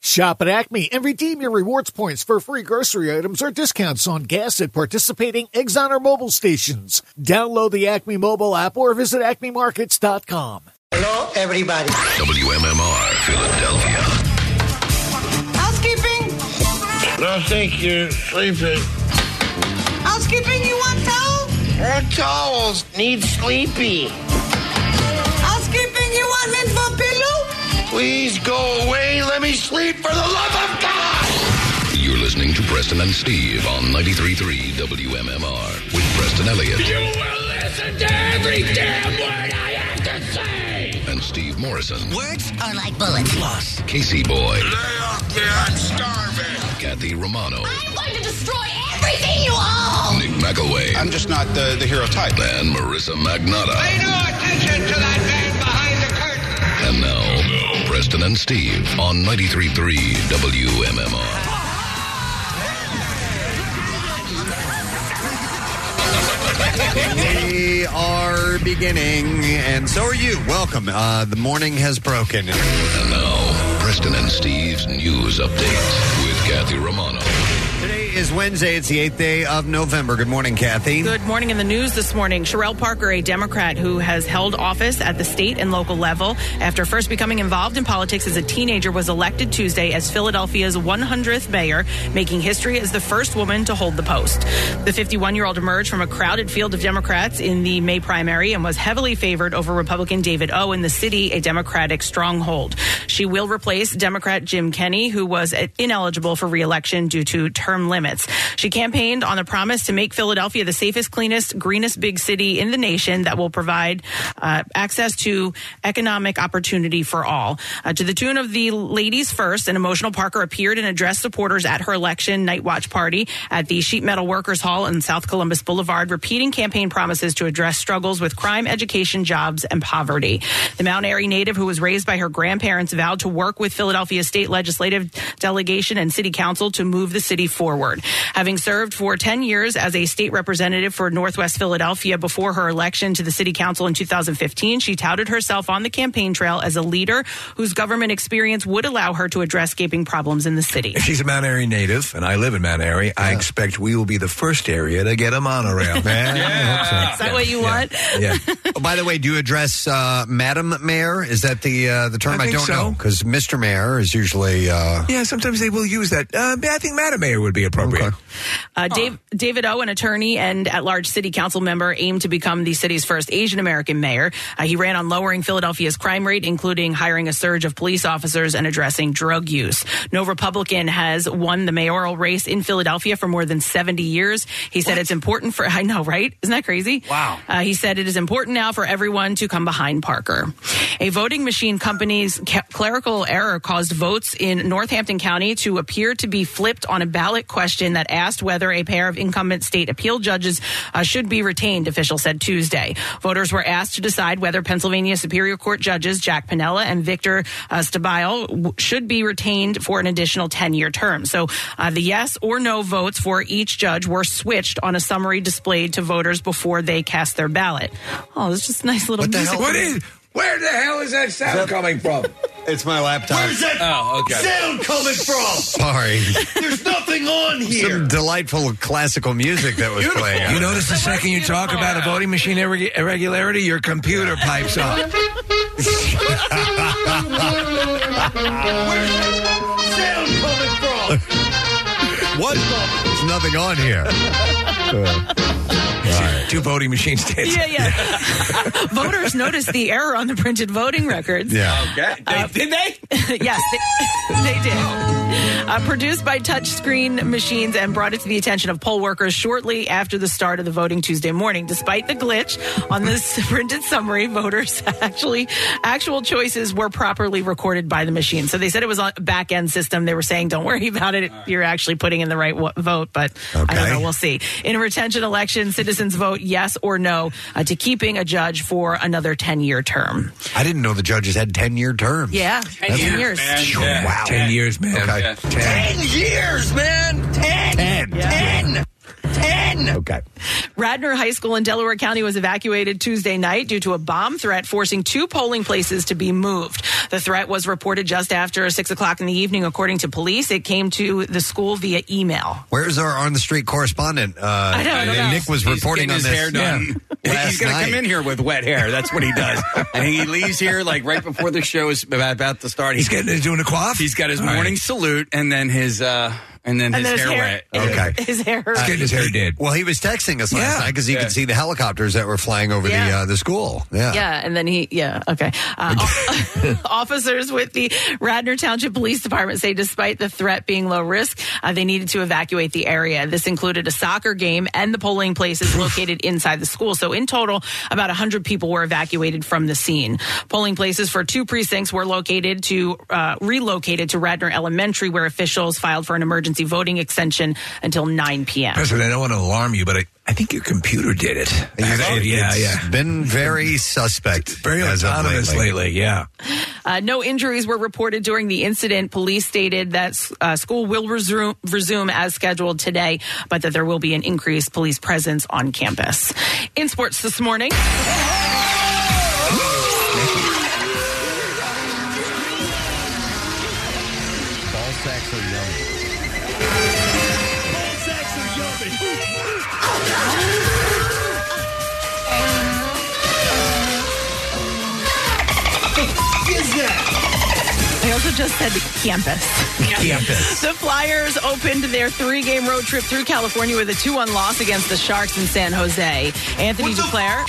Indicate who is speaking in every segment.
Speaker 1: Shop at Acme and redeem your rewards points for free grocery items or discounts on gas at participating Exxon or mobile stations. Download the Acme mobile app or visit acmemarkets.com.
Speaker 2: Hello, everybody.
Speaker 3: WMMR Philadelphia.
Speaker 4: Housekeeping?
Speaker 5: No, thank you. Sleeping.
Speaker 4: Housekeeping, you want towel?
Speaker 5: Our towels need sleepy.
Speaker 4: Housekeeping, you want mint for pillow?
Speaker 5: Please go away. Let me sleep for the love of God.
Speaker 3: You're listening to Preston and Steve on 93.3 WMMR with Preston Elliott
Speaker 5: You will listen to every damn word I have to say.
Speaker 3: and Steve Morrison,
Speaker 6: Words are like bullets. Plus.
Speaker 3: Casey Boy,
Speaker 5: Lay off me. I'm starving.
Speaker 3: Kathy Romano,
Speaker 6: I'm going to destroy everything you own!
Speaker 3: Nick McElway,
Speaker 7: I'm just not the, the hero type.
Speaker 3: and Marissa Magnotta.
Speaker 5: no attention to that man behind the curtain.
Speaker 3: And now, Preston and Steve on 93.3 WMMR.
Speaker 8: We are beginning, and so are you. Welcome. Uh, the morning has broken.
Speaker 3: And now, Preston and Steve's news update with Kathy Romano.
Speaker 8: Today is Wednesday. It's the eighth day of November. Good morning, Kathy.
Speaker 9: Good morning in the news this morning. Sherelle Parker, a Democrat who has held office at the state and local level after first becoming involved in politics as a teenager, was elected Tuesday as Philadelphia's 100th mayor, making history as the first woman to hold the post. The 51 year old emerged from a crowded field of Democrats in the May primary and was heavily favored over Republican David O in the city, a Democratic stronghold. She will replace Democrat Jim Kenney, who was ineligible for reelection due to term limits. She campaigned on the promise to make Philadelphia the safest, cleanest, greenest big city in the nation that will provide uh, access to economic opportunity for all. Uh, to the tune of the ladies first, an emotional Parker appeared and addressed supporters at her election night watch party at the Sheet Metal Workers Hall in South Columbus Boulevard, repeating campaign promises to address struggles with crime, education, jobs, and poverty. The Mount Airy native, who was raised by her grandparents, vowed to work with Philadelphia state legislative delegation and city council to move the city forward. Having served for 10 years as a state representative for Northwest Philadelphia before her election to the city council in 2015, she touted herself on the campaign trail as a leader whose government experience would allow her to address gaping problems in the city.
Speaker 10: If she's a Mount Airy native, and I live in Mount Airy, I expect we will be the first area to get a monorail.
Speaker 8: Man, I
Speaker 9: Is
Speaker 8: hope
Speaker 9: that what you want?
Speaker 10: yeah. yeah.
Speaker 8: so. Oh, by the way, do you address uh, Madam Mayor? Is that the uh, the term?
Speaker 10: I
Speaker 8: I,
Speaker 10: think
Speaker 8: don't
Speaker 10: so.
Speaker 8: know because Mr. Mayor is usually uh,
Speaker 10: Yeah, sometimes they will use that. Uh, I think Madam Mayor would be appropriate.
Speaker 9: Uh, Dave, David O, an attorney and at-large city council member, aimed to become the city's first Asian American mayor. Uh, he ran on lowering Philadelphia's crime rate, including hiring a surge of police officers and addressing drug use. No Republican has won the mayoral race in Philadelphia for more than 70 years. He said it's important for I know, right? Isn't that crazy? Wow. Uh, he said it is important now for everyone to come behind Parker. A voting machine company's ca- clerical error caused votes in Northampton County to appear to be flipped on a ballot question that asked whether a pair of incumbent state appeal judges uh, should be retained, officials said Tuesday. Voters were asked to decide whether Pennsylvania Superior Court judges Jack Pinella and Victor uh, Stabile w- should be retained for an additional 10 year term. So uh, the yes or no votes for each judge were switched on a summary displayed to voters before they cast their ballot. Oh, it's just a nice little
Speaker 8: What the
Speaker 9: music.
Speaker 8: hell?
Speaker 10: What is? Where the hell is that sound coming from?
Speaker 8: it's my laptop.
Speaker 5: that
Speaker 10: Oh, okay.
Speaker 5: sound coming from?
Speaker 8: Sorry,
Speaker 5: There's nothing on
Speaker 8: some delightful classical music that was playing.
Speaker 10: You notice the second you talk about a voting machine irreg- irregularity, your computer pipes up.
Speaker 5: Where's that sound coming from?
Speaker 8: what? There's nothing on here.
Speaker 10: Two voting machines did.
Speaker 9: Yeah, yeah. Voters noticed the error on the printed voting records. Uh,
Speaker 8: Yeah.
Speaker 10: did they?
Speaker 9: yes, they, they did. Uh, produced by touchscreen machines and brought it to the attention of poll workers shortly after the start of the voting Tuesday morning. Despite the glitch on this printed summary, voters actually actual choices were properly recorded by the machine. So they said it was a back end system. They were saying, "Don't worry about it. You're actually putting in the right wo- vote." But I don't
Speaker 8: Okay.
Speaker 9: know. We'll see. In a retention election, citizens vote yes or no uh, to keeping a judge for another ten year term.
Speaker 8: I didn't know the judges had 10 year terms.
Speaker 9: Yeah, ten years.
Speaker 10: Wow. Ten years, man.
Speaker 8: Okay.
Speaker 10: Ten.
Speaker 5: Ten years, man. Ten.
Speaker 9: Yeah.
Speaker 5: Ten. Ten.
Speaker 8: Okay.
Speaker 9: Radnor High School in Delaware County was evacuated Tuesday night due to a bomb threat, forcing two polling places to be moved. The threat was reported just after 6 o'clock in the evening, according to police. It came to the school via email.
Speaker 8: Where's our on the street correspondent? Uh, I
Speaker 9: know, I don't know.
Speaker 8: Nick was reporting
Speaker 2: Getting
Speaker 8: on
Speaker 2: his
Speaker 8: this.
Speaker 2: hair done.
Speaker 8: Last
Speaker 2: He's going to
Speaker 8: night.
Speaker 2: come in here with wet hair. That's what he does. and he leaves here like right before the show is about, about to start.
Speaker 10: He's getting he's doing a quaff.
Speaker 2: He's got his
Speaker 10: All right.
Speaker 2: morning salute and then his uh and then
Speaker 9: And
Speaker 2: his
Speaker 9: then
Speaker 2: hair, wet.
Speaker 8: Okay.
Speaker 9: His hair.
Speaker 10: He's getting his hair did.
Speaker 8: Well, he was texting us last
Speaker 10: Yeah.
Speaker 8: night because he
Speaker 2: Yeah.
Speaker 8: could see the helicopters that were flying over the
Speaker 9: Yeah.
Speaker 8: uh, the school. Yeah.
Speaker 9: Yeah, and then he, yeah, okay. Uh, o- officers with the Radnor Township Police Department say despite the threat being low risk, uh, they needed to evacuate the area. This included a soccer game and the polling places located inside the school. So in total, about 100 people were evacuated from the scene. Polling places for two precincts were located to uh, relocated to Radnor Elementary, where officials filed for an emergency voting extension until 9 p.m.
Speaker 10: President, I don't want to alarm you, but I, I think your computer did it. Actually, yeah, yeah.
Speaker 8: It's Been very suspect.
Speaker 10: Very
Speaker 8: as of
Speaker 10: autonomous
Speaker 8: lately.
Speaker 10: lately. Yeah.
Speaker 9: Uh, no injuries were reported during the incident. Police stated that uh, school will resume, resume as scheduled today, but that there will be an increased police presence on campus. In sports this morning. I also just said campus.
Speaker 10: Campus.
Speaker 9: The Flyers opened their three game road trip through California with a 2 1 loss against the Sharks in San Jose. Anthony Duclair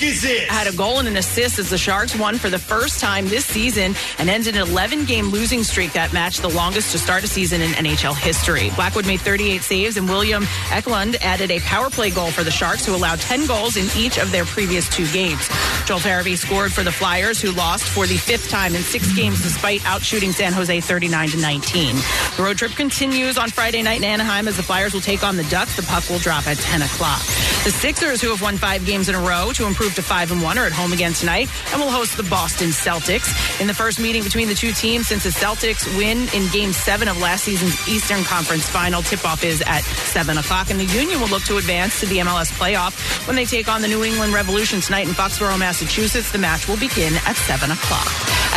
Speaker 9: had a goal and an assist as the Sharks won for the first time this season and ended an 11 game losing streak that matched the longest to start a season in NHL history. Blackwood made 38 saves and William Eklund added a power play goal for the Sharks, who allowed 10 goals in each of their previous two games. Joel Farabee scored for the Flyers, who lost for the fifth time in six games despite outshooting San Jose 39 to 19. The road trip continues on Friday night in Anaheim as the Flyers will take on the Ducks. The puck will drop at 10 o'clock. The Sixers, who have won five games in a row to improve to five and one, are at home again tonight and will host the Boston Celtics in the first meeting between the two teams since the Celtics win in Game Seven of last season's Eastern Conference Final. Tip-off is at seven o'clock, and the Union will look to advance to the MLS playoff when they take on the New England Revolution tonight in Foxborough, Massachusetts. The match will begin at seven o'clock,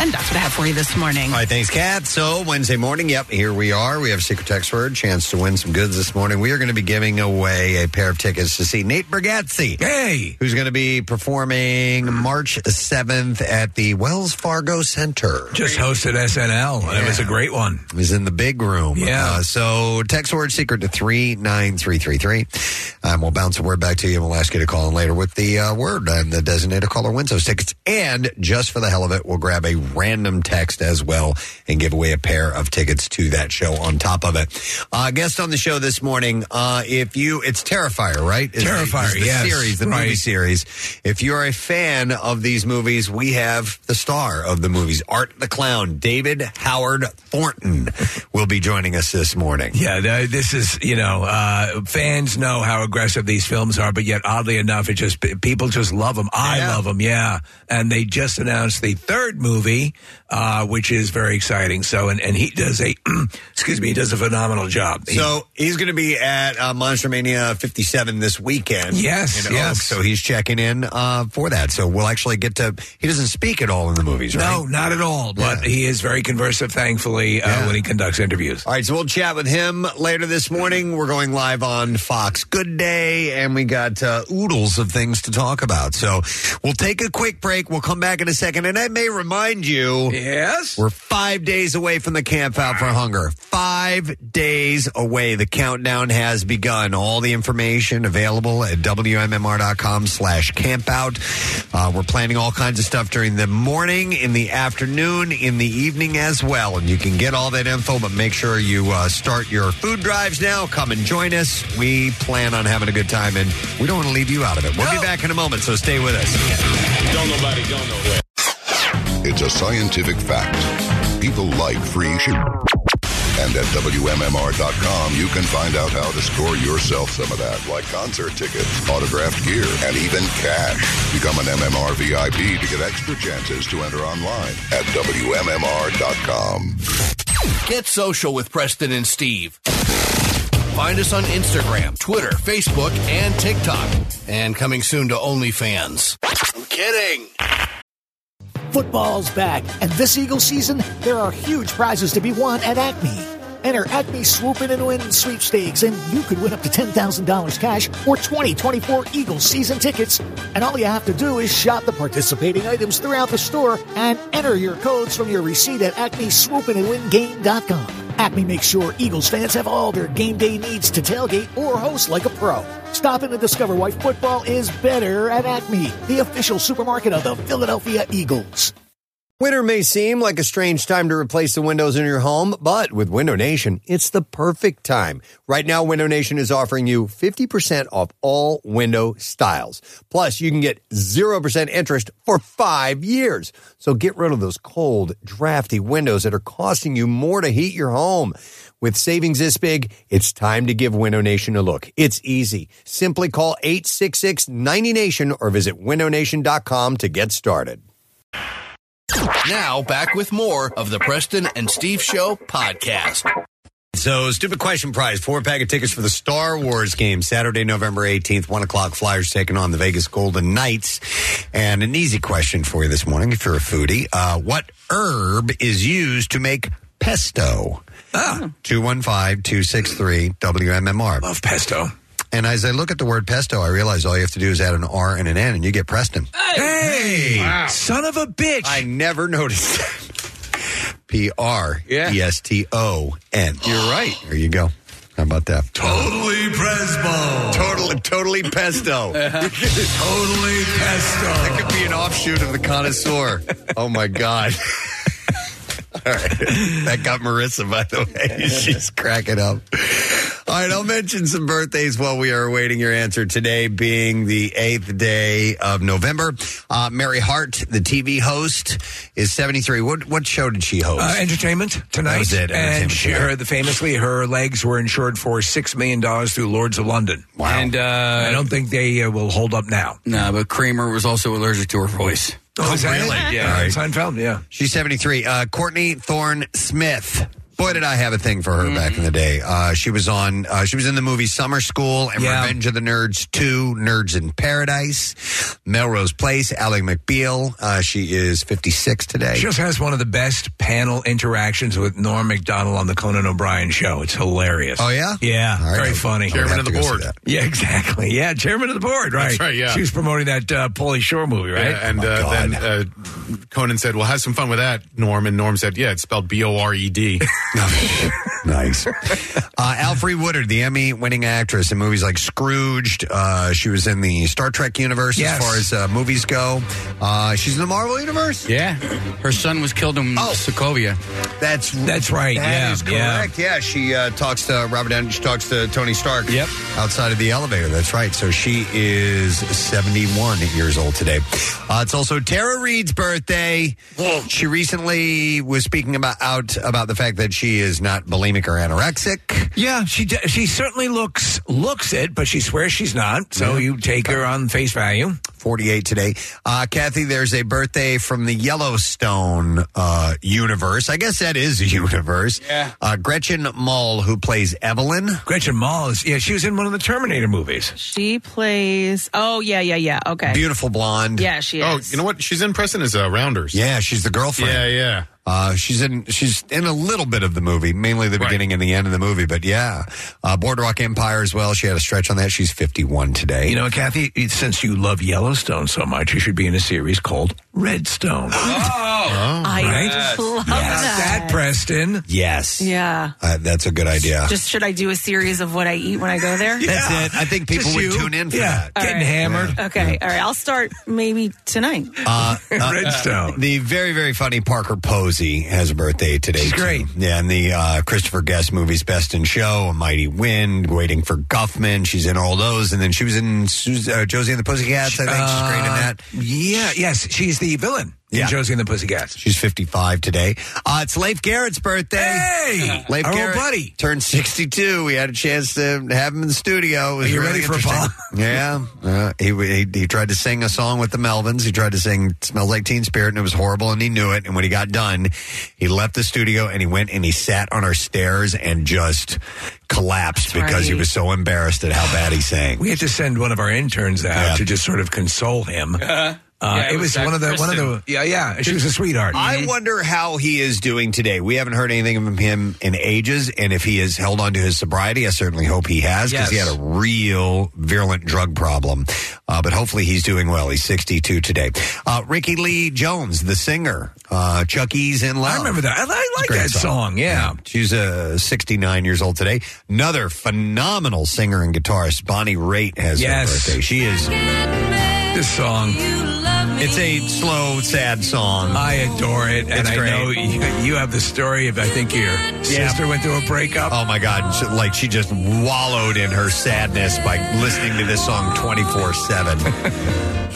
Speaker 9: and that's what I have for you this morning.
Speaker 8: All right, thanks, Kat. So Wednesday morning, yep, here we are. We have secret text word chance to win some goods this morning. We are going to be giving away a pair of tickets to see Nate Bargatze.
Speaker 10: Hey.
Speaker 8: who's going to be performing March 7th at the Wells Fargo Center.
Speaker 10: Just hosted SNL. and It was a great one.
Speaker 8: Is in the big room.
Speaker 10: Yeah.
Speaker 8: Uh, so text word secret to 39333. Um, we'll bounce a word back to you and we'll ask you to call in later with the uh, word. And the designated caller wins those tickets. And just for the hell of it, we'll grab a random text as well and give away a pair of tickets to that show on top of it. Uh, guest on the show this morning, uh, if you, it's Terrifier, right? Is the-
Speaker 10: Terrifier,
Speaker 8: is the
Speaker 10: yes,
Speaker 8: series, the movie
Speaker 10: right.
Speaker 8: series. If you're a fan of these movies, we have the star of the movies, Art the Clown, David Howard Thornton, will be joining us this morning.
Speaker 10: Yeah, th- this is you know uh, fans know how aggressive these films are, but yet oddly enough, it just p- people just love them. I
Speaker 8: Yeah.
Speaker 10: love them. Yeah, and they just announced the third movie, uh, which is very exciting. So and, and he does a excuse me, he does a phenomenal job. He-
Speaker 8: So he's going to be at uh, Monster Mania 57 this weekend.
Speaker 10: Yes,
Speaker 8: in
Speaker 10: yes.
Speaker 8: Oaks, so he's checking in uh, for that. So we'll actually get to. He doesn't speak at all in the movies, right?
Speaker 10: no, not at all. But
Speaker 8: Yeah.
Speaker 10: he is very conversive, thankfully, uh, when he conducts interviews.
Speaker 8: All right, so we'll chat with him later this morning. We're going live on Fox Good Day, and we got uh, oodles of things to talk about. So we'll take a quick break. We'll come back in a second, and I may remind you.
Speaker 10: Yes.
Speaker 8: We're five days away from the Camp Out for Hunger. Five days away. The countdown has begun. All the information available at WMMR.com slash Camp Out. Uh, we're planning all kinds of stuff during the morning, in the afternoon, in the evening as well. And you can get all that info, but make sure you uh, start your food drives now. Come and join us. We plan on having a good time, and we don't want to leave you out of it. We'll be back in a moment, so stay with us.
Speaker 3: It's a scientific fact. People like free shit. And at WMMR.com, you can find out how to score yourself some of that, like concert tickets, autographed gear, and even cash. Become an MMR VIP to get extra chances to enter online at WMMR.com.
Speaker 7: Get social with Preston and Steve. Find us on Instagram, Twitter, Facebook, and TikTok. And coming soon to OnlyFans. I'm kidding.
Speaker 1: Football's back, and this Eagles season, there are huge prizes to be won at Acme. Enter Acme Swoop In and Win sweepstakes, and you could win up to $10,000 cash or 2024 Eagles season tickets. And all you have to do is shop the participating items throughout the store and enter your codes from your receipt at acmeswoopinandwingame.com. Acme makes sure Eagles fans have all their game day needs to tailgate or host like a pro. Stop in and discover why football is better at Acme, the official supermarket of the Philadelphia Eagles.
Speaker 8: Winter may seem like a strange time to replace the windows in your home, but with Window Nation, it's the perfect time. Right now, Window Nation is offering you 50% off all window styles. Plus, you can get 0% interest for five years. So get rid of those cold, drafty windows that are costing you more to heat your home. With savings this big, it's time to give Window Nation a look. It's easy. Simply call 866 90Nation or visit windownation.com to get started.
Speaker 7: Now, back with more of the Preston and Steve Show podcast.
Speaker 8: So, stupid question prize: four pack of tickets for the Star Wars game Saturday, November eighteenth, one o'clock. Flyers taking on the Vegas Golden Knights. And an easy question for you this morning, if you're a foodie: uh, what herb is used to make pesto? Two one five two six three WMMR. Ah. Love pesto. And as I look at the word pesto, I realize all you have to do is add an R and an N, and you get Preston. Hey, son of a bitch! I never noticed. P R E S T O N. You're right. Oh, There you go. How about that?
Speaker 5: Totally Presbo.
Speaker 8: Totally, totally pesto.
Speaker 5: totally pesto. That
Speaker 8: could be an offshoot of the connoisseur. oh my god. All right. That got Marissa, by the way. She's cracking up. All right, I'll mention some birthdays while we are awaiting your answer. Today being the eighth day of November. Uh, Mary Hart, the TV host, is 73. What, what show did she host?
Speaker 10: Uh, entertainment tonight.
Speaker 8: That was it.
Speaker 10: And
Speaker 8: Entertainment
Speaker 10: she,
Speaker 8: Tonight.
Speaker 10: her, the, famously, her legs were insured for $6 million through Lords of London. Wow. And uh, I don't think they uh, will hold up now.
Speaker 2: No, but Kramer was also allergic to her voice.
Speaker 10: Oh, is that it? Yeah.
Speaker 8: All right.
Speaker 10: Seinfeld, yeah.
Speaker 8: She's 73. Uh, Courtney Thorne Smith. Boy, did I have a thing for her back in the day. Uh, she was on. Uh, she was in the movie Summer School and
Speaker 10: Yeah.
Speaker 8: Revenge of the Nerds Two, Nerds in Paradise, Melrose Place. Ally McBeal. Uh, she is fifty six today.
Speaker 10: She also has one of the best panel interactions with Norm MacDonald on the Conan O'Brien show. It's hilarious.
Speaker 8: Oh, yeah?
Speaker 10: Yeah.
Speaker 8: All right.
Speaker 10: Very
Speaker 8: I'll-
Speaker 10: funny.
Speaker 8: I'll Chairman have of the to go see board. that.
Speaker 10: Yeah, exactly. Yeah, chairman of the board, right.
Speaker 11: That's right, yeah.
Speaker 10: She was promoting that uh, Paulie Shore movie, right? Oh,
Speaker 11: Yeah, and uh, then uh, Conan said, "Well, have some fun with that, Norm." And Norm said, "Yeah, it's spelled B O R E D."
Speaker 8: nice. Uh, Alfre Woodard, the Emmy-winning actress in movies like Scrooged. Uh, she was in the Star Trek universe
Speaker 2: Yes.
Speaker 8: as far as uh, movies go. Uh, she's in the Marvel universe. Oh,
Speaker 2: Yeah, her son was killed in Sokovia.
Speaker 8: That's
Speaker 2: that's right.
Speaker 8: That
Speaker 2: yeah,
Speaker 8: is correct. Yeah, she uh, talks to Robert Downey. She talks to Tony Stark. Yep. Outside of the elevator. That's right. So she is 71 years old today. Uh, it's also Tara Reid's birthday. She recently was speaking about out about the fact that she is not bulimic or anorexic.
Speaker 10: Yeah, she d- she certainly looks looks it, but she swears she's not. So you take her on face value.
Speaker 8: 48 today. Uh, Kathy, there's a birthday from the Yellowstone uh, universe. I guess that is a universe. Yeah. Uh, Gretchen Mol, who plays Evelyn.
Speaker 10: Gretchen Mol is yeah. She was in one of the Terminator movies.
Speaker 9: She plays. Oh yeah, yeah, yeah. Okay.
Speaker 8: Beautiful blonde.
Speaker 9: Yeah, she is.
Speaker 11: Oh, you know what? She's in Preston as uh, Rounders.
Speaker 8: Yeah, she's the girlfriend.
Speaker 11: Yeah, yeah.
Speaker 8: Uh, she's in she's in a little bit of the movie, mainly the beginning and the end of the movie, but yeah, uh, Boardwalk Empire as well. She had a stretch on that. She's fifty one today.
Speaker 10: You know, Kathy, it- since you love Yellowstone so much, you should be in a series called Redstone.
Speaker 2: Oh,
Speaker 9: I
Speaker 10: right? Yes,
Speaker 9: love that.
Speaker 10: that Preston.
Speaker 8: Yes,
Speaker 9: Yeah.
Speaker 8: uh, that's a good idea.
Speaker 9: Just should I do a series of what I eat when I go there?
Speaker 8: That's it. I think people
Speaker 10: Just
Speaker 8: would
Speaker 10: you.
Speaker 8: tune in for
Speaker 10: Yeah,
Speaker 8: that.
Speaker 10: getting hammered.
Speaker 9: Okay. All right. I'll start maybe tonight.
Speaker 8: Uh, uh,
Speaker 10: Redstone.
Speaker 8: The very, very funny Parker Posey has a birthday today.
Speaker 10: She's
Speaker 8: too.
Speaker 10: great.
Speaker 8: Yeah, and the uh, Christopher Guest movies, Best in Show, A Mighty Wind, Waiting for Guffman. She's in all those, and then she was in Sus- uh, Josie and the Pussycats. I think she's great in that.
Speaker 10: Yeah, yes, she's the villain. Yeah. Josie and the Pussycats.
Speaker 8: She's 55 today. Uh, it's Leif Garrett's birthday.
Speaker 10: Hey!
Speaker 8: Leif
Speaker 10: Our old
Speaker 8: Garrett
Speaker 10: buddy.
Speaker 8: Turned 62. We had a chance to have him in the studio. It was
Speaker 10: Are you
Speaker 8: really
Speaker 10: ready for a
Speaker 8: interesting.
Speaker 10: bomb?
Speaker 8: Yeah. Uh, he, he, he tried to sing a song with the Melvins. He tried to sing Smells Like Teen Spirit, and it was horrible, and he knew it. And when he got done, he left the studio and he went and he sat on our stairs and just collapsed because he
Speaker 10: right.
Speaker 8: was so embarrassed at how bad he sang.
Speaker 10: We had to send one of our interns out to just sort of console him. Uh,
Speaker 8: Yeah,
Speaker 10: it,
Speaker 8: it
Speaker 10: was,
Speaker 8: was, uh,
Speaker 10: one of the one of
Speaker 8: Kristen. Mm-hmm.
Speaker 10: the yeah yeah. She was a sweetheart. Mm-hmm.
Speaker 8: I wonder how he is doing today. We haven't heard anything from him in ages, and if he has held on to his sobriety, I certainly hope he has because he
Speaker 12: Yes.
Speaker 8: had a real virulent drug problem. Uh, but hopefully, he's doing well. He's 62 today. Uh, Ricky Lee Jones, the singer, uh, Chucky's in Love. I remember
Speaker 10: that. I, like that song, yeah.
Speaker 8: she's uh, 69 years old today. Another phenomenal singer and guitarist, Bonnie Raitt, has her
Speaker 10: Yes.
Speaker 8: birthday. She is
Speaker 10: this song.
Speaker 8: It's a slow, sad song.
Speaker 10: I adore it, and
Speaker 8: It's
Speaker 10: I
Speaker 8: great.
Speaker 10: know you, you have the story of I think your sister went through a breakup.
Speaker 8: Oh my God! and she- like she just wallowed in her sadness by listening to this song twenty four seven,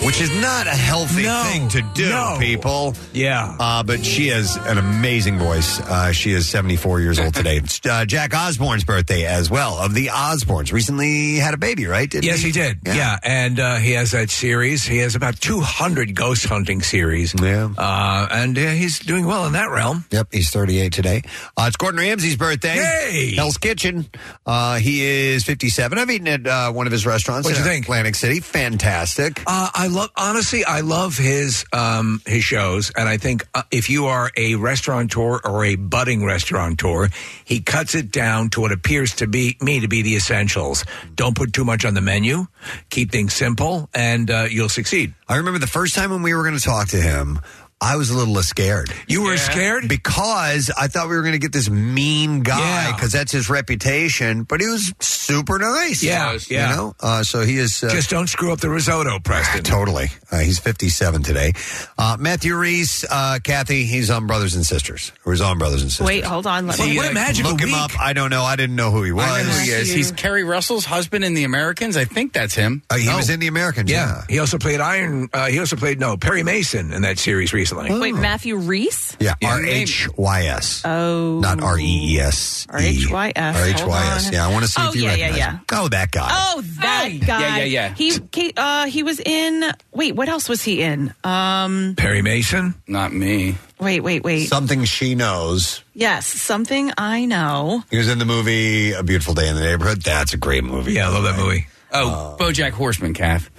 Speaker 8: which is not a healthy thing to do, people.
Speaker 10: Yeah.
Speaker 8: Uh, but she has an amazing voice. Uh, she is seventy four years old today. It's, uh, Jack Osborne's birthday as well. Of the Osbornes, recently had a baby, right? Didn't
Speaker 10: yes, he, did. Yeah, and uh, he has that series. He has about 200 ghost hunting series.
Speaker 8: Yeah,
Speaker 10: uh, and uh, he's doing well in that realm.
Speaker 8: Yep, he's 38 today. Uh, it's Gordon Ramsay's birthday.
Speaker 10: Hey!
Speaker 8: Hell's Kitchen. Uh, he is 57. I've eaten at uh, one of his restaurants
Speaker 10: What'd
Speaker 8: in
Speaker 10: you think?
Speaker 8: Atlantic City. Fantastic.
Speaker 10: Uh, I love honestly. I love his um, his shows, and I think uh, if you are a restaurateur or a budding restaurateur, he cuts it down to what appears to be me to be the essentials. Don't put too much on the menu. Keep things simple, and uh, you'll succeed.
Speaker 8: I remember the first time when we were going to talk to him, I was a little less scared.
Speaker 10: You were scared
Speaker 8: because I thought we were going to get this mean guy because that's his reputation. But he was super nice.
Speaker 10: Yeah, yeah.
Speaker 8: You know, uh, so he is uh,
Speaker 10: Just don't screw up the risotto, Preston.
Speaker 8: totally. Uh, he's 57 today. Uh, Matthew Reese, uh, Kathy, he's on Brothers and Sisters. Or he's on Brothers and Sisters.
Speaker 9: Wait, hold on. Let me
Speaker 8: Look him up. I don't know. I didn't know who he was.
Speaker 2: I know who he is. He's Kerry Russell's husband in The Americans. I think that's him.
Speaker 8: Uh, he was in The Americans.
Speaker 10: Oh. Yeah, he also played Iron. Uh, he also played no Perry Mason in that series recently.
Speaker 9: Wait, Matthew Reese?
Speaker 8: Oh. Yeah, R H Y S.
Speaker 9: Oh.
Speaker 8: Not R E E S.
Speaker 9: R H Y S.
Speaker 8: R H Y S.
Speaker 9: Hold on.
Speaker 8: Yeah, I want to see
Speaker 9: Oh,
Speaker 8: if you
Speaker 9: yeah, yeah,
Speaker 8: recognize
Speaker 9: yeah.
Speaker 8: him. Oh, that guy.
Speaker 9: Oh, that guy.
Speaker 10: Yeah, yeah, yeah.
Speaker 9: He he, uh, he was in. Wait, what else was he in? Um.
Speaker 10: Perry Mason,
Speaker 2: not me.
Speaker 9: Wait, wait, wait.
Speaker 8: Something she knows.
Speaker 9: yes, something I know.
Speaker 8: He was in the movie A Beautiful Day in the Neighborhood. That's a great movie. uh,
Speaker 10: Yeah, I love that movie.
Speaker 2: Oh, BoJack Horseman, Kath.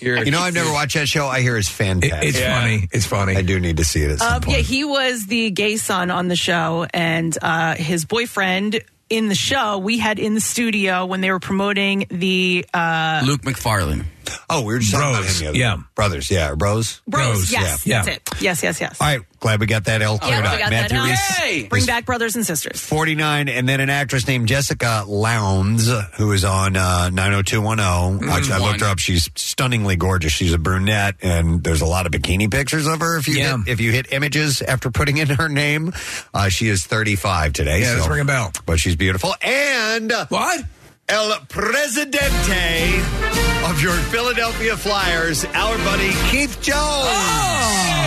Speaker 2: You're-
Speaker 8: You know, I've never watched that show. I hear it's fantastic.
Speaker 10: it's Yeah. funny. It's funny.
Speaker 8: I do need to see it. At some
Speaker 9: Um, yeah, he was the gay son on the show, and uh, his boyfriend in the show we had in the studio when they were promoting the uh,
Speaker 2: Luke McFarlane.
Speaker 8: Oh, we were just talking about him the other
Speaker 10: yeah.
Speaker 8: Brothers, yeah. Bros?
Speaker 9: Bros. Yes, that's it. Yes, yes, yes.
Speaker 8: All right, glad we got that L
Speaker 9: Yeah,
Speaker 8: cleared
Speaker 9: we
Speaker 8: up.
Speaker 9: got
Speaker 8: Matthew
Speaker 9: that
Speaker 8: Reese.
Speaker 9: out. Bring back brothers and sisters.
Speaker 8: 49, and then an actress named Jessica Lowndes, who is on uh,
Speaker 10: Mm,
Speaker 8: 90210. oh. Actually, I looked her up. She's stunningly gorgeous. She's a brunette, and there's a lot of bikini pictures of her. If you hit, if you hit images after putting in her name, uh, she is 35 today.
Speaker 10: Yeah,
Speaker 8: so,
Speaker 10: let's ring a bell.
Speaker 8: But she's beautiful. And uh,
Speaker 10: what?
Speaker 8: El Presidente of your Philadelphia Flyers, our buddy Keith Jones.
Speaker 10: Oh!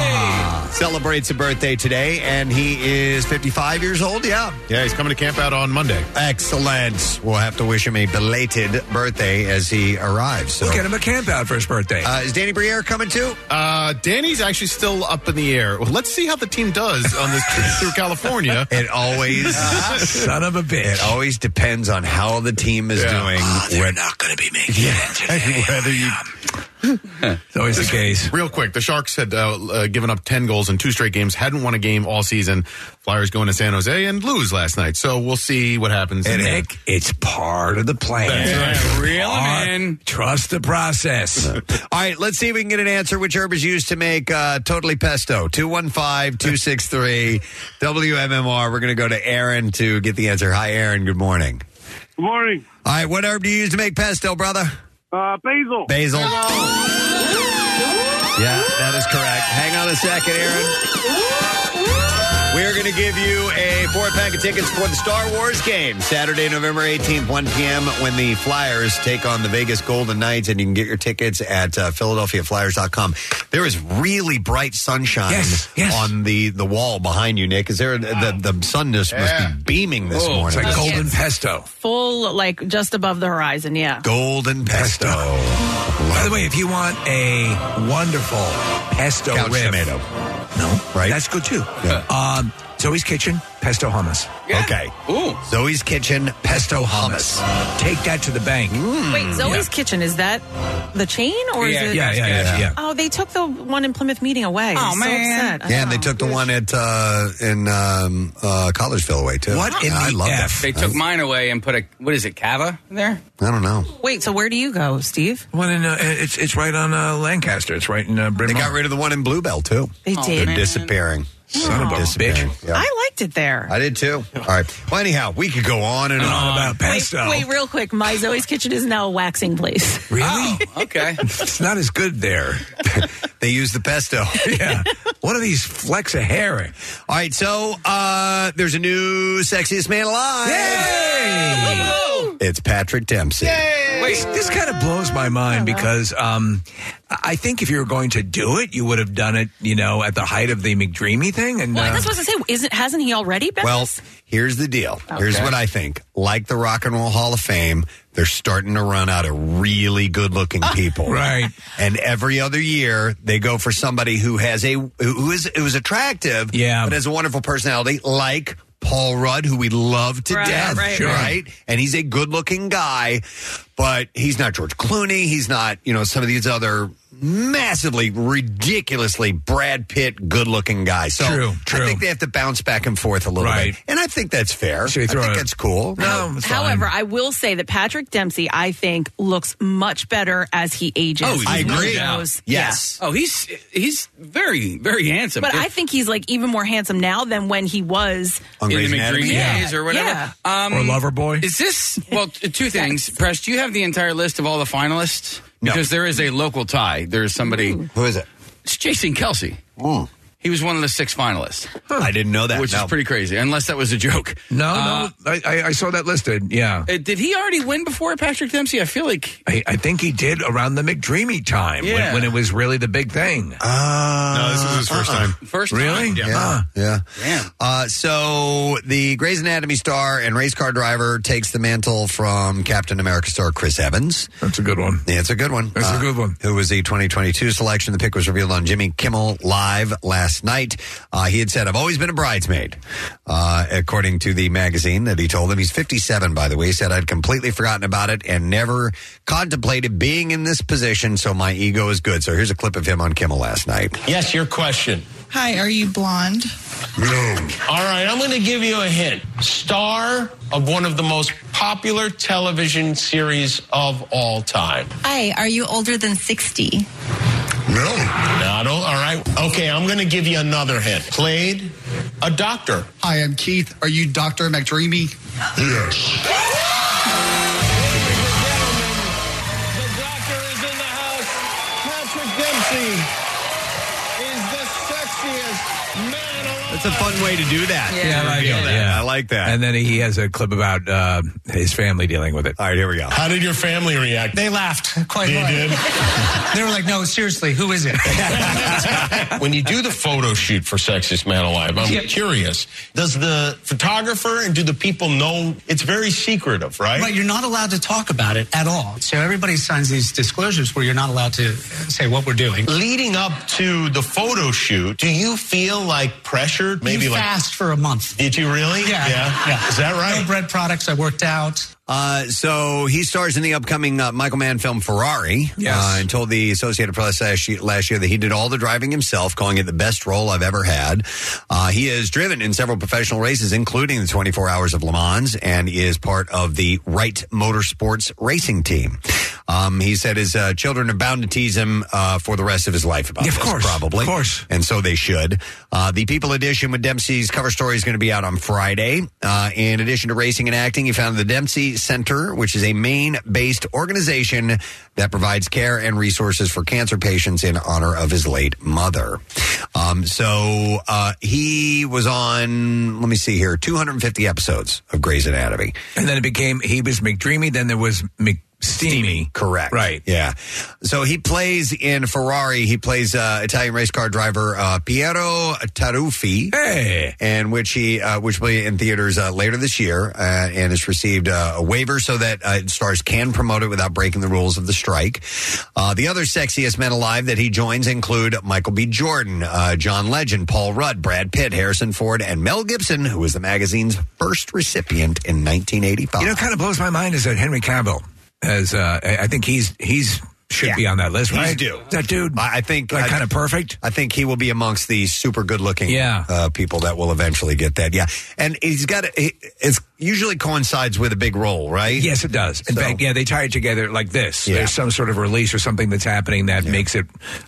Speaker 8: Celebrates a birthday today, and he is 55 years old. Yeah.
Speaker 11: Yeah, he's coming to camp out on Monday.
Speaker 8: Excellent. We'll have to wish him a belated birthday as he arrives. So.
Speaker 10: We'll get him a camp out for his birthday.
Speaker 8: Uh, is Danny Briere coming too?
Speaker 11: Uh, Danny's actually still up in the air. Well, let's see how the team does on this trip through California.
Speaker 8: It always,
Speaker 10: son of a bitch. Ah,
Speaker 8: It always depends on how the team is doing. We're
Speaker 10: not going to be making
Speaker 8: whether you
Speaker 10: It's always the case.
Speaker 11: Real quick, the Sharks had uh, uh, given up 10 goals in two straight games, hadn't won a game all season. Flyers going to San Jose and lose last night. So we'll see what happens. in there.
Speaker 10: Nick, it's part of the plan.
Speaker 11: That's
Speaker 10: right. Real man. Trust the process.
Speaker 8: All right, let's see if we can get an answer. Which herb is used to make uh, totally pesto? 215 263 WMMR. We're going to go to Aaron to get the answer. Hi, Aaron. Good morning.
Speaker 13: Good morning.
Speaker 8: All right, what herb do you use to make pesto, brother?
Speaker 13: Uh, basil.
Speaker 8: Basil. Yeah, that is correct. Hang on a second, Aaron. We are going to give you a four pack of tickets for the Star Wars game Saturday, November 18th, 1 p.m., when the Flyers take on the Vegas Golden Knights. And you can get your tickets at uh, PhiladelphiaFlyers.com. There is really bright sunshine on the, the wall behind you, Nick. Is there the, the sun just must be beaming this morning?
Speaker 10: it's like golden Yes.
Speaker 8: pesto.
Speaker 9: Full, like just above the horizon.
Speaker 10: Mm,
Speaker 9: Yeah.
Speaker 8: Golden pesto. By
Speaker 10: the way, if you want a wonderful pesto
Speaker 9: Couch
Speaker 10: riff,
Speaker 9: tomato.
Speaker 10: no, right? That's good too. Um, Zoe's Kitchen pesto hummus.
Speaker 8: Okay. Ooh. Zoe's Kitchen pesto hummus.
Speaker 10: Take that to the bank.
Speaker 9: Wait, Zoe's Kitchen is that the chain or
Speaker 10: Yeah,
Speaker 9: is it?
Speaker 10: yeah, yeah, yeah, yeah.
Speaker 9: Oh, they took the one in Plymouth meeting away.
Speaker 10: Oh,
Speaker 9: so
Speaker 10: man.
Speaker 9: upset. I
Speaker 8: Yeah, and they took the one at uh, in um, uh, Collegeville away too.
Speaker 2: What in
Speaker 8: Yeah, I
Speaker 2: the
Speaker 8: love
Speaker 2: F?
Speaker 8: that.
Speaker 2: They took mine away and put a what is it, cava there?
Speaker 8: I don't know.
Speaker 9: Wait, so where do you go, Steve?
Speaker 10: One in uh, it's it's right on uh, Lancaster. It's right in uh, Bryn
Speaker 8: They
Speaker 10: Mawr.
Speaker 8: got rid of the one in Bluebell too.
Speaker 9: They Oh, did.
Speaker 8: They're
Speaker 9: man.
Speaker 8: disappearing.
Speaker 10: Son of a
Speaker 8: Disappearing.
Speaker 10: bitch.
Speaker 8: Yeah.
Speaker 9: I liked it there.
Speaker 8: I did too. All right. Well, anyhow, we could go on and on about
Speaker 9: Wait, real quick. My Zoe's Kitchen is now a waxing place.
Speaker 10: Really?
Speaker 2: okay.
Speaker 10: it's not as good there.
Speaker 8: they use the pesto.
Speaker 10: yeah. What are these flecks of hair?
Speaker 8: All right. So uh, there's a new sexiest man alive. It's Patrick Dempsey.
Speaker 10: Wait, this kind of blows my mind because um, I think if you were going to do it, you would have done it, you know, at the height of the McDreamy thing. And
Speaker 9: Well,
Speaker 10: uh,
Speaker 9: that's what I was gonna say. Isn't hasn't he already been?
Speaker 8: Well, here's the deal. Here's
Speaker 9: Okay.
Speaker 8: what I think. Like the Rock and Roll Hall of Fame, they're starting to run out of really good-looking people.
Speaker 10: right.
Speaker 8: And every other year, they go for somebody who has a who is who is attractive, yeah. but has a wonderful personality, like Paul Rudd, who we love to
Speaker 10: Right,
Speaker 8: death,
Speaker 10: right, Sure.
Speaker 8: right? And he's a good-looking guy, but he's not George Clooney. He's not you know some of these other massively, ridiculously Brad Pitt good-looking guys. So
Speaker 10: True, true.
Speaker 8: I think they have to bounce back and forth a little
Speaker 10: Right.
Speaker 8: bit, and I think that's fair. I
Speaker 10: throw
Speaker 8: think
Speaker 10: it-
Speaker 8: that's cool.
Speaker 10: No, it's fine.
Speaker 9: However, I will say that Patrick Dempsey, I think, looks much better as he ages.
Speaker 2: Oh,
Speaker 9: He
Speaker 2: I agree.
Speaker 9: knows-
Speaker 2: Yes. Oh, he's he's very very handsome.
Speaker 9: But I think he's like even more handsome now than when he was
Speaker 2: in the McDreamy
Speaker 9: Yeah.
Speaker 2: days or whatever,
Speaker 9: Yeah.
Speaker 2: um,
Speaker 10: Or Loverboy.
Speaker 2: Is this well? t- Two things, Press. Do you have the entire list of all the finalists? Because there is a local tie. There's somebody.
Speaker 8: Who is it?
Speaker 2: It's Jason Kelsey. He was one of the six finalists.
Speaker 8: I didn't know that.
Speaker 2: Which
Speaker 10: no.
Speaker 2: is pretty crazy. Unless that was a joke.
Speaker 10: no,
Speaker 2: Uh,
Speaker 10: no, I, I, I saw that listed. Yeah.
Speaker 2: uh, did he already win before Patrick Dempsey? I feel like
Speaker 10: I, I think he did around the McDreamy time
Speaker 2: Yeah.
Speaker 10: when, when it was really the big thing.
Speaker 8: no,
Speaker 10: this was his Uh, uh-uh. first time.
Speaker 2: Uh-uh. First time?
Speaker 10: really?
Speaker 8: Yeah.
Speaker 10: Huh.
Speaker 8: Yeah. Uh, so the Grey's Anatomy star and race car driver takes the mantle from Captain America star Chris Evans.
Speaker 10: That's a good one.
Speaker 8: Yeah, it's a good one. Uh,
Speaker 10: That's a good one.
Speaker 8: Who was the 2022 selection? The pick was revealed on Jimmy Kimmel Live last night. Uh, he had said, "I've always been a bridesmaid," uh, according to the magazine that he told them. He's 57, by the way. He said, "I'd completely forgotten about it and never contemplated being in this position, so my ego is good." So here's a clip of him on Kimmel last night.
Speaker 12: Yes, your question.
Speaker 14: Hi, are you blonde?
Speaker 12: No. All right, I'm going to give you a hint. Star of one of the most popular television series of all time.
Speaker 15: Hi, are you older than 60?
Speaker 12: No. No, I don't. All right. Okay, I'm going to give you another hint. Played a doctor.
Speaker 16: Hi, I'm Keith. Are you Dr. McDreamy?
Speaker 12: Yes.
Speaker 5: Patrick Dempsey is the sexiest man alive.
Speaker 8: That's a fun way to do that.
Speaker 10: Yeah, I like
Speaker 8: Feel
Speaker 10: it.
Speaker 8: that.
Speaker 10: Yeah.
Speaker 8: I like that.
Speaker 10: And then he has a clip about uh, his family dealing with it.
Speaker 8: All right, here we go.
Speaker 12: How did your family react?
Speaker 17: They laughed quite
Speaker 12: They
Speaker 17: hard.
Speaker 12: did?
Speaker 17: They were like, "No, seriously, who is it?"
Speaker 12: when you do the photo shoot for Sexiest Man Alive, I'm
Speaker 17: Yeah.
Speaker 12: curious. Does the photographer and do the people know it's very secretive, right?
Speaker 17: Right, you're not allowed to talk about it at all. So everybody signs these disclosures where you're not allowed to uh, say what we're doing.
Speaker 12: Leading up to the photo shoot, do you feel like pressured? Maybe
Speaker 17: you
Speaker 12: like
Speaker 17: fast for a month.
Speaker 12: Did you really?
Speaker 17: Yeah,
Speaker 12: Yeah.
Speaker 17: yeah.
Speaker 12: Is that right?
Speaker 17: No bread products. I worked out.
Speaker 8: Uh, so he stars in the upcoming uh, Michael Mann film Ferrari. Yes. Uh, and told the Associated Press last year, last year that he did all the driving himself, calling it the best role I've ever had. Uh, he has driven in several professional races, including the 24 Hours of Le Mans, and is part of the Wright Motorsports racing team. Um, he said his uh, children are bound to tease him uh, for the rest of his life about
Speaker 10: Of
Speaker 8: this,
Speaker 10: course,
Speaker 8: probably.
Speaker 10: of course.
Speaker 8: And so they should. Uh, the People Edition with Dempsey's cover story is going to be out on Friday. Uh, in addition to racing and acting, he founded the Dempsey Center, which is a Maine based organization that provides care and resources for cancer patients in honor of his late mother. Um, so uh, he was on, let me see here, 250 episodes of Grey's Anatomy.
Speaker 10: And then it became he was McDreamy. Then there was McSteamy.
Speaker 8: Correct.
Speaker 10: Right.
Speaker 8: Yeah. So he plays in Ferrari. He plays uh, Italian race car driver uh, Piero Taruffi.
Speaker 10: Hey.
Speaker 8: And which he uh, which will be in theaters uh, later this year, uh, and has received uh, a waiver so that uh, stars can promote it without breaking the rules of the strike. Uh, the other sexiest men alive that he joins include Michael B. Jordan, uh, John Legend, Paul Rudd, Brad Pitt, Harrison Ford, and Mel Gibson, who was the magazine's first recipient in 1985.
Speaker 10: You know, kind of blows my mind is that Henry Cavill as uh, I I think he's he's should be on that list, right?
Speaker 8: He's due.
Speaker 10: That dude.
Speaker 8: I I think
Speaker 10: Like,
Speaker 8: I-
Speaker 10: kind of perfect.
Speaker 8: I think he will be amongst the super good-looking
Speaker 10: Yeah.
Speaker 8: uh, people that will eventually get that. Yeah, and he's got a- he, it's usually coincides with a big role, right?
Speaker 10: Yes, it does. In
Speaker 8: So-
Speaker 10: fact, yeah, they tie it together like this.
Speaker 8: Yeah.
Speaker 10: There's some sort of release or something that's happening that makes it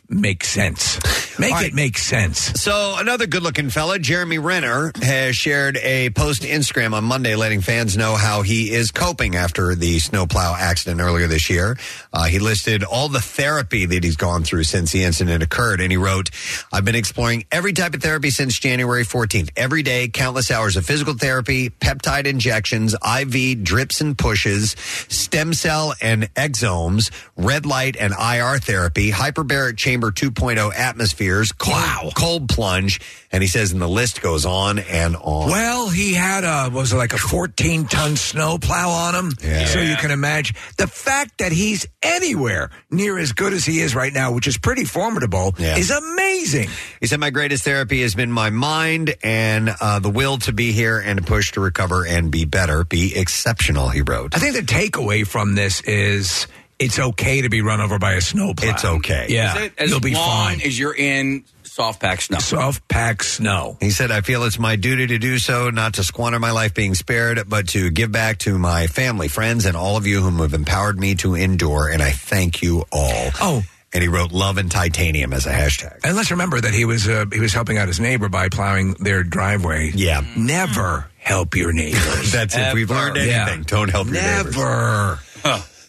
Speaker 10: make sense. Make it make sense.
Speaker 8: So another good-looking fella, Jeremy Renner, has shared a post to Instagram on Monday, letting fans know how he is coping after the snowplow accident earlier this year. Uh, he listed all the therapy that he's gone through since the incident occurred, and he wrote, "I've been exploring every type of therapy since January 14th. Every day, countless hours of physical therapy, peptide injections, IV drips and pushes, stem cell and exomes, red light and IR therapy, hyperbaric chamber 2.0 atmospheres, cold, cold plunge, and he says, and the list goes on and on.
Speaker 10: Well, he had a what was it like a 14 ton snow plow on him.
Speaker 8: Yeah.
Speaker 10: So you can imagine the fact that he's anywhere near as good as he is right now, which is pretty formidable,
Speaker 8: Yeah.
Speaker 10: is amazing.
Speaker 8: He said, My greatest therapy has been my mind and uh, the will to be here and to push to recover and be better, be exceptional, he wrote.
Speaker 10: I think the takeaway from this is it's okay to be run over by a snowplow.
Speaker 8: It's okay.
Speaker 10: Yeah,
Speaker 2: Is it as
Speaker 10: you'll be
Speaker 2: long
Speaker 10: fine.
Speaker 2: as you're in soft pack snow.
Speaker 10: Soft pack snow.
Speaker 8: He said, I feel it's my duty to do so, not to squander my life being spared, but to give back to my family, friends, and all of you whom have empowered me to endure, and I thank you all.
Speaker 10: Oh.
Speaker 8: And he wrote love and titanium as a hashtag.
Speaker 10: And let's remember that he was uh, he was helping out his neighbor by plowing their driveway.
Speaker 8: Yeah.
Speaker 10: Never help your neighbors.
Speaker 8: That's if we've learned
Speaker 10: Ever. Yeah.
Speaker 8: anything. Don't help your neighbors.
Speaker 10: Never.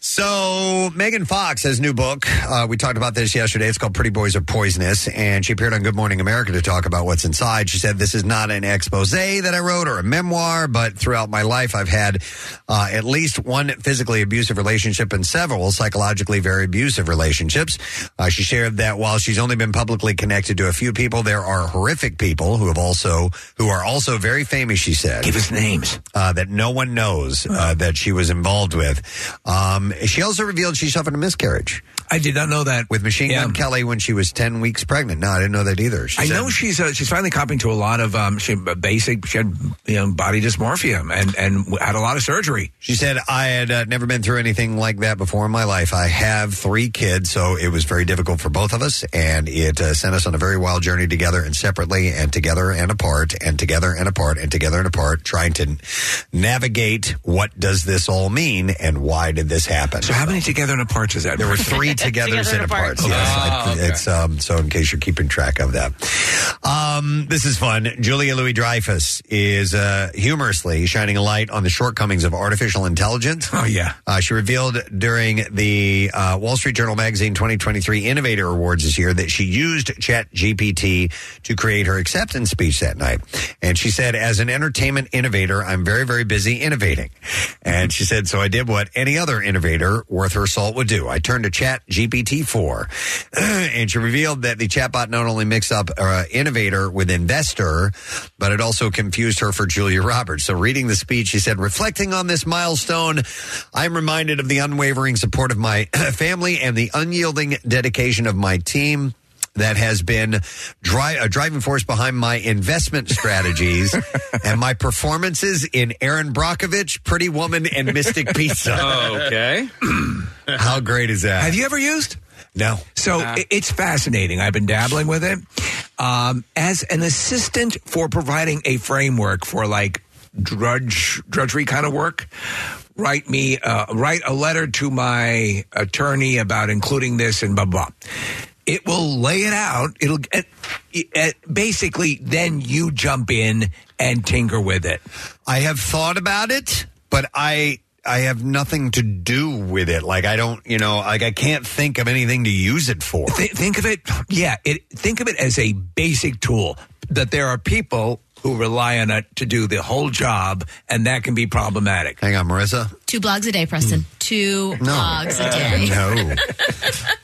Speaker 8: So Megan Fox has a new book. Uh, we talked about this yesterday. It's called Pretty Boys Are Poisonous, and she appeared on Good Morning America to talk about what's inside. She said, "This is not an expose that I wrote or a memoir, but throughout my life, I've had uh, at least one physically abusive relationship and several psychologically very abusive relationships." Uh, she shared that while she's only been publicly connected to a few people, there are horrific people who have also who are also very famous. She said,
Speaker 10: Give us names.
Speaker 8: uh, that no one knows uh, that she was involved with. Um, she also revealed she suffered a miscarriage
Speaker 10: I did not know that.
Speaker 8: with Machine Gun
Speaker 10: Yeah.
Speaker 8: Kelly when she was 10 weeks pregnant. No, I didn't know that either. She
Speaker 10: I
Speaker 8: said-
Speaker 10: know she's uh, she's finally copping to a lot of um, she uh, basic she had you know body dysmorphia and and w- had a lot of surgery.
Speaker 8: She said, I had uh, never been through anything like that before in my life. I have three kids, so it was very difficult for both of us, and it uh, sent us on a very wild journey together and separately, and together and apart, and together and apart, and together and apart, trying to navigate what does this all mean and why did this happen.
Speaker 10: So how many together and apart does that?
Speaker 8: There were
Speaker 10: bring?
Speaker 8: three togethers
Speaker 10: Together
Speaker 8: and aparts.
Speaker 10: aparts.
Speaker 8: Yes,
Speaker 10: Ah,
Speaker 8: I-
Speaker 10: okay.
Speaker 8: it's um, so. In case you're keeping track of that, um, this is fun. Julia Louis Dreyfus is uh, humorously shining a light on the shortcomings of artificial intelligence.
Speaker 10: Oh yeah.
Speaker 8: Uh, she revealed during the uh, Wall Street Journal Magazine 2023 Innovator Awards this year that she used ChatGPT to create her acceptance speech that night. And she said, as an entertainment innovator, I'm very, very busy innovating. And she said, so I did what any other innovator worth her salt would do. I turned to ChatGPT 4. and she revealed that the chatbot not only mixed up uh, innovator with investor, but it also confused her for Julia Roberts. So reading the speech, she said, reflecting on this milestone, I'm reminded of the unwavering support of my family and the unyielding dedication of my team. That has been dri- a driving force behind my investment strategies and my performances in Aaron Brockovich, Pretty Woman, and Mystic Pizza.
Speaker 18: Oh,
Speaker 2: okay.
Speaker 8: How great is that?
Speaker 10: Have you ever used?
Speaker 8: no.
Speaker 10: So i- it's fascinating. I've been dabbling with it um, as an assistant for providing a framework for like drudge drudgery kind of work. write me uh, write a letter to my attorney about including this and blah blah. It will lay it out. It'll it, it, basically then you jump in and tinker with it.
Speaker 8: I have thought about it, but I I have nothing to do with it. Like I don't, you know, like I can't think of anything to use it for.
Speaker 10: Th- think of it, yeah. It, think of it as a basic tool that there are people who rely on it to do the whole job, and that can be problematic.
Speaker 8: Hang on, Marissa.
Speaker 14: Two blogs a day, Preston. Two blogs a day.
Speaker 8: Hmm. no.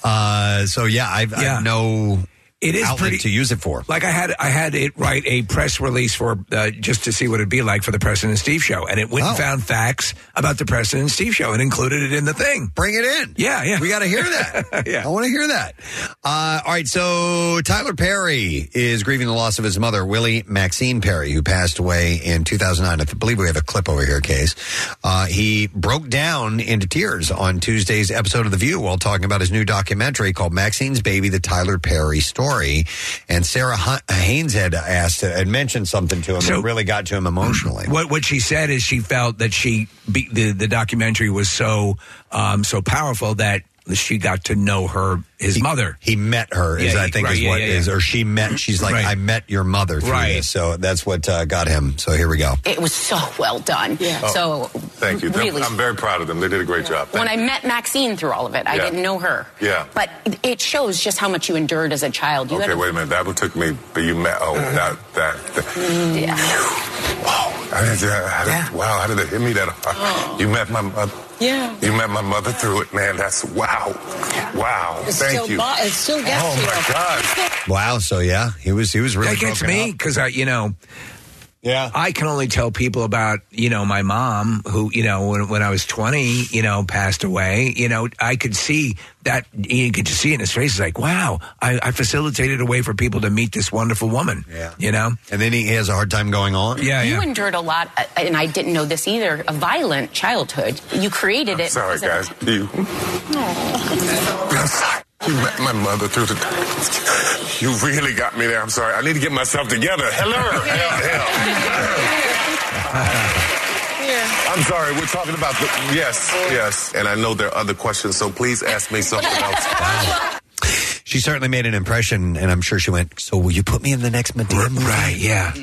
Speaker 8: Uh, so yeah, I've, I have no
Speaker 10: It is
Speaker 8: outlet
Speaker 10: pretty-
Speaker 8: to use it for.
Speaker 10: Like I had, I had it write a press release for uh, just to see what it'd be like for the President and Steve show, and it went and
Speaker 8: Oh.
Speaker 10: found facts about the President and Steve show and included it in the thing.
Speaker 8: Bring it in.
Speaker 10: Yeah, yeah.
Speaker 8: We got to hear that.
Speaker 10: yeah.
Speaker 8: I want to hear that. Uh, all right, so Tyler Perry is grieving the loss of his mother, Willie Maxine Perry, who passed away in 2009. I believe we have a clip over here, Case. Uh, he broke down into tears on Tuesday's episode of The View while talking about his new documentary called Maxine's Baby, The Tyler Perry Story. And Sarah H- Haynes had asked, had mentioned something to him that really got to him emotionally.
Speaker 10: What what she said is she felt that she be, the the documentary was so um, so powerful that she got to know her his mother.
Speaker 8: He met her, is I think is what is, or she met. She's like,
Speaker 10: Right.
Speaker 8: I met your mother through
Speaker 10: Right.
Speaker 8: this, so that's what uh, got him. So here we go.
Speaker 19: It was so well done.
Speaker 20: Oh.
Speaker 19: So
Speaker 20: Thank you. Them-
Speaker 19: Really,
Speaker 20: I'm very proud of them. They did a great job.
Speaker 19: when I met Maxine through all of it, I
Speaker 20: Yeah.
Speaker 19: didn't know her.
Speaker 20: Yeah.
Speaker 19: But it shows just how much you endured as a child. You
Speaker 20: okay,
Speaker 19: had
Speaker 20: wait a minute. That one took me, but you met. Oh, that that. that.
Speaker 19: Yeah.
Speaker 20: I didn't- I- I- Wow, how did it hit me that hard?
Speaker 19: Oh.
Speaker 20: You met my mother.
Speaker 21: Yeah.
Speaker 20: You met my mother through it, man. That's wow, wow.
Speaker 21: It's
Speaker 20: Thank
Speaker 21: still
Speaker 20: you.
Speaker 21: bo- it still gets
Speaker 20: oh
Speaker 21: you.
Speaker 20: my God.
Speaker 8: Wow. So yeah, he was he was really
Speaker 10: that gets
Speaker 8: broken
Speaker 10: me
Speaker 8: up.
Speaker 10: because I you know.
Speaker 8: Yeah,
Speaker 10: I can only tell people about you know my mom who you know when, when I was twenty you know passed away you know I could see that you could just see it in his face it's like wow I, I facilitated a way for people to meet this wonderful woman yeah you know
Speaker 8: and then he has a hard time going on
Speaker 10: yeah
Speaker 19: You
Speaker 10: yeah
Speaker 19: endured a lot, uh, and I didn't know this either. A violent childhood. You created it.
Speaker 20: Sorry,
Speaker 19: because of-
Speaker 20: guys. You. I'm sorry. You met my mother through the. You really got me there. I'm sorry. I need to get myself together. Hello. Hell, hell. I'm sorry. We're talking about the. Yes, yes. And I know there are other questions, so please ask me something else.
Speaker 8: She certainly made an impression, and I'm sure she went. So will you put me in the next Medea? movie?"
Speaker 10: right yeah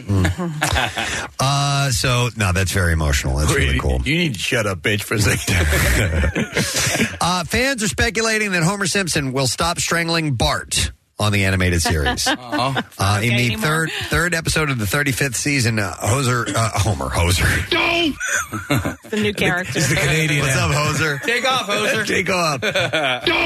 Speaker 8: Uh, so no, that's very emotional. That's really cool.
Speaker 18: You need to shut up, bitch, for a second.
Speaker 8: Uh, fans are speculating that Homer Simpson will stop strangling Bart on the animated series.
Speaker 5: Uh-oh.
Speaker 8: Uh, in
Speaker 5: Uh-huh. Okay,
Speaker 8: the
Speaker 5: anymore?
Speaker 8: third third episode of the 35th season, uh, Hoser uh, Homer Hoser.
Speaker 9: the new character.
Speaker 8: It's the Canadian. What's up, Hoser?
Speaker 5: Take off, Hoser.
Speaker 8: Take off.
Speaker 5: Don't.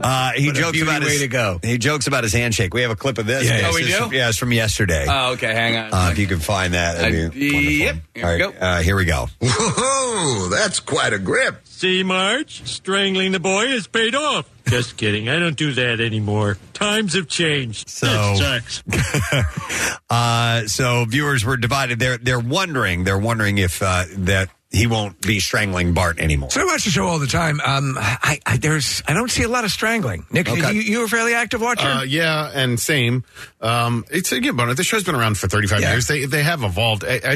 Speaker 8: Uh, he
Speaker 18: What a
Speaker 8: jokes
Speaker 18: beauty
Speaker 8: about his
Speaker 18: way to go.
Speaker 8: He jokes about his handshake. We have a clip of this.
Speaker 18: Yeah, yeah.
Speaker 8: It's
Speaker 18: Oh, we
Speaker 8: just-
Speaker 18: do?
Speaker 8: Yeah, it's from yesterday.
Speaker 18: Oh, okay, hang on.
Speaker 8: Uh, if you can find that, that'd be wonderful.
Speaker 18: yep, here
Speaker 8: All
Speaker 18: we
Speaker 8: right, Uh, here we go.
Speaker 18: Whoa, that's quite a grip.
Speaker 22: See, Marge, strangling the boy has paid off. Just kidding. I don't do that anymore. Times have changed.
Speaker 8: So- Uh, so viewers were divided. They're they're wondering. They're wondering if uh, that he won't be strangling Bart anymore.
Speaker 10: so I watch the show all the time um I, I there's I don't see a lot of strangling Nick
Speaker 11: Okay.
Speaker 10: you, you were a fairly active watcher
Speaker 11: Uh, yeah, and same. Um, it's again, but the show's been around for 35
Speaker 10: Yeah.
Speaker 11: years. They they have evolved. I, I,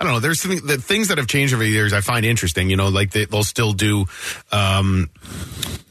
Speaker 11: I don't know. There's something, the things that have changed over the years. I find interesting. You know, like they, they'll still do um,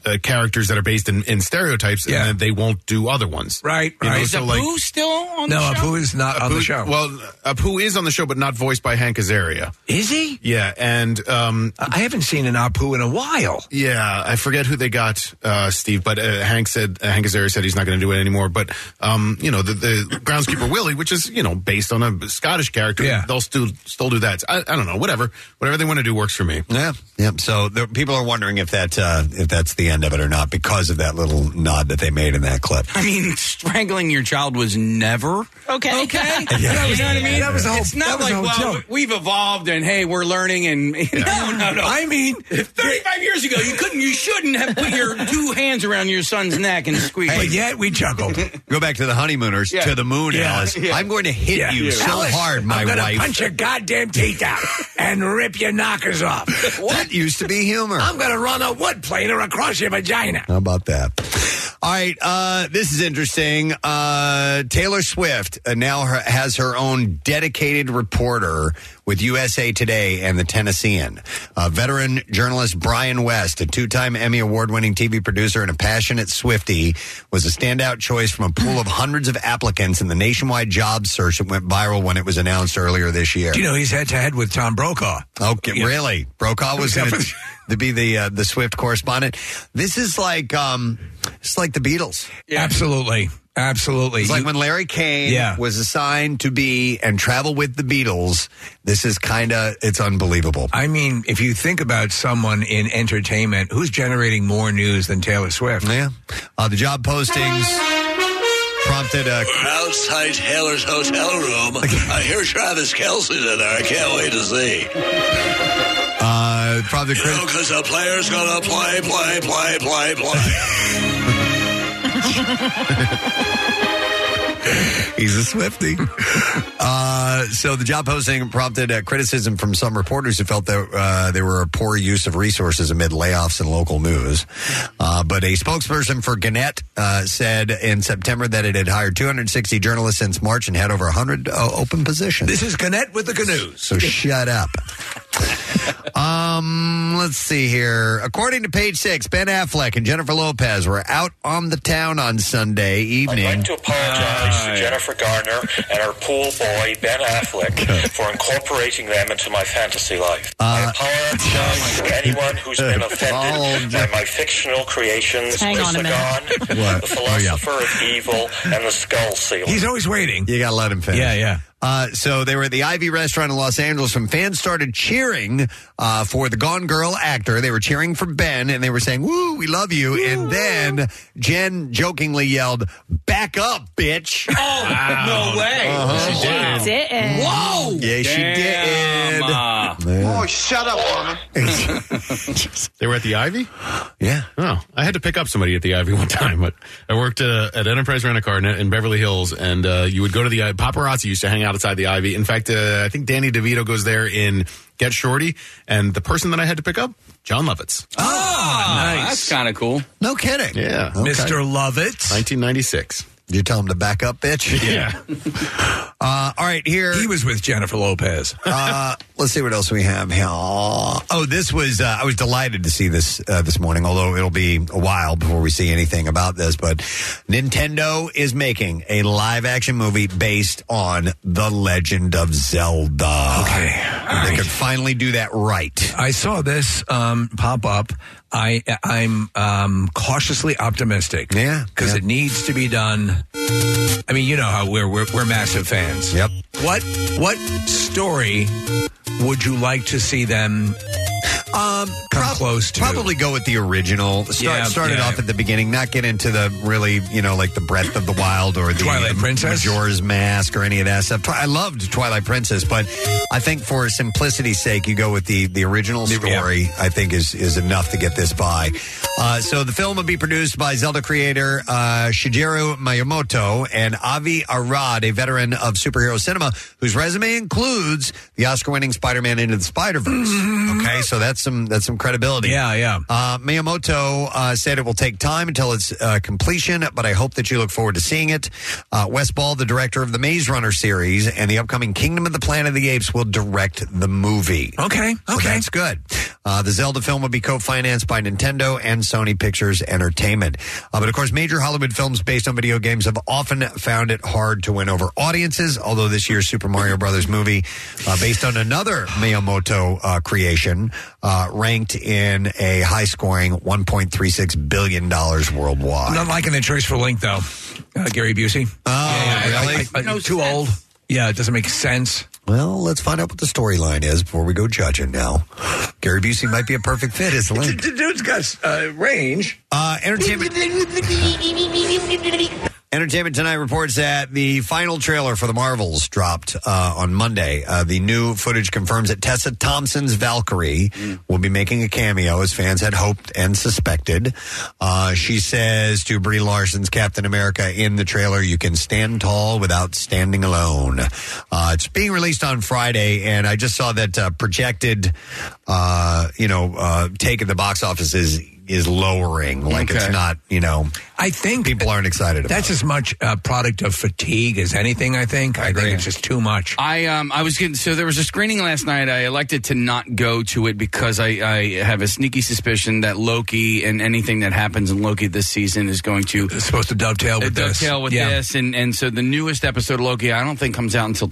Speaker 11: uh, characters that are based in, in stereotypes, and then they won't do other ones.
Speaker 10: Right.
Speaker 11: You know,
Speaker 10: right.
Speaker 11: so like.
Speaker 2: still on
Speaker 10: no Apu is not on the
Speaker 11: Apu-
Speaker 10: show
Speaker 11: Well, Apu is on the show, but not voiced by Hank Azaria.
Speaker 10: Is he?
Speaker 11: Yeah, and um,
Speaker 10: I haven't seen an Apu in a while.
Speaker 11: Yeah, I forget who they got, uh, Steve, but uh, Hank said uh, Hank Azaria said he's not going to do it anymore. But um, you know, the, the groundskeeper Willie, which is you know based on a Scottish character,
Speaker 8: Yeah.
Speaker 11: they'll still still do that. I, I don't know, whatever, whatever they want to do works for me.
Speaker 8: Yeah, yep. So there, people are wondering if that uh, if that's the end of it or not because of that little nod that they made in that clip.
Speaker 2: I mean, strangling your child was never
Speaker 9: Okay.
Speaker 2: okay.
Speaker 8: Yeah.
Speaker 2: You know what I mean?
Speaker 10: That was the whole-
Speaker 2: It's not
Speaker 10: that was the
Speaker 2: like
Speaker 10: whole
Speaker 2: well,
Speaker 10: joke.
Speaker 2: we've evolved and hey, we're learning and no, no, no.
Speaker 10: I mean,
Speaker 2: thirty-five years ago, you couldn't, you shouldn't have put your two hands around your son's neck and squeezed.
Speaker 10: But yet we chuckled.
Speaker 8: Go back to the honeymooners
Speaker 2: Yeah.
Speaker 8: to the moon,
Speaker 2: Yeah.
Speaker 8: Alice.
Speaker 2: Yeah.
Speaker 8: I'm going to hit
Speaker 2: Yeah.
Speaker 8: you
Speaker 2: Yeah.
Speaker 8: so
Speaker 2: Alice,
Speaker 8: hard, my
Speaker 10: I'm gonna
Speaker 8: wife.
Speaker 10: punch your goddamn teeth out and rip your knockers off.
Speaker 8: That used to be humor.
Speaker 10: I'm gonna run a wood planer across your vagina.
Speaker 8: How about that? All right, uh, this is interesting. Uh, Taylor Swift uh, now her, has her own dedicated reporter with USA Today and the Tennessean. Uh, veteran journalist Brian West, a two time Emmy Award winning TV producer and a passionate Swifty, was a standout choice from a pool of hundreds of applicants in the nationwide job search that went viral when it was announced earlier this year.
Speaker 10: Do you know he's head to head with Tom Brokaw?
Speaker 8: Okay, really? Brokaw was going
Speaker 10: Except
Speaker 8: to be the uh, the Swift correspondent. This is like um, it's like the Beatles.
Speaker 10: Absolutely, absolutely.
Speaker 8: It's like when Larry Kane
Speaker 10: Yeah.
Speaker 8: was assigned to be and travel with the Beatles. This is kind of it's unbelievable.
Speaker 10: I mean, if you think about someone in entertainment who's generating more news than Taylor Swift,
Speaker 8: yeah, uh, the job postings prompted uh, a
Speaker 4: Outside Taylor's hotel room. I hear Travis Kelsey's in there. I can't wait to see.
Speaker 8: uh, prompted
Speaker 4: You know, because the player's going to play, play, play, play, play.
Speaker 8: He's a Swifty. uh, so the job posting prompted uh, criticism from some reporters who felt that uh, there were a poor use of resources amid layoffs in local news. Uh, but a spokesperson for Gannett uh, said in September that it had hired 260 journalists since March and had over 100 uh, open positions.
Speaker 10: This is Gannett with the canoes.
Speaker 8: So shut up. um, let's see here. According to Page Six, Ben Affleck and Jennifer Lopez were out on the town on Sunday evening.
Speaker 21: I'd like to apologize to Jennifer Garner and her pool boy, Ben Affleck, for incorporating them into my fantasy life. I
Speaker 10: Uh,
Speaker 21: apologize to anyone who's been
Speaker 10: Oh,
Speaker 21: offended by my fictional creations,
Speaker 10: Hang on a
Speaker 21: Isagon,
Speaker 10: What?
Speaker 21: the
Speaker 10: Oh, yeah.
Speaker 21: philosopher of evil, and the skull sealer.
Speaker 10: He's always waiting.
Speaker 8: You got to let him finish.
Speaker 10: Yeah, yeah.
Speaker 8: Uh, so they were at the Ivy restaurant in Los Angeles when fans started cheering uh, for the Gone Girl actor. They were cheering for Ben and they were saying, Woo, we love you. and then Jen jokingly yelled, Back up, bitch. Uh-huh.
Speaker 5: no
Speaker 8: Oh,
Speaker 5: way. She did.
Speaker 9: didn't.
Speaker 5: Whoa.
Speaker 8: Yeah, she did. Yeah.
Speaker 5: Oh, shut up, woman.
Speaker 11: They were at the Ivy.
Speaker 8: Yeah.
Speaker 11: Oh, I had to pick up somebody at the Ivy one time. But I worked at, a, at Enterprise Rent a Car in, in Beverly Hills, and uh, you would go to the I- paparazzi used to hang out outside the Ivy. In fact, uh, I think Danny DeVito goes there in Get Shorty, and the person that I had to pick up, John Lovitz.
Speaker 8: Ah,
Speaker 2: nice. Ah, That's kind of cool.
Speaker 8: No kidding.
Speaker 11: Yeah.
Speaker 10: Mr. Lovitz.
Speaker 11: 1996.
Speaker 8: You tell him to back up, bitch.
Speaker 11: Yeah.
Speaker 8: Uh, all right, here.
Speaker 10: He was with Jennifer Lopez.
Speaker 8: uh, let's see what else we have here. Oh, this was uh, I was delighted to see this uh, this morning. Although it'll be a while before we see anything about this, but Nintendo is making a live action movie based on The Legend of Zelda. Okay, they could finally do that right.
Speaker 10: I saw this um, pop up. I I'm um, cautiously optimistic. Yeah, because it needs to be done. I mean, you know how we're we're, we're massive fans.
Speaker 8: Yep.
Speaker 10: What what story would you like to see them?
Speaker 8: Um,
Speaker 10: come close to
Speaker 8: Probably go with the original. Start,
Speaker 10: Yeah,
Speaker 8: started
Speaker 10: yeah.
Speaker 8: off at the beginning, not get into the really, you know, like the Breath of the Wild or the
Speaker 10: Twilight Princess?
Speaker 8: Majora's Mask or any of that stuff. Twi- I loved Twilight Princess, but I think for simplicity's sake, you go with the the original story. I think is is enough to get this by. Uh, so the film will be produced by Zelda creator uh, Shigeru Miyamoto and Avi Arad, a veteran of superhero cinema whose resume includes the Oscar-winning Spider-Man Into the Spider-Verse. Okay, so that's some that's some credibility.
Speaker 10: Mm-hmm. Yeah, yeah.
Speaker 8: Uh, Miyamoto uh, said it will take time until its uh, completion, but I hope that you look forward to seeing it. Uh, Wes Ball, the director of the Maze Runner series and the upcoming Kingdom of the Planet of the Apes, will direct the movie.
Speaker 10: Okay, okay,
Speaker 8: that's good. Uh, the Zelda film will be co-financed by Nintendo and Sony Pictures Entertainment. Uh, but of course, major Hollywood films based on video games have often found it hard to win over audiences. Although this year's Super Mario Brothers movie, uh, based on another Miyamoto uh, creation, uh, ranked in a high-scoring 1.36 billion dollars worldwide.
Speaker 10: Not liking the choice for Link though. Uh, Gary Busey. Oh,
Speaker 8: really?
Speaker 10: too old. Yeah, it doesn't make sense.
Speaker 8: Well, let's find out what the storyline is before we go judging. Now, Gary Busey might be a perfect fit as Link.
Speaker 10: The dude's got uh, range.
Speaker 8: Uh, entertainment. Entertainment Tonight reports that the final trailer for the Marvels dropped uh, on Monday. Uh, the new footage confirms that Tessa Thompson's Valkyrie will be making a cameo, as fans had hoped and suspected. Uh, she says to Brie Larson's Captain America in the trailer, "You can stand tall without standing alone." Uh, it's being released on Friday, and I just saw that uh, projected, uh, you know, uh, take at the box office is is lowering. Like it's
Speaker 10: Okay.
Speaker 8: not, you know,
Speaker 10: I think people
Speaker 8: aren't excited about
Speaker 10: That's as much a product of fatigue as anything, I think. I, think it's just too much.
Speaker 2: I um I was getting so there was a screening last night. I elected to not go to it because I I have a sneaky suspicion that Loki and anything that happens in Loki this season is going to uh,
Speaker 10: it's supposed to dovetail with this.
Speaker 2: dovetail with
Speaker 10: Yeah.
Speaker 2: this and and so the newest episode of Loki I don't think comes out until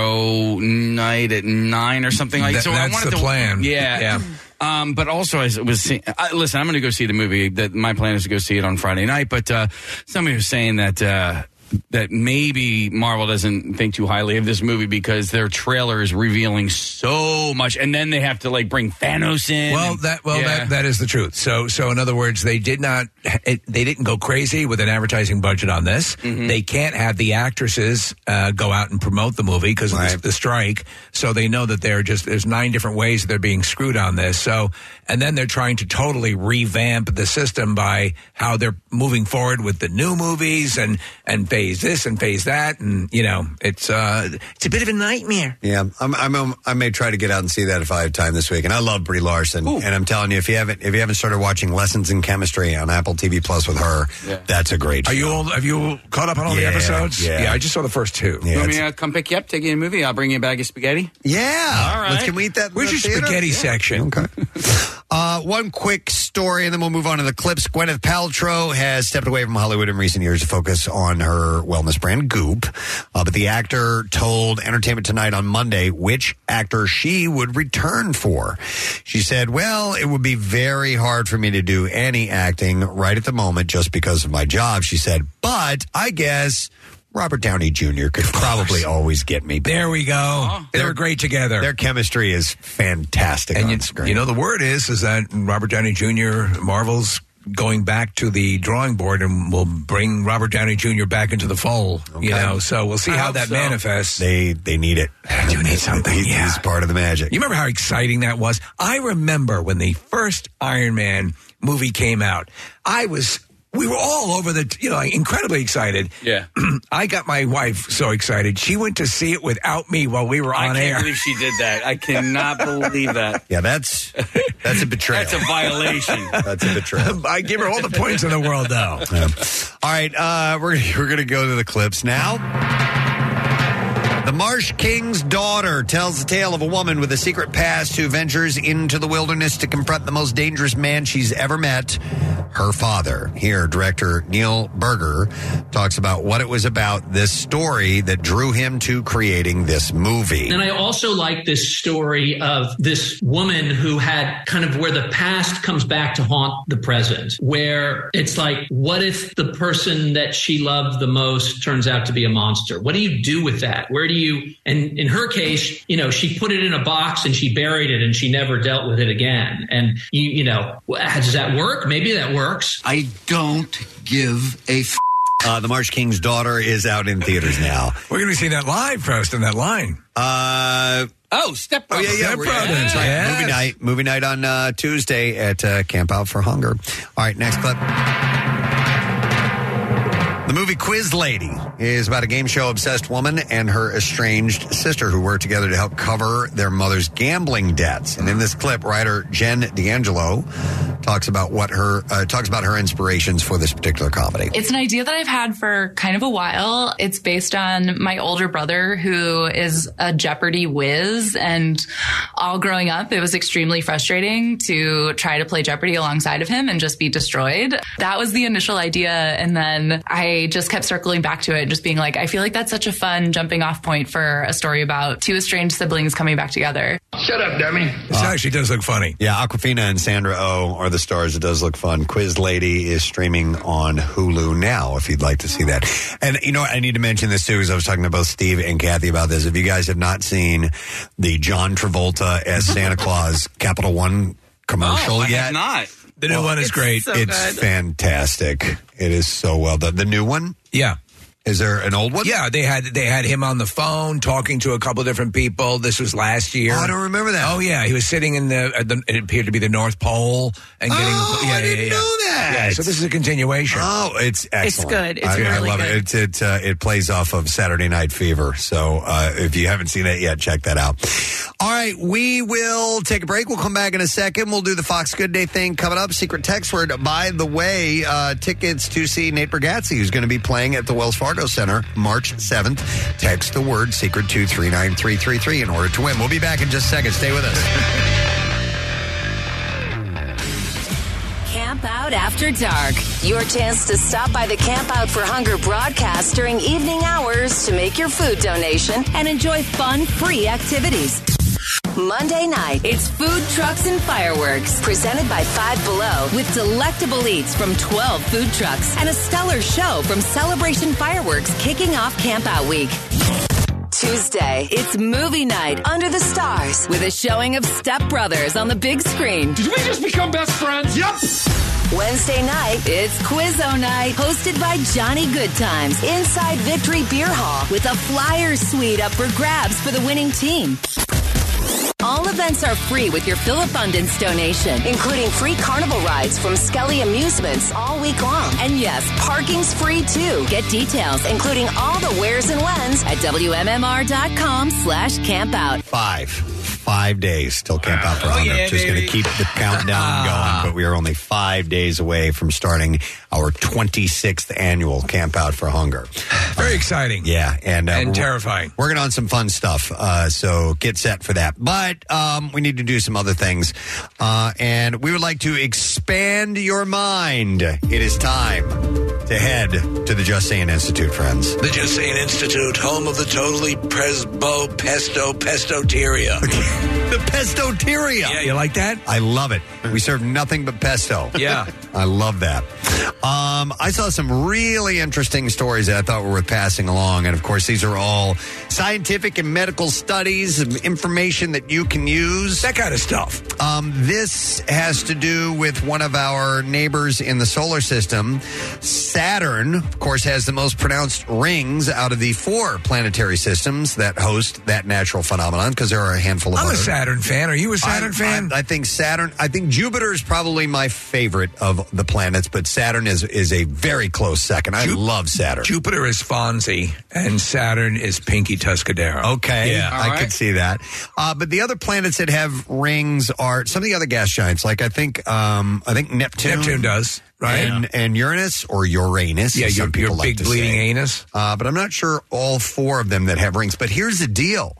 Speaker 2: tomorrow night at nine or something like
Speaker 10: That-
Speaker 2: so. I
Speaker 10: that's
Speaker 2: wanted to,
Speaker 10: the plan.
Speaker 2: Yeah.
Speaker 10: Yeah.
Speaker 2: Um, but also, I was seeing. I, listen, I'm going to go see the movie. That my plan is to go see it on Friday night. But uh, somebody was saying that uh, that maybe Marvel doesn't think too highly of this movie because their trailer is revealing so much, and then they have to like bring Thanos in.
Speaker 10: Well,
Speaker 2: and-
Speaker 10: that well
Speaker 2: Yeah.
Speaker 10: that, that is the truth. So so in other words, they did not it, they didn't go crazy with an advertising budget on this.
Speaker 2: Mm-hmm.
Speaker 10: They can't have the actresses uh, go out and promote the movie because of the, the strike. So they know that they're just there's nine different ways they're being screwed on this. So and then they're trying to totally revamp the system by how they're moving forward with the new movies and and phase this and phase that and you know it's uh it's a bit of a nightmare.
Speaker 8: Yeah, I'm, I'm, i may try to get out and see that if I have time this week. And I love Brie Larson, and I'm telling you, if you haven't if you haven't started watching Lessons in Chemistry on Apple TV Plus with her, that's a great.
Speaker 10: Are
Speaker 8: show.
Speaker 10: you all have you caught up on all
Speaker 8: Yeah,
Speaker 10: the episodes?
Speaker 8: yeah.
Speaker 10: I just saw the first two.
Speaker 2: You
Speaker 8: Yeah,
Speaker 2: want me to come pick you up, take you to a movie? I'll bring you a bag of spaghetti.
Speaker 8: Yeah.
Speaker 2: All right.
Speaker 8: Let's- can we eat that? in
Speaker 2: Where's
Speaker 8: the
Speaker 2: your
Speaker 8: theater?
Speaker 2: spaghetti
Speaker 10: section?
Speaker 8: Okay. Uh, one quick story, and then we'll move on to the clips. Gwyneth Paltrow has stepped away from Hollywood in recent years to focus on her wellness brand Goop. Uh, but the actor told Entertainment Tonight on Monday which actor she would return for. She said, "Well, it would be very hard for me to do any acting right at the moment, just because of my job." She said, "But I guess." Robert Downey Jr. could probably always get me.
Speaker 10: There we go. They
Speaker 8: They're-
Speaker 10: were great together.
Speaker 8: Uh-huh. Their chemistry is fantastic
Speaker 10: and
Speaker 8: on
Speaker 10: you,
Speaker 8: screen.
Speaker 10: you know the word is is that Robert Downey Jr. Marvel's going back to the drawing board and will bring Robert Downey Jr. back into the fold. You know, so we'll see
Speaker 8: I
Speaker 10: how
Speaker 8: hope
Speaker 10: that
Speaker 8: so.
Speaker 10: manifests.
Speaker 8: They they need it.
Speaker 10: They do need something.
Speaker 8: He's,
Speaker 10: yeah.
Speaker 8: he's part of the magic.
Speaker 10: You remember how exciting that was? I remember when the first Iron Man movie came out. I was we were all over the you know like, incredibly excited.
Speaker 2: Yeah.
Speaker 10: I got my wife so excited. She went to see it without me while we were
Speaker 2: I
Speaker 10: on
Speaker 2: can't
Speaker 10: air.
Speaker 2: believe she did that. I cannot believe that.
Speaker 8: Yeah, that's that's a betrayal.
Speaker 2: That's a violation.
Speaker 8: That's a betrayal.
Speaker 10: I give her all the points in the world, though.
Speaker 8: All right, uh, we're we're gonna go to the clips now. The Marsh King's daughter tells the tale of a woman with a secret past who ventures into the wilderness to confront the most dangerous man she's ever met, her father. Here, director Neil Berger talks about what it was about this story that drew him to creating this movie.
Speaker 3: And I also like this story of this woman who had kind of where the past comes back to haunt the present, where it's like, what if the person that she loved the most turns out to be a monster? What do you do with that? Where do you, and in her case, you know, she put it in a box and she buried it and she never dealt with it again. And you, you know, does that work? Maybe that works. I don't give a f-
Speaker 8: Uh, the Marsh King's daughter is out in theaters now.
Speaker 10: We're going to be seeing that live, Preston, that line.
Speaker 8: Uh,
Speaker 2: oh, Step
Speaker 8: Oh, yeah, yeah.
Speaker 10: Step
Speaker 8: we're-
Speaker 10: Brothers,
Speaker 8: that's right.
Speaker 10: yes.
Speaker 8: Movie night. Movie night on uh, Tuesday at uh, Camp Out for Hunger. All right, next clip. The movie Quiz Lady is about a game show obsessed woman and her estranged sister who work together to help cover their mother's gambling debts. And in this clip, writer Jen D'Angelo talks about what her uh, talks about her inspirations for this particular comedy.
Speaker 6: It's an idea that I've had for kind of a while. It's based on my older brother who is a Jeopardy whiz and all growing up, it was extremely frustrating to try to play Jeopardy alongside of him and just be destroyed. That was the initial idea. And then I just kept circling back to it, just being like, I feel like that's such a fun jumping off point for a story about two estranged siblings coming back together.
Speaker 10: Shut up, dummy. This actually does look funny.
Speaker 8: Yeah, Aquafina and Sandra O oh are the stars. It does look fun. Quiz Lady is streaming on Hulu now if you'd like to see that. And, you know, I need to mention this too, because I was talking to both Steve and Kathy about this. If you guys have not seen the John Travolta as Santa Claus Capital One commercial
Speaker 2: Oh, I have
Speaker 8: yet,
Speaker 2: not.
Speaker 10: The new one is great.
Speaker 8: it's fantastic. It is so well done. The new one?
Speaker 10: Yeah.
Speaker 8: Is there an old one?
Speaker 10: Yeah, they had they had him on the phone talking to a couple of different people. This was last year.
Speaker 8: Oh, I don't remember that.
Speaker 10: Oh yeah, he was sitting in the, uh, the it appeared to be the North Pole and getting.
Speaker 8: Oh,
Speaker 10: yeah,
Speaker 8: I didn't
Speaker 10: yeah, yeah.
Speaker 8: know that.
Speaker 10: Yeah, so this is a continuation.
Speaker 8: Oh, it's excellent.
Speaker 9: good. It's
Speaker 8: I, I
Speaker 9: really
Speaker 8: love
Speaker 9: good.
Speaker 8: it. It it, uh, it plays off of Saturday Night Fever. So uh, if you haven't seen it yet, check that out. All right, we will take a break. We'll come back in a second. We'll do the Fox Good Day thing coming up. Secret text word. By the way, uh, tickets to see Nate Bargatze, who's going to be playing at the Wells Fargo Center March seventh. Text the word secret to three nine three three three in order to win. We'll be back in just a second. Stay with us.
Speaker 22: Camp Out After Dark. Your chance to stop by the Camp Out for Hunger broadcast during evening hours to make your food donation and enjoy fun, free activities. Monday night, it's Food Trucks and Fireworks, presented by Five Below, with delectable eats from 12 food trucks and a stellar show from Celebration Fireworks kicking off Camp Out Week. Tuesday, it's movie night under the stars with a showing of Step Brothers on the big screen. Did we just become best friends? Yup. Wednesday night, it's Quizzo Night, hosted by Johnny Goodtimes inside Victory Beer Hall with a flyer suite up for grabs for the winning team. All events are free with your Phil Abundance donation, including free carnival rides from Skelly Amusements all week long. And yes, parking's free too. Get details, including all the wheres and whens at WMMR.com slash camp out.
Speaker 8: five. Five days till Camp Out for
Speaker 22: Oh,
Speaker 8: Hunger.
Speaker 22: yeah,
Speaker 8: Just going to
Speaker 22: baby.
Speaker 8: keep the countdown going, but we are only five days away from starting our 26th annual Camp Out for Hunger.
Speaker 10: Very exciting.
Speaker 8: Yeah, and, uh,
Speaker 10: And
Speaker 8: we're-
Speaker 10: terrifying.
Speaker 8: Working on some fun stuff, uh, so get set for that. But um, we need to do some other things, uh, and we would like to expand your mind. It is time to head to the Just Saying Institute, friends.
Speaker 23: The Just Saying Institute, home of the totally presbo pesto pestoteria.
Speaker 8: the pestoteria.
Speaker 10: Yeah, you like that?
Speaker 8: I love it. We serve nothing but pesto.
Speaker 10: Yeah.
Speaker 8: I love that. Um, I saw some really interesting stories that I thought were worth passing along. And of course, these are all scientific and medical studies, and information that you can use. That
Speaker 10: kind of stuff.
Speaker 8: Um, this has to do with one of our neighbors in the solar system. Saturn, of course, has the most pronounced rings out of the four planetary systems that host that natural phenomenon because there are a handful of
Speaker 10: I'm a
Speaker 8: other-
Speaker 10: Saturn fan. Are you a Saturn
Speaker 8: I-
Speaker 10: fan?
Speaker 8: I, I think Saturn. I think Jupiter is probably my favorite of the planets, but Saturn is is a very close second. I love Saturn.
Speaker 10: Jupiter is Fonzie and Saturn is Pinky Tuscadero.
Speaker 8: Okay,
Speaker 10: Yeah.
Speaker 8: I could see that. Uh, but the other planets that have rings are some of the other gas giants. Like I think, um, I think Neptune.
Speaker 10: Neptune does, right?
Speaker 8: And, and Uranus or Uranus.
Speaker 10: Yeah,
Speaker 8: as
Speaker 10: your-
Speaker 8: some people
Speaker 10: your
Speaker 8: like
Speaker 10: big
Speaker 8: to
Speaker 10: bleeding
Speaker 8: say.
Speaker 10: anus.
Speaker 8: Uh, but I'm not sure all four of them that have rings. But here's the deal.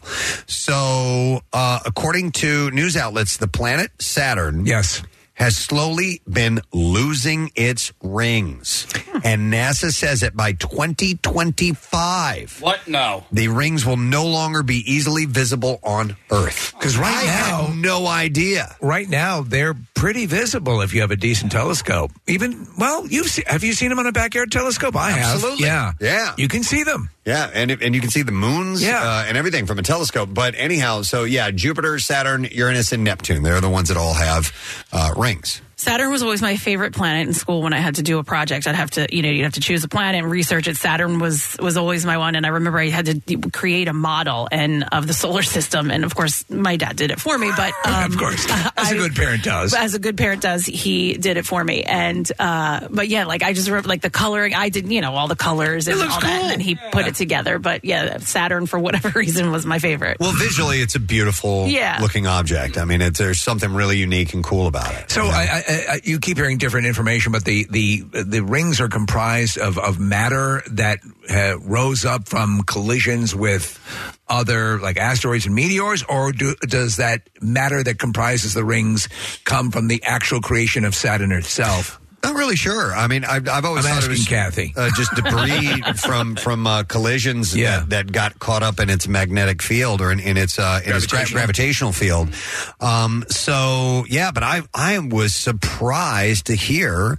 Speaker 8: So, uh, according to news outlets, the planet Saturn.
Speaker 10: Yes.
Speaker 8: Has slowly been losing its rings. And NASA says that by 2025,
Speaker 24: What? No.
Speaker 8: the rings will no longer be easily visible on Earth.
Speaker 10: Because right now,
Speaker 8: no idea.
Speaker 10: Right now, they're pretty visible if you have a decent telescope. Even well, you've se- have you seen them on a backyard telescope? I have.
Speaker 8: Absolutely.
Speaker 10: Yeah.
Speaker 8: Yeah.
Speaker 10: You can see them.
Speaker 8: Yeah, and and you can see the moons
Speaker 10: Yeah.
Speaker 8: uh, and everything from a telescope. But anyhow, so yeah, Jupiter, Saturn, Uranus, and Neptune. They're the ones that all have uh, rings.
Speaker 9: Saturn was always my favorite planet in school when I had to do a project. I'd have to, you know, you'd have to choose a planet and research it. Saturn was was always my one, and I remember I had to d- create a model and of the solar system, and of course my dad did it for me. But um,
Speaker 10: Of course. As a
Speaker 9: I-
Speaker 10: good parent does.
Speaker 9: as a good parent does, he did it for me, and uh, but yeah, like I just remember like the coloring. I did, you know, all the colors and all that, and then he put it together. But yeah, Saturn for whatever reason was my favorite.
Speaker 8: Well, visually, it's a beautiful
Speaker 9: Yeah.
Speaker 8: looking object. I mean, it's, there's something really unique and cool about it.
Speaker 10: So I, I, I, you keep hearing different information, but the the the rings are comprised of of matter that uh, rose up from collisions with other like asteroids and meteors, or do, does that matter that comprises the rings come from the actual creation of Saturn itself?
Speaker 8: Not really sure. I mean, I've, I've always
Speaker 10: I'm asking
Speaker 8: thought it was
Speaker 10: Kathy.
Speaker 8: Uh, just debris from from uh, collisions
Speaker 10: Yeah.
Speaker 8: that, that got caught up in its magnetic field or in, in its uh, in its gra- gravitational field. Um, so yeah, but I I was surprised to hear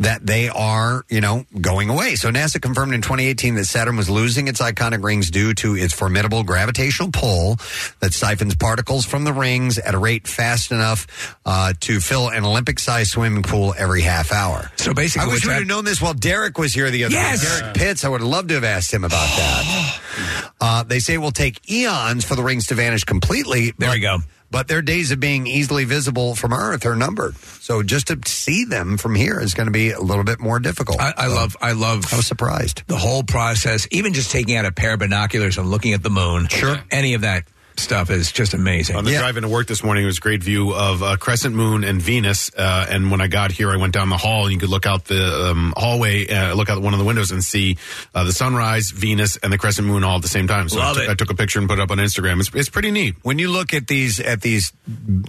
Speaker 8: that they are you know going away. So NASA confirmed in 2018 that Saturn was losing its iconic rings due to its formidable gravitational pull that siphons particles from the rings at a rate fast enough uh, to fill an Olympic-sized swimming pool every half hour. hour.
Speaker 10: So basically,
Speaker 8: I
Speaker 10: what's
Speaker 8: wish we would
Speaker 10: hap-
Speaker 8: have known this while Derek was here the other
Speaker 10: Yes!
Speaker 8: day. Derek Pitts, I would have loved to have asked him about that. Uh, they say it will take eons for the rings to vanish completely. There you go. But their days of being easily visible from Earth are numbered. So just to see them from here is going to be a little bit more difficult.
Speaker 10: I, I love, I love. I was
Speaker 8: surprised
Speaker 10: the whole process, even just taking out a pair of binoculars and looking at the moon. Sure, any of that stuff is just amazing.
Speaker 11: On the drive into work this morning, it was a great view of uh, Crescent Moon and Venus. Uh, and when I got here, I went down the hall and you could look out the um, hallway, uh, look out one of the windows and see uh, the sunrise, Venus, and the Crescent Moon all at the same time. So I
Speaker 8: Love
Speaker 11: took-
Speaker 8: it.
Speaker 11: I took a picture and put it up on Instagram. It's, it's pretty neat.
Speaker 8: When you look at these at these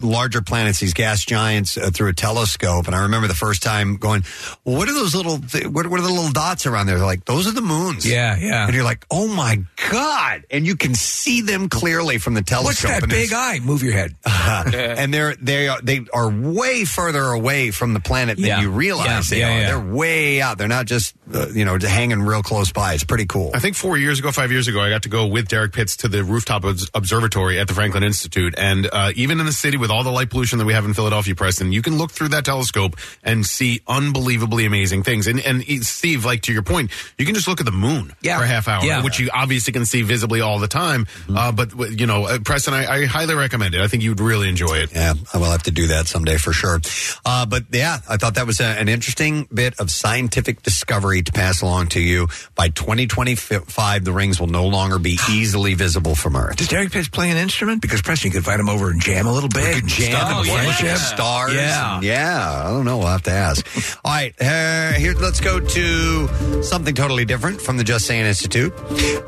Speaker 8: larger planets, these gas giants uh, through a telescope, and I remember the first time going, well, "What are those little? Th- what, what are the little dots around there?" They're like, "Those are the moons."
Speaker 10: Yeah, yeah.
Speaker 8: And you're like, "Oh my god!" And you can see them clearly from the telescope.
Speaker 10: What's that
Speaker 8: and
Speaker 10: big
Speaker 8: it's-
Speaker 10: eye? Move your head.
Speaker 8: and they're they are they are way further away from the planet than
Speaker 10: Yeah.
Speaker 8: you realize
Speaker 10: Yeah,
Speaker 8: they
Speaker 10: yeah,
Speaker 8: are.
Speaker 10: yeah.
Speaker 8: They're way out. They're not just uh, you know hanging real close by. It's pretty cool.
Speaker 11: I think four years ago, five years ago, I got to go with Derek Pitts to the rooftop obs- observatory at the Franklin Institute. And uh, even in the city with all the light pollution that we have in Philadelphia, Preston, you can look through that telescope and see unbelievably amazing things. And, and eh, Steve, like to your point, you can just look at the moon for a half hour,
Speaker 10: Yeah.
Speaker 11: which you obviously can see visibly all the time.
Speaker 8: Mm-hmm.
Speaker 11: Uh, but, w- you know, uh, Preston, I, I highly recommend it. I think you'd really enjoy it.
Speaker 8: Yeah, I will have to do that someday for sure. Uh, but yeah, I thought that was a, an interesting bit of scientific discovery to pass along to you. By 2025, the rings will no longer be easily visible from Earth.
Speaker 10: Does Derek Pitts play an instrument? Because Preston, you could invite him over and jam a little bit. and stuff and worship.
Speaker 8: stars.
Speaker 10: Yeah.
Speaker 8: and- yeah. I don't know. We'll have to ask. All right, uh, here. Let's go to something totally different from the Just Saying Institute.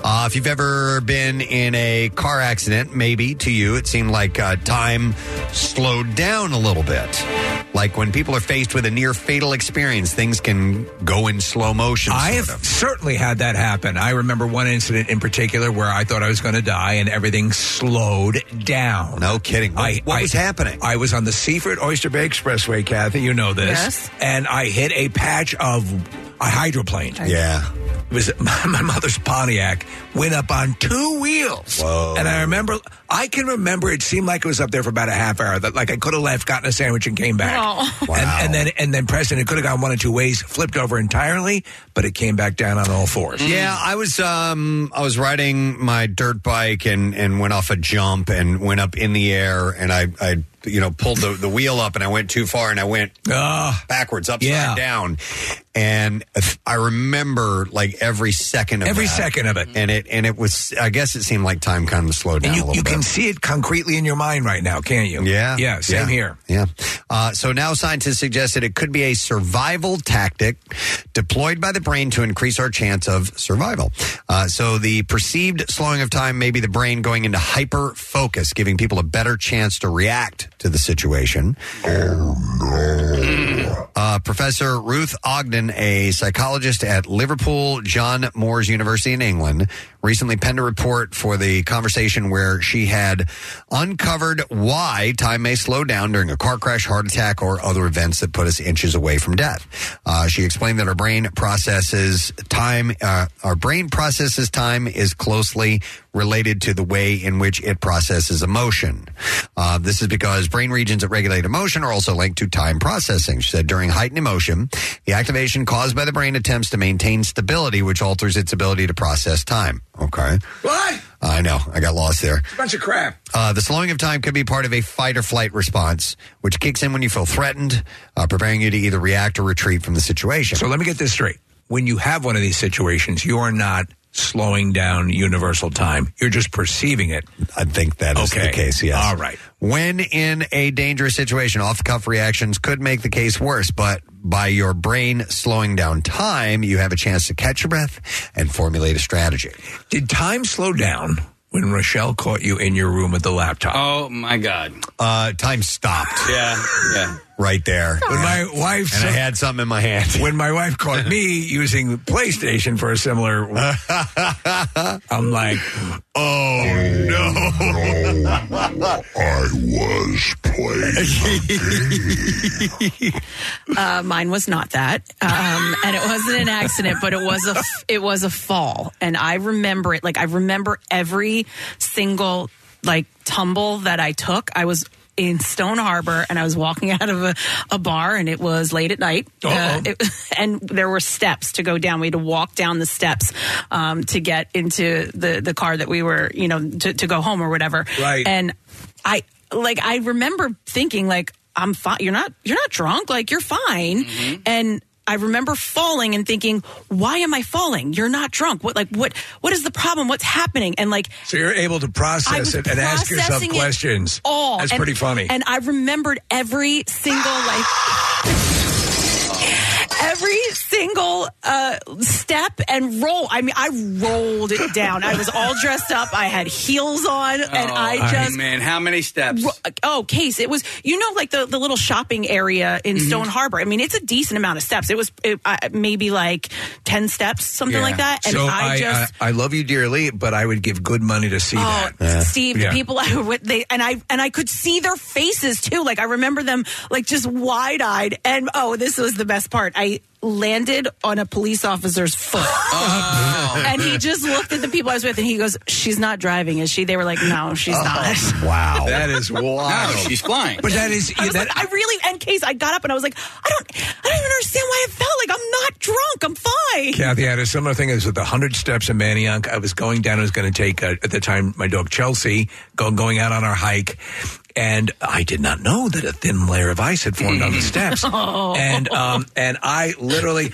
Speaker 8: Uh, if you've ever been in a car accident, maybe to you it seemed like uh, time slowed down a little bit. Like when people are faced with a near fatal experience, things can go in slow motion.
Speaker 10: I
Speaker 8: sort
Speaker 10: have certainly had that happen. I remember one incident in particular where I thought I was going to die and everything slowed down.
Speaker 8: No kidding. What,
Speaker 10: I,
Speaker 8: what
Speaker 10: I-
Speaker 8: was happening?
Speaker 10: I was on the Seaford Oyster Bay Expressway, Kathy. You know this.
Speaker 8: Yes.
Speaker 10: And I hit a patch of I hydroplaned.
Speaker 8: Yeah.
Speaker 10: It was my, my mother's Pontiac went up on two wheels. Whoa. And I remember, I can remember it seemed like it was up there for about a half hour. That like I could have left, gotten a sandwich, and came back. And, and then and then Preston, it could have gone one of two ways, flipped over entirely, but it came back down on all fours.
Speaker 8: Yeah, I was um I was riding my dirt bike and and went off a jump and went up in the air and I I you know pulled the, the wheel up and I went too far and I went backwards upside
Speaker 10: Ah. yeah.
Speaker 8: down and I remember like every second of
Speaker 10: Every
Speaker 8: that.
Speaker 10: second of it
Speaker 8: and it and it was I guess it seemed like time kind of slowed down
Speaker 10: And
Speaker 8: a
Speaker 10: you,
Speaker 8: little
Speaker 10: you
Speaker 8: bit.
Speaker 10: can see it concretely in your mind right now, can't you?
Speaker 8: Yeah.
Speaker 10: Yeah, same
Speaker 8: Yeah.
Speaker 10: here.
Speaker 8: Yeah. Uh, so now scientists suggest that it could be a survival tactic deployed by the brain to increase our chance of survival. Uh, so the perceived slowing of time may be the brain going into hyper focus, giving people a better chance to react to the situation. Uh, Professor Ruth Ogden, a psychologist at Liverpool John Moores University in England, recently penned a report for the conversation where she had uncovered why time may slow down during a car crash, heart attack, or other events that put us inches away from death. Uh, she explained that our brain processes time, uh, our brain processes time is closely related to the way in which it processes emotion. Uh, this is because brain regions that regulate emotion are also linked to time processing. She said during heightened emotion, the activation caused by the brain attempts to maintain stability, which alters its ability to process time. Okay.
Speaker 10: What?
Speaker 8: I know. I got lost there.
Speaker 10: Bunch of crap.
Speaker 8: Uh, the slowing of time could be part of a fight or flight response, which kicks in when you feel threatened, uh, preparing you to either react or retreat from the situation.
Speaker 10: So let me get this straight. When you have one of these situations, you are not slowing down universal time. You're just perceiving it.
Speaker 8: I think that is the case, yes.
Speaker 10: All right.
Speaker 8: When in a dangerous situation, off the cuff reactions could make the case worse, but by your brain slowing down time, you have a chance to catch your breath and formulate a strategy.
Speaker 10: Did time slow down when Rochelle caught you in your room with the laptop?
Speaker 2: Oh, my God.
Speaker 8: Uh, time stopped.
Speaker 2: Yeah. Yeah.
Speaker 8: Right there.
Speaker 10: When my wife
Speaker 8: And I had something in my hand.
Speaker 10: When my wife caught me using PlayStation for a similar, I'm like,
Speaker 8: oh
Speaker 18: Oh,
Speaker 10: no!
Speaker 20: I was playing.
Speaker 9: Uh, mine was not that, um, and it wasn't an accident, but it was a f- it was a fall, and I remember it. Like I remember every single like tumble that I took. I was in Stone Harbor, and I was walking out of a, a bar, and it was late at night. Uh,
Speaker 5: Uh-oh.
Speaker 9: it- and there were steps to go down. We had to walk down the steps um, to get into the the car that we were, you know, to, to go home or whatever.
Speaker 5: Right.
Speaker 9: And I like I remember thinking like I'm fine. You're not you're not drunk. Like you're fine.
Speaker 10: Mm-hmm.
Speaker 9: And I remember falling and thinking, why am I falling? You're not drunk. What like what what is the problem? What's happening? And like
Speaker 10: So you're able to
Speaker 9: I
Speaker 10: process
Speaker 9: was
Speaker 10: it and ask yourself
Speaker 9: processing it
Speaker 10: questions.
Speaker 9: all.
Speaker 10: That's
Speaker 9: And-
Speaker 10: pretty funny.
Speaker 9: And I remembered every single like every single uh, step and roll. I mean, I rolled it down. I was all dressed up. I had heels on, and
Speaker 2: Oh,
Speaker 9: I just.
Speaker 2: man, how many steps?
Speaker 9: Ro- Oh, case. It was you know like the, the little shopping area in
Speaker 10: Mm-hmm.
Speaker 2: Mhm.
Speaker 9: Stone Harbor. I mean, it's a decent amount of steps. It was it, I maybe like ten steps, something like that. And
Speaker 10: so
Speaker 9: I, just
Speaker 10: I, uh, I love you dearly, but I would give good money to see
Speaker 9: oh,
Speaker 10: that.
Speaker 9: Steve,
Speaker 10: Yeah.
Speaker 9: the people I with they and I and I could see their faces too. Like I remember them like just wide eyed. And oh, this was the best part. I landed on a police officer's foot,
Speaker 10: Oh.
Speaker 9: and he just looked at the people I was with, and he goes, "She's not driving, is she?" They were like, "No, she's not."
Speaker 10: Oh.
Speaker 8: Wow,
Speaker 10: that is wild.
Speaker 2: No, she's flying.
Speaker 10: But that is
Speaker 9: I was like, I really. And case I got up and I was like, I don't, I don't even understand why I felt like I'm not drunk. I'm fine.
Speaker 10: Kathy, I had a similar thing. It was with the 100 steps in Manioc. I was going down. I was going to take, uh, at the time, my dog Chelsea, go, going out on our hike. And I did not know that a thin layer of ice had formed on the steps.
Speaker 5: Oh.
Speaker 10: And um, and I literally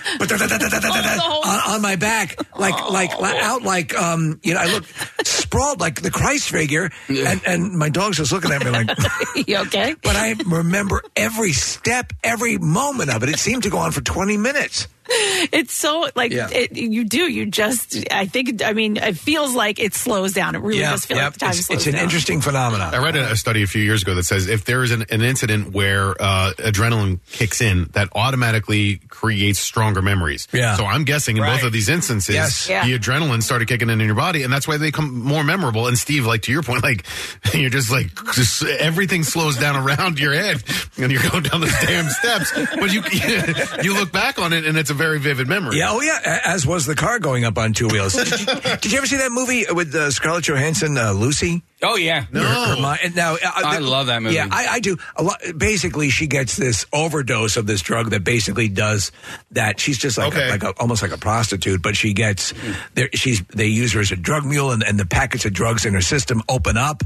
Speaker 10: on, on my back, like like li- out like um, you know, I look sprawled like the Christ figure, and, and my dog's just looking at me like,
Speaker 9: you okay?
Speaker 10: But I remember every step, every moment of it. It seemed to go on for 20 minutes.
Speaker 9: it's so like
Speaker 10: Yeah.
Speaker 9: it, you do you just i think i mean it feels like it slows down it really does feel like the time
Speaker 10: It's,
Speaker 9: slows
Speaker 10: it's an
Speaker 9: down.
Speaker 10: interesting phenomenon.
Speaker 11: I read a, a study a few years ago that says if there is an, an incident where uh, adrenaline kicks in, that automatically creates stronger memories.
Speaker 10: Yeah.
Speaker 11: So I'm guessing in
Speaker 10: Right.
Speaker 11: both of these instances,
Speaker 10: Yes. Yeah.
Speaker 11: the adrenaline started kicking in in your body, and that's why they become more memorable. And Steve, like to your point, like you're just like just everything slows down around your head, and you're going down those damn steps. But you you look back on it, and it's a very vivid memory.
Speaker 10: Yeah, oh yeah, a- as was the car going up on two wheels. did, you, did you ever see that movie with uh, Scarlett Johansson, uh, Lucy?
Speaker 2: Oh yeah,
Speaker 10: Her- her mi- and now, uh,
Speaker 2: I
Speaker 10: the-
Speaker 2: love that movie.
Speaker 10: Yeah, I, I do. A lot, basically, she gets this overdose of this drug that basically does that. She's just like a- like a, almost like a prostitute, but she gets there. She's they use her as a drug mule, and, and the packets of drugs in her system open up,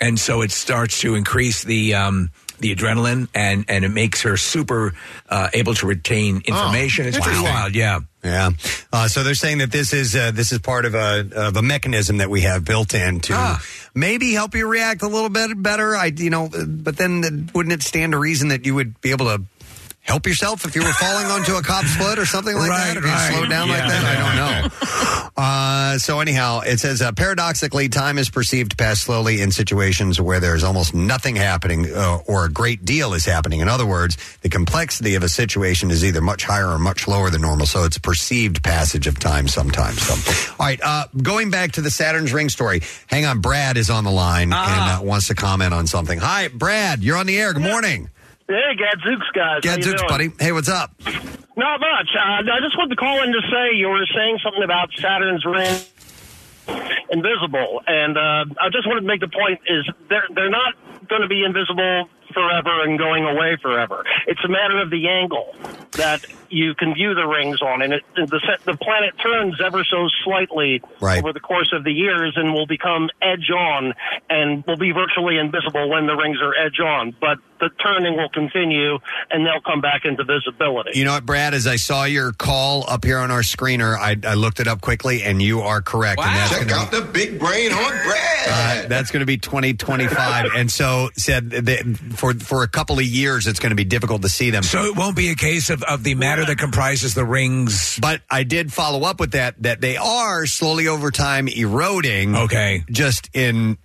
Speaker 10: and so it starts to increase the. Um, the adrenaline and and it makes her super uh, able to retain information. it's pretty
Speaker 8: interesting.
Speaker 10: wild, yeah.
Speaker 8: Yeah. Uh, so they're saying that this is uh, this is part of a of a mechanism that we have built in to
Speaker 10: Ah.
Speaker 8: maybe help you react a little bit better. I you know, uh, but then uh, wouldn't it stand to reason that you would be able to help yourself if you were falling onto a cop's foot or something like that? If you slowed down like that, I don't know. Uh, so anyhow, it says uh, paradoxically, time is perceived to pass slowly in situations where there is almost nothing happening uh, or a great deal is happening. In other words, the complexity of a situation is either much higher or much lower than normal, so it's perceived passage of time sometimes. So, all right, uh, going back to the Saturn's ring story. Hang on, Brad is on the line
Speaker 7: Ah.
Speaker 8: and uh, wants to comment on something. Hi, Brad, you're on the air. Good morning.
Speaker 7: Hey, Gadzooks guys. How you
Speaker 8: Gadzooks,
Speaker 7: doing?
Speaker 8: buddy. Hey, what's up?
Speaker 7: Not much. Uh, I just wanted to call in to say you were saying something about Saturn's ring invisible, and uh, I just wanted to make the point is they're they're not going to be invisible forever and going away forever. It's a matter of the angle that you can view the rings on, and it, the set- the planet turns ever so slightly
Speaker 8: Right.
Speaker 7: over the course of the years, and will become edge on, and will be virtually invisible when the rings are edge on, but. The turning will continue, and they'll come back into visibility.
Speaker 8: You know what, Brad? As I saw your call up here on our screener, I, I looked it up quickly, and you are correct. And that's
Speaker 18: Check
Speaker 8: gonna
Speaker 18: out the big brain on Brad.
Speaker 8: Uh, that's going to be 2025, and so said that for for a couple of years, it's going to be difficult to see them.
Speaker 10: So it won't be a case of, of the matter that comprises the rings.
Speaker 8: But I did follow up with that that they are slowly over time eroding.
Speaker 10: Okay,
Speaker 8: just in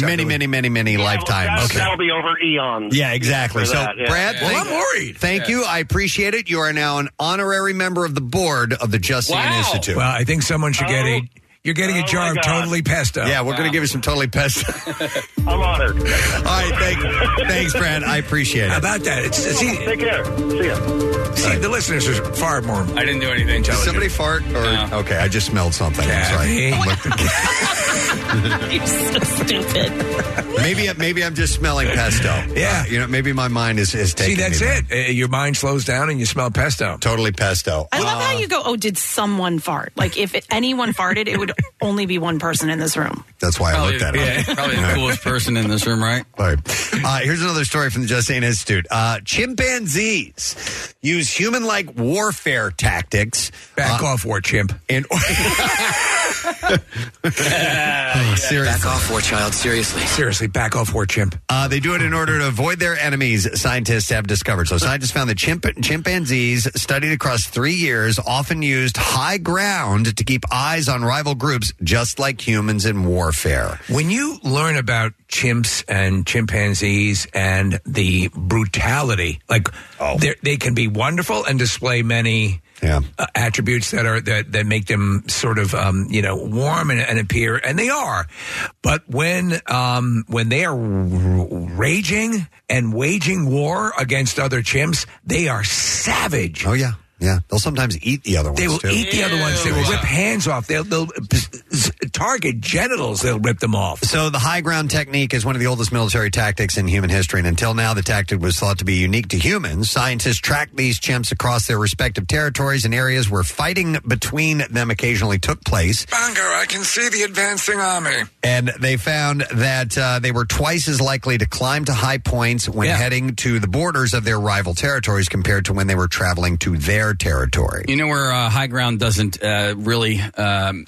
Speaker 8: many, many, many, many lifetimes.
Speaker 7: That, That'll be over eons.
Speaker 8: Yeah, exactly.
Speaker 7: For
Speaker 8: So,
Speaker 7: that, yeah.
Speaker 8: Brad, thank- Thank
Speaker 7: Yeah.
Speaker 8: you. I appreciate it. You are now an honorary member of the board of the Justine Institute.
Speaker 10: Well, I think someone should get a. You're getting a jar of totally pesto.
Speaker 8: Yeah, we're going to give you some totally pesto.
Speaker 7: I'm honored. All
Speaker 8: right, thank, thanks, Brad. I appreciate it.
Speaker 10: How about that? It's, see,
Speaker 7: Take care. See ya.
Speaker 10: see, the listeners are far more.
Speaker 2: I didn't do anything.
Speaker 8: Did somebody fart? Or okay, I just smelled something. I'm sorry.
Speaker 10: Kathy.
Speaker 8: Looked at-
Speaker 5: You're so stupid.
Speaker 8: maybe maybe I'm just smelling pesto. Yeah, you know, maybe my mind is is
Speaker 10: See,
Speaker 8: taking.
Speaker 10: that's
Speaker 8: me
Speaker 10: it. Uh, Your mind slows down and you smell pesto.
Speaker 8: Totally pesto.
Speaker 9: I love
Speaker 10: Uh,
Speaker 9: how you go, oh, did someone fart? Like, if it, anyone farted, it would only be one person in this room.
Speaker 8: That's why I
Speaker 2: Probably-
Speaker 8: looked at it.
Speaker 2: yeah, probably the coolest person in this room, right?
Speaker 8: All right. Uh, here's another story from the Justine Institute. Uh, chimpanzees use human-like warfare tactics. Back
Speaker 10: off, war chimp.
Speaker 8: In
Speaker 2: Uh,
Speaker 8: Oh,
Speaker 13: Back off, war child. Seriously.
Speaker 10: Seriously, back off, war chimp.
Speaker 8: Uh, they do it in order to avoid their enemies, scientists have discovered. So, scientists found that chimp- chimpanzees studied across three years often used high ground to keep eyes on rival groups, just like humans in warfare.
Speaker 10: When you learn about chimps and chimpanzees and the brutality, like they're- they can be wonderful and display many uh, attributes that are that, that make them sort of um, you know warm and, and appear, and they are. But when um, when they are raging and waging war against other chimps, they are savage.
Speaker 8: Oh yeah, yeah. They'll sometimes eat the other ones.
Speaker 10: They will
Speaker 8: too.
Speaker 10: eat the other ones. They will rip hands off. They'll, they'll uh, target genitals. They'll rip them off.
Speaker 8: So the high ground technique is one of the oldest military tactics in human history, and until now, the tactic was thought to be unique to humans. Scientists tracked these chimps across their respective territories and areas where fighting between them occasionally took place.
Speaker 10: Banger, I can see the advancing army.
Speaker 8: And they found that uh, they were twice as likely to climb to high points when heading to the borders of their rival territories compared to when they were traveling to their territory.
Speaker 2: You know where uh, high ground doesn't uh, really um,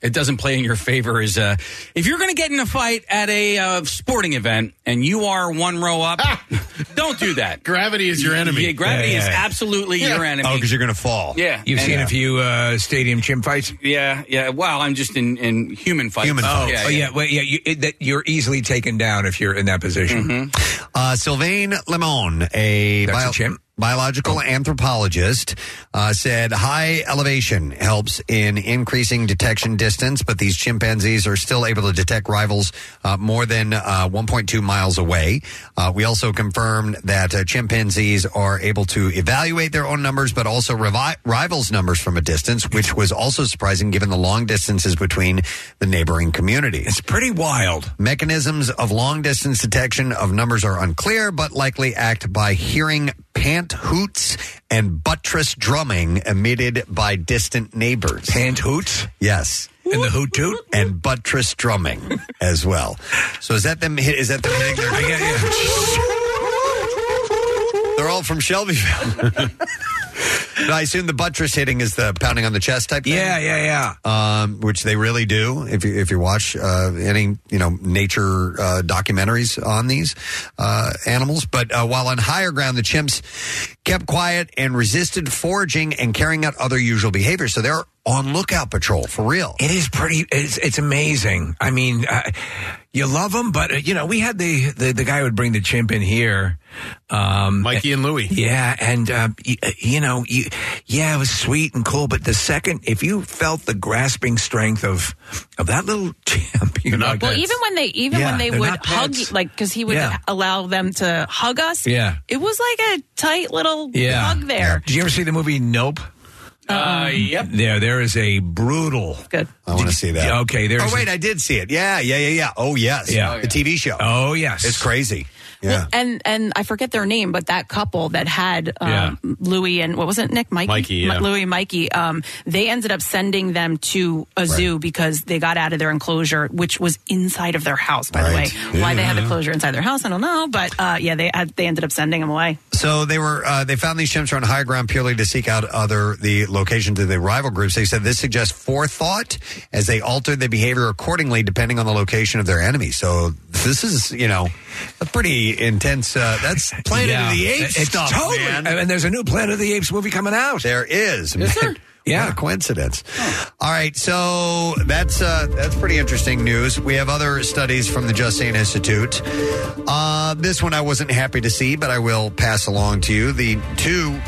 Speaker 2: it doesn't play in your favor is uh, if you're going to get in a fight at a uh, sporting event and you are one row up,
Speaker 8: Ah!
Speaker 2: don't do that.
Speaker 11: Gravity is your enemy.
Speaker 2: Yeah, gravity
Speaker 10: Yeah, yeah,
Speaker 2: is
Speaker 10: yeah.
Speaker 2: absolutely
Speaker 10: Yeah.
Speaker 2: your enemy.
Speaker 10: Oh, 'cause you're
Speaker 8: gonna fall.
Speaker 2: Yeah,
Speaker 10: You've
Speaker 2: And-
Speaker 10: seen
Speaker 2: yeah.
Speaker 10: a few uh, stadium chim fights?
Speaker 2: Yeah, yeah. Well, I'm just in, in human fights.
Speaker 10: oh,
Speaker 2: yeah,
Speaker 10: oh, yeah. Well, yeah you, it, that you're easily taken down if you're in that position.
Speaker 8: Uh, Sylvain Lemon, a, bio- biological anthropologist, uh, said high elevation helps in increasing detection distance, but these chimpanzees are still able to detect rivals uh, more than uh, 1.2 miles away. Uh, we also confirmed that uh, chimpanzees are able to evaluate their own numbers, but also revi- rivals' numbers from a distance, which was also surprising given the long distances between the neighboring communities. It's
Speaker 10: pretty wild.
Speaker 8: Mechanisms of long distance detection of numbers are unclear, but likely act by hearing pant hoots and buttress drumming emitted by distant neighbors.
Speaker 10: Pant hoots?
Speaker 8: Yes.
Speaker 10: And the hoot toot?
Speaker 8: And buttress drumming as well. So is that them hit is that them hitting their They're all from Shelbyville. No, I assume the buttress hitting is the pounding on the chest type thing.
Speaker 10: Yeah, yeah,
Speaker 8: yeah. Um, which they really do if you if you watch uh, any you know nature uh, documentaries on these uh, animals. But uh, while on higher ground, the chimps kept quiet and resisted foraging and carrying out other usual behaviors. So they're on lookout patrol for real.
Speaker 10: It is pretty. It's, it's amazing. I mean, uh, you love them, but uh, you know, we had the, the the guy who would bring the chimp in here, um,
Speaker 11: Mikey and Louie.
Speaker 10: Yeah, and uh, y- uh, you know, you, yeah, it was sweet and cool, but the second, if you felt the grasping strength of of that little chimp, you know,
Speaker 9: Well, even when they even
Speaker 10: Yeah,
Speaker 9: when they
Speaker 10: they're
Speaker 9: would
Speaker 10: not
Speaker 9: hug,
Speaker 10: pets.
Speaker 9: like because he would
Speaker 10: Yeah.
Speaker 9: allow them to hug us.
Speaker 10: Yeah.
Speaker 9: it was like a tight little
Speaker 10: yeah,
Speaker 9: hug there.
Speaker 10: Did you ever see the movie Nope?
Speaker 2: Uh, yep.
Speaker 10: There, there is a brutal.
Speaker 9: Good.
Speaker 8: I want to see that.
Speaker 10: Okay, there's.
Speaker 8: Oh wait, I did see it. Yeah, yeah, yeah, yeah. Oh yes.
Speaker 10: Yeah.
Speaker 8: The TV show.
Speaker 10: Oh yes.
Speaker 8: It's crazy. Yeah.
Speaker 9: And and I forget their name, but that couple that had um, Louie and what was it, Nick, Mikey,
Speaker 11: Mikey,
Speaker 9: Mi-
Speaker 11: yeah.
Speaker 9: Louie, Mikey. Um, they ended up sending them to a zoo because they got out of their enclosure, which was inside of their house. By the way, why they had the
Speaker 8: Yeah.
Speaker 9: enclosure inside their house, I don't know, but uh, yeah, they had, they ended up sending them away.
Speaker 8: So they were uh, they found these chimps are on high ground purely to seek out other the locations of the rival groups. They said this suggests forethought as they altered their behavior accordingly depending on the location of their enemy. So this is you know a pretty intense. Uh, that's Planet
Speaker 10: Yeah.
Speaker 8: of the Apes
Speaker 10: It's
Speaker 8: stuff,
Speaker 10: totally-
Speaker 8: man.
Speaker 10: and there's a new Planet of the Apes movie coming out.
Speaker 8: There
Speaker 10: Yes,
Speaker 8: is. man.
Speaker 10: sir. Yeah. Oh.
Speaker 8: What a coincidence. All right, so that's uh, that's pretty interesting news. We have other studies from the Justine Institute. Uh, this one I wasn't happy to see, but I will pass along to you. The two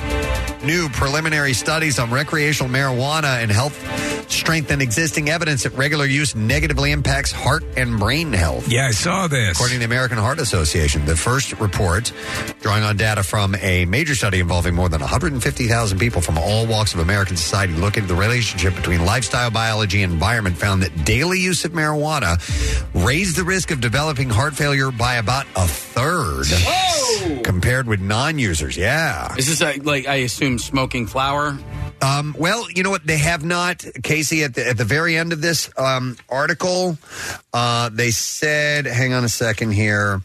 Speaker 8: new preliminary studies on recreational marijuana and health strengthen existing evidence that regular use negatively impacts heart and brain health.
Speaker 10: Yeah, I saw this.
Speaker 8: According to the American Heart Association, the first report, drawing on data from a major study involving more than 150,000 people from all walks of American society, looking at the relationship between lifestyle biology and environment, found that daily use of marijuana raised the risk of developing heart failure by about a third compared with non users. Yeah.
Speaker 2: Is this like, like I assume smoking flower?
Speaker 8: Um, well, you know what? They have not, Casey. At the at the very end of this um, article, uh, they said, "Hang on a second here."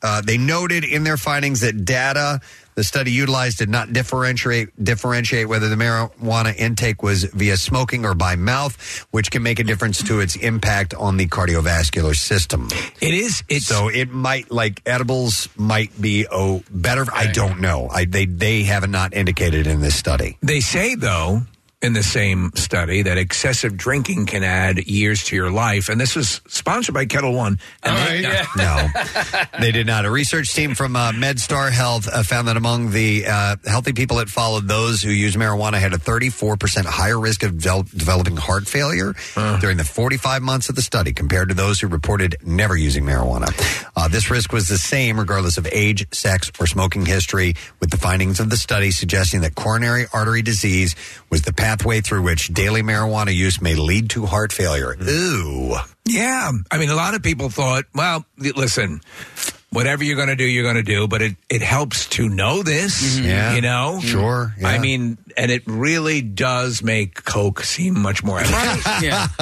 Speaker 8: Uh, they noted in their findings that data the study utilized did not differentiate differentiate whether the marijuana intake was via smoking or by mouth, which can make a difference to its impact on the cardiovascular system.
Speaker 10: It is. It's,
Speaker 8: so it might like edibles might be oh better. I don't know. I, they they have not indicated in this study.
Speaker 10: They say, though, in the same study, that excessive drinking can add years to your life. And this was sponsored by Kettle One. And they-
Speaker 8: No, they did not. A research team from uh, MedStar Health uh, found that among the uh, healthy people that followed those who used marijuana had a 34% higher risk of devel- developing heart failure during the 45 months of the study compared to those who reported never using marijuana. Uh, this risk was the same regardless of age, sex, or smoking history, with the findings of the study suggesting that coronary artery disease was the pathway through which daily marijuana use may lead to heart failure. Ooh.
Speaker 10: Yeah. I mean, a lot of people thought, well, th- listen, whatever you're going to do, you're going to do, but it, it helps to know this,
Speaker 8: Mhm. Yeah.
Speaker 10: you know?
Speaker 8: Sure,
Speaker 10: I
Speaker 8: yeah.
Speaker 10: mean, and it really does make Coke seem much more elegant.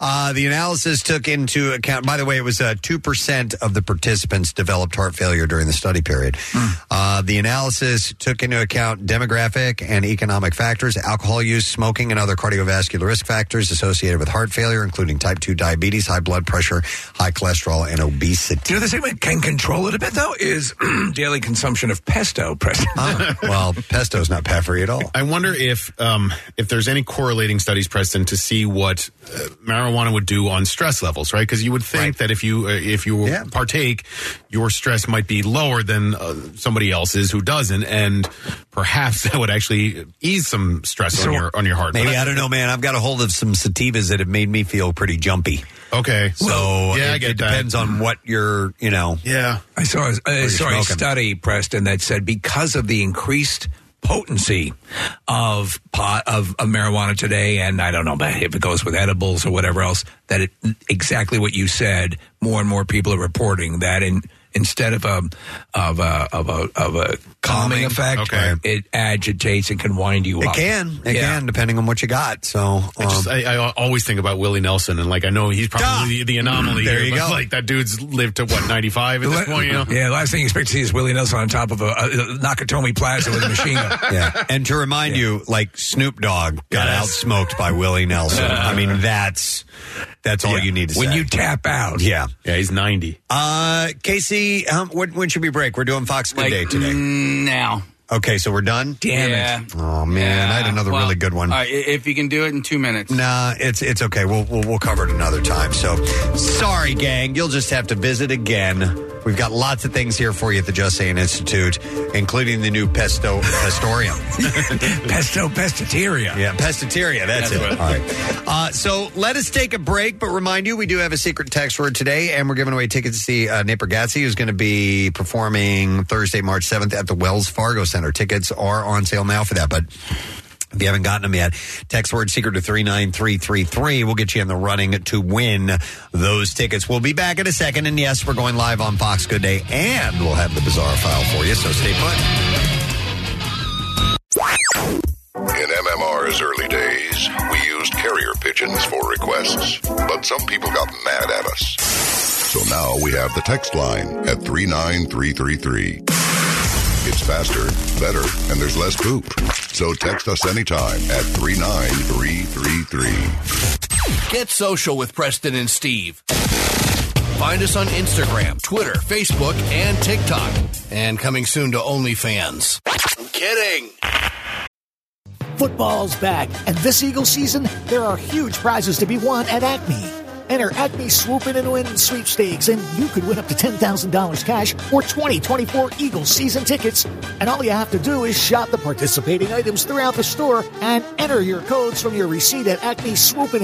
Speaker 8: uh, the analysis took into account, by the way, it was uh, 2% of the participants developed heart failure during the study period.
Speaker 10: Hmm.
Speaker 8: Uh, the analysis took into account demographic and economic factors, alcohol use, smoking, and other cardiovascular risk factors associated with heart failure, including type 2 diabetes, high blood pressure, high cholesterol, and obesity.
Speaker 10: Do you know the thing that can control it a bit, though, is daily consumption of pesto, Preston.
Speaker 8: Uh-huh. well, pesto's not peppery at all.
Speaker 11: I wonder if um, if there's any correlating studies, Preston, to see what uh, marijuana would do on stress levels, right? Because you would think that if you uh, if you partake, your stress might be lower than uh, somebody else's who doesn't, and perhaps that would actually ease some stress on your on your heart.
Speaker 8: Maybe I don't know, man. I've got a hold of some sativas that have made me feel pretty jumpy.
Speaker 11: Okay,
Speaker 8: so
Speaker 11: yeah,
Speaker 8: it,
Speaker 11: I get
Speaker 8: it
Speaker 11: that.
Speaker 8: depends on what you're, you know.
Speaker 11: Yeah,
Speaker 10: I saw a,
Speaker 8: you're
Speaker 10: I saw a
Speaker 8: smoking.
Speaker 10: study, Preston, that said because of the increased potency of pot of, of marijuana today, and I don't know about if it goes with edibles or whatever else, that it, exactly what you said, more and more people are reporting that in. Instead of a of a of a, of a calming, effect, it agitates and can wind you
Speaker 8: It
Speaker 10: up.
Speaker 8: can, it
Speaker 10: Yeah.
Speaker 8: can, depending on what you got. So
Speaker 11: I just I, I always think about Willie Nelson, and like I know he's probably the, the anomaly.
Speaker 10: There
Speaker 11: here,
Speaker 10: you
Speaker 11: but,
Speaker 10: go.
Speaker 11: Like that dude's lived to what ninety five at
Speaker 10: The
Speaker 11: this
Speaker 10: la-
Speaker 11: point, you know?
Speaker 10: Yeah, last thing you expect to see is Willie Nelson on top of a, a Nakatomi Plaza with a machine gun.
Speaker 8: yeah. And to remind you, like Snoop Dogg got outsmoked by Willie Nelson. I mean, that's that's all you need to
Speaker 10: When
Speaker 8: say.
Speaker 10: you tap out.
Speaker 8: Yeah.
Speaker 11: Yeah, he's 90.
Speaker 8: Uh, Casey, um, when, when should we break? We're doing Fox Good
Speaker 2: Like, mm,
Speaker 8: Day today.
Speaker 2: Now.
Speaker 8: Okay, so we're done.
Speaker 2: Damn it. Yeah.
Speaker 8: Oh man, I had
Speaker 2: Yeah,
Speaker 8: another
Speaker 2: well,
Speaker 8: really good one.
Speaker 2: all right, i- if you can do it in two minutes.
Speaker 8: Nah, it's it's okay. We'll, we'll we'll cover it another time. So sorry, gang. You'll just have to visit again. We've got lots of things here for you at the Just Saying Institute, including the new pesto pestorium,
Speaker 10: pesto pestoteria.
Speaker 8: Yeah, pestoteria. That's, it. All right. Uh, so let us take a break, but remind you, we do have a secret text word today, and we're giving away tickets to see uh, Nate Bargatze, who's going to be performing Thursday, March seventh at the Wells Fargo Center. Tickets are on sale now for that, but. If you haven't gotten them yet, text word secret to 39333. We'll get you in the running to win those tickets. We'll be back in a second. And yes, we're going live on Fox Good Day and we'll have the bizarre file for you. So stay put.
Speaker 15: In MMR's early days, we used carrier pigeons for requests, but some people got mad at us. So now we have the text line at 39333. It's faster, better, and there's less poop. So text us anytime at 39333.
Speaker 16: Get social with Preston and Steve. Find us on Instagram, Twitter, Facebook, and TikTok. And coming soon to OnlyFans. I'm kidding.
Speaker 25: Football's back, and this Eagle season, there are huge prizes to be won at Acme.
Speaker 17: Enter Acme Swoop In and Win sweepstakes, and you could win up to $10,000 cash or 2024 Eagles season tickets. And all you have to do is shop the participating items throughout the store and enter your codes from your receipt at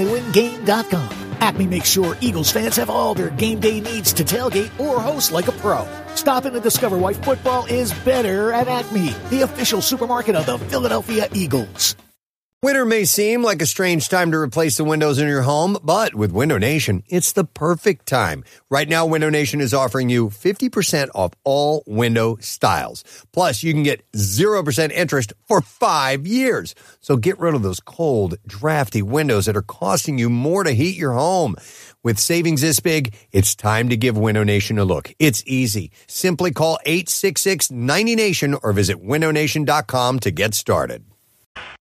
Speaker 17: acmeswoopinandwingame.com. Acme makes sure Eagles fans have all their game day needs to tailgate or host like a pro. Stop in and discover why football is better at Acme, the official supermarket of the Philadelphia Eagles.
Speaker 8: Winter may seem like a strange time to replace the windows in your home, but with Window Nation, it's the perfect time. Right now, Window Nation is offering you 50% off all window styles. Plus, you can get 0% interest for five years. So get rid of those cold, drafty windows that are costing you more to heat your home. With savings this big, it's time to give Window Nation a look. It's easy. Simply call 866 90Nation or visit windownation.com to get started.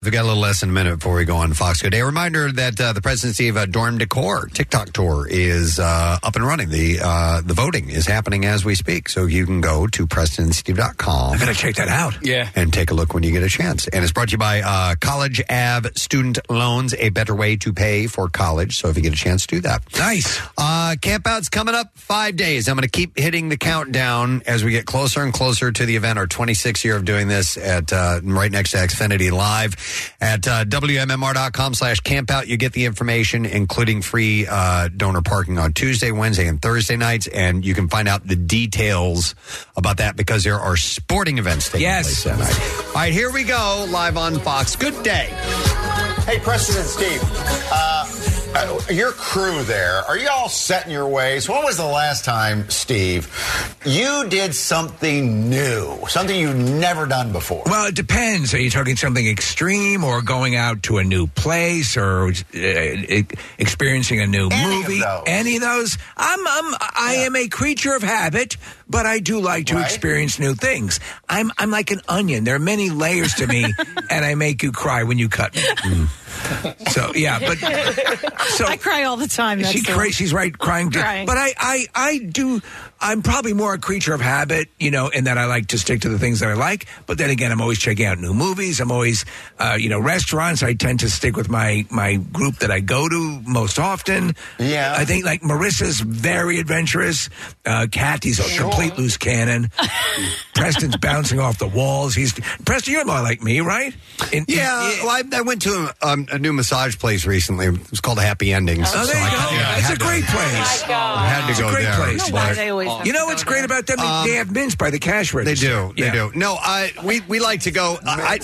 Speaker 8: We've got a little less than a minute before we go on Fox Good Day. A reminder that uh, the presidency of uh, Dorm Decor TikTok tour is uh, up and running. The uh, the voting is happening as we speak, so you can go to PrestonSteve.com. I'm
Speaker 10: gonna check that out.
Speaker 2: Yeah,
Speaker 8: and take a look when you get a chance. And it's brought to you by uh, College Ave Student Loans, a better way to pay for college. So if you get a chance, do that.
Speaker 10: Nice.
Speaker 8: Uh, Campout's coming up five days. I'm going to keep hitting the countdown as we get closer and closer to the event. Our 26th year of doing this at uh, right next to Xfinity Live at uh, WMMR.com slash campout. You get the information, including free uh, donor parking on Tuesday, Wednesday, and Thursday nights. And you can find out the details about that because there are sporting events taking place that night. All right, here we go, live on Fox. Good day.
Speaker 5: Hey, Preston and Steve, uh, uh, your crew there, are you all set in your ways? When was the last time, Steve, you did something new, something you've never done before?
Speaker 10: Well, it depends. Are you talking something extreme or going out to a new place or uh, e- experiencing a new movie? Any of those? I'm, I'm I am a creature of habit, but I do like to experience new things. I'm I'm like an onion. There are many layers to me, and I make you cry when you cut me. So yeah, but so
Speaker 9: I cry all the time. That's
Speaker 10: she
Speaker 9: the-
Speaker 10: cra- she's right crying, too.
Speaker 9: Crying.
Speaker 10: but I, I i do i'm probably more a creature of habit you know in that i like to stick to the things that i like but then again i'm always checking out new movies i'm always uh, you know restaurants i tend to stick with my my group that i go to most often yeah i think like marissa's very adventurous uh, kathy's a complete loose cannon preston's bouncing off the walls he's preston you're more like me right In-
Speaker 8: Yeah, well, I, I went to a, um, a new massage place recently. It was called Happy Endings.
Speaker 10: Oh, there you
Speaker 8: I-
Speaker 10: go.
Speaker 8: yeah, I
Speaker 10: That's
Speaker 8: had
Speaker 10: a
Speaker 8: to-
Speaker 10: great place.
Speaker 2: Oh,
Speaker 8: I had to
Speaker 10: It's a
Speaker 8: go
Speaker 10: great
Speaker 8: there.
Speaker 10: place.
Speaker 8: but-
Speaker 10: you know what's great about them? They-
Speaker 8: Um,
Speaker 10: they have mints by the cash register.
Speaker 8: They do. They do. No, I we we like to go. I,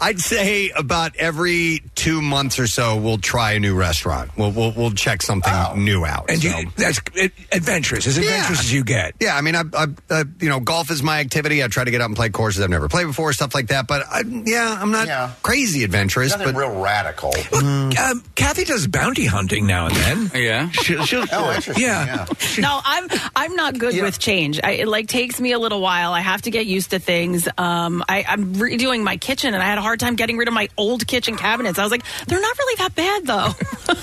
Speaker 8: I would say about every two months or so, we'll try a new restaurant. We'll we'll, we'll check something new out.
Speaker 10: Oh. And
Speaker 8: so.
Speaker 10: you, that's it, adventurous. As adventurous
Speaker 8: Yeah.
Speaker 10: as you get.
Speaker 8: Yeah, I mean, I, I, I, you know, golf is my activity. I try to get out and play courses I've never played before, stuff like that. But I, yeah, I'm not crazy adventurous.
Speaker 5: Nothing
Speaker 8: but
Speaker 5: real radical.
Speaker 10: Um, Kathy does bounty hunting now and then.
Speaker 2: yeah.
Speaker 10: She'll, she'll,
Speaker 5: Oh, interesting,
Speaker 10: yeah.
Speaker 9: no, I'm I'm not good with change. I, it like takes me a little while. I have to get used to things. Um, I, I'm redoing my kitchen, and I had a hard time getting rid of my old kitchen cabinets. I was like, they're not really that bad though.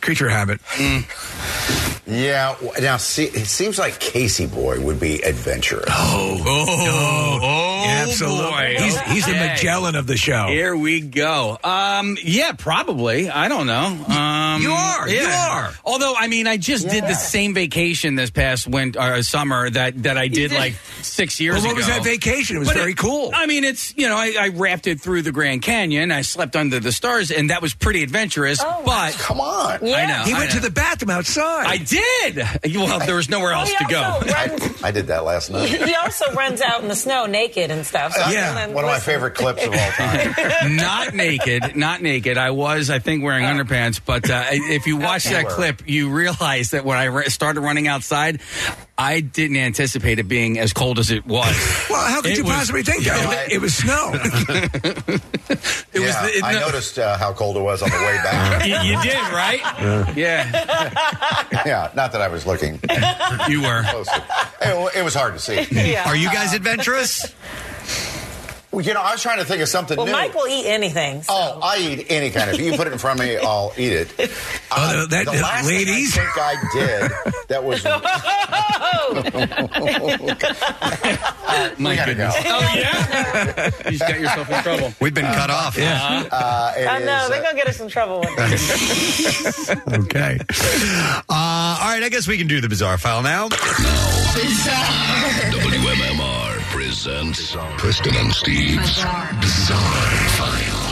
Speaker 10: Creature habit.
Speaker 5: Mm. Yeah. w- Now, see, it seems like Casey Boy would be adventurous.
Speaker 10: Oh, oh, absolutely.
Speaker 2: boy.
Speaker 10: He's, he's the
Speaker 2: Okay.
Speaker 10: Magellan of the show.
Speaker 2: Here we go. Um, yeah, probably. I don't know. Um,
Speaker 10: you are. You
Speaker 2: yeah.
Speaker 10: are.
Speaker 2: Although, I mean, I just did the same vacation this past winter uh, summer that that I did
Speaker 10: did.
Speaker 2: like six years
Speaker 10: Well,
Speaker 2: ago.
Speaker 10: what was that vacation? It was very cool.
Speaker 2: I mean, it's you know, I, I rafted through the Grand Canyon. I slept under the stars, and that was pretty
Speaker 10: Oh,
Speaker 2: adventurous. but
Speaker 5: come on,
Speaker 2: I know.
Speaker 10: He
Speaker 2: I
Speaker 10: went
Speaker 2: know.
Speaker 10: to the bathroom outside.
Speaker 2: I did. Well, there was nowhere else to go.
Speaker 5: I, I did that last night.
Speaker 26: he also runs out in the snow naked and stuff. So I'm
Speaker 5: One of my favorite clips of all time.
Speaker 2: not naked, not naked. I was, I think, wearing underpants. But uh, if you watch
Speaker 5: Okay.
Speaker 2: that clip, you realize that when I ra- started running outside, I didn't anticipate it being as cold as it was.
Speaker 10: Well, how could
Speaker 2: It
Speaker 10: you
Speaker 2: was-
Speaker 10: possibly think
Speaker 2: Yeah,
Speaker 10: that?
Speaker 2: I-
Speaker 10: it was snow.
Speaker 5: yeah, I noticed uh, how cold it was on the way back.
Speaker 2: you, you did, right? Yeah.
Speaker 5: yeah, not that I was looking.
Speaker 2: You were.
Speaker 5: It, it was hard to see.
Speaker 8: Are you guys adventurous?
Speaker 18: Well, you know, I was trying to think of something
Speaker 17: Well,
Speaker 18: new.
Speaker 17: Mike will eat anything. so-
Speaker 18: Oh, I eat any kind of. You put it in front of me, I'll eat it.
Speaker 2: Oh,
Speaker 18: Uh,
Speaker 10: that-
Speaker 18: the last
Speaker 10: ladies?
Speaker 18: thing I think I did that was. Uh,
Speaker 2: My goodness.
Speaker 18: Oh
Speaker 2: yeah, you just got yourself in trouble.
Speaker 8: We've been cut off.
Speaker 2: Yeah.
Speaker 18: Uh, it
Speaker 17: I
Speaker 18: is,
Speaker 17: know
Speaker 18: uh,
Speaker 17: they're gonna get us in trouble. With that.
Speaker 8: okay. Uh, all right, I guess we can do the bizarre file now.
Speaker 15: WMMR presents Preston and Steve's Bizarre,
Speaker 18: uh,
Speaker 15: File.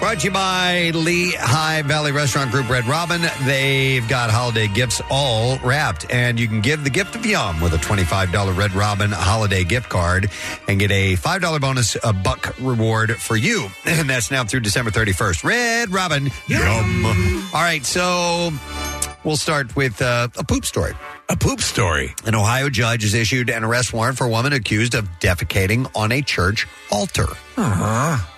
Speaker 8: Brought to you by Lehigh Valley Restaurant Group Red Robin. They've got holiday gifts all wrapped, and you can give the gift of yum with a $25 Red Robin holiday gift card and get a $5 bonus a buck reward for you. And that's now through December 31st. Red Robin, yum. All right, so we'll start with uh, a poop story.
Speaker 10: A poop story.
Speaker 8: An Ohio judge has issued an arrest warrant for a woman accused of defecating on a church altar.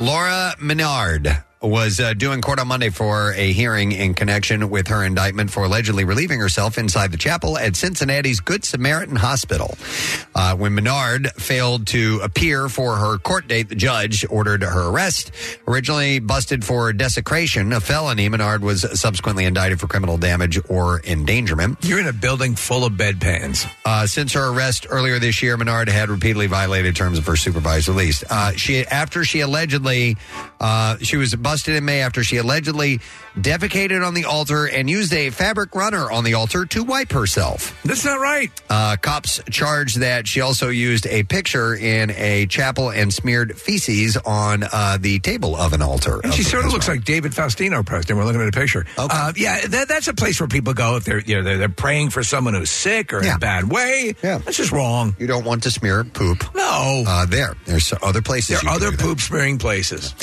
Speaker 8: Laura Menard was uh, due in court on Monday for a hearing in connection with her indictment for allegedly relieving herself inside the chapel at Cincinnati's Good Samaritan Hospital. Uh, when Menard failed to appear for her court date, the judge ordered her arrest. Originally busted for desecration, a felony, Menard was subsequently indicted for criminal damage or endangerment.
Speaker 10: You're in a building full of bedpans.
Speaker 8: Uh, since her arrest earlier this year, Menard had repeatedly violated terms of her supervised release. Uh, she after she allegedly uh, she was busted in May after she allegedly defecated on the altar and used a fabric runner on the altar to wipe herself.
Speaker 10: That's not right.
Speaker 8: Uh, cops charged that she also used a picture in a chapel and smeared feces on uh, the table of an altar.
Speaker 10: And she sort of looks like David Faustino, Preston. We're looking at a picture. Okay. Uh, yeah, that, that's a place where people go if they're you know they're, they're praying for someone who's sick or in a bad way. Yeah, that's just wrong.
Speaker 8: You don't want to smear poop.
Speaker 10: No,
Speaker 8: uh, there. There's other places.
Speaker 10: There
Speaker 8: you
Speaker 10: are
Speaker 8: can
Speaker 10: other
Speaker 8: do that.
Speaker 10: poop smearing places.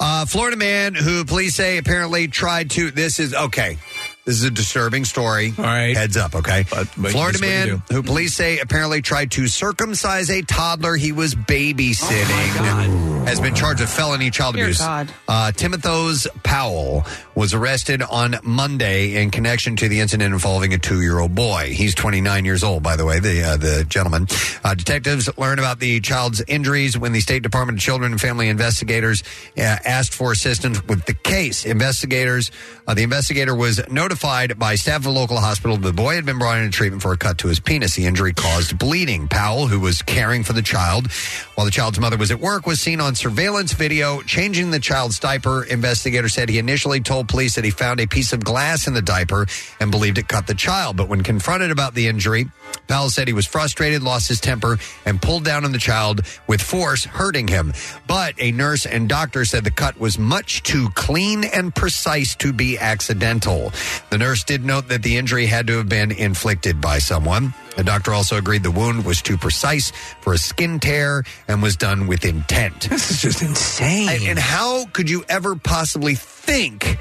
Speaker 8: Uh, Florida man who police say apparently tried to. This is okay. This is a disturbing story. All right. Heads up, okay?
Speaker 10: but
Speaker 8: Florida
Speaker 10: that's what you
Speaker 8: man who police say apparently tried to circumcise a toddler he was babysitting has been charged with felony child
Speaker 9: Oh Dear
Speaker 8: abuse.
Speaker 9: God.
Speaker 8: Uh, Timothy's Powell was arrested on Monday in connection to the incident involving a two-year-old boy. He's 29 years old, by the way. The uh, the gentleman. Uh, detectives learned about the child's injuries when the State Department of Children and Family Investigators uh, asked for assistance with the case. Investigators, uh, the investigator was notified by staff of a local hospital the boy had been brought into treatment for a cut to his penis. The injury caused bleeding. Powell, who was caring for the child while the child's mother was at work, was seen on surveillance video changing the child's diaper. Investigator said he initially told police that he found a piece of glass in the diaper and believed it cut the child. But when confronted about the injury, Powell said he was frustrated, lost his temper, and pulled down on the child with force, hurting him. But a nurse and doctor said the cut was much too clean and precise to be accidental. The nurse did note that the injury had to have been inflicted by someone. The doctor also agreed the wound was too precise for a skin tear and was done with intent.
Speaker 10: This is just insane.
Speaker 8: And, and how could you ever possibly think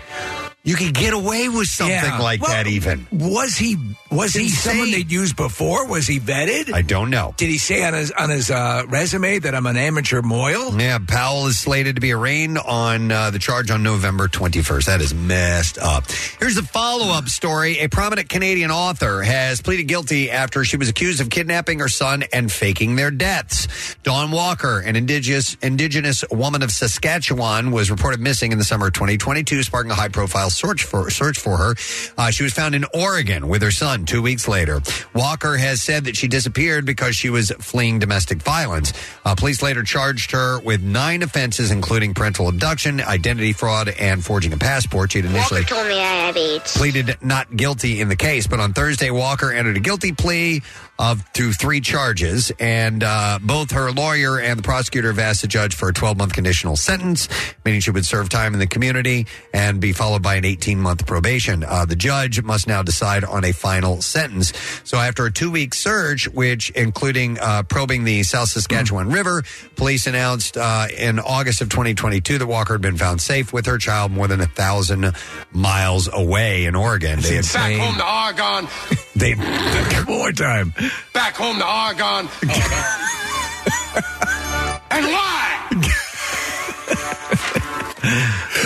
Speaker 8: you could get away with something
Speaker 10: Yeah.
Speaker 8: like
Speaker 10: Well,
Speaker 8: that? Even
Speaker 10: was he was he someone they'd used before? Was he vetted?
Speaker 8: I don't know.
Speaker 10: Did he say on his on his uh, resume that I'm an amateur moil?
Speaker 8: Yeah, Powell is slated to be arraigned on uh, the charge on November 21st. That is messed up. Here's the follow up story. A prominent Canadian author has pleaded guilty after she was accused of kidnapping her son and faking their deaths. Dawn Walker, an indigenous, indigenous woman of Saskatchewan, was reported missing in the summer of 2022, sparking a high profile search for, search for her. Uh, she was found in Oregon with her son two weeks later. Walker has said that she disappeared because she was fleeing domestic violence. Uh, police later charged her with nine offenses, including parental abduction, identity fraud, and forging a passport. She had initially
Speaker 5: told me I had AIDS.
Speaker 8: pleaded not guilty in the case, but on Thursday, Walker entered a guilty plea of to three charges, and uh, both her lawyer and the prosecutor have asked the judge for a 12 month conditional sentence, meaning she would serve time in the community and be followed by an 18 month probation. Uh, the judge must now decide on a final sentence. So after a two week search, which including uh, probing the South Saskatchewan
Speaker 20: Mm.
Speaker 8: River, police announced uh, in August of 2022 that Walker had been found safe with her child more than a thousand miles away in Oregon. They had
Speaker 20: Back home to Argonne.
Speaker 8: they
Speaker 10: more time.
Speaker 20: Back home to Argonne. and why?
Speaker 10: All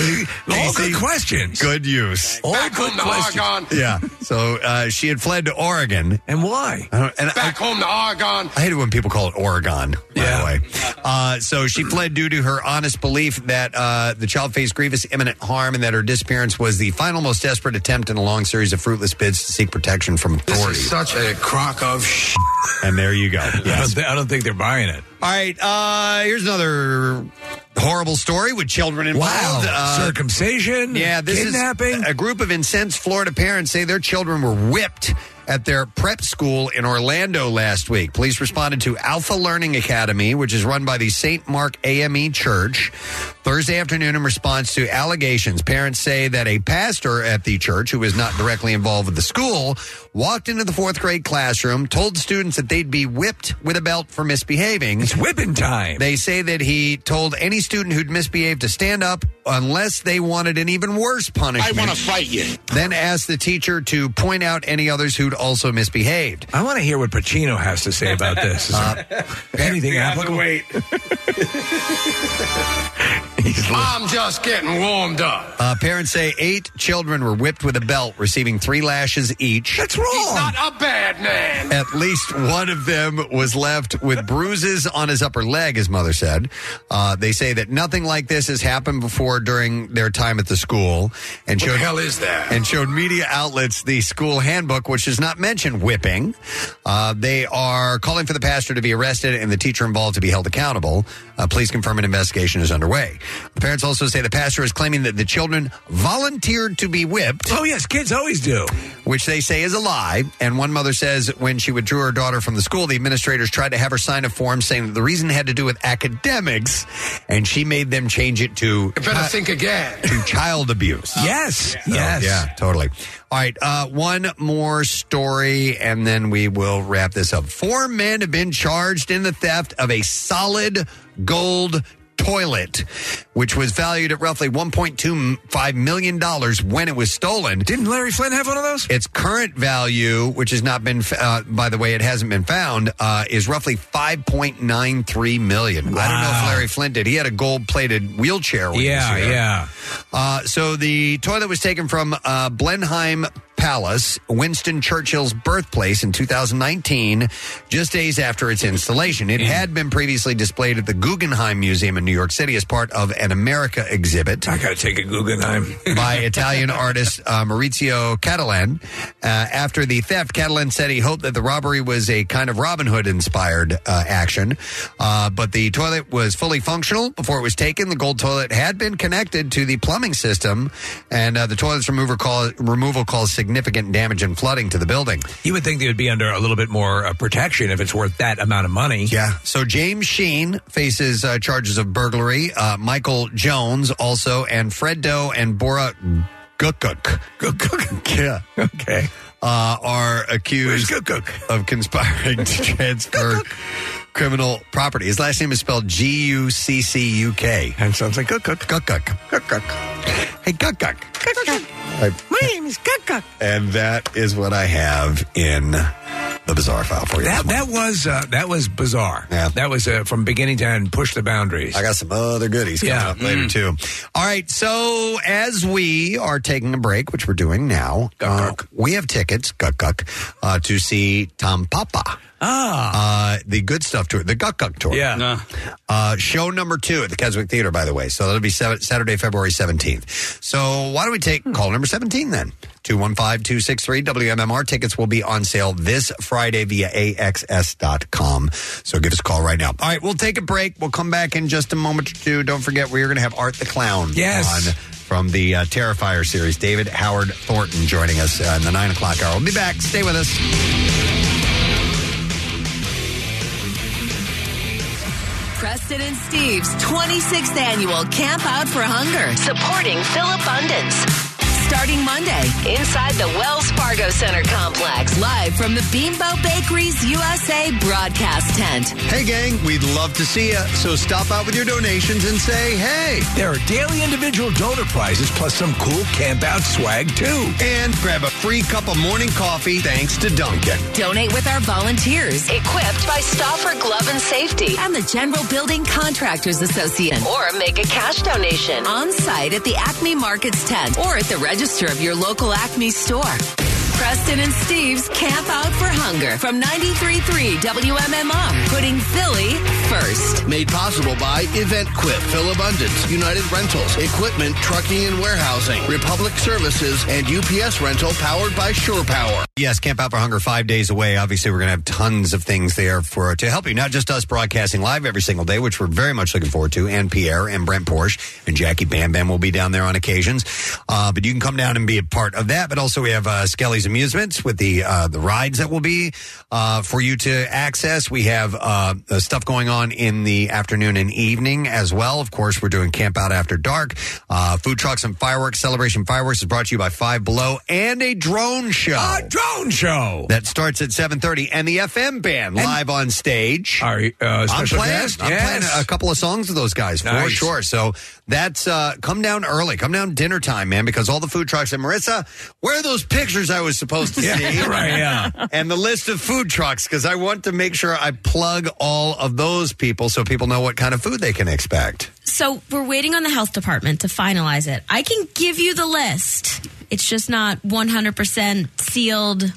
Speaker 10: good
Speaker 8: really
Speaker 10: good questions.
Speaker 8: Good use.
Speaker 10: All Back good home to questions. Oregon.
Speaker 8: Yeah. So uh, she had fled to Oregon.
Speaker 10: And why?
Speaker 8: I don't, and I,
Speaker 20: Back home to Oregon.
Speaker 8: I hate it when people call it Oregon, by the way. Uh, so she fled due to her honest belief that uh, the child faced grievous imminent harm and that her disappearance was the final, most desperate attempt in a long series of fruitless bids to seek protection from authorities.
Speaker 10: Such a crock of sh.
Speaker 8: And there you go.
Speaker 10: I, don't thi- I don't think they're buying it.
Speaker 8: All right, uh, here's another horrible story with children involved.
Speaker 10: Wow. Circumcision,
Speaker 8: Yeah, this
Speaker 10: kidnapping.
Speaker 8: is a group of incensed Florida parents say their children were whipped at their prep school in Orlando last week. Police responded to Alpha Learning Academy, which is run by the St. Mark AME Church, Thursday afternoon in response to allegations. Parents say that a pastor at the church, who is not directly involved with the school, walked into the fourth grade classroom, told students that they'd be whipped with a belt for misbehaving. It's
Speaker 10: whipping time.
Speaker 8: They say that he told any student who'd misbehaved to stand up unless they wanted an even worse punishment.
Speaker 20: I wanna fight you.
Speaker 8: Then asked the teacher to point out any others who'd also misbehaved. Uh,
Speaker 10: I want to hear what Pacino has to say about this. Is
Speaker 20: Uh,
Speaker 10: there anything applicable? Wait.
Speaker 20: I'm just getting warmed up.
Speaker 8: Uh, parents say eight children were whipped with a belt, receiving three lashes each. That's
Speaker 20: He's not a bad man.
Speaker 8: At least one of them was left with bruises on his upper leg, his mother said. Uh, they say that nothing like this has happened before during their time at the school, and showed
Speaker 20: hell is that?
Speaker 8: And showed media outlets the school handbook, which does not mention whipping. Uh, they are calling for the pastor to be arrested and the teacher involved to be held accountable. Uh, police confirm an investigation is underway. The parents also say the pastor is claiming that the children volunteered to be whipped.
Speaker 10: Oh yes, kids always do,
Speaker 8: which they say is a lie. And one mother says when she withdrew her daughter from the school, the administrators tried to have her sign a form saying that the reason had to do with academics, and she made them change it to
Speaker 20: Better think again.
Speaker 8: to child abuse.
Speaker 10: Yes.
Speaker 8: So,
Speaker 10: Yes.
Speaker 8: Yeah, totally. All right. Uh, one more story, and then we will wrap this up. Four men have been charged in the theft of a solid gold toilet, which was valued at roughly $1.25 million when it was stolen.
Speaker 10: Didn't Larry Flynn have one of those?
Speaker 8: Its current value, which has not been, uh, by the way, it hasn't been found, uh, is roughly $5.93 million. I don't know if Larry Flynn did. He had a gold plated wheelchair when he was
Speaker 10: Yeah,
Speaker 8: here.
Speaker 10: yeah.
Speaker 8: Uh, so the toilet was taken from uh, Blenheim Palace, Winston Churchill's birthplace, in 2019, just days after its installation. It had been previously displayed at the Guggenheim Museum in New York City as part of an America exhibit.
Speaker 10: I got to take a Guggenheim.
Speaker 8: by Italian artist uh, Maurizio Catalan. Uh, after the theft, Catalan said he hoped that the robbery was a kind of Robin Hood inspired uh, action. Uh, but the toilet was fully functional before it was taken. The gold toilet had been connected to the plumbing system, and uh, the toilet's remover cause, removal caused significant damage and flooding to the building.
Speaker 10: You would think they would be under a little bit more uh, protection if it's worth that amount of money.
Speaker 8: Yeah. So James Sheen faces uh, charges of burglary. Uh, Michael Jones also, and Fred Doe and Bora Gukuk. Gukuk. Yeah.
Speaker 10: Okay.
Speaker 8: Uh, are accused of conspiring to transfer criminal property. His last name is spelled G U C C U K.
Speaker 10: And sounds like Gukuk.
Speaker 8: Gukuk. Gukuk. Hey, Gukuk. My name is Gukuk. And that is what I have in the bizarre file for you.
Speaker 10: That that was uh, that was bizarre. Yeah. That was uh, from beginning to end. Push the boundaries.
Speaker 8: I got some other goodies coming
Speaker 10: Yeah.
Speaker 8: up later
Speaker 10: Mm.
Speaker 8: too. All right, so as we are taking a break, which we're doing now, uh, we have tickets, guck guck, uh, to see Tom Papa. Ah, uh, the good stuff tour, the Guck Guck tour.
Speaker 10: Yeah.
Speaker 8: Uh, show number two at the Keswick Theater, by the way. So that'll be Sa- Saturday, February 17th. So why don't we
Speaker 10: Hmm.
Speaker 8: take call number 17 then? 215 263 WMMR. Tickets will be on sale this Friday via AXS.com. So give us a call right now. All right, we'll take a break. We'll come back in just a moment or two. Don't forget, we're going to have Art the Clown
Speaker 10: Yes.
Speaker 8: on from the uh, Terrifier series. David Howard Thornton joining us uh, in the 9 o'clock hour. We'll be back. Stay with us.
Speaker 1: Preston and Steve's 26th annual Camp Out for Hunger, supporting Philabundance. starting Monday inside the Wells Fargo Center complex, live from the Beanbo Bakeries USA broadcast tent.
Speaker 8: Hey, gang, we'd love to see you. So stop out with your donations and say, hey.
Speaker 10: There are daily individual donor prizes plus some cool camp out swag, too.
Speaker 8: And grab a free cup of morning coffee thanks to Dunkin'.
Speaker 1: Donate with our volunteers, equipped by Stoffer Glove and Safety and the General Building Contractors Association, or make a cash donation on site at the Acme Markets tent or at the register of your local Acme store. Preston and Steve's Camp Out for Hunger from 93.3 WMMR, putting Philly first.
Speaker 16: Made possible by EventQuip, Phil Abundance, United Rentals, Equipment, Trucking and Warehousing, Republic Services, and UPS Rental powered by Sure Power.
Speaker 8: Yes, Camp Out for Hunger, five days away. Obviously, we're going to have tons of things there for to help you. Not just us broadcasting live every single day, which we're very much looking forward to, and Pierre and Brent Porsche and Jackie Bam Bam will be down there on occasions. Uh, but you can come down and be a part of that. But also, we have uh, Skelly's Amusements with the uh, the rides that will be uh, for you to access. We have uh, uh, stuff going on in the afternoon and evening as well. Of course, we're doing Camp Out After Dark. Uh, food trucks and fireworks. Celebration Fireworks is brought to you by Five Below and a drone show.
Speaker 10: drone show
Speaker 8: that starts at 7.30 and the fm band live on stage
Speaker 10: Are you, uh,
Speaker 8: i'm
Speaker 10: special
Speaker 8: playing,
Speaker 10: guest?
Speaker 8: I'm
Speaker 10: Yes.
Speaker 8: playing a couple of songs of those guys for
Speaker 10: Nice.
Speaker 8: sure so that's uh come down early come down dinner time man because all the food trucks and marissa where are those pictures i was supposed to
Speaker 10: Yeah,
Speaker 8: see
Speaker 10: right, yeah.
Speaker 8: and the list of food trucks because i want to make sure i plug all of those people so people know what kind of food they can expect
Speaker 14: So we're waiting on the health department to finalize it. I can give you the list. It's just not 100% sealed.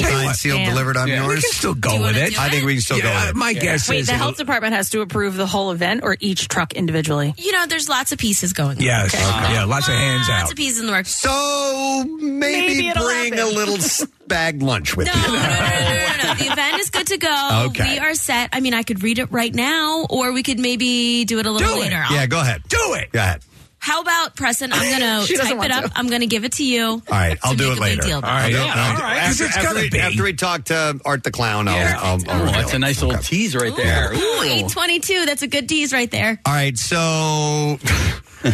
Speaker 8: Signed, sealed, delivered. I'm yours.
Speaker 10: We can still go with it.
Speaker 8: I think we can still
Speaker 10: Yeah,
Speaker 8: go with it.
Speaker 10: Uh, My guess
Speaker 9: Wait,
Speaker 10: is
Speaker 9: the
Speaker 10: it'll-
Speaker 9: health department has to approve the whole event or each truck individually?
Speaker 14: You know, there's lots of pieces going on.
Speaker 10: Yes.
Speaker 14: okay?
Speaker 10: Yeah, lots of hands
Speaker 14: Lots
Speaker 10: out.
Speaker 14: of pieces in the works.
Speaker 8: So maybe, bring a little s- bag lunch with you
Speaker 14: no, the event is good to go.
Speaker 8: Okay.
Speaker 14: We are set. I mean, I could read it right now, or we could maybe do it a little later.
Speaker 8: yeah go ahead
Speaker 10: do it
Speaker 8: go ahead
Speaker 14: How about Preston? I'm gonna
Speaker 8: She doesn't
Speaker 14: type it
Speaker 8: want
Speaker 14: up.
Speaker 8: to.
Speaker 14: I'm gonna give it to you.
Speaker 8: All right, I'll do it
Speaker 14: make a big
Speaker 8: later.
Speaker 14: deal
Speaker 8: All
Speaker 14: about
Speaker 8: right,
Speaker 14: it.
Speaker 8: I'll-
Speaker 14: Yeah,
Speaker 8: I'll-
Speaker 14: all right, 'cause
Speaker 8: After,
Speaker 14: it's
Speaker 8: after,
Speaker 14: gotta
Speaker 8: we, after we talk to Art the Clown, I'll. I'll, I'll
Speaker 2: Oh,
Speaker 8: reveal
Speaker 2: that's
Speaker 8: it.
Speaker 2: a nice little
Speaker 8: Okay.
Speaker 2: tease right there.
Speaker 14: Ooh, 822. That's a good tease right there.
Speaker 8: All right, so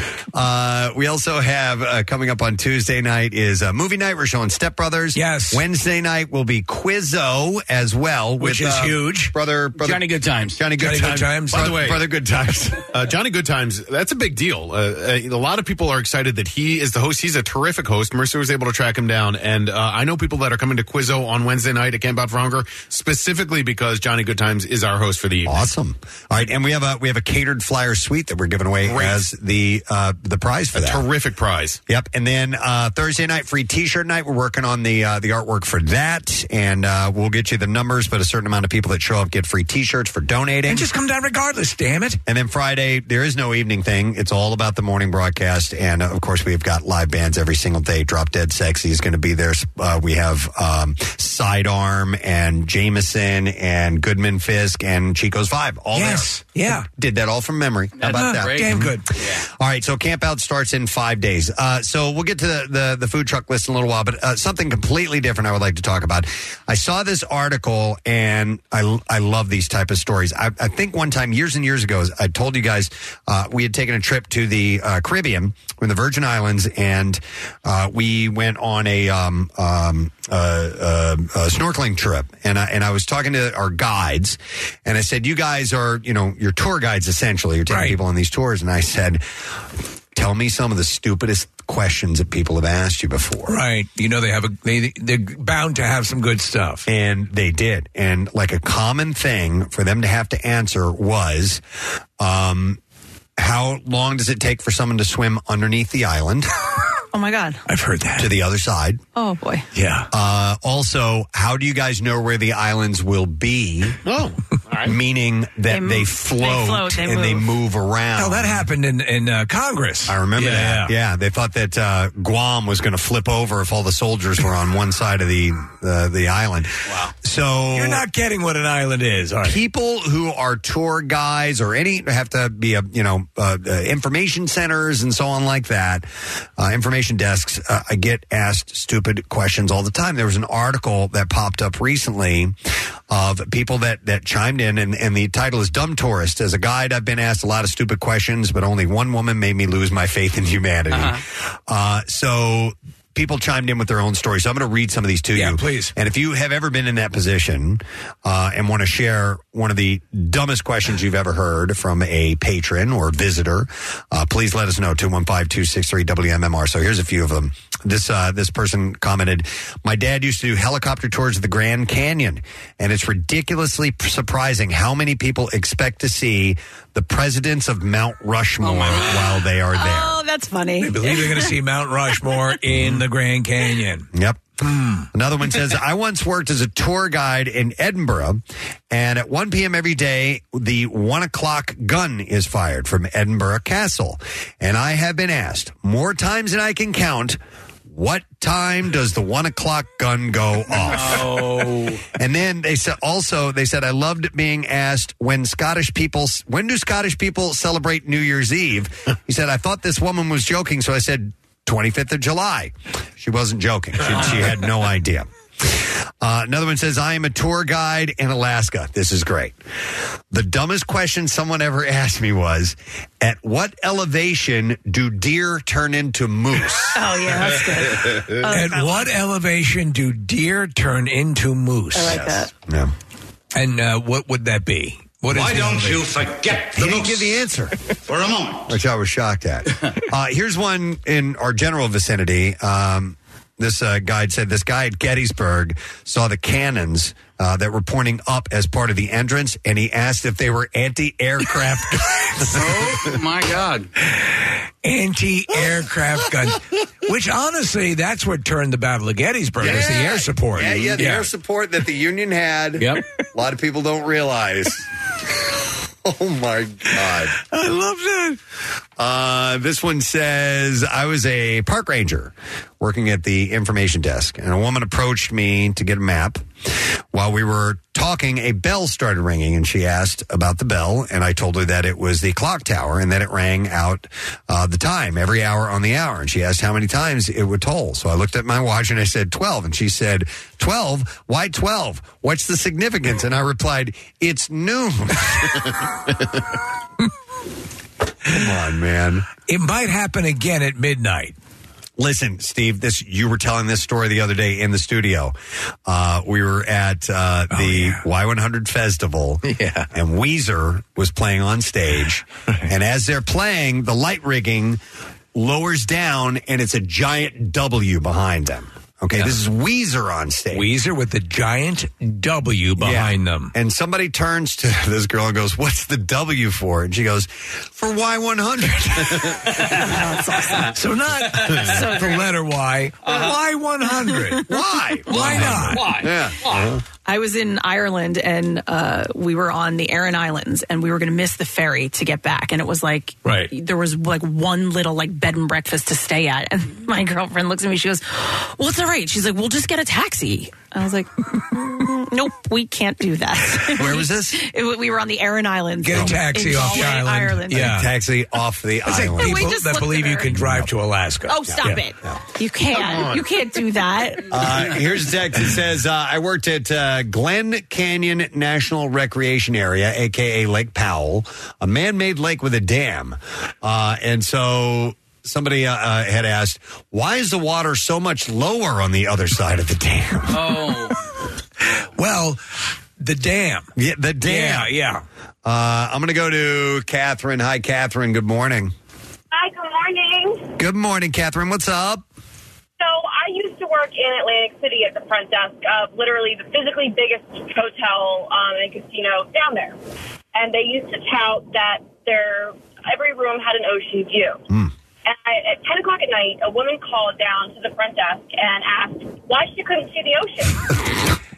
Speaker 8: uh, we also have uh, coming up on Tuesday night is uh, movie night. We're showing Step Brothers. Yes. Wednesday night will be Quizzo as well,
Speaker 10: Which
Speaker 8: with,
Speaker 10: is
Speaker 8: uh,
Speaker 10: huge.
Speaker 8: Brother, brother
Speaker 10: Johnny Good
Speaker 2: Times.
Speaker 8: Johnny Good Times.
Speaker 11: By the way,
Speaker 8: brother Good Times.
Speaker 11: Uh, Johnny Good Times. That's a big deal. Uh, uh, a lot of people are excited that he is the host. He's a terrific host. Mercer was able to track him down, and uh, I know people that are coming to Quizzo on Wednesday night at Camp Out for Hunger specifically because Johnny Good Times is our host for the evening.
Speaker 8: Awesome. All right, and we have a we have a catered flyer suite that we're giving away
Speaker 11: Great.
Speaker 8: as the uh, the prize for that.
Speaker 11: Terrific prize.
Speaker 8: Yep. And then uh, Thursday night, free T-shirt night. We're working on the uh, the artwork for that, and uh, we'll get you the numbers. But a certain amount of people that show up get free T-shirts for donating.
Speaker 10: And just come down regardless, damn it.
Speaker 8: And then Friday, there is no evening thing. It's all about the morning broadcast. And uh, of course, we've got live bands every single day. Drop Dead Sexy is going to be there. Uh, we have um, Sidearm and Jameson and Goodman Fisk and Chico's Five. All
Speaker 10: Yes.
Speaker 8: there.
Speaker 10: Yeah.
Speaker 8: Did that all from memory. How about
Speaker 10: That's
Speaker 8: that?
Speaker 10: great. Damn
Speaker 8: Mhm.
Speaker 10: good.
Speaker 8: All right, so camp out starts in five days. Uh, so we'll get to the, the, the food truck list in a little while, but uh, something completely different I would like to talk about. I saw this article, and I, I love these type of stories. I, I think one time, years and years ago, I told you guys uh, we had taken a trip to the uh, Caribbean, we're in the Virgin Islands, and uh, we went on a um, um, uh, uh, uh, snorkeling trip. And I, and I was talking to our guides, and I said, "You guys are, you know, your tour guides essentially. You're taking people on these tours." And I said, tell me some of the stupidest questions that people have asked you before.
Speaker 10: Right. You know they have a they they're bound to have some good stuff.
Speaker 8: And they did. And like a common thing for them to have to answer was um, how long does it take for someone to swim underneath the island?
Speaker 9: Oh my God.
Speaker 10: I've heard that.
Speaker 8: To the other side.
Speaker 9: Oh boy.
Speaker 10: Yeah.
Speaker 8: Uh, also, how do you guys know where the islands will be?
Speaker 11: Oh,
Speaker 8: Meaning that they,
Speaker 10: move-
Speaker 8: float,
Speaker 10: they float, they
Speaker 8: and they
Speaker 10: move.
Speaker 8: move around.
Speaker 10: Hell, that happened in in uh, Congress.
Speaker 8: I remember
Speaker 10: Yeah,
Speaker 8: that. Yeah. they thought that uh, Guam was going to flip over if all the soldiers were on one side of the uh, the island. Wow. So
Speaker 10: You're not getting what an island is, are you?
Speaker 8: people who are tour guides or any have to be a you know uh, uh, information centers and so on like that, uh, information information desks, uh, I get asked stupid questions all the time. There was an article that popped up recently of people that, that chimed in, and, and the title is Dumb Tourist. As a guide, I've been asked a lot of stupid questions, but only one woman made me lose my faith in humanity. uh so people chimed in with their own stories. So I'm going to read some of these to you. please. And if you have ever been in that position uh, and want to share one of the dumbest questions you've ever heard from a patron or visitor, uh, please let us know 215 263 WMMR. So here's a few of them. This uh, this person commented, "My dad used to do helicopter tours of the Grand Canyon, and it's ridiculously surprising how many people expect to see the presidents of Mount Rushmore while they are there."
Speaker 9: Oh, that's funny.
Speaker 10: I believe you're going to see Mount Rushmore in the Grand Canyon. Hmm.
Speaker 8: Yep. Another one says, I once worked as a tour guide in Edinburgh, and at 1 p.m. every day, the one o'clock gun is fired from Edinburgh Castle. And I have been asked more times than I can count. What time does the one o'clock gun go off? and then they said also they said I loved being asked when Scottish people when do Scottish people celebrate New Year's Eve? He said I thought this woman was joking, so I said 25th of July. She wasn't joking. She, she had no idea. Uh, another one says, I am a tour guide in Alaska. This is great. The dumbest question someone ever asked me was, At what elevation do deer turn into moose?
Speaker 9: Oh, yeah, that's good. Oh.
Speaker 10: At what elevation do deer turn into moose?
Speaker 9: I like that.
Speaker 8: Yeah.
Speaker 10: And uh, what would that be? What is
Speaker 8: Why
Speaker 10: the
Speaker 8: don't
Speaker 10: elevation?
Speaker 8: you forget the He didn't moose? give the answer.
Speaker 10: for a moment.
Speaker 8: which I was shocked at. uh, here's one in our general vicinity. Um, this uh, guide said this guy at Gettysburg saw the cannons uh, that were pointing up as part of the entrance, and he asked if they were anti-aircraft guns.
Speaker 2: oh my God!
Speaker 10: Anti-aircraft guns, which honestly, that's what turned the Battle of Gettysburg is the air support.
Speaker 8: Yeah, yeah, the air support that the Union had. Yep. A lot of people don't realize. oh my god!
Speaker 10: I love that.
Speaker 8: Uh, this one says I was a park ranger working at the information desk, and a woman approached me to get a map. While we were talking, a bell started ringing, and she asked about the bell, and I told her that it was the clock tower and that it rang out uh, the time every hour on the hour. And she asked how many times it would toll. So I looked at my watch and I said twelve, and she said twelve. Why twelve? What's the significance? And I replied, "It's noon." Come on, man.
Speaker 10: It might happen again at midnight.
Speaker 8: Listen, Steve, this you were telling this story the other day in the studio. Uh, we were at uh,
Speaker 10: Oh,
Speaker 8: the Y100 festival, yeah. and Weezer was playing on stage. and as they're playing, the light rigging lowers down, and it's a giant W behind them. Okay, this is Weezer on stage.
Speaker 10: Weezer with the giant W behind them.
Speaker 8: And somebody turns to this girl and goes, What's the W for? And she goes, For Y100.
Speaker 10: so not for letter Y. Why 100?
Speaker 8: Why?
Speaker 10: Why not?
Speaker 9: Why?
Speaker 8: Uh-huh. Yeah.
Speaker 9: I was in Ireland and uh, we were on the Aran Islands and we were going to miss the ferry to get back. And it was like,
Speaker 10: Right.
Speaker 9: there was like one little like bed and breakfast to stay at. And my girlfriend looks at me, she goes, Well, it's all right. She's like, We'll just get a taxi. I was like, "Mm, Nope, we can't do that.
Speaker 8: Where was this?
Speaker 9: It, wa- we were on the Aran Islands.
Speaker 10: Get a taxi
Speaker 9: in
Speaker 10: off the
Speaker 9: Galway,
Speaker 10: island.
Speaker 9: Ireland.
Speaker 10: Yeah.
Speaker 8: Um, Taxi off the
Speaker 10: It's like
Speaker 8: island.
Speaker 9: No, we
Speaker 10: people
Speaker 9: just
Speaker 10: that
Speaker 9: looked
Speaker 10: believe
Speaker 9: at
Speaker 10: you
Speaker 9: her.
Speaker 10: can drive to Alaska.
Speaker 9: Oh, stop it. You
Speaker 8: Come on.
Speaker 9: can't. You can't do that.
Speaker 8: Uh, here's a text. It says, uh, I worked at uh, Glen Canyon National Recreation Area, aka Lake Powell, a man made lake with a dam. Uh, and so somebody uh, uh, had asked, why is the water so much lower on the other side of the dam?
Speaker 10: Well, the dam.
Speaker 8: Yeah, the dam.
Speaker 10: Yeah,
Speaker 8: yeah. Uh, I'm going to go to Catherine. Hi, Catherine. Good morning.
Speaker 19: Hi, good morning.
Speaker 8: Good morning, Catherine. What's up?
Speaker 19: So I used to work in Atlantic City at the front desk of literally the physically biggest hotel um, and casino down there, and they used to tout that their every room had an ocean view. And I, at ten o'clock at night, a woman called down to the front desk and asked why she couldn't see the ocean.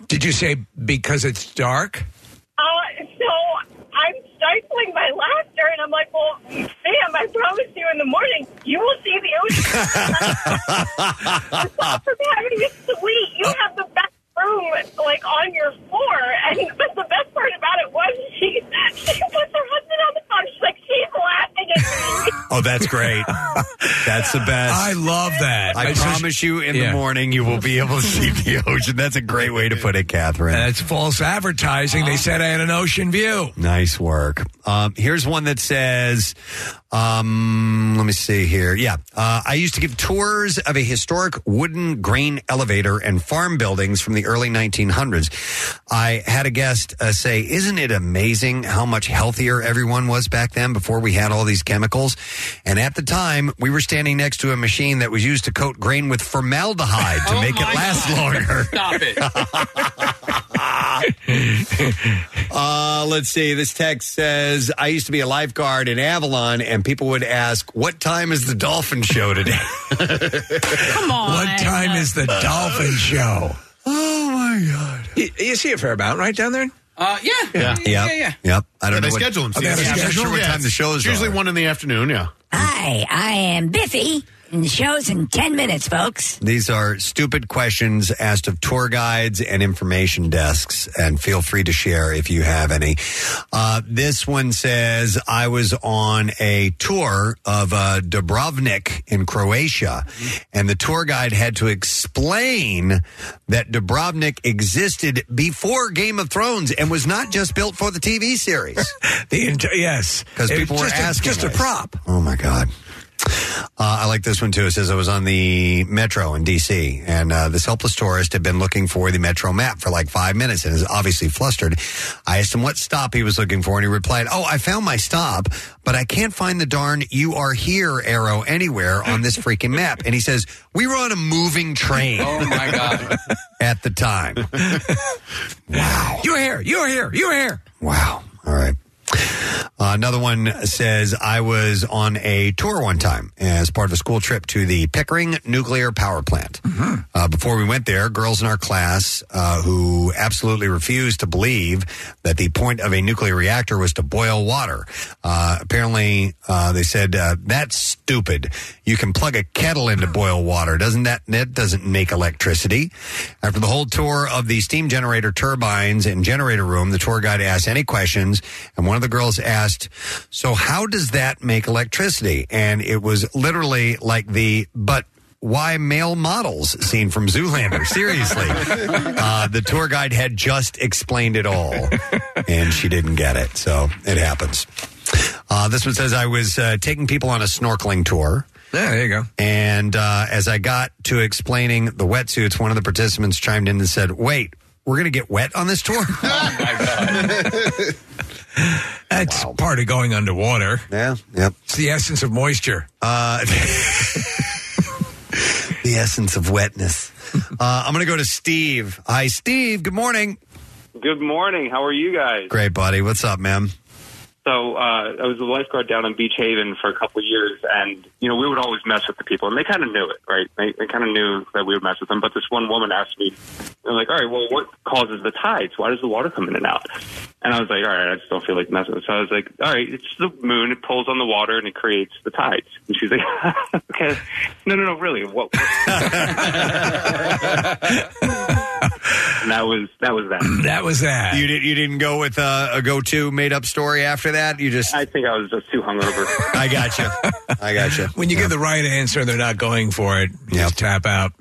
Speaker 10: Did you say because it's dark?
Speaker 19: Uh, so I'm stifling my laughter, and I'm like, well, ma'am, I promise you in the morning, you will see the ocean. Stop from having a suite. You have the best room, like, on your floor. And but the best part about it was she, she puts her husband on the phone. She's like, she's laughing at me.
Speaker 8: Oh, that's great. that's the best.
Speaker 10: I love that.
Speaker 8: I,
Speaker 10: just-
Speaker 8: promise you, in
Speaker 10: Yeah.
Speaker 8: the morning, you will be able to see the ocean. That's a great way to put it, Catherine.
Speaker 10: That's false advertising. They said I had an ocean view.
Speaker 8: Nice work. Um, here's one that says, um, let me see here. Yeah. Uh, I used to give tours of a historic wooden grain elevator and farm buildings from the early 1900s. I had a guest uh, say, Isn't it amazing how much healthier everyone was back then before we had all these chemicals? And at the time, we were standing next to a machine that was used to coat grain with formaldehyde
Speaker 10: Oh,
Speaker 8: to make it last longer.
Speaker 2: Stop it.
Speaker 8: uh, let's see. This text says I used to be a lifeguard in Avalon, and people would ask, What time is the dolphin show today?
Speaker 10: Come on. What time is the dolphin show?
Speaker 8: Oh my god!
Speaker 10: You, you see a fair amount right down there?
Speaker 2: Uh, yeah.
Speaker 10: Yeah.
Speaker 8: Yep. Yep. I don't
Speaker 11: Yeah,
Speaker 8: know.
Speaker 11: they
Speaker 8: what-
Speaker 11: schedule them.
Speaker 8: Oh, they have a
Speaker 11: Yeah, I'm not
Speaker 8: schedule?
Speaker 11: sure what
Speaker 8: Yeah,
Speaker 11: time the shows
Speaker 8: it's
Speaker 11: usually
Speaker 8: usually
Speaker 11: one in the afternoon. Yeah.
Speaker 21: Hi, I am Biffy, and the show's in 10 minutes, folks.
Speaker 8: These are stupid questions asked of tour guides and information desks, and feel free to share if you have any. Uh, this one says I was on a tour of uh, Dubrovnik in Croatia, and the tour guide had to explain that Dubrovnik existed before Game of Thrones and was not just built for the TV series.
Speaker 10: the yes,
Speaker 8: because
Speaker 10: It-
Speaker 8: people were
Speaker 10: just a-
Speaker 8: asking.
Speaker 10: just a
Speaker 8: us.
Speaker 10: prop.
Speaker 8: Oh my god. Uh, I like this one too. It says I was on the metro in D.C. and uh, this helpless tourist had been looking for the metro map for like five minutes and is obviously flustered. I asked him what stop he was looking for and he replied, "Oh, I found my stop, but I can't find the darn you are here arrow anywhere on this freaking map." And he says, "We were on a moving train."
Speaker 2: Oh my god!
Speaker 8: At the time,
Speaker 10: You're here. You're here. You're here.
Speaker 8: Uh, another one says, I was on a tour one time as part of a school trip to the Pickering Nuclear Power Plant. Uh, before we went there, girls in our class uh, who absolutely refused to believe that the point of a nuclear reactor was to boil water. Uh, apparently, uh, they said, uh, that's stupid. You can plug a kettle in to boil water. Doesn't that, that doesn't make electricity. After the whole tour of the steam generator turbines and generator room, the tour guide asked any questions, and one of the girls asked, "So how does that make electricity?" And it was literally like the but. Why male models scene from Zoolander? Seriously. uh, the tour guide had just explained it all, and she didn't get it. So it happens. Uh, this one says I was uh, taking people on a snorkeling tour.
Speaker 10: Yeah, there you go.
Speaker 8: And uh, as I got to explaining the wetsuits, one of the participants chimed in and said, "Wait, we're going to get wet on this tour."
Speaker 10: Oh, That's part of going underwater.
Speaker 8: Yeah. Yep.
Speaker 10: It's the essence of moisture.
Speaker 8: Uh, the essence of wetness. Uh, I'm going to go to Steve. Hi, Steve. Good morning.
Speaker 22: Good morning. How are you guys?
Speaker 8: Great, buddy. What's up, man?
Speaker 22: So uh, I was a lifeguard down in Beach Haven for a couple of years, and you know we would always mess with the people, and they kind of knew it, right? They, they kind of knew that we would mess with them. But this one woman asked me, "They're like, all right, well, what causes the tides? Why does the water come in and out?" And I was like, all right, I just don't feel like messing. with it." So I was like, all right, it's the moon. It pulls on the water and it creates the tides. And she's like, okay, no, no, no, really, what? and that was that was that.
Speaker 10: That was that.
Speaker 8: You did. You didn't go with uh, a go-to made-up story after that. You just.
Speaker 22: I think I was just too hungover.
Speaker 8: I got you. I got you.
Speaker 10: When you give the right answer, and they're not going for it. Just tap out.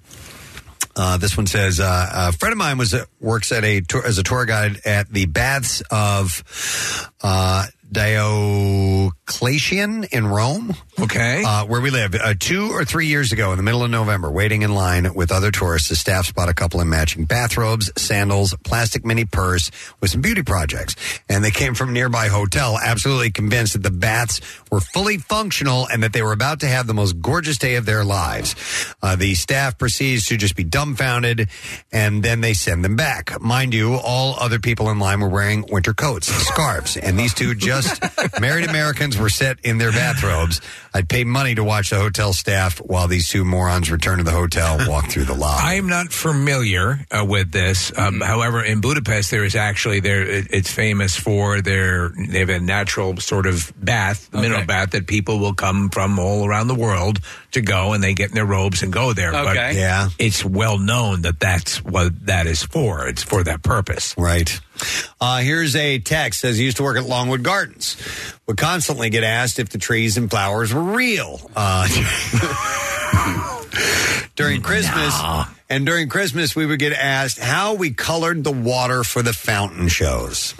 Speaker 8: Uh, this one says uh, a friend of mine was works at a tour, as a tour guide at the baths of uh, Diocletian in Rome.
Speaker 10: Okay,
Speaker 8: uh, where we live. Uh, two or three years ago, in the middle of November, waiting in line with other tourists, the staff spot a couple in matching bathrobes, sandals, plastic mini purse with some beauty projects, and they came from a nearby hotel, absolutely convinced that the baths were fully functional and that they were about to have the most gorgeous day of their lives. Uh, the staff proceeds to just be dumbfounded, and then they send them back. Mind you, all other people in line were wearing winter coats, scarves, and these two just married Americans were set in their bathrobes. I'd pay money to watch the hotel staff while these two morons return to the hotel, and walk through the lobby.
Speaker 10: I am not familiar uh, with this.
Speaker 2: Hmm.
Speaker 10: Um, However, in Budapest, there is actually there. It, it's famous for their they have a natural sort of bath, mineral bath that people will come from all around the world to go, and they get in their robes and go there.
Speaker 8: Okay. Yeah.
Speaker 10: it's well known that that's what that is for. It's for that purpose.
Speaker 8: Right. Uh, here's a text says he used to work at Longwood Gardens. Would constantly frequently get asked if the trees and flowers were real. Uh, during Christmas. And during Christmas, we would get asked how we colored the water for the fountain shows.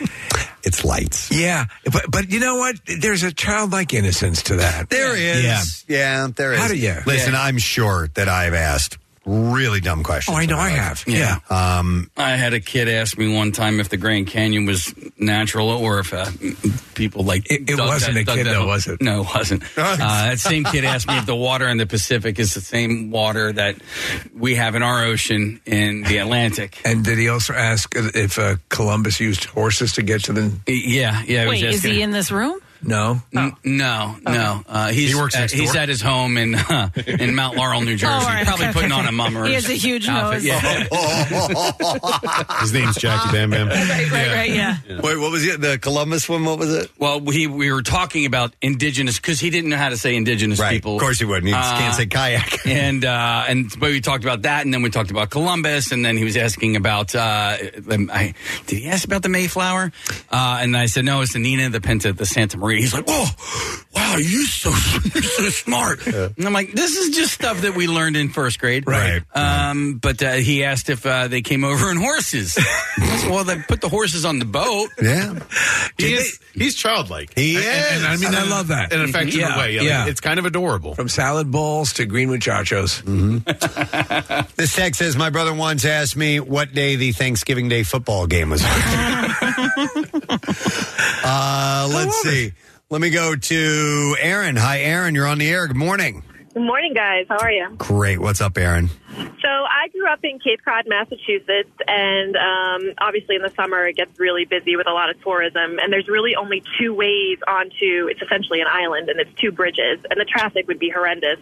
Speaker 8: it's lights.
Speaker 10: Yeah, but but you know what? There's a childlike innocence to that.
Speaker 8: There is.
Speaker 10: Yeah.
Speaker 8: Yeah, there is.
Speaker 10: How do you-
Speaker 8: Listen,
Speaker 10: Yeah.
Speaker 8: I'm sure that I've asked really dumb questions.
Speaker 10: Oh, I know
Speaker 8: in my
Speaker 10: I
Speaker 8: life.
Speaker 10: have.
Speaker 8: Um,
Speaker 2: I had a kid ask me one time if the Grand Canyon was natural or if uh, people like
Speaker 10: It- it
Speaker 2: dug
Speaker 10: wasn't a
Speaker 2: dug
Speaker 10: kid,
Speaker 2: that
Speaker 10: though,
Speaker 2: hole.
Speaker 10: was it?
Speaker 2: No, it wasn't. uh, that same kid asked me if the water in the Pacific is the same water that we have in our ocean in the Atlantic.
Speaker 10: And did he also ask if uh, Columbus used horses to get to the?
Speaker 2: Yeah, yeah. he was
Speaker 9: Wait, is
Speaker 2: asking-
Speaker 9: he in this room?
Speaker 10: No,
Speaker 2: N- no, no. Uh, he's
Speaker 10: He works
Speaker 2: at,
Speaker 10: next door?
Speaker 2: he's at his home in uh, in Mount Laurel, New Jersey,
Speaker 9: Oh, all right.
Speaker 2: probably
Speaker 9: Okay,
Speaker 2: putting
Speaker 9: okay,
Speaker 2: on a
Speaker 9: okay.
Speaker 2: mummer.
Speaker 9: He has a huge
Speaker 2: outfit.
Speaker 9: nose.
Speaker 2: Yeah.
Speaker 10: Oh,
Speaker 11: His name's Jackie Bam Bam.
Speaker 9: Right, right, right, yeah.
Speaker 8: Wait, what was it? The Columbus one? What was it?
Speaker 2: Well, we we were talking about indigenous because he didn't know how to say indigenous people. Uh,
Speaker 8: Of course he wouldn't. He just can't say kayak.
Speaker 2: and uh, and but we talked about that, and then we talked about Columbus, and then he was asking about. Uh, the, I, did he ask about the Mayflower? Uh, and I said no, it's the Nina, the Pinta, the Santa Maria. He's like, whoa, wow, you so you're so smart. And I'm like, this is just stuff that we learned in first grade,
Speaker 10: right?
Speaker 2: Um, but uh, he asked if uh, they came over in horses. I said, well, they put the horses on the boat.
Speaker 8: Yeah.
Speaker 11: He is, he's childlike.
Speaker 8: He
Speaker 11: And- and- and I mean,
Speaker 10: I
Speaker 11: in an-
Speaker 10: love that
Speaker 11: In an affectionate
Speaker 10: Yeah,
Speaker 11: way. Yeah, like,
Speaker 10: yeah.
Speaker 11: it's kind of adorable.
Speaker 10: From salad bowls to green muchachos.
Speaker 3: Mm-hmm.
Speaker 8: This text says my brother once asked me what day the Thanksgiving Day football game was. uh, let's see. Let me go to Aaron. Hi, Aaron. You're on the air. Good morning.
Speaker 3: Good morning, guys. How are you?
Speaker 8: Great. What's up, Aaron?
Speaker 3: So I grew up in Cape Cod, Massachusetts, and um, obviously in the summer it gets really busy with a lot of tourism. And there's really only two ways onto it's essentially an island, and it's two bridges, and the traffic would be horrendous.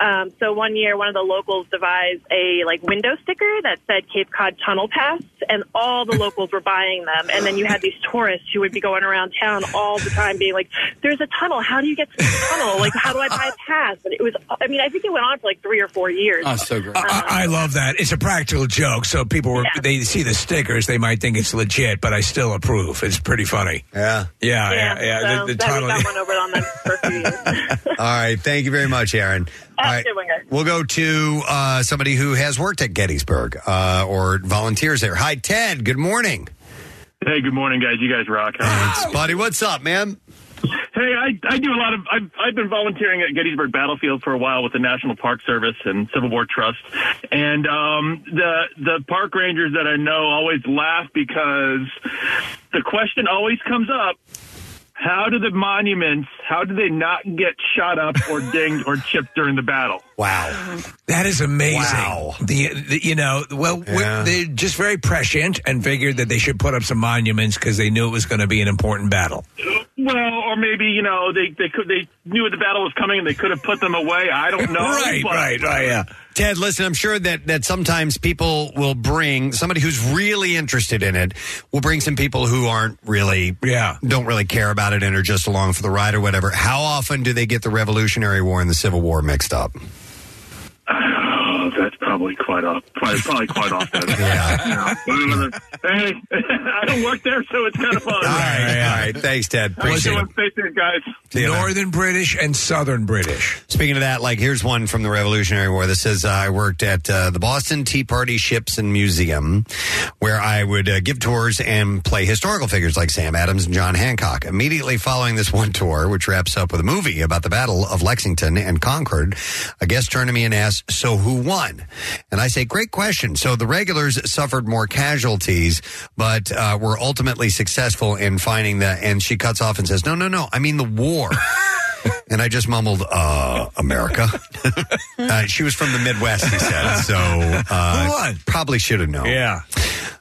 Speaker 3: Um, so one year, one of the locals devised a like window sticker that said Cape Cod Tunnel Pass, and all the locals were buying them. And then you had these tourists who would be going around town all the time, being like, "There's a tunnel. How do you get to the tunnel? Like, how do I buy a pass?" And it was, I mean, I think it went on for like three or four years.
Speaker 10: I, I- I love that. It's a practical joke, so people were they see the stickers, they might think it's legit, but I still approve. It's pretty funny.
Speaker 8: Yeah,
Speaker 10: yeah, yeah.
Speaker 3: Yeah,
Speaker 10: The, the
Speaker 3: so that
Speaker 10: tunnel-
Speaker 3: was that one over on them for a few years.
Speaker 8: All right. Thank you very much, Aaron. All right. We'll go to uh, somebody who has worked at Gettysburg uh, or volunteers there. Hi, Ted. Good morning.
Speaker 6: Hey, good morning, guys. You guys rock.
Speaker 8: Thanks, buddy. What's up, man?
Speaker 6: Hey, I, I do a lot of. I've, I've been volunteering at Gettysburg Battlefield for a while with the National Park Service and Civil War Trust, and um, the the park rangers that I know always laugh because the question always comes up: How do the monuments? How do they not get shot up or dinged or chipped during the battle?
Speaker 8: Wow.
Speaker 10: That is amazing. The, the- you know, well, we- they're just very prescient and figured that they should put up some monuments because they knew it was going to be an important battle.
Speaker 6: Well, or maybe you know they they could they knew the battle was coming and they could have put them away. I don't know. but-
Speaker 8: Ted, listen, I'm sure that, that sometimes people will bring somebody who's really interested in it will bring some people who aren't really,
Speaker 10: yeah,
Speaker 8: don't really care about it and are just along for the ride or whatever. How often do they get the Revolutionary War and the Civil War mixed up?
Speaker 6: Oh, that's probably quite off. Probably, probably quite often. Hey, I don't work there, so it's kind of fun. All
Speaker 8: right, all right. Thanks, Ted. Appreciate it.
Speaker 6: Stay safe, guys.
Speaker 10: Northern British and Southern British.
Speaker 8: Speaking of that, like here's one from the Revolutionary War. This says I worked at uh, the Boston Tea Party Ships and Museum, where I would uh, give tours and play historical figures like Sam Adams and John Hancock. Immediately following this one tour, which wraps up with a movie about the Battle of Lexington and Concord, a guest turned to me and asked, "So who won?" And I say, "Great question." So the regulars suffered more casualties, but uh, were ultimately successful in finding the. And she cuts off and says, "No, no, no. I mean the war." And I just mumbled, uh, America. uh, she was from the Midwest, he said. So uh,
Speaker 10: Who won?
Speaker 8: probably should have known.
Speaker 10: Yeah.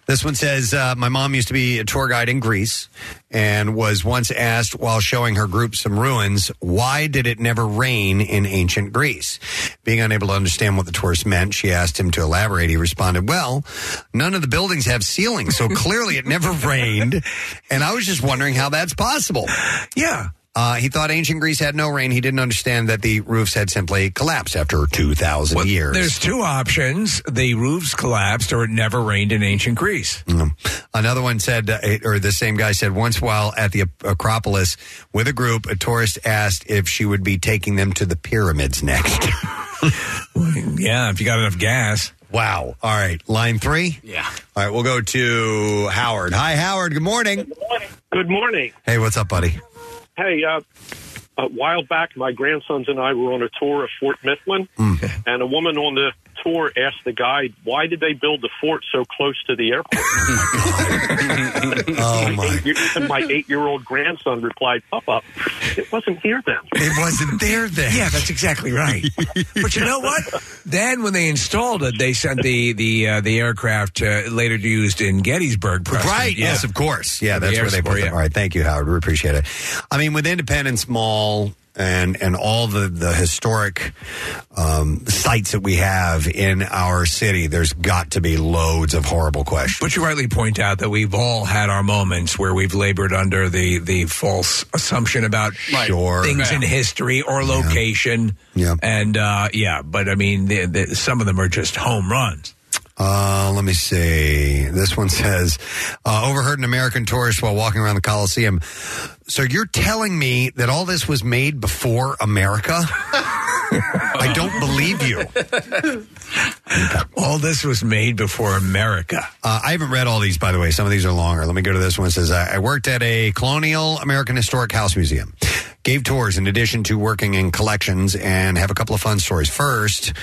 Speaker 8: This one says uh, My mom used to be a tour guide in Greece and was once asked while showing her group some ruins, why did it never rain in ancient Greece? Being unable to understand what the tourist meant, she asked him to elaborate. He responded, Well, none of the buildings have ceilings, so clearly it never rained. And I was just wondering how that's possible.
Speaker 10: Yeah.
Speaker 8: Uh, he thought ancient Greece had no rain. He didn't understand that the roofs had simply collapsed after 2,000 years.
Speaker 10: There's two options: the roofs collapsed, or it never rained in ancient Greece.
Speaker 8: Mm. Another one said, uh, it- or the same guy said, once while at the Acropolis with a group, a tourist asked if she would be taking them to the pyramids next.
Speaker 10: yeah, if you got enough gas.
Speaker 8: Wow. All right. Line three?
Speaker 2: Yeah.
Speaker 8: All right. We'll go to Howard. Hi, Howard. Good morning.
Speaker 4: Good morning.
Speaker 8: Hey, what's up, buddy?
Speaker 4: Hey, uh, a while back, my grandsons and I were on a tour of Fort Mifflin,
Speaker 10: Mm.
Speaker 4: and a woman on the tour asked the guide, "Why did they build the fort so close to the airport?"
Speaker 8: oh
Speaker 4: my! And my eight-year-old grandson replied, "Papa, it wasn't here then."
Speaker 8: It wasn't there then.
Speaker 10: Yeah, that's exactly right. but you know what? Then when they installed it, they sent the the uh, the aircraft uh, later used in Gettysburg. Preston.
Speaker 8: Right.
Speaker 10: Yeah.
Speaker 8: Yes, of course. Yeah,
Speaker 10: The
Speaker 8: that's
Speaker 10: air
Speaker 8: where they
Speaker 10: support,
Speaker 8: put them.
Speaker 10: yeah.
Speaker 8: All right. Thank you, Howard. We appreciate it. I mean, with Independence Mall and and all the the historic um, sites that we have in our city, there's got to be loads of horrible questions.
Speaker 10: But you rightly point out that we've all had our moments where we've labored under the the false assumption about
Speaker 8: Sure.
Speaker 10: things
Speaker 8: Yeah.
Speaker 10: in history or location.
Speaker 8: Yeah.
Speaker 10: And uh, yeah, but I mean, the, the, some of them are just home runs.
Speaker 8: Uh, let me see. This one says, uh, overheard an American tourist while walking around the Coliseum. So you're telling me that all this was made before America? I don't believe you.
Speaker 10: All this was made before America.
Speaker 8: Uh, I haven't read all these, by the way. Some of these are longer. Let me go to this one. It says, I I worked at a colonial American historic house museum. Gave tours in addition to working in collections and have a couple of fun stories. First,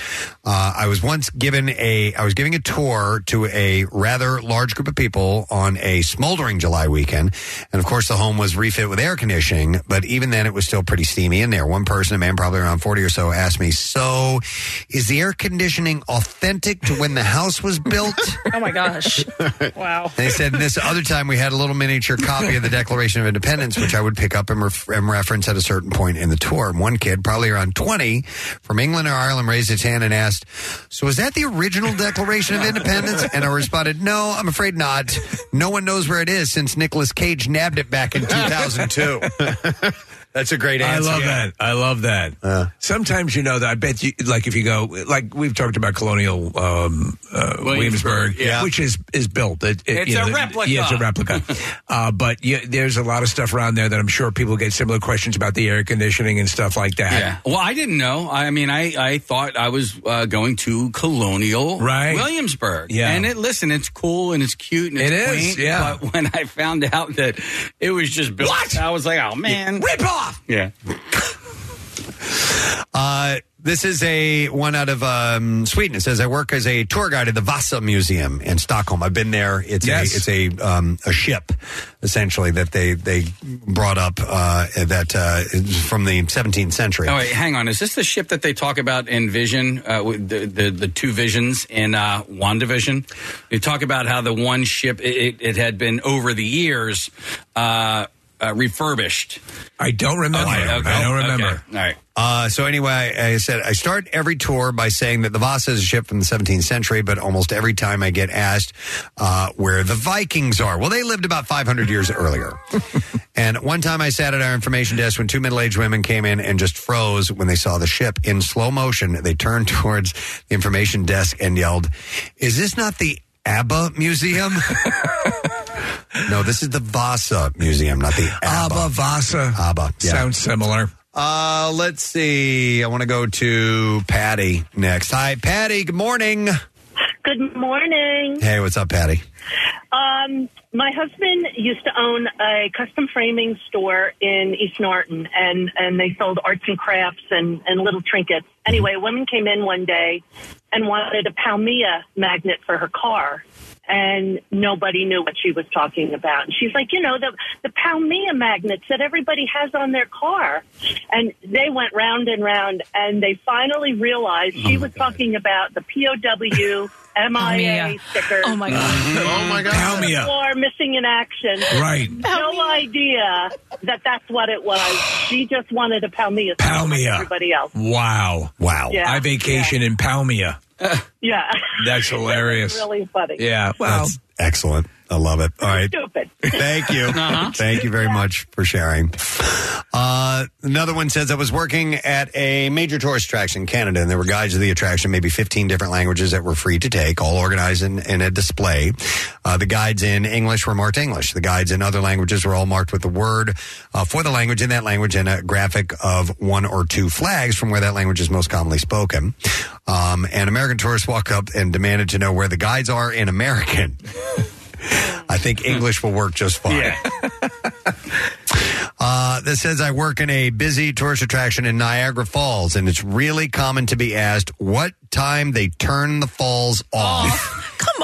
Speaker 8: uh, I was once given a, I was giving a tour to a rather large group of people on a smoldering July weekend. And of course, the home was refit with air conditioning, but even then it was still pretty steamy in there. One person, a man probably around 40 or so, asked me, So is the air conditioning authentic to when the house was built?
Speaker 9: Oh my gosh! Wow.
Speaker 8: They said this other time we had a little miniature copy of the Declaration of Independence, which I would pick up and, ref- and reference at a certain point in the tour. And one kid, probably around 20, from England or Ireland, raised his hand and asked, So is that the original Declaration of Independence? And I responded, No, I'm afraid not. No one knows where it is since Nicolas Cage nabbed it back in 2002. That's a great answer.
Speaker 10: I love that. I love that. Sometimes you know that. I bet you, like, if you go, like, we've talked about Colonial um, uh, Williamsburg,
Speaker 5: Williamsburg, yeah.
Speaker 10: which is is built. It- it-
Speaker 5: It's
Speaker 10: you
Speaker 5: a
Speaker 10: the-
Speaker 5: replica.
Speaker 10: Yeah, it's a replica. uh, but you, there's a lot of stuff around there that I'm sure people get similar questions about the air conditioning and stuff like that.
Speaker 2: Yeah. Well, I didn't know. I mean, I, I thought I was uh, going to Colonial
Speaker 10: Right.
Speaker 2: Williamsburg.
Speaker 10: Yeah.
Speaker 2: And it, listen, it's cool and it's cute and it's
Speaker 10: It is,
Speaker 2: quaint.
Speaker 10: yeah.
Speaker 2: But when I found out that it was just built, I was like, oh man,
Speaker 10: rip off.
Speaker 2: Yeah.
Speaker 8: Uh, this is a one out of um, Sweden. It says I work as a tour guide at the Vasa Museum in Stockholm. I've been there. It's
Speaker 10: Yes.
Speaker 8: a it's a um, a ship essentially that they they brought up uh, that uh, is from the 17th century.
Speaker 2: Oh, wait, hang on. Is this the ship that they talk about in Vision, uh, with the, the the two visions in uh, WandaVision? They talk about how the one ship it, it, it had been over the years uh, uh, refurbished.
Speaker 10: I don't remember. I don't remember.
Speaker 2: All right.
Speaker 8: Uh, so anyway, I said I start every tour by saying that the Vasa is a ship from the 17th century, but almost every time I get asked uh, where the Vikings are, well, they lived about 500 years earlier. and one time I sat at our information desk when two middle-aged women came in and just froze when they saw the ship in slow motion. They turned towards the information desk and yelled, "Is this not the ABBA Museum?" no, this is the Vasa Museum, not the ABBA.
Speaker 10: Abba Vasa.
Speaker 8: ABBA yeah.
Speaker 10: Sounds similar.
Speaker 8: Uh, let's see. I want to go to Patty next. Hi, Patty. Good morning.
Speaker 7: Good morning.
Speaker 8: Hey, what's up, Patty?
Speaker 7: Um, my husband used to own a custom framing store in East Norton, and, and they sold arts and crafts and, and little trinkets. Anyway, a woman came in one day and wanted a Palmia magnet for her car, and nobody knew what she was talking about. And she's like, you know, the, the Palmia magnets that everybody has on their car. And they went round and round, and they finally realized she was talking about the POW. MIA
Speaker 5: Palmia.
Speaker 7: stickers.
Speaker 5: Oh, my God. Oh, my God. Palmia.
Speaker 7: War missing in action.
Speaker 5: Right.
Speaker 7: No idea that that's what it was. She just wanted a Palmia. sticker like
Speaker 10: Palmia.
Speaker 7: Everybody else.
Speaker 10: Wow. Wow.
Speaker 7: Yeah.
Speaker 10: I vacation in Palmia.
Speaker 7: Yeah.
Speaker 10: That's hilarious.
Speaker 7: really funny.
Speaker 10: Yeah. Well,
Speaker 8: That's excellent. I love it. All right.
Speaker 5: Stupid.
Speaker 8: Thank you.
Speaker 5: Uh-huh.
Speaker 8: Thank you very much for sharing. Uh, another one says I was working at a major tourist attraction in Canada, and there were guides to the attraction, maybe 15 different languages that were free to take, all organized in, in a display. Uh, the guides in English were marked English. The guides in other languages were all marked with the word uh, for the language in that language and a graphic of one or two flags from where that language is most commonly spoken. Um, and American tourists walked up and demanded to know where the guides are in American. I think
Speaker 10: Hmm.
Speaker 8: English will work just fine. Uh, this says I work in a busy tourist attraction in Niagara Falls, and it's really common to be asked what time they turn the falls
Speaker 10: Oh.
Speaker 8: off.
Speaker 9: Come on.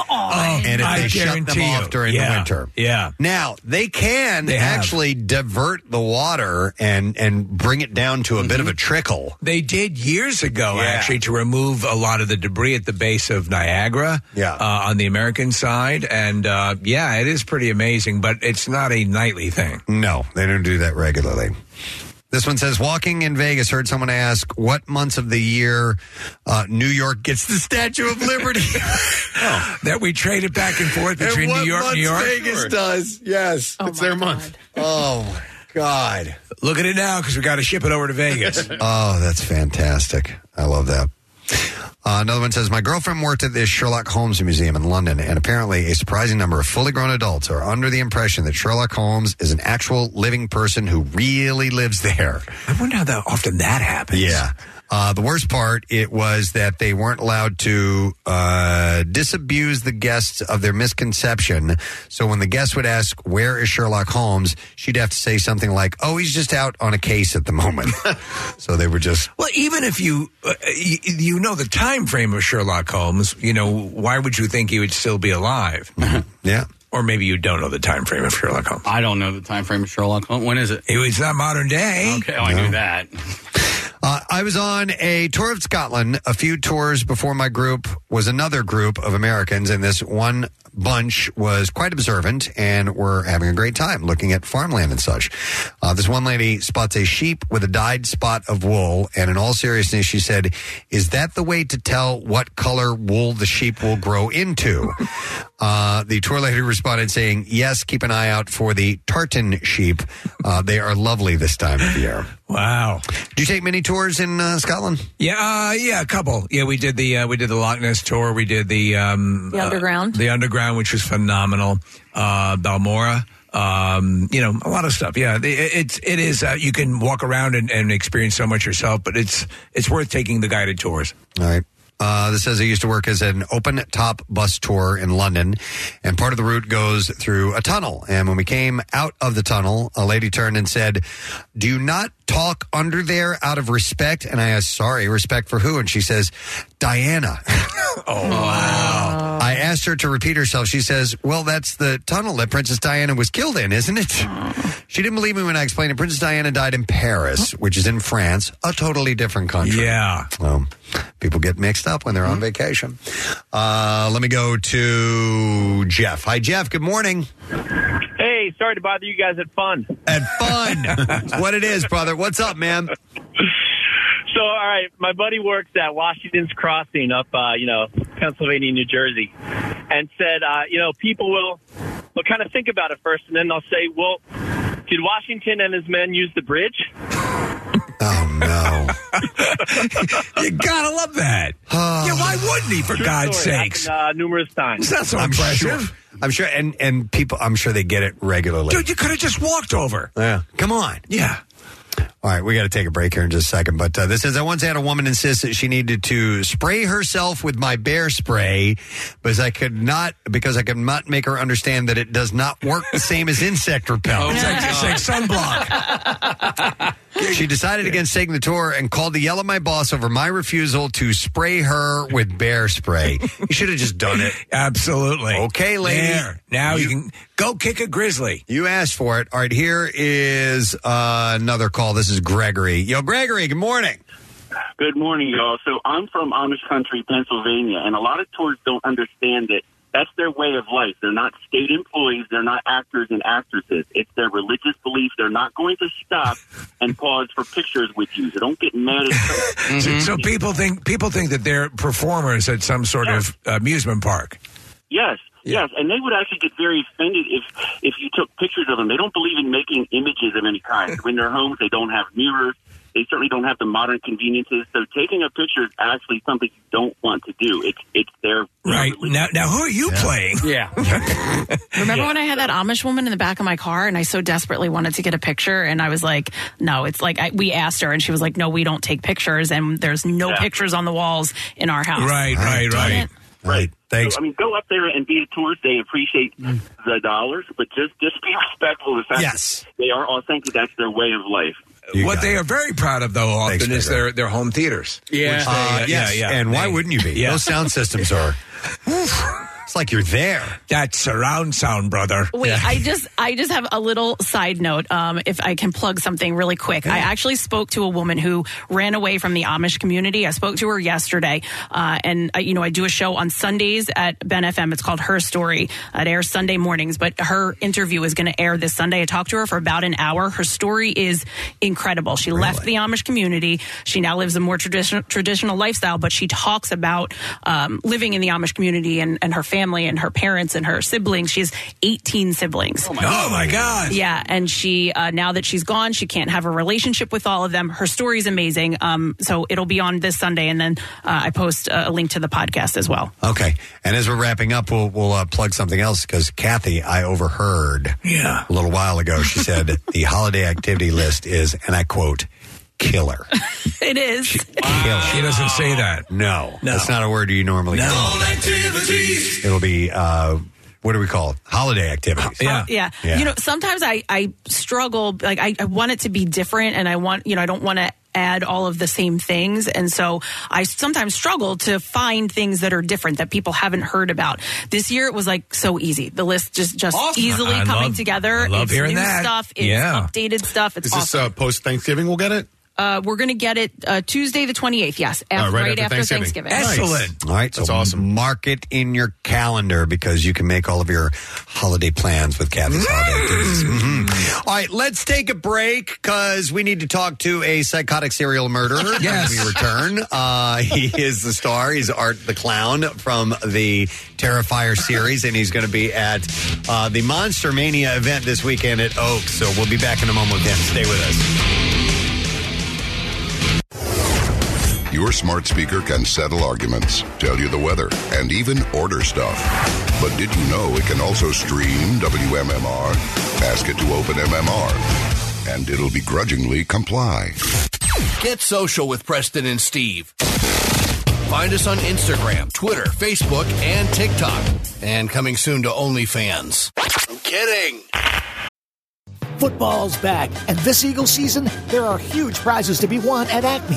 Speaker 8: and if
Speaker 10: I
Speaker 8: they shut them
Speaker 10: guarantee you.
Speaker 8: off during
Speaker 10: Yeah.
Speaker 8: the winter.
Speaker 10: Yeah.
Speaker 8: Now they can
Speaker 10: They have.
Speaker 8: actually divert the water and and bring it down to a bit of a trickle.
Speaker 10: Mm-hmm. They did years ago,
Speaker 8: Yeah.
Speaker 10: actually, to remove a lot of the debris at the base of Niagara yeah. uh, on the American side. And uh, yeah, it is pretty amazing, but it's not a nightly thing.
Speaker 8: No, they don't do that regularly. This one says, walking in Vegas, heard someone ask what months of the year uh, New York gets the Statue of Liberty.
Speaker 10: That we trade it back and forth
Speaker 8: And
Speaker 10: between
Speaker 8: what
Speaker 10: New York,
Speaker 8: months
Speaker 10: New York.
Speaker 8: Vegas
Speaker 10: Sure.
Speaker 8: does. Yes, it's their month. Oh God!
Speaker 10: Look at it now because we got to ship it over to Vegas.
Speaker 8: oh, that's fantastic. I love that. Uh, another one says, My girlfriend worked at the Sherlock Holmes Museum in London, and apparently a surprising number of fully grown adults are under the impression that Sherlock Holmes is an actual living person who really lives there.
Speaker 10: I wonder how that, often that happens.
Speaker 8: Yeah. Uh, the worst part it was that they weren't allowed to uh, disabuse the guests of their misconception. So when the guest would ask, "Where is Sherlock Holmes?" she'd have to say something like, "Oh, he's just out on a case at the moment." so they were just
Speaker 10: Well, even if you, uh, you you know the time frame of Sherlock Holmes, you know why would you think he would still be alive?
Speaker 8: yeah,
Speaker 10: or maybe you don't know the time frame of Sherlock Holmes.
Speaker 2: I don't know the time frame of Sherlock Holmes. When is it?
Speaker 10: It was not modern day.
Speaker 2: Okay, oh, I knew that.
Speaker 8: Uh, I was on a tour of Scotland a few tours before my group was another group of Americans, and this one bunch was quite observant and were having a great time looking at farmland and such. Uh, this one lady spots a sheep with a dyed spot of wool, and in all seriousness, she said, Is that the way to tell what color wool the sheep will grow into? Uh, the tour lady responded saying, Yes, keep an eye out for the tartan sheep. Uh, they are lovely this time of year.
Speaker 10: Wow.
Speaker 8: Do you take many tours in uh, Scotland?
Speaker 10: Yeah, uh, yeah, a couple. Yeah, we did the uh, we did the Loch Ness tour. We did the um,
Speaker 14: The
Speaker 10: uh,
Speaker 14: underground?
Speaker 10: the underground, which was phenomenal. Uh, Balmora. Um, you know, a lot of stuff. Yeah, it, it's it is. Uh, you can walk around and, and experience so much yourself, but it's it's worth taking the guided tours.
Speaker 8: All right. Uh, this says I used to work as an open top bus tour in London, and part of the route goes through a tunnel. And when we came out of the tunnel, a lady turned and said, Do not talk under there out of respect. And I asked, Sorry, respect for who? And she says, Diana.
Speaker 10: oh, wow.
Speaker 8: I asked her to repeat herself. She says, Well, that's the tunnel that Princess Diana was killed in, isn't it? She didn't believe me when I explained it. Princess Diana died in Paris, which is in France, a totally different country.
Speaker 10: Yeah.
Speaker 8: Well, people get mixed up when they're on
Speaker 10: Mm-hmm.
Speaker 8: vacation. Uh, let me go to Jeff. Hi, Jeff. Good morning.
Speaker 12: Hey, sorry to bother you guys at fun.
Speaker 8: At fun. It's what it is, brother. What's up, man?
Speaker 12: So, all right, my buddy works at Washington's Crossing up, uh, you know, Pennsylvania, New Jersey, and said, uh, you know, people will, will kind of think about it first, and then they'll say, well, did Washington and his men use the bridge?
Speaker 10: you gotta love that. yeah, why wouldn't he? For
Speaker 12: True
Speaker 10: God's
Speaker 12: story.
Speaker 10: sakes.
Speaker 12: Happened, uh, numerous times.
Speaker 8: I'm Sure, I'm sure, and, and people, I'm sure they get it regularly.
Speaker 10: Dude, you could have just walked over.
Speaker 8: Yeah. Come on.
Speaker 10: Yeah.
Speaker 8: All right, we got to take a break here in just a second. But uh, this is I once had a woman insist that she needed to spray herself with my bear spray, because I could not because I could not make her understand that it does not work the same as insect
Speaker 11: Oh
Speaker 8: repellent.
Speaker 10: It's like, it's like sunblock.
Speaker 8: She decided against taking the tour and called to yell at my boss over my refusal to spray her with bear spray. You should have just done it.
Speaker 10: Absolutely.
Speaker 8: Okay, lady.
Speaker 10: There. Now you can go kick a grizzly.
Speaker 8: You asked for it. All right, here is uh, another call. This is Gregory. Yo, Gregory, good morning.
Speaker 13: Good morning, y'all. So I'm from Amish country, Pennsylvania, and a lot of tourists don't understand that that's their way of life. They're not state employees. They're not actors and actresses. It's their religious belief. They're not going to stop and pause for pictures with you. So don't get mad at
Speaker 12: Mm-hmm.
Speaker 13: them.
Speaker 10: So, so people think people think that they're performers at some sort of amusement park.
Speaker 13: Yes. Yes, and they would actually get very offended if if you took pictures of them. They don't believe in making images of any kind. when they're homes, they don't have mirrors. They certainly don't have the modern conveniences. So taking a picture is actually something you don't want to do. It's it's their
Speaker 10: Right now, now who are you playing?
Speaker 2: Yeah.
Speaker 9: Remember when I had that Amish woman in the back of my car and I so desperately wanted to get a picture and I was like, no, it's like I, we asked her and she was like, no, we don't take pictures and there's no pictures on the walls in our house.
Speaker 10: Right, right,
Speaker 9: Damn
Speaker 10: right.
Speaker 9: it.
Speaker 8: Right. Thanks.
Speaker 13: So, I mean, go up there and be a tourist. They appreciate
Speaker 9: Mm.
Speaker 13: the dollars, but just just be respectful of the fact
Speaker 10: Yes.
Speaker 13: that they are authentic. That's their way of life.
Speaker 10: what they are very proud of, though, often is their, their home theaters. Which they-
Speaker 8: Uh,
Speaker 10: uh,
Speaker 8: yes.
Speaker 10: yeah, yeah.
Speaker 8: And why
Speaker 10: They-
Speaker 8: wouldn't you be?
Speaker 10: Yeah.
Speaker 8: Those sound systems are. it's like you're there.
Speaker 10: That surround sound, brother.
Speaker 9: Wait, I just I just have a little side note. Um, if I can plug something really quick, I actually spoke to a woman who ran away from the Amish community. I spoke to her yesterday, uh, and uh, you know I do a show on Sundays at Ben FM. It's called Her Story. It airs Sunday mornings, but her interview is going to air this Sunday. I talked to her for about an hour. Her story is incredible. She left the Amish community. She now lives a more traditional traditional lifestyle, but she talks about um, living in the Amish community and, and her family and her parents and her siblings. She has 18 siblings. Oh
Speaker 10: my, oh my God.
Speaker 9: Yeah, and she uh, now that she's gone, she can't have a relationship with all of them. Her story's amazing. Um, so it'll be on this Sunday, and then uh, I post uh, a link to the podcast as well.
Speaker 8: Okay. And as we're wrapping up, we'll, we'll uh, plug something else because Kathy, I overheard
Speaker 10: yeah.
Speaker 8: a little while ago. She said the holiday activity list is, and I quote, killer.
Speaker 9: it is.
Speaker 8: Killer.
Speaker 10: She doesn't say that.
Speaker 8: No. That's not a word you normally
Speaker 10: No.
Speaker 8: use. It'll be, uh, what do we call it? Holiday activities.
Speaker 9: Uh, yeah. You know, sometimes I, I struggle, like, I, I want it to be different and I want, you know, I don't want to add all of the same things. And so I sometimes struggle to find things that are different that people haven't heard about. This year it was like so easy. The list just, just
Speaker 11: Awesome.
Speaker 9: easily
Speaker 11: I
Speaker 9: coming
Speaker 11: love-
Speaker 9: together.
Speaker 11: I love
Speaker 9: it's
Speaker 11: hearing
Speaker 9: new
Speaker 11: that.
Speaker 9: stuff. It's
Speaker 11: Yeah.
Speaker 9: updated stuff. It's
Speaker 11: Is this
Speaker 9: awesome.
Speaker 11: uh, post Thanksgiving? We'll get it.
Speaker 9: uh, we're going to get it uh, Tuesday the 28th. Yes. af-
Speaker 8: Uh,
Speaker 9: right, after, Thanksgiving.
Speaker 8: Nice. All right, so that's awesome. Mark it in your calendar because you can make all of your holiday plans with Kathy's holiday activities. Mhm. All right, let's take a break because we need to talk to a psychotic serial murderer.
Speaker 10: Yes.
Speaker 8: when we return. Uh, he is the star. He's Art the Clown from the Terrifier series, and he's going to be at uh, the Monster Mania event this weekend at Oaks. So we'll be back in a moment with him. Stay with us.
Speaker 15: Your smart speaker can settle arguments, tell you the weather, and even order stuff. But did you know it can also stream WMMR? Ask it to open MMR, and it'll begrudgingly comply.
Speaker 16: Get social with Preston and Steve. Find us on Instagram, Twitter, Facebook, and TikTok. And coming soon to OnlyFans. I'm kidding.
Speaker 17: Football's back, and this Eagles season, there are huge prizes to be won at Acme.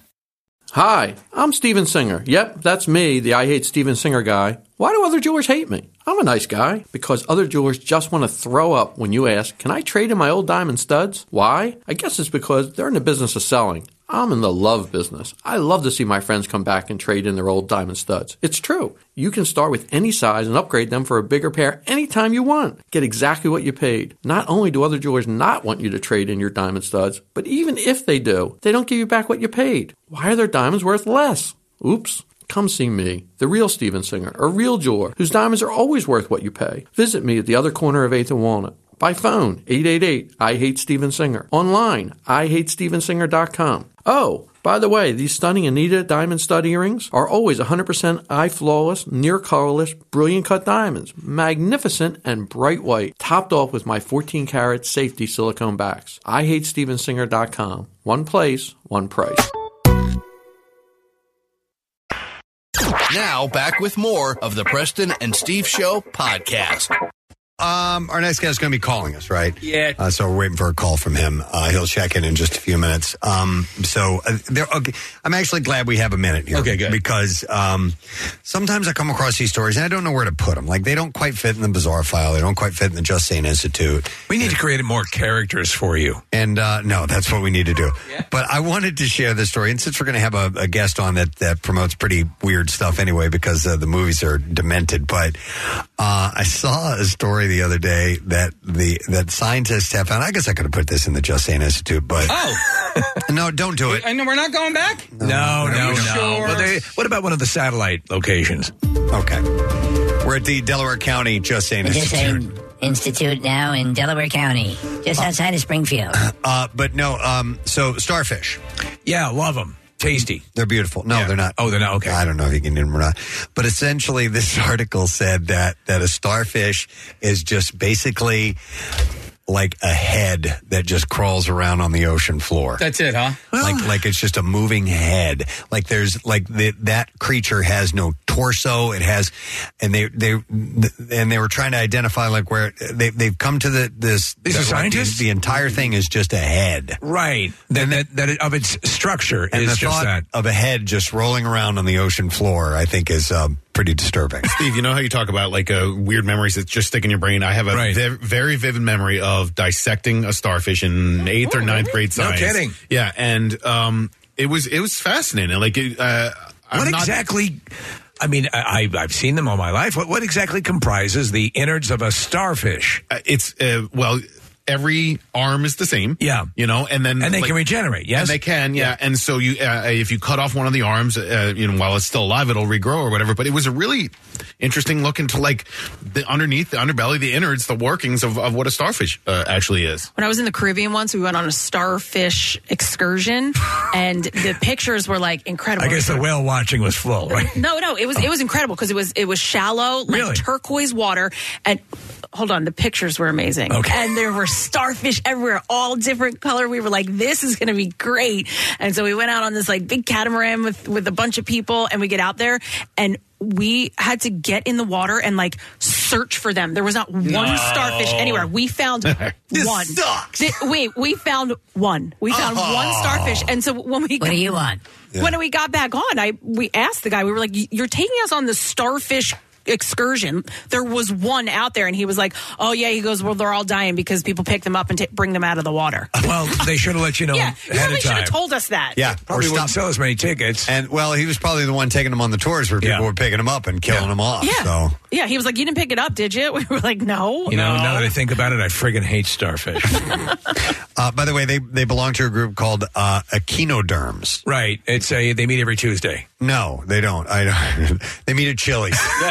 Speaker 18: Hi, I'm Steven Singer. Yep, that's me, the I Hate Steven Singer guy. Why do other jewelers hate me? I'm a nice guy. Because other jewelers just want to throw up when you ask, Can I trade in my old diamond studs? Why? I guess it's because they're in the business of selling. I'm in the love business. I love to see my friends come back and trade in their old diamond studs. It's true. You can start with any size and upgrade them for a bigger pair anytime you want. Get exactly what you paid. Not only do other jewelers not want you to trade in your diamond studs, but even if they do, they don't give you back what you paid. Why are their diamonds worth less? Oops. Come see me, the real Steven Singer, a real jeweler whose diamonds are always worth what you pay. Visit me at the other corner of 8th and Walnut. By phone, 888 I Hate Steven Singer. Online, I Hate IHateStevenSinger.com. Oh, by the way, these stunning Anita diamond stud earrings are always 100% eye flawless, near colorless, brilliant cut diamonds, magnificent and bright white, topped off with my 14 carat safety silicone backs. I Hate IHateStevenSinger.com. One place, one price.
Speaker 16: Now, back with more of the Preston and Steve Show podcast.
Speaker 8: um, our next guy's going to be calling us, right?
Speaker 2: Yeah.
Speaker 8: Uh, so we're waiting for a call from him. Uh, he'll check in in just a few minutes. Um, so uh, there, okay, I'm actually glad we have a minute here. Okay, good. Because um, sometimes I come across these stories and I don't know where to put them. Like they don't quite fit in the bizarre file. They don't quite fit in the Just Sane Institute.
Speaker 10: We need to create more characters for you.
Speaker 8: And uh, no, that's what we need to do. But I wanted to share this story, and since we're going to have a, a guest on that that promotes pretty weird stuff anyway, because uh, the movies are demented. But uh, I saw a story the other day that the that scientists have found. I guess I could have put this in the Just Saying Institute, but
Speaker 2: Oh.
Speaker 8: no, don't do it.
Speaker 2: And we're not going back?
Speaker 10: No,
Speaker 8: Are
Speaker 10: no, no.
Speaker 8: you sure?
Speaker 10: But they, what about one of the satellite locations?
Speaker 8: Okay, we're at the Delaware County Just Saying
Speaker 21: Just
Speaker 8: Institute.
Speaker 21: saying, Institute now in Delaware County, just
Speaker 8: Oh.
Speaker 21: outside of Springfield.
Speaker 8: Uh, but no, um, so starfish.
Speaker 10: Yeah, love them. Tasty.
Speaker 8: They're beautiful. No, they're not.
Speaker 10: Oh, they're not. Okay.
Speaker 8: I don't know if you can eat them or not. But essentially, this article said that that a starfish is just basically like a head that just crawls around on the ocean floor.
Speaker 2: That's it, huh?
Speaker 8: like like it's just a moving head. Like there's like the, that creature has no torso. It has, and they they and they were trying to identify like where they they've come to the this.
Speaker 10: These are
Speaker 8: like, the-
Speaker 10: scientists?
Speaker 8: The, entire thing is just a head.
Speaker 10: Right. Then that, that it, of its structure
Speaker 8: And
Speaker 10: is
Speaker 8: the
Speaker 10: just
Speaker 8: thought
Speaker 10: that.
Speaker 8: of a head just rolling around on the ocean floor, I think, is um, pretty disturbing.
Speaker 11: Steve, you know how you talk about like uh, weird memories that just stick in your brain. I have a
Speaker 8: Right.
Speaker 11: ve- very vivid memory of dissecting a starfish in eighth or ninth grade
Speaker 10: Oh, No
Speaker 11: science.
Speaker 10: kidding.
Speaker 11: Yeah, and um, it was it was fascinating. Like, it, uh, I'm
Speaker 10: what
Speaker 11: not-
Speaker 10: exactly? I mean, I, I, I've seen them all my life. What, what exactly comprises the innards of a starfish?
Speaker 11: it's uh, well, every arm is the same.
Speaker 10: Yeah,
Speaker 11: you know, and then
Speaker 10: And they can regenerate, yes?
Speaker 11: and they can. Yeah, and so you uh, if you cut off one of the arms, uh, you know, while it's still alive, it'll regrow or whatever. But it was a really interesting look into like the underneath, the underbelly, the innards, the workings of, of what a starfish uh, actually is.
Speaker 9: When I was in the Caribbean once, we went on a starfish excursion, and the pictures were like incredible.
Speaker 10: I guess the whale watching was full, right?
Speaker 9: No, no, it was it was incredible because it was it was shallow, like turquoise water, and hold on, the pictures were amazing.
Speaker 10: Okay.
Speaker 9: And there were starfish everywhere, all different color. We were like, this is going to be great. And so we went out on this like big catamaran with with a bunch of people, and we get out there and. We had to get in the water and like search for them. There was not one
Speaker 5: No.
Speaker 9: starfish anywhere. We found
Speaker 5: This
Speaker 9: one.
Speaker 5: sucks.
Speaker 9: Th- wait, we found one. We found
Speaker 5: Oh.
Speaker 9: one starfish. And so when we
Speaker 21: What do you want?
Speaker 9: when we got back on, I we asked the guy. We were like, "You're taking us on the starfish." excursion there was one out there and he was like oh yeah he goes well they're all dying because people pick them up and ta bring them out of the water
Speaker 10: well, they should have let you know
Speaker 9: yeah you
Speaker 10: ahead
Speaker 9: really
Speaker 10: of
Speaker 9: should
Speaker 10: time.
Speaker 9: have told us that
Speaker 8: Yeah,
Speaker 10: Probably wouldn't sell as many tickets.
Speaker 8: And well, he was probably the one taking them on the tours where people were picking them up and killing them off.
Speaker 9: Yeah.
Speaker 8: So
Speaker 9: yeah he was like you didn't pick it up did you we were like no
Speaker 10: You know, now that I think about it, I friggin' hate starfish.
Speaker 8: Uh, by the way, they they belong to a group called uh, echinoderms.
Speaker 10: right? It's a they meet every Tuesday.
Speaker 8: No, they don't. I don't. they meet at Chili's.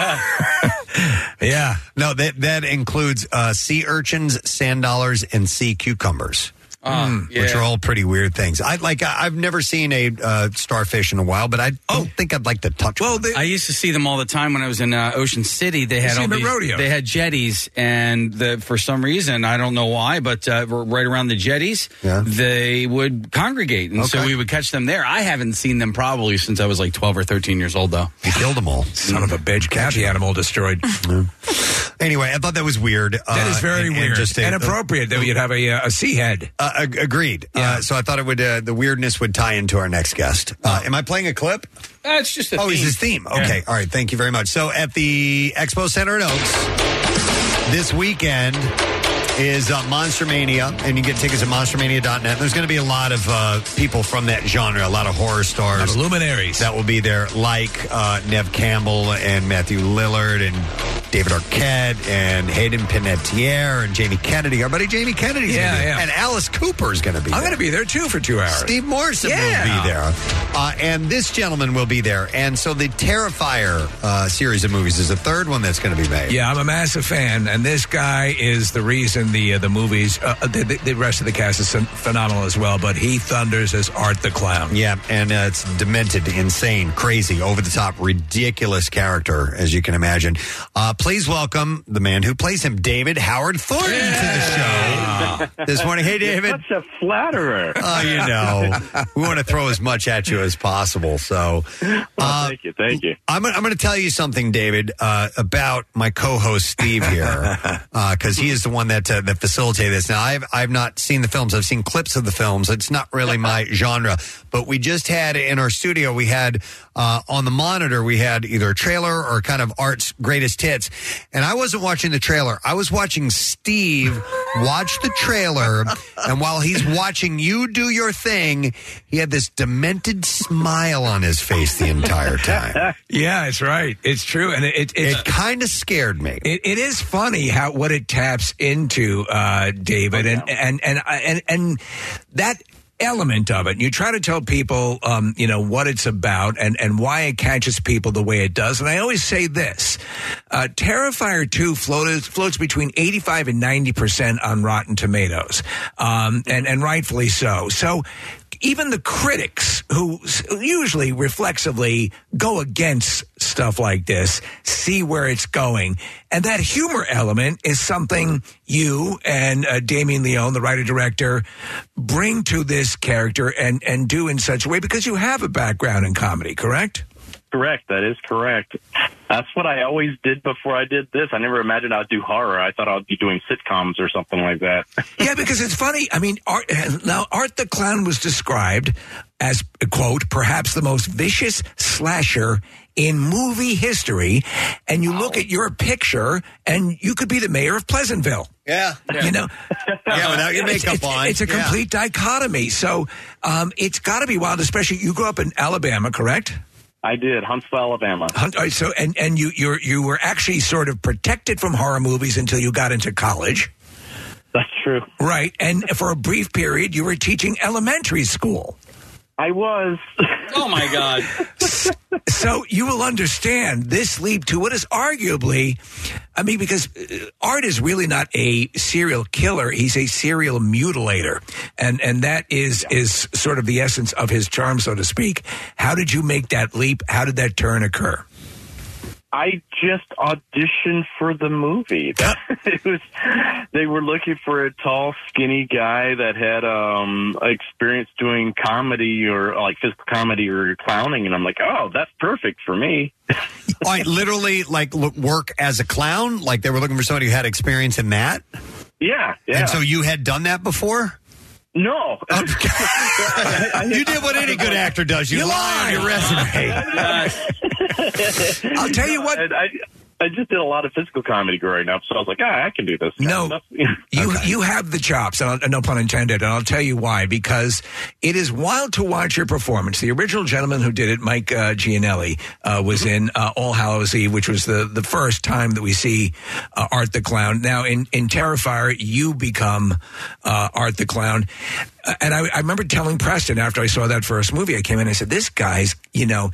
Speaker 10: yeah.
Speaker 8: No, that that includs uh, sea urchins, sand dollars, and sea cucumbers.
Speaker 2: Ah,
Speaker 10: Hmm.
Speaker 8: Which
Speaker 2: yeah.
Speaker 8: are all pretty weird things. I like. I, I've never seen a uh, starfish in a while, but I don't
Speaker 10: Oh.
Speaker 8: think I'd like to touch. Well,
Speaker 2: I used to see them all the time when I was in uh, Ocean City. They
Speaker 8: You
Speaker 2: had
Speaker 8: see
Speaker 2: all
Speaker 8: them at
Speaker 2: these,
Speaker 8: rodeos.
Speaker 2: they had jetties, and the, for some reason I don't know why, but uh, r- right around the jetties, they would congregate, and so
Speaker 8: Okay.
Speaker 2: we would catch them there. I haven't seen them probably since I was like twelve or thirteen years old, though.
Speaker 8: You killed them all,
Speaker 10: son of a bitch! Cat the animal destroyed.
Speaker 8: anyway, I thought that was weird. uh,
Speaker 10: That is very
Speaker 8: and- and
Speaker 10: weird
Speaker 8: just a-
Speaker 10: and appropriate that you'd have a, uh, a sea head.
Speaker 8: Uh, ag- agreed. Uh, so I thought it would. Uh, the weirdness would tie into our next guest. Uh, am I playing a clip?
Speaker 2: That's just
Speaker 8: oh, is his theme? Okay, all right. Thank you very much. So at the Expo Center in Oaks this weekend is uh, Monster Mania, and you can get tickets at monstermania.net. There's going to be a lot of uh, people from that genre, a lot of horror stars,
Speaker 10: Lot of luminaries
Speaker 8: that will be there, like uh, Nev Campbell and Matthew Lillard and David Arquette and Hayden Panettiere and Jamie Kennedy. Our buddy Jamie Kennedy's
Speaker 10: Yeah,
Speaker 8: gonna be,
Speaker 10: yeah.
Speaker 8: and Alice Cooper is going to be.
Speaker 10: I'm
Speaker 8: there.
Speaker 10: going to be there too for two hours.
Speaker 8: Steve Morrison
Speaker 10: Yeah.
Speaker 8: will be there. Uh, and this gentleman will be there. And so the Terrifier uh, series of movies is the third one that's going to be made.
Speaker 10: Yeah, I'm a massive fan, and this guy is the reason the uh, the movies, uh, the, the, the rest of the cast is phen- phenomenal as well. But he thunders as Art the Clown.
Speaker 8: Yeah, and uh, it's demented, insane, crazy, over the top, ridiculous character, as you can imagine. Uh, please welcome the man who plays him, David Howard Thornton, to the show this morning. Hey, David.
Speaker 1: Such a flatterer.
Speaker 8: Oh, you know, we want to throw as much at you as possible. So, thank you,
Speaker 1: Oh, thank you.
Speaker 8: I'm, I'm going to tell you something, David, uh, about my co-host Steve here, because he is the one that uh, that facilitated this. Now, I've I've not seen the films. I've seen clips of the films. It's not really my genre, but we just had in our studio we had uh, on the monitor we had either a trailer or kind of art's greatest hits, and I wasn't watching the trailer. I was watching Steve watch the trailer, and while he's watching you do your thing, he had this demented smile on his face the entire time.
Speaker 10: yeah, it's right. It's true, and it it,
Speaker 8: kind of scared me.
Speaker 10: It, it is funny how what it taps into, uh, David, and, and and and and that element of it. You try to tell people, um, you know, what it's about and and why it catches people the way it does. And I always say this: uh, Terrifier two floats floats between eighty five and ninety percent on Rotten Tomatoes, um, and and rightfully so. So even the critics who s- usually reflexively go against stuff like this see where it's going and that humor element is something you and uh, damien leone the writer director bring to this character and and do in such a way because you have a background in comedy correct
Speaker 1: Correct. That is correct. That's what I always did before I did this. I never imagined I'd do horror. I thought I'd be doing sitcoms or something like that.
Speaker 10: yeah, because it's funny. I mean, Art, now Art the Clown was described as quote perhaps the most vicious slasher in movie history, and you look at your picture, and you could be the mayor of Pleasantville.
Speaker 8: Yeah,
Speaker 10: you know,
Speaker 8: yeah, without your
Speaker 10: Uh-huh. It's-
Speaker 8: makeup
Speaker 10: it's,
Speaker 8: on,
Speaker 10: it's a
Speaker 8: yeah.
Speaker 10: complete dichotomy. So um, it's got to be wild, especially you grew up in Alabama, correct?
Speaker 1: I did Huntsville, Alabama.
Speaker 10: Hunt, all right, so and and you you you were actually sort of protected from horror movies until you got into college.
Speaker 1: That's true.
Speaker 10: Right, and for a brief period, you were teaching elementary school.
Speaker 1: I was.
Speaker 10: Oh my god! so you will understand this leap to what is arguably, I mean, because uh, Art is really not a serial killer; he's a serial mutilator, and and that is is sort of the essence of his charm, so to speak. How did you make that leap? How did that turn occur?
Speaker 1: I just auditioned for the movie. it was they were looking for a tall, skinny guy that had um experience doing comedy or like physical comedy or clowning, and I'm like, oh, that's perfect for me.
Speaker 8: All right, literally, like look, work as a clown. Like they were looking for somebody who had experience in that.
Speaker 1: Yeah, yeah.
Speaker 8: And so you had done that before.
Speaker 1: No,
Speaker 8: you did what any good actor does. You,
Speaker 1: You
Speaker 8: lie on your resume.
Speaker 1: I'll
Speaker 10: tell you what.
Speaker 1: I, I just did a lot of physical comedy growing up, so I was like, ah, I can do this. No,
Speaker 10: You you have the chops, and I'll- no pun intended. And I'll tell you why. Because it is wild to watch your performance. The original gentleman who did it, Mike uh, Gianelli, uh, was in uh, All Hallows Eve, which was the, the first time that we see uh, Art the Clown. Now in in Terrifier, you become uh, Art the Clown. Uh, and I, I remember telling Preston after I saw that first movie, I came in and I said, "This guy's, you know,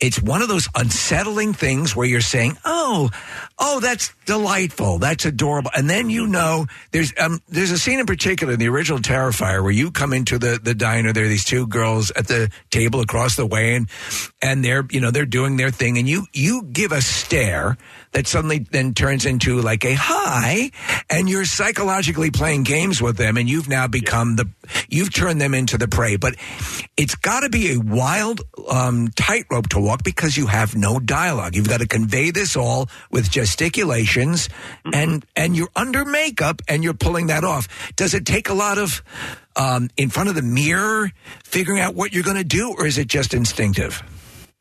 Speaker 10: it's one of those unsettling things where you're saying, oh, oh, that's delightful, that's adorable,' and then you know there's um, there's a scene in particular in the original Terrifier where you come into the the diner. There are these two girls at the table across the way, and and they're you know they're doing their thing, and you you give a stare that suddenly then turns into like a hi and you're psychologically playing games with them and you've now become the you've turned them into the prey but it's got to be a wild um, tightrope to walk because you have no dialogue you've got to convey this all with gesticulations and and you're under makeup and you're pulling that off does it take a lot of um, in front of the mirror figuring out what you're going to do or is it just instinctive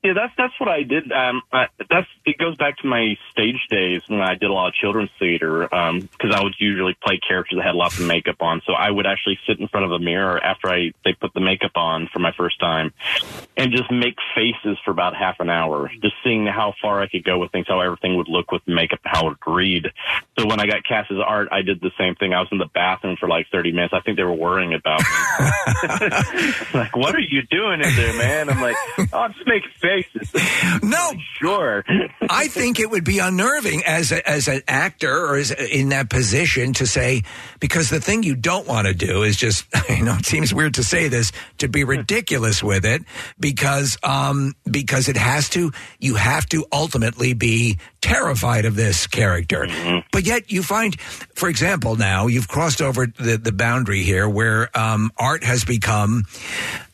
Speaker 1: Yeah, that's that's what I did. Um, I, that's it goes back to my stage days when I did a lot of children's theater because I would usually play characters that had lots of makeup on. So I would actually sit in front of a mirror after I they put the makeup on for my first time, and just make faces for about half an hour, just seeing how far I could go with things, how everything would look with makeup, how it would read. So when I got cast as art, I did the same thing. I was in the bathroom for like thirty minutes. I think they were worrying about me. like, what are you doing in there, man? I'm like, oh, I'm just making faces.
Speaker 10: No,
Speaker 1: sure.
Speaker 10: I think it would be unnerving as a, as an actor or as in that position to say because the thing you don't want to do is just you know it seems weird to say this to be ridiculous with it because um because it has to you have to ultimately be terrified of this character. But yet you find, for example, now you've crossed over the, the boundary here where um, art has become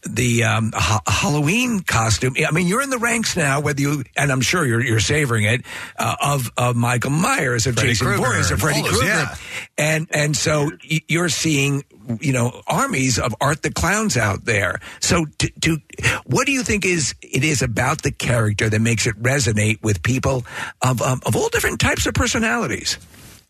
Speaker 10: the um, ha- Halloween costume. I mean, you're in the ranks now, whether you, and I'm sure you're, you're savoring it, uh, of, of Michael Myers, of
Speaker 8: Freddy
Speaker 10: Jason
Speaker 8: Krueger,
Speaker 10: Voorhees, of Freddy
Speaker 8: all those,
Speaker 10: Krueger.
Speaker 8: yeah.
Speaker 10: And, and so y- you're seeing, you know, armies of Art the Clowns out there. So to, to, what do you think is, it is about the character that makes it resonate with people of, um, of all different types of personalities?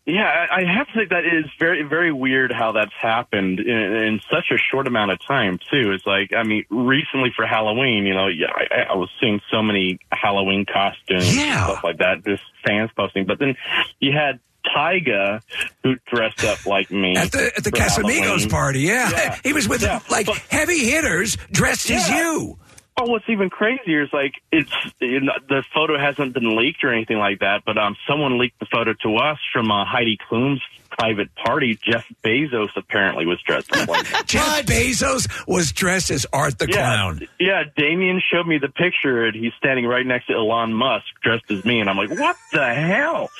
Speaker 1: Yeah, I I have to say that is very, very weird how that's happened in, in such a short amount of time, too. It's like, I mean, recently for Halloween, you know, yeah, I, I was seeing so many Halloween costumes and stuff like that, just fans posting. But then you had Tyga, who dressed up like me
Speaker 10: At the, at the
Speaker 1: for
Speaker 10: Casamigos
Speaker 1: Halloween.
Speaker 10: party, yeah. He was with
Speaker 1: Mm-hmm. Yeah.
Speaker 10: like heavy hitters dressed as
Speaker 1: Yeah.
Speaker 10: you.
Speaker 1: Oh, what's even crazier is like it's you know, the photo hasn't been leaked or anything like that, but um, someone leaked the photo to us from uh, Heidi Klum's private party. Jeff Bezos apparently was dressed up like.
Speaker 10: Jeff Bezos was dressed as Art the Clown.
Speaker 1: Yeah, Damien showed me the picture, and he's standing right next to Elon Musk dressed as me, and I'm like, what the hell?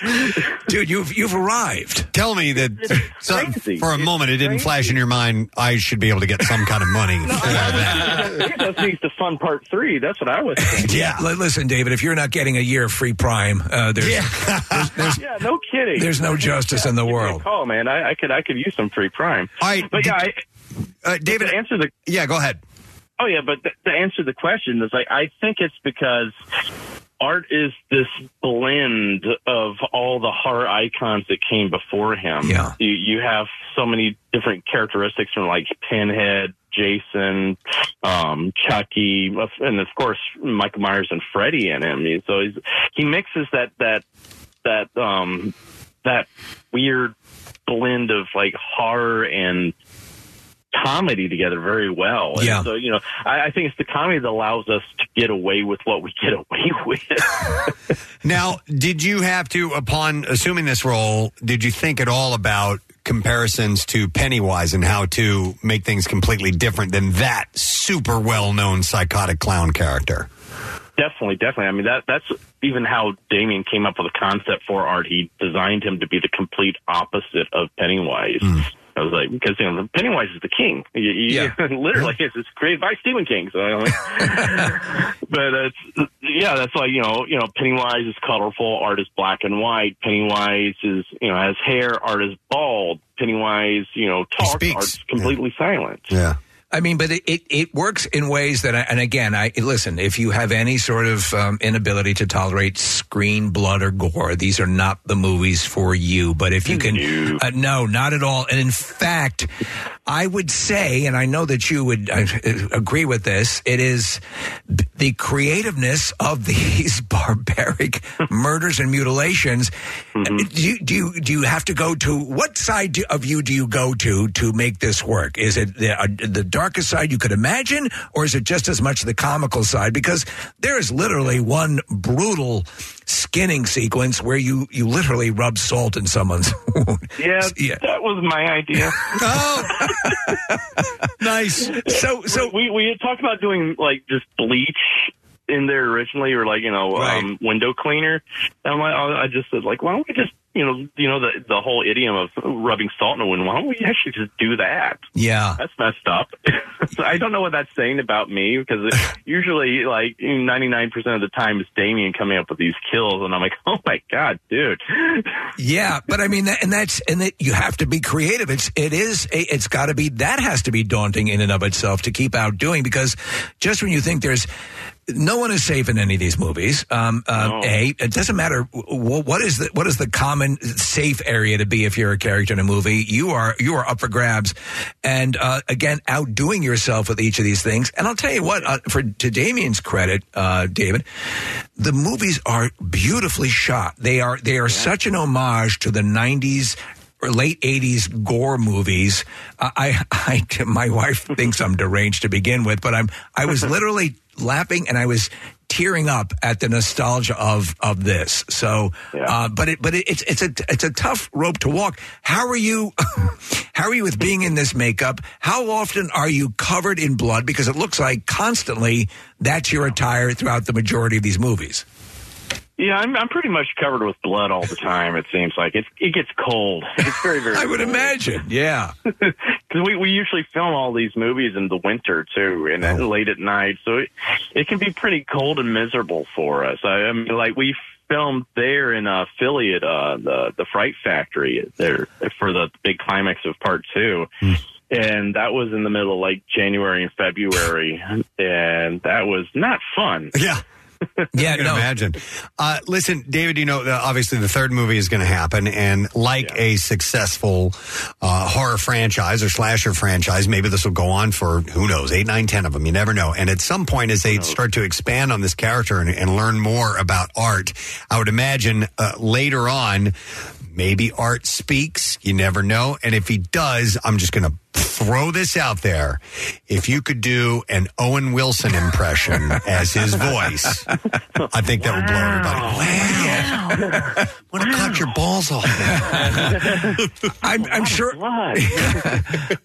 Speaker 10: Dude, you've you've arrived.
Speaker 8: Tell me that so-
Speaker 1: crazy.
Speaker 8: for a
Speaker 1: It's
Speaker 8: moment it didn't flash in your mind. I should be able to get some kind of money.
Speaker 1: Bezos needs to fund part three. That's what I was thinking.
Speaker 10: Yeah. Li- Listen, David, if you're not getting a year of free prime, uh, there's, there's, there's-
Speaker 1: Yeah, no kidding.
Speaker 10: there's no justice in the world.
Speaker 1: Oh man, I, I could I could use some free prime.
Speaker 8: I,
Speaker 1: but yeah, I,
Speaker 8: uh, David,
Speaker 1: answer the
Speaker 8: yeah. Go ahead.
Speaker 1: Oh yeah, but th- to answer the question is like I think it's because art is this blend of all the horror icons that came before him.
Speaker 10: Yeah.
Speaker 1: You you have so many different characteristics from like Pinhead, Jason, um, Chucky, and of course Michael Myers and Freddy in him. So he's, he mixes that that that um that weird blend of like horror and comedy together very well. And
Speaker 10: Yeah.
Speaker 1: So you know, I, I think it's the comedy that allows us to get away with what we get away with.
Speaker 8: Now, did you have to, upon assuming this role, did you think at all about comparisons to Pennywise and how to make things completely different than that super well known psychotic clown character?
Speaker 1: definitely, definitely. I mean that that's even how Damien came up with the concept for art. He designed him to be the complete opposite of Pennywise. I was like, because you know, Pennywise is the king. You, you, literally, it's, it's created by Stephen King. So, I'm like, but uh, it's, yeah, that's like you know, you know, Pennywise is colorful, art is black and white. Pennywise is you know has hair, art is bald. Pennywise, you know, talks, art's completely silent.
Speaker 8: Yeah.
Speaker 10: I mean, but it, it, it works in ways that, I, and again, I listen. If you have any sort of um, inability to tolerate screen blood or gore, these are not the movies for you. But if you can, no, uh, no not at all. And in fact, I would say, and I know that you would uh, agree with this, it is th- the creativeness of these barbaric murders and mutilations. Uh, Do you, do you do you have to go to what side do- of you do you go to to make this work? Is it the, uh, the darkest side you could imagine, or is it just as much the comical side? Because there is literally one brutal skinning sequence where you you literally rub salt in someone's wound.
Speaker 1: Yeah, that was my idea.
Speaker 10: oh, nice. So,
Speaker 1: so we we had talked about doing like just bleach in there originally, or like you know, um, window cleaner. And I'm like, I I just said like, why don't we just you know, you know the the whole idiom of rubbing salt in a wound. Why don't we actually just do that?
Speaker 10: Yeah.
Speaker 1: That's messed up. so I don't know what that's saying about me because usually, like ninety nine percent of the time, it's Damien coming up with these kills, and I'm like, oh my god, dude.
Speaker 10: Yeah, but I mean, that, and that's and that you have to be creative. It's it is a, it's got to be that has to be daunting in and of itself to keep out doing because just when you think there's no one is safe in any of these movies. Um, uh, A, it doesn't matter w- w- what is the what is the common safe area to be if you're a character in a movie. You are you are up for grabs, and uh, again, outdoing yourself with each of these things. And I'll tell you what, uh, for to Damien's credit, uh, David, the movies are beautifully shot. They are they are such an homage to the '90s or late '80s gore movies. I, I, I my wife thinks I'm deranged to begin with, but I'm I was literally laughing and I was tearing up at the nostalgia of of this. So, uh, but it but it, it's it's a it's a tough rope to walk. How are you? how are you with being in this makeup? How often are you covered in blood? Because it looks like constantly that's your attire throughout the majority of these movies.
Speaker 1: Yeah, I'm, I'm pretty much covered with blood all the time. It seems like it's it gets cold. It's very very. I would
Speaker 10: imagine. Yeah,
Speaker 1: because we we usually film all these movies in the winter too, and then late at night, so it, it can be pretty cold and miserable for us. I, I mean, like we filmed there in uh, Philly at uh, the the Fright Factory there for the big climax of part two. And that was in the middle of like January and February, and that was not fun.
Speaker 8: Yeah,
Speaker 10: yeah,
Speaker 8: can imagine. Uh, listen, David, you know, uh, obviously the third movie is going to happen, and like a successful uh, horror franchise or slasher franchise, maybe this will go on for who knows, eight, nine, ten of them. You never know. And at some point, as they start to expand on this character and, and learn more about art, I would imagine uh, later on. Maybe Art speaks. You never know. And if he does, I'm just going to throw this out there. If you could do an Owen Wilson impression as his voice, I think that would blow everybody. Want to cut your balls off?
Speaker 10: I'm, I'm sure.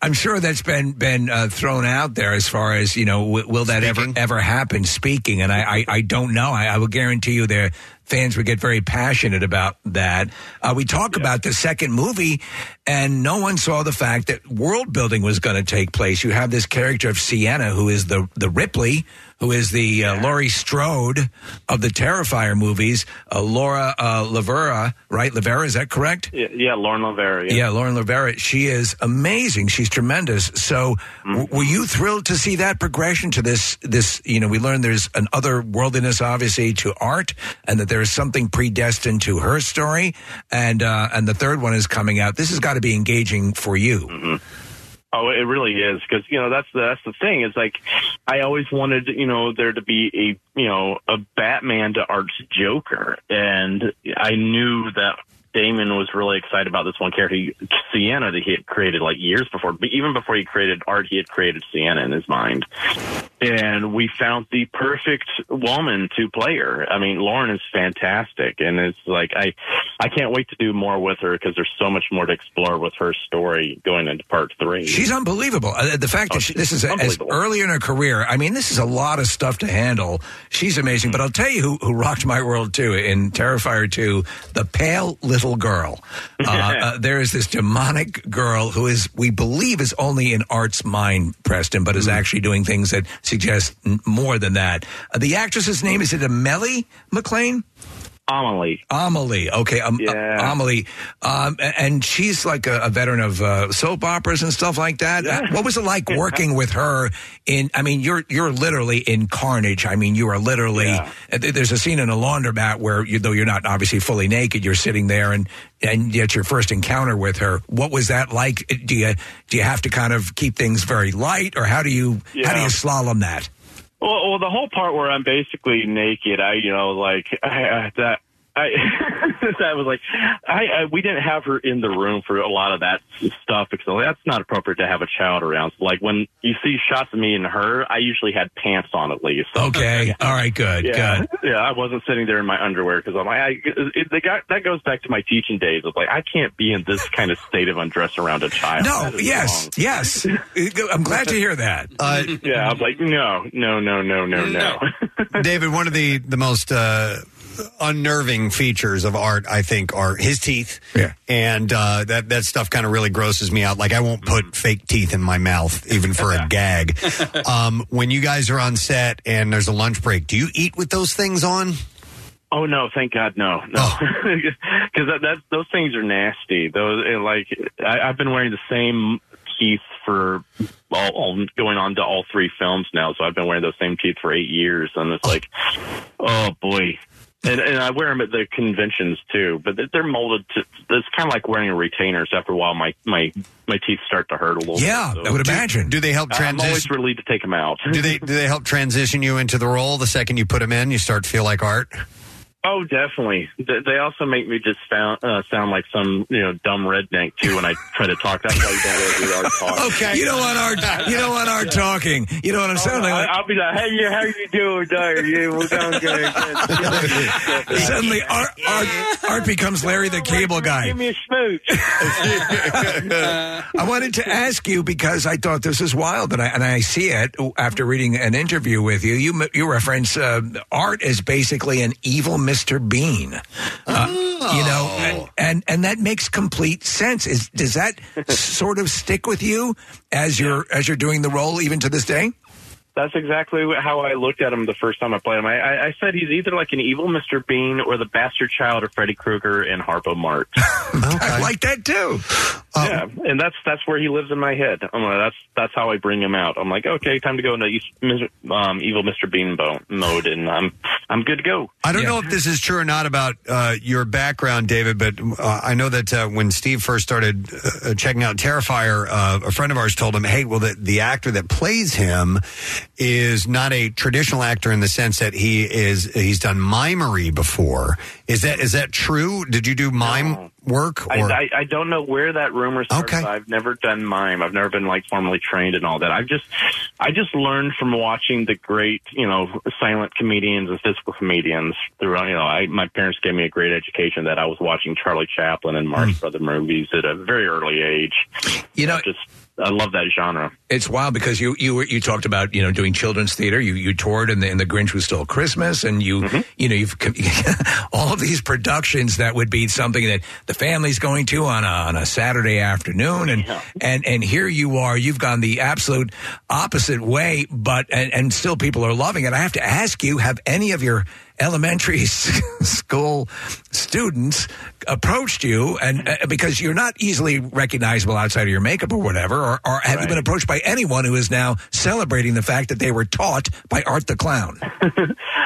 Speaker 10: I'm sure that's been been uh, thrown out there as far as you know. W- will that ever ever happen? Speaking, and I I, I don't know. I, I would guarantee you there. Fans would get very passionate about that. Uh, we talk about the second movie, and no one saw the fact that world building was going to take place. You have this character of Sienna, who is the the Ripley, who is the uh, Laurie Strode of the Terrifier movies. Uh, Laura uh, Lavera, right? Lavera, is that correct?
Speaker 1: Yeah, yeah Lauren Lavera.
Speaker 10: Yeah, Lauren Lavera. She is amazing. She's tremendous. So, w- were you thrilled to see that progression to this? This, you know, we learned there's an otherworldliness, obviously, to art, and that there is something predestined to her story. And uh, and the third one is coming out. This has got to be engaging for you.
Speaker 1: Oh, it really is because you know that's the that's the thing is like I always wanted you know there to be a you know a Batman to Art's Joker, and I knew that Damon was really excited about this one character, he- Sienna, that he had created like years before, but even before he created Art, he had created Sienna in his mind, and we found the perfect woman to play her. I mean, Lauren is fantastic, and it's like I I can't wait to do more with her because there's so much more to explore with her story going into part three.
Speaker 10: She's unbelievable. Uh, the fact that she, this is as
Speaker 1: Oh, unbelievable.
Speaker 10: early in her career. I mean, this is a lot of stuff to handle. She's amazing. But I'll tell you who, who rocked my world too in Terrifier 2, the pale little girl. Uh, uh, there is this demonic girl who is, we believe, is only in Art's mind, Preston, but is actually doing things that suggest n- more than that. Uh, the actress's name is it Amelie McLean?
Speaker 1: Amelie.
Speaker 10: Amelie. Okay. Um, uh, Amelie. Um, a- and she's like a, a veteran of uh, soap operas and stuff like that. Uh, What was it like working with her in, I mean, you're, you're literally in carnage. I mean, you are literally, uh, th- there's a scene in a laundromat where you, though you're not obviously fully naked, you're sitting there and, and yet your first encounter with her, what was that like? Uh, Do you, do you have to kind of keep things very light or how do you, how do you slalom that?
Speaker 1: Well, well, the whole part where I'm basically naked, I, you know, like I, I, that. I that was like, I, I we didn't have her in the room for a lot of that stuff because like, that's not appropriate to have a child around. So, like when you see shots of me and her, I usually had pants on at least. So,
Speaker 10: Okay. All right. Good.
Speaker 1: yeah,
Speaker 10: Good.
Speaker 1: yeah, I wasn't sitting there in my underwear because I'm like, I, it, they got, that goes back to my teaching days of like, I can't be in this kind of state of undress around a child.
Speaker 10: No,
Speaker 1: That is
Speaker 10: yes,
Speaker 1: wrong.
Speaker 10: yes. I'm glad to hear that.
Speaker 8: Uh,
Speaker 1: yeah, I'm like, no, no, no, no, no, no.
Speaker 8: David, one of the the most uh, unnerving features of art, I think, are his teeth. Yeah, and uh, that that stuff kind of really grosses me out. Like, I won't
Speaker 1: Mm-hmm.
Speaker 8: put fake teeth in my mouth even for a gag. Um, when you guys are on set and there's a lunch break, do you eat with those things on?
Speaker 1: Oh no! Thank God, no, no,
Speaker 8: Oh.
Speaker 1: because that, that those things are nasty. Those and like I, I've been wearing the same teeth for all, all going on to all three films now. So I've been wearing those same teeth for eight years, and it's like, oh boy. And, and I wear them at the conventions too, but they're molded to. It's kind of like wearing retainers. After a while, my my my teeth start to hurt a little.
Speaker 8: Yeah,
Speaker 1: bit,
Speaker 8: I would imagine. Do they help
Speaker 1: I'm
Speaker 8: transition-
Speaker 1: always relieved to take them out.
Speaker 8: Do they do they help transition you into the role the second you put them in? You start to feel like art.
Speaker 1: Oh, definitely. Th- They also make me just sound, uh, sound like some you know dumb redneck too when I try to talk. That's how you don't really hard talk.
Speaker 10: You don't want our you don't want our talking. You know what I'm sounding like?
Speaker 1: I'll be like, hey, yeah, how you doing, there? You we're doing good.
Speaker 10: Suddenly, Art, Art, Art becomes Larry the Cable Guy.
Speaker 1: Give me a smooch.
Speaker 10: I wanted to ask you because I thought this is wild, and I and I see it after reading an interview with you. You you reference uh, Art as basically an evil Mr. Bean. Uh, You know, and, and and that makes complete sense. Is does that sort of stick with you as you're as you're doing the role even to this day?
Speaker 1: That's exactly wh- how I looked at him the first time I played him. I, I, I said he's either like an evil Mr. Bean or the bastard child of Freddy Krueger and Harpo Marx.
Speaker 10: I like that too. Um,
Speaker 1: yeah, and that's that's where he lives in my head. I'm like, that's that's how I bring him out. I'm like, okay, time to go into East- Mis- um, evil Mr. Bean bo- mode, and I'm I'm good to go.
Speaker 8: I don't know if this is true or not about uh, your background, David, but uh, I know that uh, when Steve first started uh, checking out Terrifier, uh, a friend of ours told him, "Hey, well, the, the actor that plays him is not a traditional actor in the sense that he is he's done mimery before." Is that is that true? Did you do mime work?
Speaker 1: I, I, I don't know where that rumor started. I've never done mime. I've never been like formally trained and all that. I've just, I just learned from watching the great, you know, silent comedians and physical comedians throughout. You know, I, my parents gave me a great education that I was watching Charlie Chaplin and Marx Brothers movies at a very early age.
Speaker 10: Hmm. You know,
Speaker 1: just I love that genre.
Speaker 10: It's wild because you you were, you talked about you know doing children's theater. You you toured and the, and the Grinch was still Christmas, and you you know you've com- all of these productions that would be something that the family's going to on a, on a Saturday afternoon, and and and here you are. You've gone the absolute opposite way, but and, and still people are loving it. I have to ask you: Have any of your elementary s- school students approached you and uh, because you're not easily recognizable outside of your makeup or whatever or, or have you been approached by anyone who is now celebrating the fact that they were taught by art the clown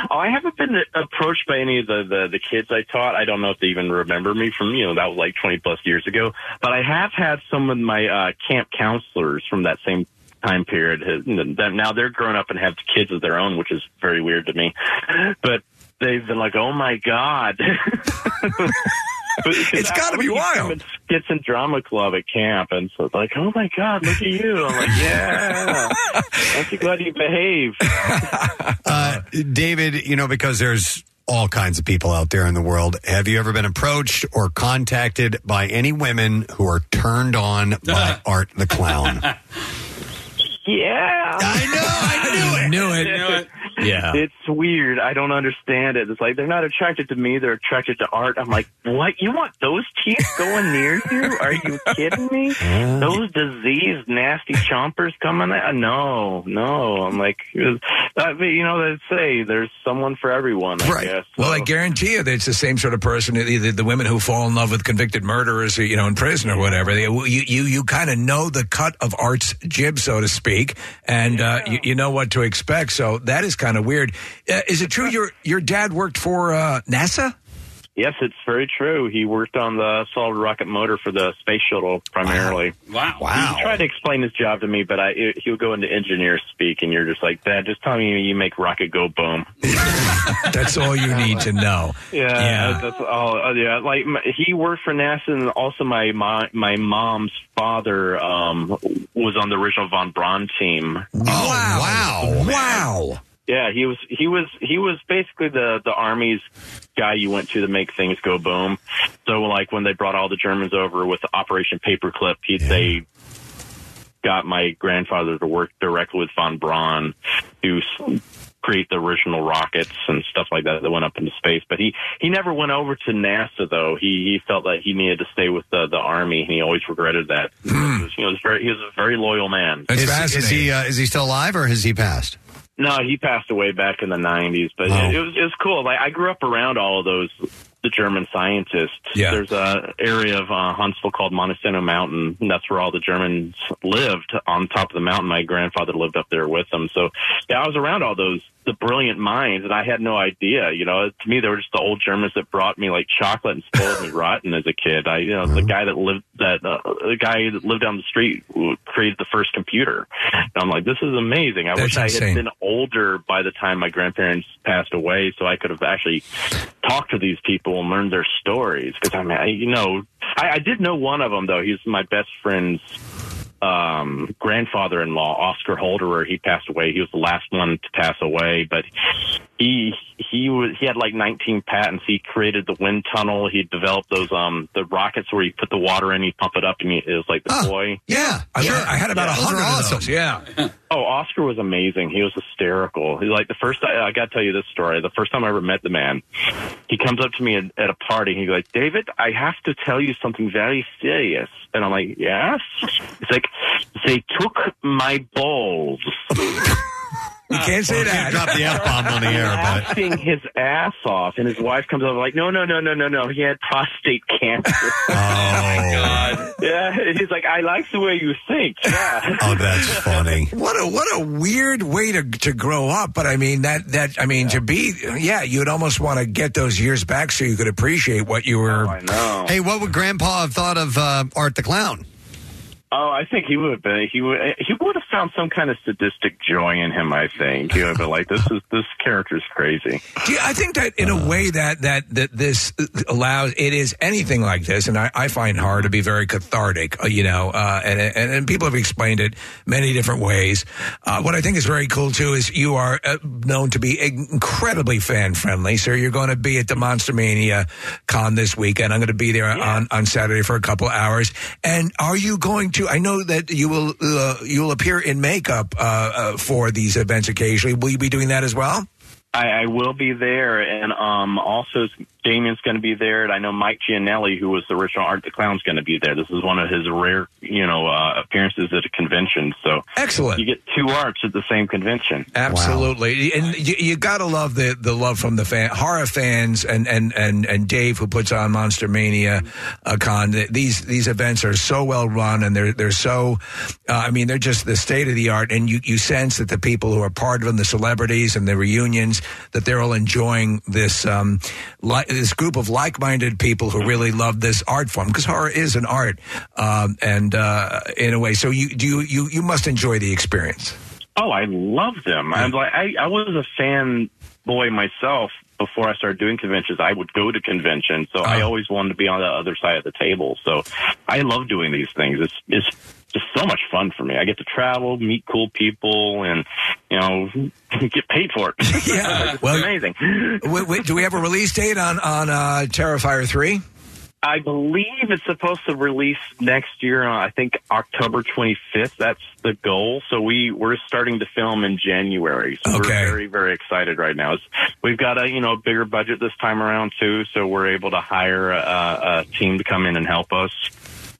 Speaker 1: Oh, I haven't been approached by any of the, the, the kids I taught. I don't know if they even remember me from, you know, that was like 20 plus years ago. But I have had some of my uh, camp counselors from that same time period. has- that Now they're grown up and have kids of their own, which is very weird to me. But they've been like, oh my God. it's got to be wild. Skits and drama club at camp, and so it's like, oh my god, look at you! I'm like, yeah, aren't you glad you behave?
Speaker 8: Uh, David, you know, because there's all kinds of people out there in the world. Have you ever been approached or contacted by any women who are turned on by Art the Clown?
Speaker 1: Yeah. know, I
Speaker 8: I
Speaker 1: knew it. knew it.
Speaker 8: Yeah.
Speaker 1: It's weird. I don't understand it. It's like they're not attracted to me, they're attracted to art. I'm like, what? You want those teeth going near you? Are you kidding me? those diseased, nasty chompers coming at No, no. I'm like, uh, I mean, you know, they say there's someone for everyone, I
Speaker 10: Right.
Speaker 1: guess.
Speaker 10: well i guarantee you that it's the same sort of person either the women who fall in love with convicted murderers or, you know in prison or whatever they, you you, you kind of know the cut of art's jib so to speak and uh, you, you know what to expect so that is kind of weird uh, is it true your your dad worked for uh, nasa
Speaker 1: Yes, it's very true. He worked on the solid rocket motor for the space shuttle primarily.
Speaker 2: Wow.
Speaker 1: Wow. He tried to explain his job to me, but I, he would go into engineer speak, and you're just like, Dad, just tell me you make rocket go boom.
Speaker 10: That's all you need to know.
Speaker 1: Yeah, that's all. Uh, yeah, like my, he worked for NASA, and also my my, my mom's father um, was on the original von Braun team.
Speaker 10: wow! Wow! Wow!
Speaker 1: Oh, Yeah, he was he was he was basically the the army's guy you went to to make things go boom. So like when they brought all the Germans over with Operation Paperclip, he they got my grandfather to work directly with von Braun to s- create the original rockets and stuff like that that went up into space. But he he never went over to NASA though. He he felt that he needed to stay with the the army, and he always regretted that.
Speaker 10: Hmm.
Speaker 1: He was, you know, he was very, he was a very loyal man.
Speaker 8: is, is he uh, is he still alive or has he passed?
Speaker 1: No, he passed away back in the '90s, but it, it was it was cool. Like I grew up around all of those the German scientists.
Speaker 10: Yeah.
Speaker 1: There's a area of uh, Huntsville called Montesano Mountain, and that's where all the Germans lived on top of the mountain. My grandfather lived up there with them, so yeah, I was around all those the brilliant minds, and I had no idea. You know, to me they were just the old Germans that brought me like chocolate and spoiled me rotten as a kid. I you know
Speaker 10: Mm-hmm.
Speaker 1: the guy that lived that uh, the guy that lived down the street who created the first computer, and I'm like, this is amazing. I
Speaker 10: That's
Speaker 1: wish I
Speaker 10: insane.
Speaker 1: had been older by the time my grandparents passed away, so I could have actually talked to these people and learned their stories. Because I mean, I, you know, I, I did know one of them though. He's my best friend's um, grandfather-in-law, Oscar Holderer. He passed away. He was the last one to pass away, but he he was he had like 19 patents. He created the wind tunnel. He developed those um the rockets where you put the water in, you pump it up, and you, it was like the toy.
Speaker 10: Yeah, I, I had about a
Speaker 1: Those are
Speaker 10: hundred of those. Yeah.
Speaker 1: Oh, Oscar was amazing. He was hysterical. He, like the first, I, I got to tell you this story. The first time I ever met the man, he comes up to me at, at a party. He's like, David, I have to tell you something very serious. And I'm like, yes. He's like, they took my balls.
Speaker 10: We can't say that.
Speaker 1: Drop the f bomb on the air, laughing his ass off, and his wife comes over like, "No, no, no, no, no, no. He had prostate cancer." Oh, my god! Yeah, he's like, "I like the way you think." Yeah.
Speaker 8: Oh, that's funny.
Speaker 10: What a what a weird way to to grow up. But I mean that that I mean to be yeah, you'd almost want to get those years back so you could appreciate what you were. I
Speaker 1: know.
Speaker 8: Hey, what would Grandpa have thought of uh, Art the Clown?
Speaker 1: Oh, I think he would have been. He would. eh, He would have found some kind of sadistic joy in him. I think he would have been like, "This is this character's crazy."
Speaker 10: Do you- I think that in a way that that that this allows it is anything like this, and I, I find hard to be very cathartic, uh, you know. Uh, and, and and people have explained it many different ways. Uh, what I think is very cool too is you are uh, known to be incredibly fan friendly, so you're going to be at the Monster Mania con this weekend. I'm going to be there on on Saturday for a couple hours. And are you going to? I know that you will uh, you will appear in makeup uh, uh, for these events occasionally. Will you be doing that as well?
Speaker 1: I, I will be there, and um, also Damien's going to be there, and I know Mike Gianelli, who was the original Art the Clown's, going to be there. This is one of his rare, you know, uh, appearances at a convention. So
Speaker 10: excellent.
Speaker 1: You get two arts at the same convention.
Speaker 10: Absolutely, and you, you gotta love the, the love from the fan, horror fans, and, and, and, and Dave who puts on Monster Mania uh, Con. Th- These these events are so well run, and they're they're so, uh, I mean, they're just the state of the art, and you, you sense that the people who are part of them, the celebrities and the reunions, that they're all enjoying this um, li- this group of like minded people who really love this art form because horror is an art, um, and uh, in a way, so you do you, you you must enjoy the experience.
Speaker 1: Oh, I love them. I'm like I, I was a fan boy myself before I started doing conventions. I would go to conventions, so I always wanted to be on the other side of the table. So I love doing these things. It's it's just so much fun for me. I get to travel, meet cool people, and you know get paid for it.
Speaker 10: Yeah,
Speaker 1: it's amazing.
Speaker 10: Wait, wait, do we have a release date on on uh, Terrifier three?
Speaker 1: I believe it's supposed to release next year. Uh, I think October 25th. That's the goal. So we we're starting to film in January. So we're very very excited right now. It's, we've got a you know bigger budget this time around too. So we're able to hire a, a team to come in and help us.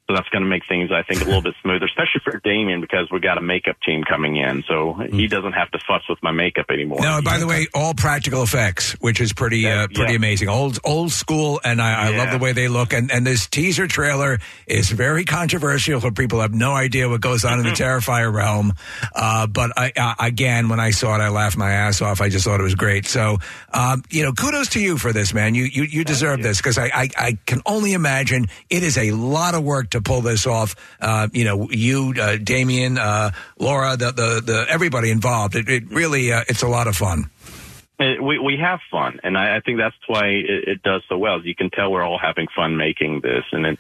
Speaker 1: So that's going to make things, I think, a little bit smoother, especially for Damien because we got a makeup team coming in, so he doesn't have to fuss with my makeup anymore.
Speaker 10: No, and by the way, all practical effects, which is pretty uh, pretty amazing. Old old school, and I, I love the way they look. And and this teaser trailer is very controversial for people who have no idea what goes on in the Terrifier realm. Uh, but I, I, again, when I saw it, I laughed my ass off. I just thought it was great. So um, you know, kudos to you for this, man. You you, you deserve this because I, I I can only imagine it is a lot of work to pull this off. Uh, you know, you, uh, Damien, uh, Laura, the, the the everybody involved. It, it really uh, it's a lot of fun.
Speaker 1: It, Uh, we we have fun, and I, I think that's why it, it does so well. As you can tell, we're all having fun making this, and it,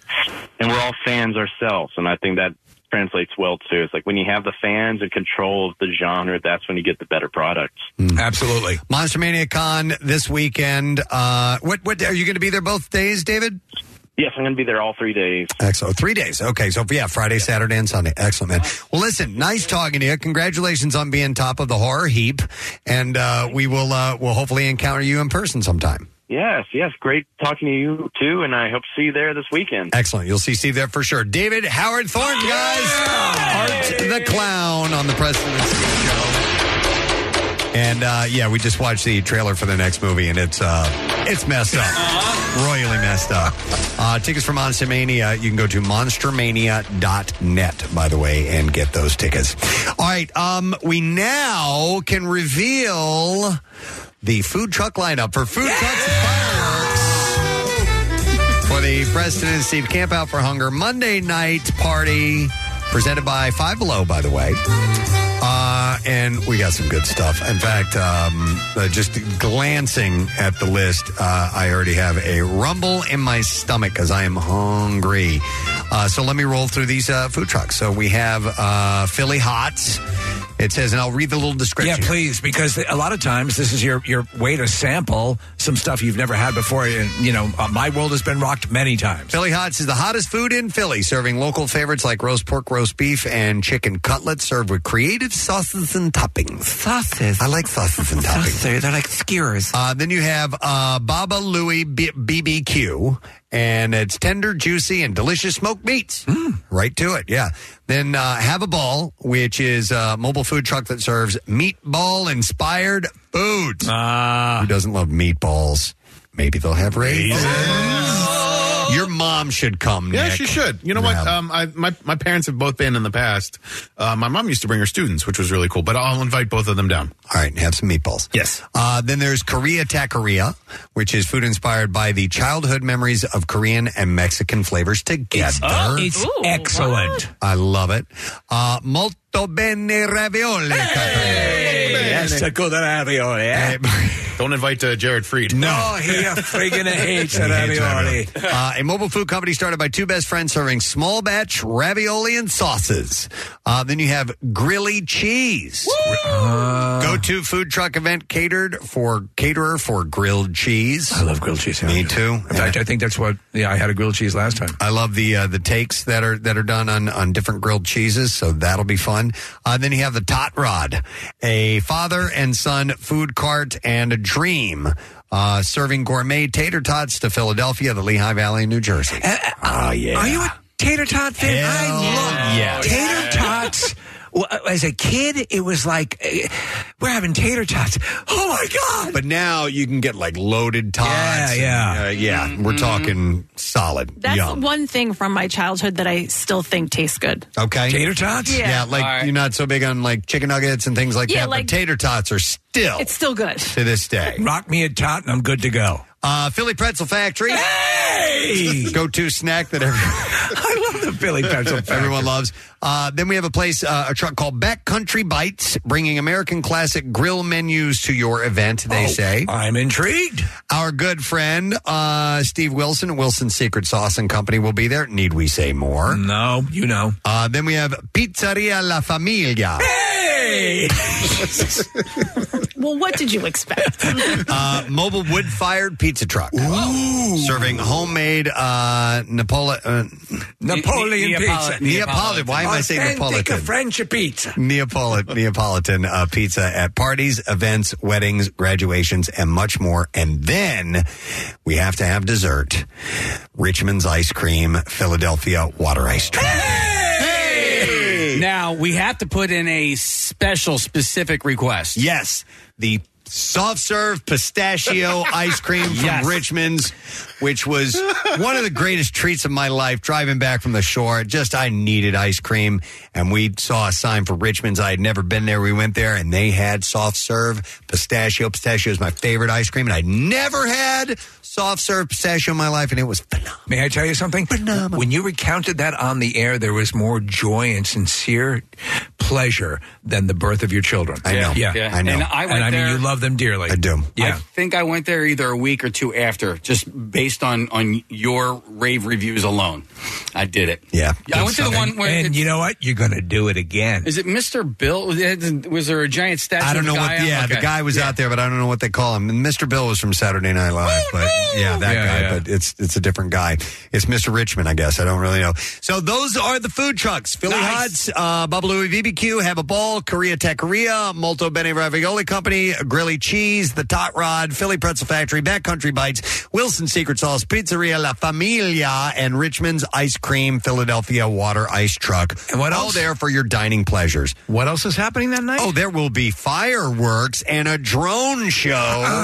Speaker 1: and we're all fans ourselves, and I think that translates well too. It's like when you have the fans and control of the genre, that's when you get the better product.
Speaker 10: Absolutely.
Speaker 8: Monster Mania Con this weekend. Uh, what what are you going to be there both days, David?
Speaker 1: Yes, I'm going to be there all three days.
Speaker 8: Excellent. Three days. Okay. So, yeah, Friday, Saturday, and Sunday. Excellent, man. Well, listen, nice talking to you. Congratulations on being top of the horror heap. And uh, we will uh, we'll hopefully encounter you in person sometime.
Speaker 1: Yes, yes, great talking to you too, and I hope to see you there this weekend.
Speaker 8: Excellent. You'll see Steve there for sure. David Howard Thornton, guys. Art the Clown on the President Steve Show. And uh, yeah, we just watched the trailer for the next movie, and it's uh, it's messed up, royally messed up. Uh, tickets for Monster Mania, you can go to monstermania.net, by the way, and get those tickets. All right, um, we now can reveal the food truck lineup for food trucks and fireworks for the President and Steve Camp Out for Hunger Monday night party presented by Five Below, by the way. Uh, and we got some good stuff. In fact, um, uh, just glancing at the list, uh, I already have a rumble in my stomach because I am hungry. Uh, so let me roll through these uh, food trucks. So we have uh, Philly Hots. It says, and I'll read the little description.
Speaker 10: Yeah, please, because a lot of times this is your your way to sample some stuff you've never had before. And you know, uh, my world has been rocked many times.
Speaker 8: Philly Hots is the hottest food in Philly, serving local favorites like roast pork, roast beef, and chicken cutlets, served with creative sauces and toppings. Sauces. I like sauces and toppings. They're like skewers. Uh, then you have uh, Baba Louie B- BBQ, and it's tender, juicy, and delicious smoked meats. Right to it, yeah. Then uh, Have a Ball, which is a mobile food truck that serves meatball inspired foods.
Speaker 11: Ah.
Speaker 8: Who doesn't love meatballs? Maybe they'll have raisins. Your mom should come.
Speaker 11: Yeah,
Speaker 8: Nick.
Speaker 11: she should. You know what?
Speaker 8: Yeah.
Speaker 11: Um, I, my my parents have both been in the past. Uh, my mom used to bring her students, which was really cool. But I'll invite both of them down.
Speaker 8: All right, have some meatballs.
Speaker 11: Yes.
Speaker 8: Uh, then there's Korea Taqueria, which is food inspired by the childhood memories of Korean and Mexican flavors together.
Speaker 10: Oh, it's Ooh, excellent.
Speaker 8: I love it. Uh, molto bene ravioli.
Speaker 10: Yes, a good ravioli. eh?
Speaker 11: Don't invite uh, Jared Fried.
Speaker 8: Oh,
Speaker 10: No, he friggin' hates
Speaker 8: He hates
Speaker 10: ravioli.
Speaker 8: Uh, a mobile food company started by two best friends serving small batch ravioli and sauces. Uh, then you have Grilly Cheese. Go to food truck event catered for caterer for grilled cheese. I
Speaker 10: love grilled cheese.
Speaker 8: Me too.
Speaker 10: In fact, I think that's what yeah I had a grilled cheese last time.
Speaker 8: I love the uh, the takes that are that are done on on different grilled cheeses, so that'll be fun. Uh, then you have the Tot Rod, a father and son food cart and a dream. Uh, serving gourmet tater tots to Philadelphia, the Lehigh Valley, New Jersey.
Speaker 10: Eh.
Speaker 8: Oh, yeah.
Speaker 10: Are you a tater tot fan? I love
Speaker 8: yes.
Speaker 10: tater tots. Well, uh, as a kid, it was like eh, we're having tater tots. Oh my god!
Speaker 8: But now you can get like loaded tots. Yeah, yeah, uh, yeah. We're talking solid.
Speaker 9: Mm-hmm. That's
Speaker 8: yum.
Speaker 9: one thing from my childhood that I still think tastes good.
Speaker 8: Okay,
Speaker 9: Tater tots?
Speaker 8: Yeah,
Speaker 9: Yeah.
Speaker 8: like you're not so big on like chicken nuggets and things like
Speaker 9: Yeah,
Speaker 8: that.
Speaker 9: like-
Speaker 8: but tater tots are still
Speaker 9: It's still good.
Speaker 8: to this day.
Speaker 10: Rock me a tot and I'm good to go.
Speaker 8: Uh, Philly Pretzel Factory. Go-to snack that every- I
Speaker 10: love the Philly Pretzel Factory.
Speaker 8: everyone loves. Uh, then we have a place, uh, a truck called Backcountry Bites, bringing American classic grill menus to your event. They say
Speaker 10: Oh, I'm intrigued.
Speaker 8: Our good friend uh, Steve Wilson, Wilson Secret Sauce and Company, will be there. Need we say more?
Speaker 10: No, you know.
Speaker 8: Uh, then we have Pizzeria La Famiglia.
Speaker 10: Hey!
Speaker 9: well, what did you expect?
Speaker 8: uh, mobile wood fired pizza truck. Serving homemade uh, Napoli- uh,
Speaker 10: Napoleon pizza.
Speaker 8: Neapolitan. Neapolitan. Why am I saying
Speaker 10: Authentic
Speaker 8: Napolitan?
Speaker 10: French pizza.
Speaker 8: Neapolitan, Neapolitan uh, pizza at parties, events, weddings, graduations, and much more. And then we have to have dessert. Richmond's ice cream, Philadelphia water ice cream.
Speaker 2: Now we have to put in a special, specific request.
Speaker 8: Yes, the soft serve pistachio ice cream from
Speaker 2: Yes.
Speaker 8: Richmond's, which was one of the greatest treats of my life. Driving back from the shore, just I needed ice cream, and we saw a sign for Richmond's. I had never been there. We went there, and they had soft serve pistachio. Pistachio is my favorite ice cream, and I never had soft serve pistachio in my life, and it was phenomenal.
Speaker 10: May I tell you something? When you recounted that on the air, there was more joy and sincere pleasure than the birth of your children.
Speaker 2: I know.
Speaker 10: Yeah,
Speaker 2: Yeah. I know. And I went there-
Speaker 10: mean, you love them dearly. I do.
Speaker 2: I
Speaker 10: Yeah.
Speaker 2: think I went there either a week or two after, just based on on your rave reviews alone. I did it.
Speaker 8: Yeah.
Speaker 2: I went to the one where
Speaker 10: And you know what? You're going to do it again.
Speaker 2: Is it Mr. Bill? Was there a giant statue?
Speaker 8: I don't
Speaker 2: of
Speaker 8: know
Speaker 2: the
Speaker 8: what.
Speaker 2: guy out?
Speaker 8: Yeah, the
Speaker 2: Okay.
Speaker 8: guy was out there, but I don't know what they call him. And Mr. Bill was from Saturday Night Live, but yeah, that
Speaker 10: Yeah,
Speaker 8: guy.
Speaker 10: yeah.
Speaker 8: But it's it's a different guy. It's Mr. Richmond, I guess. I don't really know. So those are the food trucks: Philly Hodds, uh, Bubba Louie BBQ, Have a Ball, Korea Taqueria, Molto Bene Ravioli Company, Grilly Cheese, The Tot Rod, Philly Pretzel Factory, Backcountry Bites, Wilson Secret Sauce, Pizzeria La Familia, and Richmond's Ice Cream, Philadelphia Water Ice Truck. And what else? All there for your dining pleasures.
Speaker 10: What else is happening that night?
Speaker 8: Oh, there will be fireworks and a drone show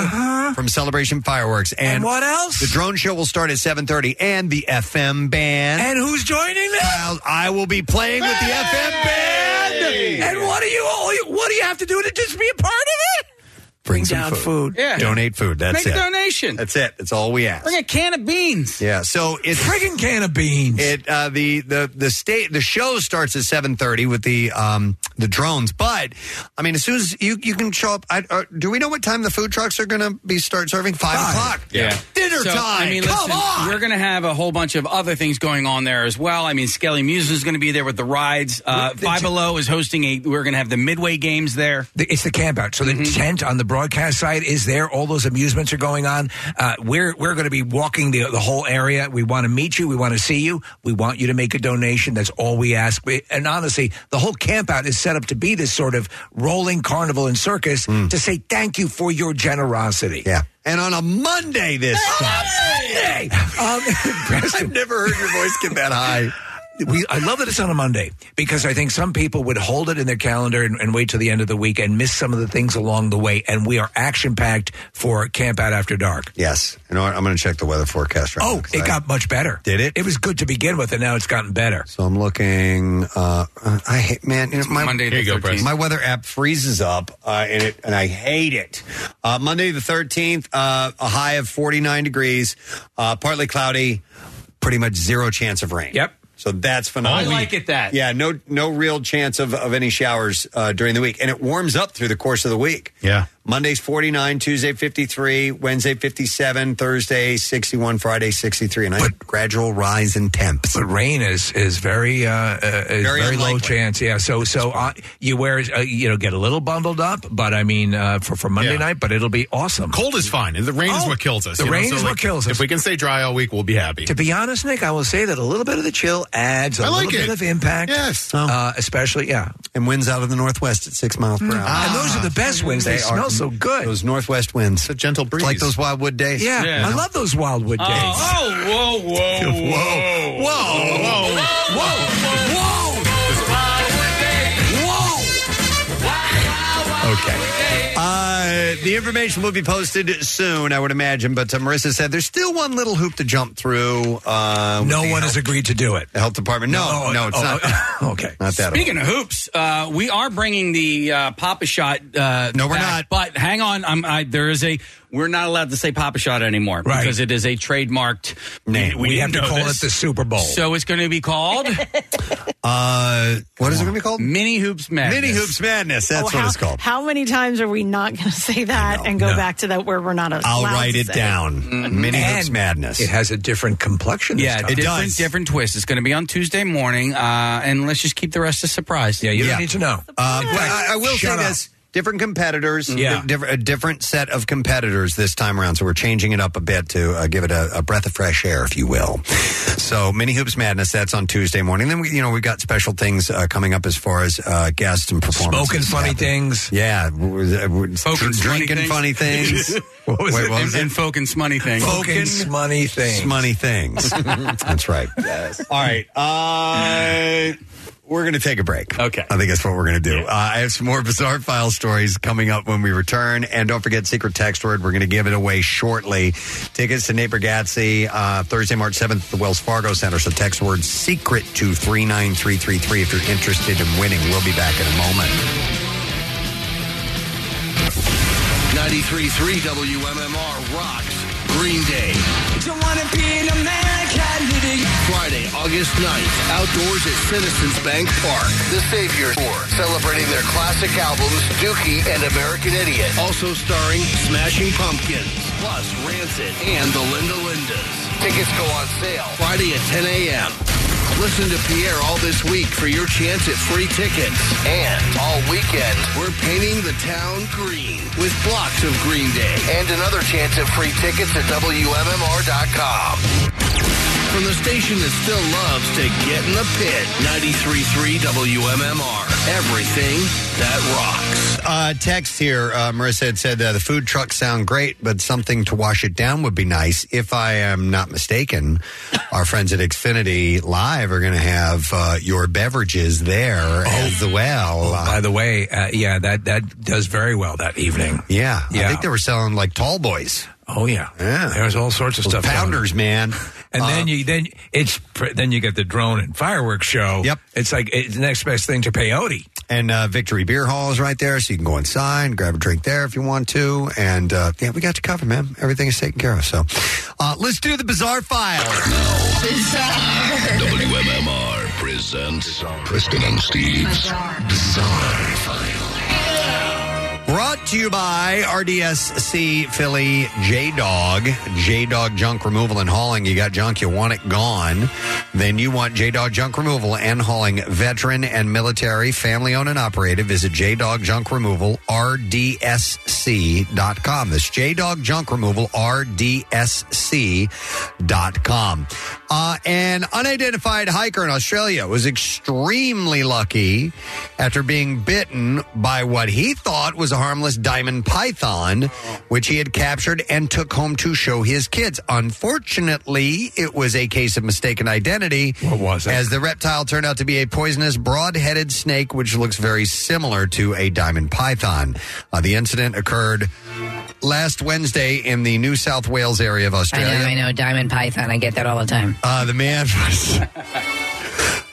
Speaker 8: from Celebration Fireworks. And,
Speaker 10: Uh-huh. what else?
Speaker 8: The drone show will start at 7.30 and the FM band.
Speaker 10: And who's joining them?
Speaker 8: Well, I will be playing with the FM band.
Speaker 10: And what do you all? What do you have to do to just be a part of it? bring down food.
Speaker 2: Yeah.
Speaker 8: Donate food. That's
Speaker 2: Make
Speaker 8: it.
Speaker 2: a donation.
Speaker 8: That's it. That's all we ask.
Speaker 2: Bring a can of beans.
Speaker 8: Yeah, so it's friggin'
Speaker 10: can of beans.
Speaker 8: It uh, the the the state the show starts at seven thirty with the um the drones, but I mean as soon as you you can show up. I, uh, do we know what time the food trucks are going to be start serving? Five, o'clock.
Speaker 2: Yeah.
Speaker 8: Dinner
Speaker 2: So,
Speaker 8: time.
Speaker 2: I mean,
Speaker 8: Come
Speaker 2: listen,
Speaker 8: on.
Speaker 2: We're going to have a whole bunch of other things going on there as well. I mean, Skelly Muse is going to be there with the rides. Uh, Five Below is hosting a. We're going to have the midway games there. Mm-hmm.
Speaker 10: The- It's the camp out. So the tent on the broadcast side is there. All those amusements are going on. Uh, we're we're going to be walking the, the whole area. We want to meet you. We want to see you. We want you to make a donation. That's all we ask. We, and honestly, the whole camp out is set up to be this sort of rolling carnival and circus to say thank you for your generosity.
Speaker 8: Mm. Yeah. And on a Monday this time.
Speaker 10: Monday! Um, I've
Speaker 8: never heard your voice get that high.
Speaker 10: We, I love that it's on a Monday because I think some people would hold it in their calendar and, and wait till the end of the week and miss some of the things along the way. And we are action packed for Camp Out After Dark.
Speaker 8: Yes. You know what? I'm going to check the weather forecast right
Speaker 10: Oh,
Speaker 8: now, 'cause
Speaker 10: it
Speaker 8: I-
Speaker 10: got much better.
Speaker 8: Did it?
Speaker 10: It was good to begin with, and now it's gotten better.
Speaker 8: So I'm looking. Uh, I hate man. You know, my,
Speaker 10: Monday the Here you go, 13th. Preston.
Speaker 8: My weather app freezes up, uh, and it and I hate it. Uh, Monday the 13th, uh, a high of 49 degrees, uh, partly cloudy, pretty much zero chance of rain. Yep. So that's phenomenal.
Speaker 2: I like it that.
Speaker 8: Yeah, no no real chance of, of any showers uh, during the week, and it warms up through the course of the week.
Speaker 11: Yeah.
Speaker 8: Monday's 49, Tuesday 53, Wednesday 57, Thursday 61, Friday 63, and I gradual rise in temps.
Speaker 10: But rain is is very uh, uh, is
Speaker 8: Very
Speaker 10: very, low
Speaker 8: unlikely.
Speaker 10: chance. Yeah. So so uh, you wear uh, you know get a little bundled up, but I mean uh, for for Monday
Speaker 11: Yeah.
Speaker 10: night, but it'll be awesome.
Speaker 11: Cold is fine. and The rain is
Speaker 10: Oh,
Speaker 11: what kills us.
Speaker 10: The
Speaker 11: you know?
Speaker 10: rain
Speaker 11: So,
Speaker 10: is
Speaker 11: like,
Speaker 10: what kills us.
Speaker 11: If we can stay dry all week, we'll be happy.
Speaker 10: To be honest, Nick, I will say that a little bit of the chill adds a
Speaker 11: I like
Speaker 10: little
Speaker 11: it.
Speaker 10: bit of impact.
Speaker 11: Yes.
Speaker 10: Uh, especially, yeah.
Speaker 8: And winds out of the northwest at six miles per hour.
Speaker 10: And Ah, those are the best winds. They, smell so good.
Speaker 8: Those northwest winds. It's a
Speaker 11: gentle breeze.
Speaker 8: like those wildwood days.
Speaker 10: Yeah. I love those wildwood days.
Speaker 2: Oh, whoa, whoa, whoa,
Speaker 8: whoa, whoa,
Speaker 10: whoa, whoa, whoa.
Speaker 8: Okay. Uh, the information will be posted soon, I would imagine. But uh, Marissa said there's still one little hoop to jump through. Uh,
Speaker 10: No one has agreed to do it.
Speaker 8: The health department. No, no,
Speaker 10: No,
Speaker 8: it's
Speaker 10: oh,
Speaker 8: not.
Speaker 10: okay.
Speaker 8: Not that.
Speaker 2: Speaking of hoops, uh, we are bringing the uh, Papa Shot. Uh, no, we're not. But hang on, I'm, I, there is a. We're not allowed to say Papa Shot anymore
Speaker 10: Right.
Speaker 2: because it is a trademarked name.
Speaker 10: We have to call it the Super Bowl.
Speaker 2: So it's going to be called.
Speaker 8: uh, what is it going to be called?
Speaker 2: Mini hoops madness.
Speaker 8: Mini hoops madness. That's
Speaker 2: Oh,
Speaker 8: what
Speaker 2: how-
Speaker 8: it's called.
Speaker 19: How many times are we not going to say that and go
Speaker 8: no.
Speaker 19: back to that where we're not allowed
Speaker 8: I'll write
Speaker 19: to
Speaker 8: it
Speaker 19: say
Speaker 8: down. Mini
Speaker 2: And
Speaker 8: hoops madness.
Speaker 10: Mm-hmm. It has a different complexion.
Speaker 2: Yeah,
Speaker 8: it
Speaker 2: different,
Speaker 8: does.
Speaker 2: different twist. It's going to be on Tuesday morning, uh, and let's just keep the rest a surprise.
Speaker 10: Yeah, you don't need to know.
Speaker 8: Uh, but I, I will
Speaker 10: Shut
Speaker 8: say
Speaker 10: up.
Speaker 8: this: different competitors,
Speaker 10: Yeah.
Speaker 8: di- diff- a different set of competitors this time around. So we're changing it up a bit to uh, give it a, a breath of fresh air, if you will. So mini hoops madness. That's on Tuesday morning. Then we, you know, we've got special things uh, coming up as far as uh, guests and performances.
Speaker 10: Smoking funny things.
Speaker 8: Yeah, w- w- w- dr- drinking funny things.
Speaker 10: what was
Speaker 8: Wait,
Speaker 10: it?
Speaker 8: what was
Speaker 2: and, and Fokin's money thing.
Speaker 10: Fokin's money things.
Speaker 8: Money things. That's right. Yes. All right. Uh, we're going to take a break. Okay. I think that's what we're going to do. Uh, I have some more bizarre file stories coming up when we return. And don't forget secret text word. We're going to give it away shortly. Tickets to Nate Bargatze, uh, Thursday, March 7th at the Wells Fargo Center. So text word secret to 39333 if you're interested in winning. We'll be back in a moment.
Speaker 16: 93.3 WMMR rocks Green Day.
Speaker 5: Don't wanna be an American idiot.
Speaker 16: Friday, August 9th, outdoors at Citizens Bank Park. The Savior Tour, celebrating their classic albums Dookie and American Idiot. Also starring Smashing Pumpkins, plus Rancid and the Linda Lindas. Tickets go on sale Friday at 10 a.m. Listen to Pierre all this week for your chance at free tickets. And all weekend, we're painting the town green with blocks of Green Day. And another chance at free tickets at WMMR.com. From the station that still loves to get in the pit, 93.3 WMMR. Everything that rocks.
Speaker 8: Uh, text here. Uh, Marissa had said uh, the food trucks sound great, but something to wash it down would be nice. If I am not mistaken, our friends at Xfinity Live are going to have uh, your beverages there as well.
Speaker 10: Oh, By the way, uh, yeah, that that does very well that evening.
Speaker 8: yeah, I
Speaker 10: Yeah.
Speaker 8: think they were selling like tall boys.
Speaker 10: Oh yeah,
Speaker 8: yeah.
Speaker 10: There's all sorts of
Speaker 8: Those
Speaker 10: stuff. going on.
Speaker 8: Pounders, man. Uh,
Speaker 10: And then you then it's pr- then you get the drone and fireworks show. Yep, it's like it's the next best thing to peyote.
Speaker 8: And uh, Victory Beer Hall is right there, so you can go inside and grab a drink there if you want to. And uh, yeah, we got you covered, man. Everything is taken care of. So uh, let's do the bizarre file.
Speaker 15: WMMR presents Preston and Steve's Bizarre File.
Speaker 8: Brought to you by RDSC Philly J Dog, J Dog Junk Removal and Hauling. You got junk, you want it gone. Then you want J Dog Junk Removal and Hauling. Veteran and military, family owned and operated. Visit J Dog Junk Removal, RDSC.com. That's J Dog Junk Removal, RDSC.com. Uh, an unidentified hiker in Australia was extremely lucky after being bitten by what he thought was a harmless diamond python, which he had captured and took home to show his kids. Unfortunately, it was a case of mistaken identity. What was it? As the reptile turned out to be a poisonous, broad headed snake, which looks very similar to a diamond python. Uh, the incident occurred last Wednesday in the New South Wales area of
Speaker 20: I
Speaker 8: Australia.
Speaker 20: know, I know. Diamond Python. I get that all the time.
Speaker 8: Uh, the man was.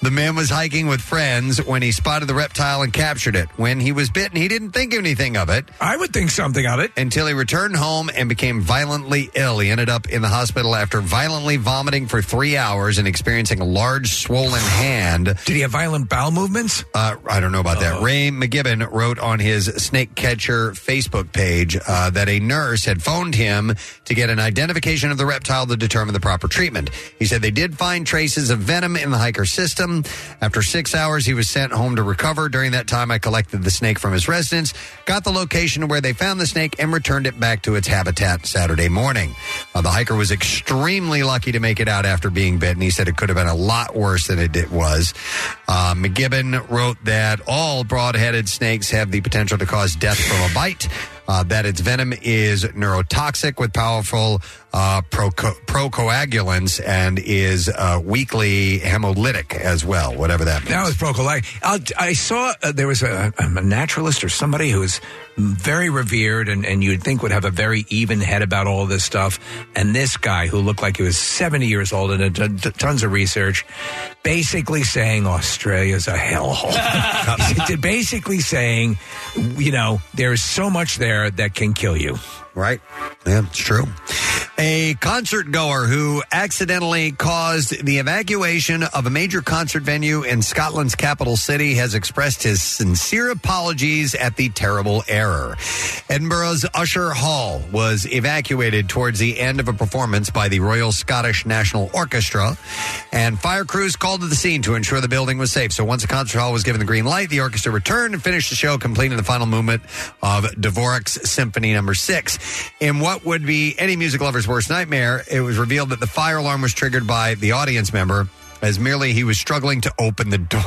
Speaker 8: The man was hiking with friends when he spotted the reptile and captured it. When he was bitten, he didn't think anything of it.
Speaker 10: I would think something of it.
Speaker 8: Until he returned home and became violently ill. He ended up in the hospital after violently vomiting for three hours and experiencing a large swollen hand. Did
Speaker 10: he have violent bowel movements?
Speaker 8: Uh, I don't know about that. Ray McGibbon wrote on his Snake Catcher Facebook page uh, that a nurse had phoned him to get an identification of the reptile to determine the proper treatment. He said they did find traces of venom in the hiker's system. After six hours, he was sent home to recover. During that time, I collected the snake from his residence, got the location where they found the snake, and returned it back to its habitat Saturday morning. Uh, the hiker was extremely lucky to make it out after being bitten. He said it could have been a lot worse than it did, was. Uh, McGibbon wrote that all broad headed snakes have the potential to cause death from a bite, uh, that its venom is neurotoxic with powerful uh, proco- procoagulants and is uh, weakly hemolytic as well, whatever that means.
Speaker 10: That was Broccoli. I'll, I saw uh, there was a, a naturalist or somebody who was very revered and, and you'd think would have a very even head about all this stuff. And this guy who looked like he was 70 years old and had done t- tons of research, basically saying Australia's a hellhole. He's basically saying, you know, there's so much there that can kill you.
Speaker 8: Right. Yeah, it's true. A concert goer who accidentally caused the evacuation of a major concert venue in Scotland's capital city has expressed his sincere apologies at the terrible error. Edinburgh's Usher Hall was evacuated towards the end of a performance by the Royal Scottish National Orchestra, and fire crews called to the scene to ensure the building was safe. So once the concert hall was given the green light, the orchestra returned and finished the show, completing the final movement of Dvorak's Symphony Number Six. In what would be any music lover's worst nightmare, it was revealed that the fire alarm was triggered by the audience member. As merely he was struggling to open the doors.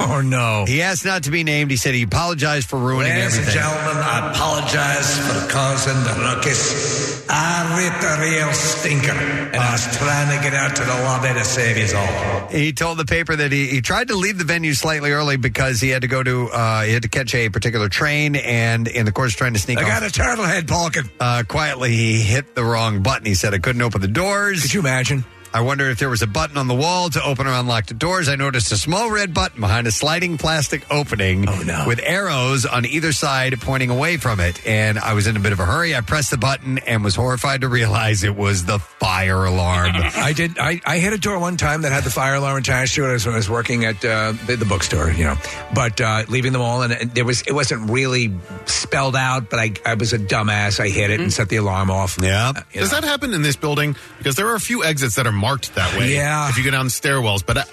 Speaker 8: oh
Speaker 10: no!
Speaker 8: He asked not to be named. He said he apologized for ruining
Speaker 10: Ladies and
Speaker 8: everything.
Speaker 10: gentlemen, I apologize for causing the ruckus. I ripped a real stinker, and I was trying to get out to the lobby to save you all.
Speaker 8: He told the paper that he, he tried to leave the venue slightly early because he had to go to uh, he had to catch a particular train, and in the course of trying to sneak,
Speaker 10: I
Speaker 8: off,
Speaker 10: got a turtle head, Palkin.
Speaker 8: Uh, quietly, he hit the wrong button. He said, "I couldn't open the doors." Could
Speaker 10: you imagine?
Speaker 8: I wonder if there was a button on the wall to open or unlock the doors. I noticed a small red button behind a sliding plastic opening
Speaker 10: Oh,
Speaker 8: with arrows on either side pointing away from it. And I was in a bit of a hurry. I pressed the button and was horrified to realize it was the fire alarm.
Speaker 10: I did. I, I hit a door one time that had the fire alarm attached to it. I was, when I was working at uh, the, the bookstore, you know. But uh, leaving them all, and it- there was it wasn't really spelled out. But I, I was a dumbass. I hit it and set the alarm off.
Speaker 8: Mm-hmm. Yeah.
Speaker 11: Does that happen in this building? Because there are a few exits that are marked that way.
Speaker 10: Yeah.
Speaker 11: If you go down the stairwells, but I,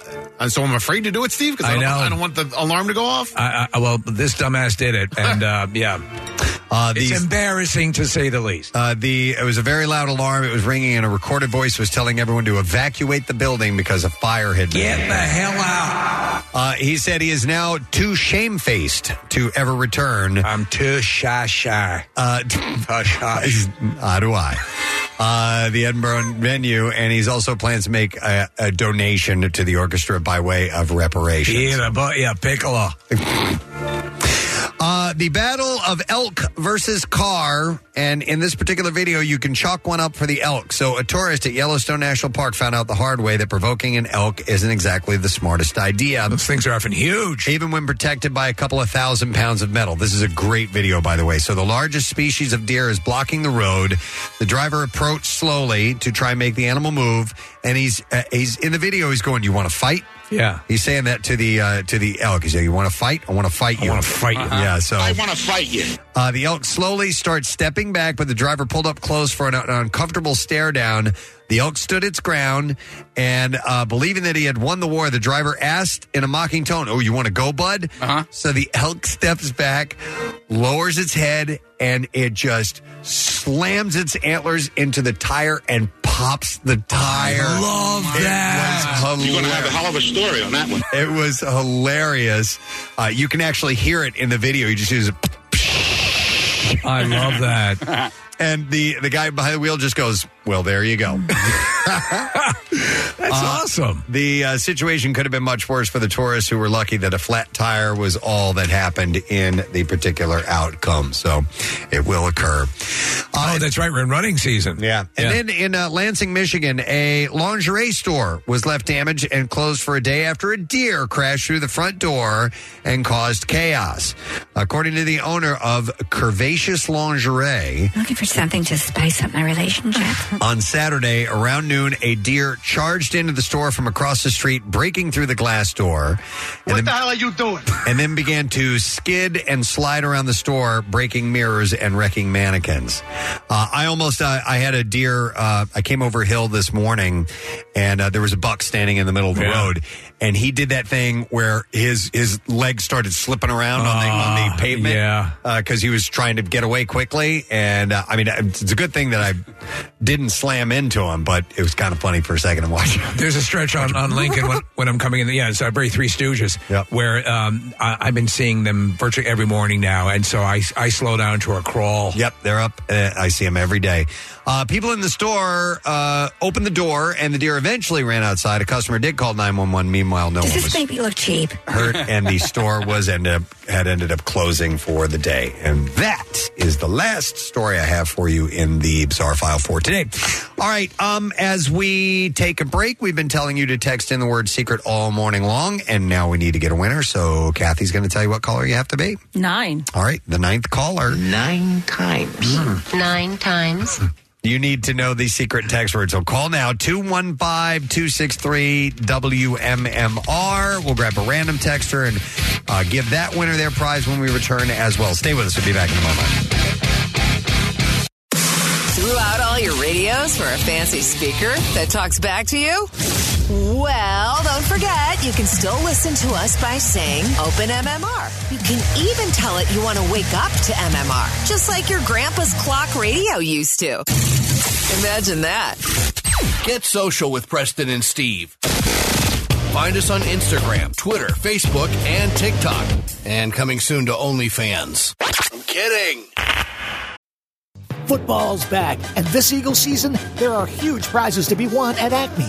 Speaker 11: and so I'm afraid to do it, Steve. Because I,
Speaker 10: I
Speaker 11: don't,
Speaker 10: know.
Speaker 11: I don't want the alarm to go off.
Speaker 10: I, I, well, this dumbass did it, and uh, yeah, Uh, it's
Speaker 8: these-
Speaker 10: embarrassing to say the least.
Speaker 8: Uh, the it was a very loud alarm. It was ringing, and a recorded voice was telling everyone to evacuate the building because a fire had been.
Speaker 10: Get the hell out!
Speaker 8: Uh, he said he is now too shamefaced to ever return.
Speaker 10: I'm too shy, shy.
Speaker 8: Uh, How do I? Uh, the Edinburgh venue, and he's also plans to make a, a donation to the orchestra by way of reparations.
Speaker 10: Yeah, but yeah, piccolo.
Speaker 8: Uh, the battle of elk versus car, and in this particular video, you can chalk one up for the elk. So, a tourist at Yellowstone National Park found out the hard way that provoking an elk isn't exactly the smartest idea. Those
Speaker 10: things are often huge,
Speaker 8: even when protected by a couple of thousand pounds of metal. This is a great video, by the way. So, the largest species of deer is blocking the road. The driver approached slowly to try and make the animal move, and he's uh, he's in the video. He's going, "You want to fight?"
Speaker 10: Yeah.
Speaker 8: He's saying that to the uh, to the elk. He's saying, "You want to fight? I want to fight you. I want to
Speaker 10: fight you."
Speaker 8: Yeah. So
Speaker 5: I want to fight you.
Speaker 8: uh, the elk slowly starts stepping back, but the driver pulled up close for an, an uncomfortable stare down. The elk stood its ground, and uh, believing that he had won the war, the driver asked in a mocking tone, "Oh, you want to go, bud?" Uh-huh. So the elk steps back, lowers its head, and it just slams its antlers into the tire and pops the tire. love that.
Speaker 5: You're going to have a hell of a story on that one.
Speaker 8: It was hilarious. Uh, you can actually hear it in the video. You just use a
Speaker 10: I love that.
Speaker 8: And the the guy behind the wheel just goes, "Well, there you go." That's
Speaker 10: awesome.
Speaker 8: The uh, situation could have been much worse for the tourists who were lucky that a flat tire was all that happened in the particular outcome. So, it will occur.
Speaker 10: oh, that's right. We're in running season.
Speaker 8: Yeah. And then in uh, Lansing, Michigan, a lingerie store was left damaged and closed for a day after a deer crashed through the front door and caused chaos. According to the owner of Curvaceous Lingerie,
Speaker 21: Looking for something to spice up my relationship.
Speaker 8: on Saturday, around noon, a deer charged into the store from across the street, breaking through the glass door. What the hell are you doing? And then began to skid and slide around the store, breaking mirrors and wrecking mannequins. Uh, I almost, uh, I had a deer, uh, I came over a hill this morning and uh, there was a buck standing in the middle of the road. And he did that thing where his his legs started slipping around on, the, on the pavement, yeah, because he was trying to get away quickly. And uh, I mean, it's a good thing that I didn't slam into him, but it was kind of funny for a second to watch.
Speaker 10: There's a stretch on, on Lincoln when, when I'm coming in. Yeah, it's uh, very Three Stooges, where um, I, I've been seeing them virtually every morning now. And so I, I slow down to a crawl.
Speaker 8: Yep, they're up. Uh, I see them every day. Uh, people in the store uh, opened the door, and the deer eventually ran outside. A customer did call nine one one. Meanwhile, no
Speaker 21: Does
Speaker 8: one
Speaker 21: this
Speaker 8: was
Speaker 21: make me look cheap?
Speaker 8: hurt, and the store was ended up had ended up closing for the day. And that is the last story I have for you in the bizarre file for today. All right, um, as we take a break, we've been telling you to text in the word secret all morning long, and now we need to get a winner. So Kathy's going to tell you what caller you have to be.
Speaker 9: Nine.
Speaker 8: All right, the ninth caller. Hmm. Nine times.
Speaker 3: Nine times.
Speaker 8: You need to know the secret text word. So call now 215 263 WMMR. We'll grab a random texter and uh, give that winner their prize when we return as well. Stay with us. We'll be back in a moment.
Speaker 22: Throughout all your radios for a fancy speaker that talks back to you? Well, don't forget, you can still listen to us by saying Open MMR. You can even tell it you want to wake up to MMR, just like your grandpa's clock radio used to. Imagine that.
Speaker 16: Get social with Preston and Steve. Find us on Instagram, Twitter, Facebook, and TikTok. And coming soon to OnlyFans. I'm kidding.
Speaker 17: Football's back, and this Eagles season, there are huge prizes to be won at Acme.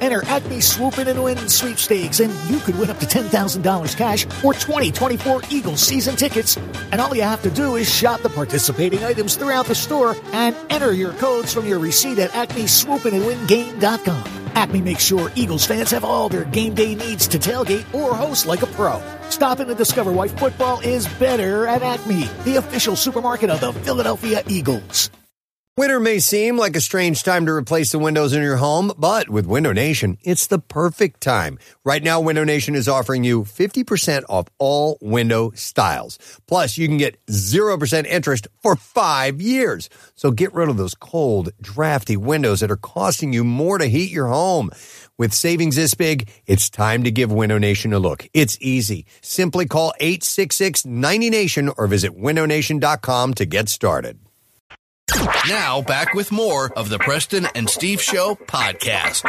Speaker 17: Enter Acme Swoop In and Win sweepstakes, and you could win up to $10,000 cash or 2024 Eagles season tickets. And all you have to do is shop the participating items throughout the store and enter your codes from your receipt at acmeswoopinandwingame.com. Acme makes sure Eagles fans have all their game day needs to tailgate or host like a pro. Stop in to discover why football is better at Acme, the official supermarket of the Philadelphia Eagles.
Speaker 8: Winter may seem like a strange time to replace the windows in your home, but with Window Nation, it's the perfect time. Right now, Window Nation is offering you 50% off all window styles. Plus, you can get 0% interest for five years. So get rid of those cold, drafty windows that are costing you more to heat your home. With savings this big, it's time to give Window Nation a look. It's easy. Simply call 866 90Nation or visit windownation.com to get started.
Speaker 16: Now, back with more of the Preston and Steve Show podcast.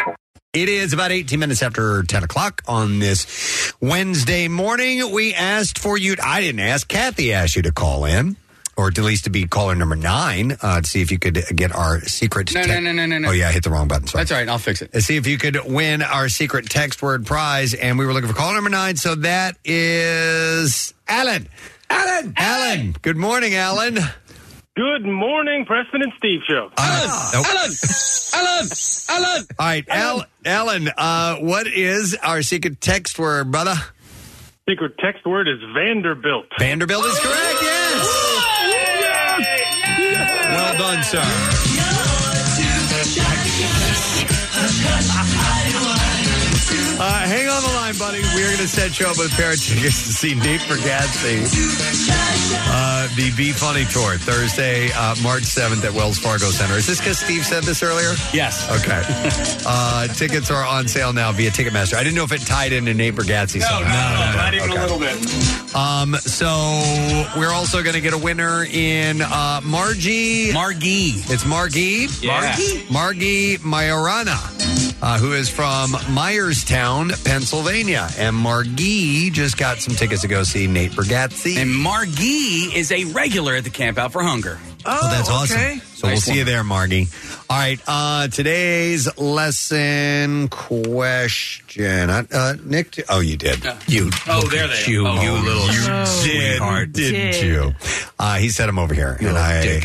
Speaker 8: It is about 18 minutes after 10 o'clock on this Wednesday morning. We asked for you, I didn't ask, Kathy asked you to call in, or at least to be caller number nine, uh, to see if you could get our secret
Speaker 2: No,
Speaker 8: tech-
Speaker 2: no, no, no, no, no.
Speaker 8: Oh, yeah, I hit the wrong button. Sorry.
Speaker 2: That's all right. I'll fix it.
Speaker 8: Uh, See if you could win our secret text word prize. And we were looking for caller number nine, so that is Alan.
Speaker 10: Alan.
Speaker 8: Alan. Good morning, Alan. Uh,
Speaker 4: Good morning, Preston and Steve Show.
Speaker 8: Nope.
Speaker 4: Alan, Alan, Alan.
Speaker 8: All right, Al- Alan, uh, what is our secret text word, brother?
Speaker 4: Secret text word is Vanderbilt.
Speaker 8: Vanderbilt is correct, yes! Well done, sir. Uh, hang on the line, buddy. We're going to set you up with a pair of tickets to see Nick Bergazzi. Uh, the Be Funny Tour, Thursday, uh, March 7th at Wells Fargo Center. Is this because Steve said this earlier?
Speaker 2: Yes.
Speaker 8: Okay. uh, tickets are on sale now via Ticketmaster. I didn't know if it tied into Nate Bergazzi. song.
Speaker 5: not even a little bit.
Speaker 8: Um, so we're also going to get a winner in uh, Margie.
Speaker 2: Margie.
Speaker 8: It's Margie.
Speaker 5: Yeah.
Speaker 8: Margie. Margie Majorana, uh, who is from Myerstown, Pennsylvania. And Margie just got some tickets to go see Nate Bergazzi.
Speaker 2: And Margie is a regular at the Camp Out for Hunger.
Speaker 8: Oh, that's
Speaker 2: okay.
Speaker 8: awesome. So
Speaker 2: Nice
Speaker 8: we'll see you there, Margie. All right. Uh, today's lesson question. I, uh, Nick, oh, you did. You.
Speaker 2: Oh, there they are.
Speaker 8: You,
Speaker 2: Oh.
Speaker 8: you little. You
Speaker 2: Oh,
Speaker 8: did,
Speaker 2: sweetheart.
Speaker 8: didn't
Speaker 2: Did.
Speaker 8: you? Uh, he set him over here, and I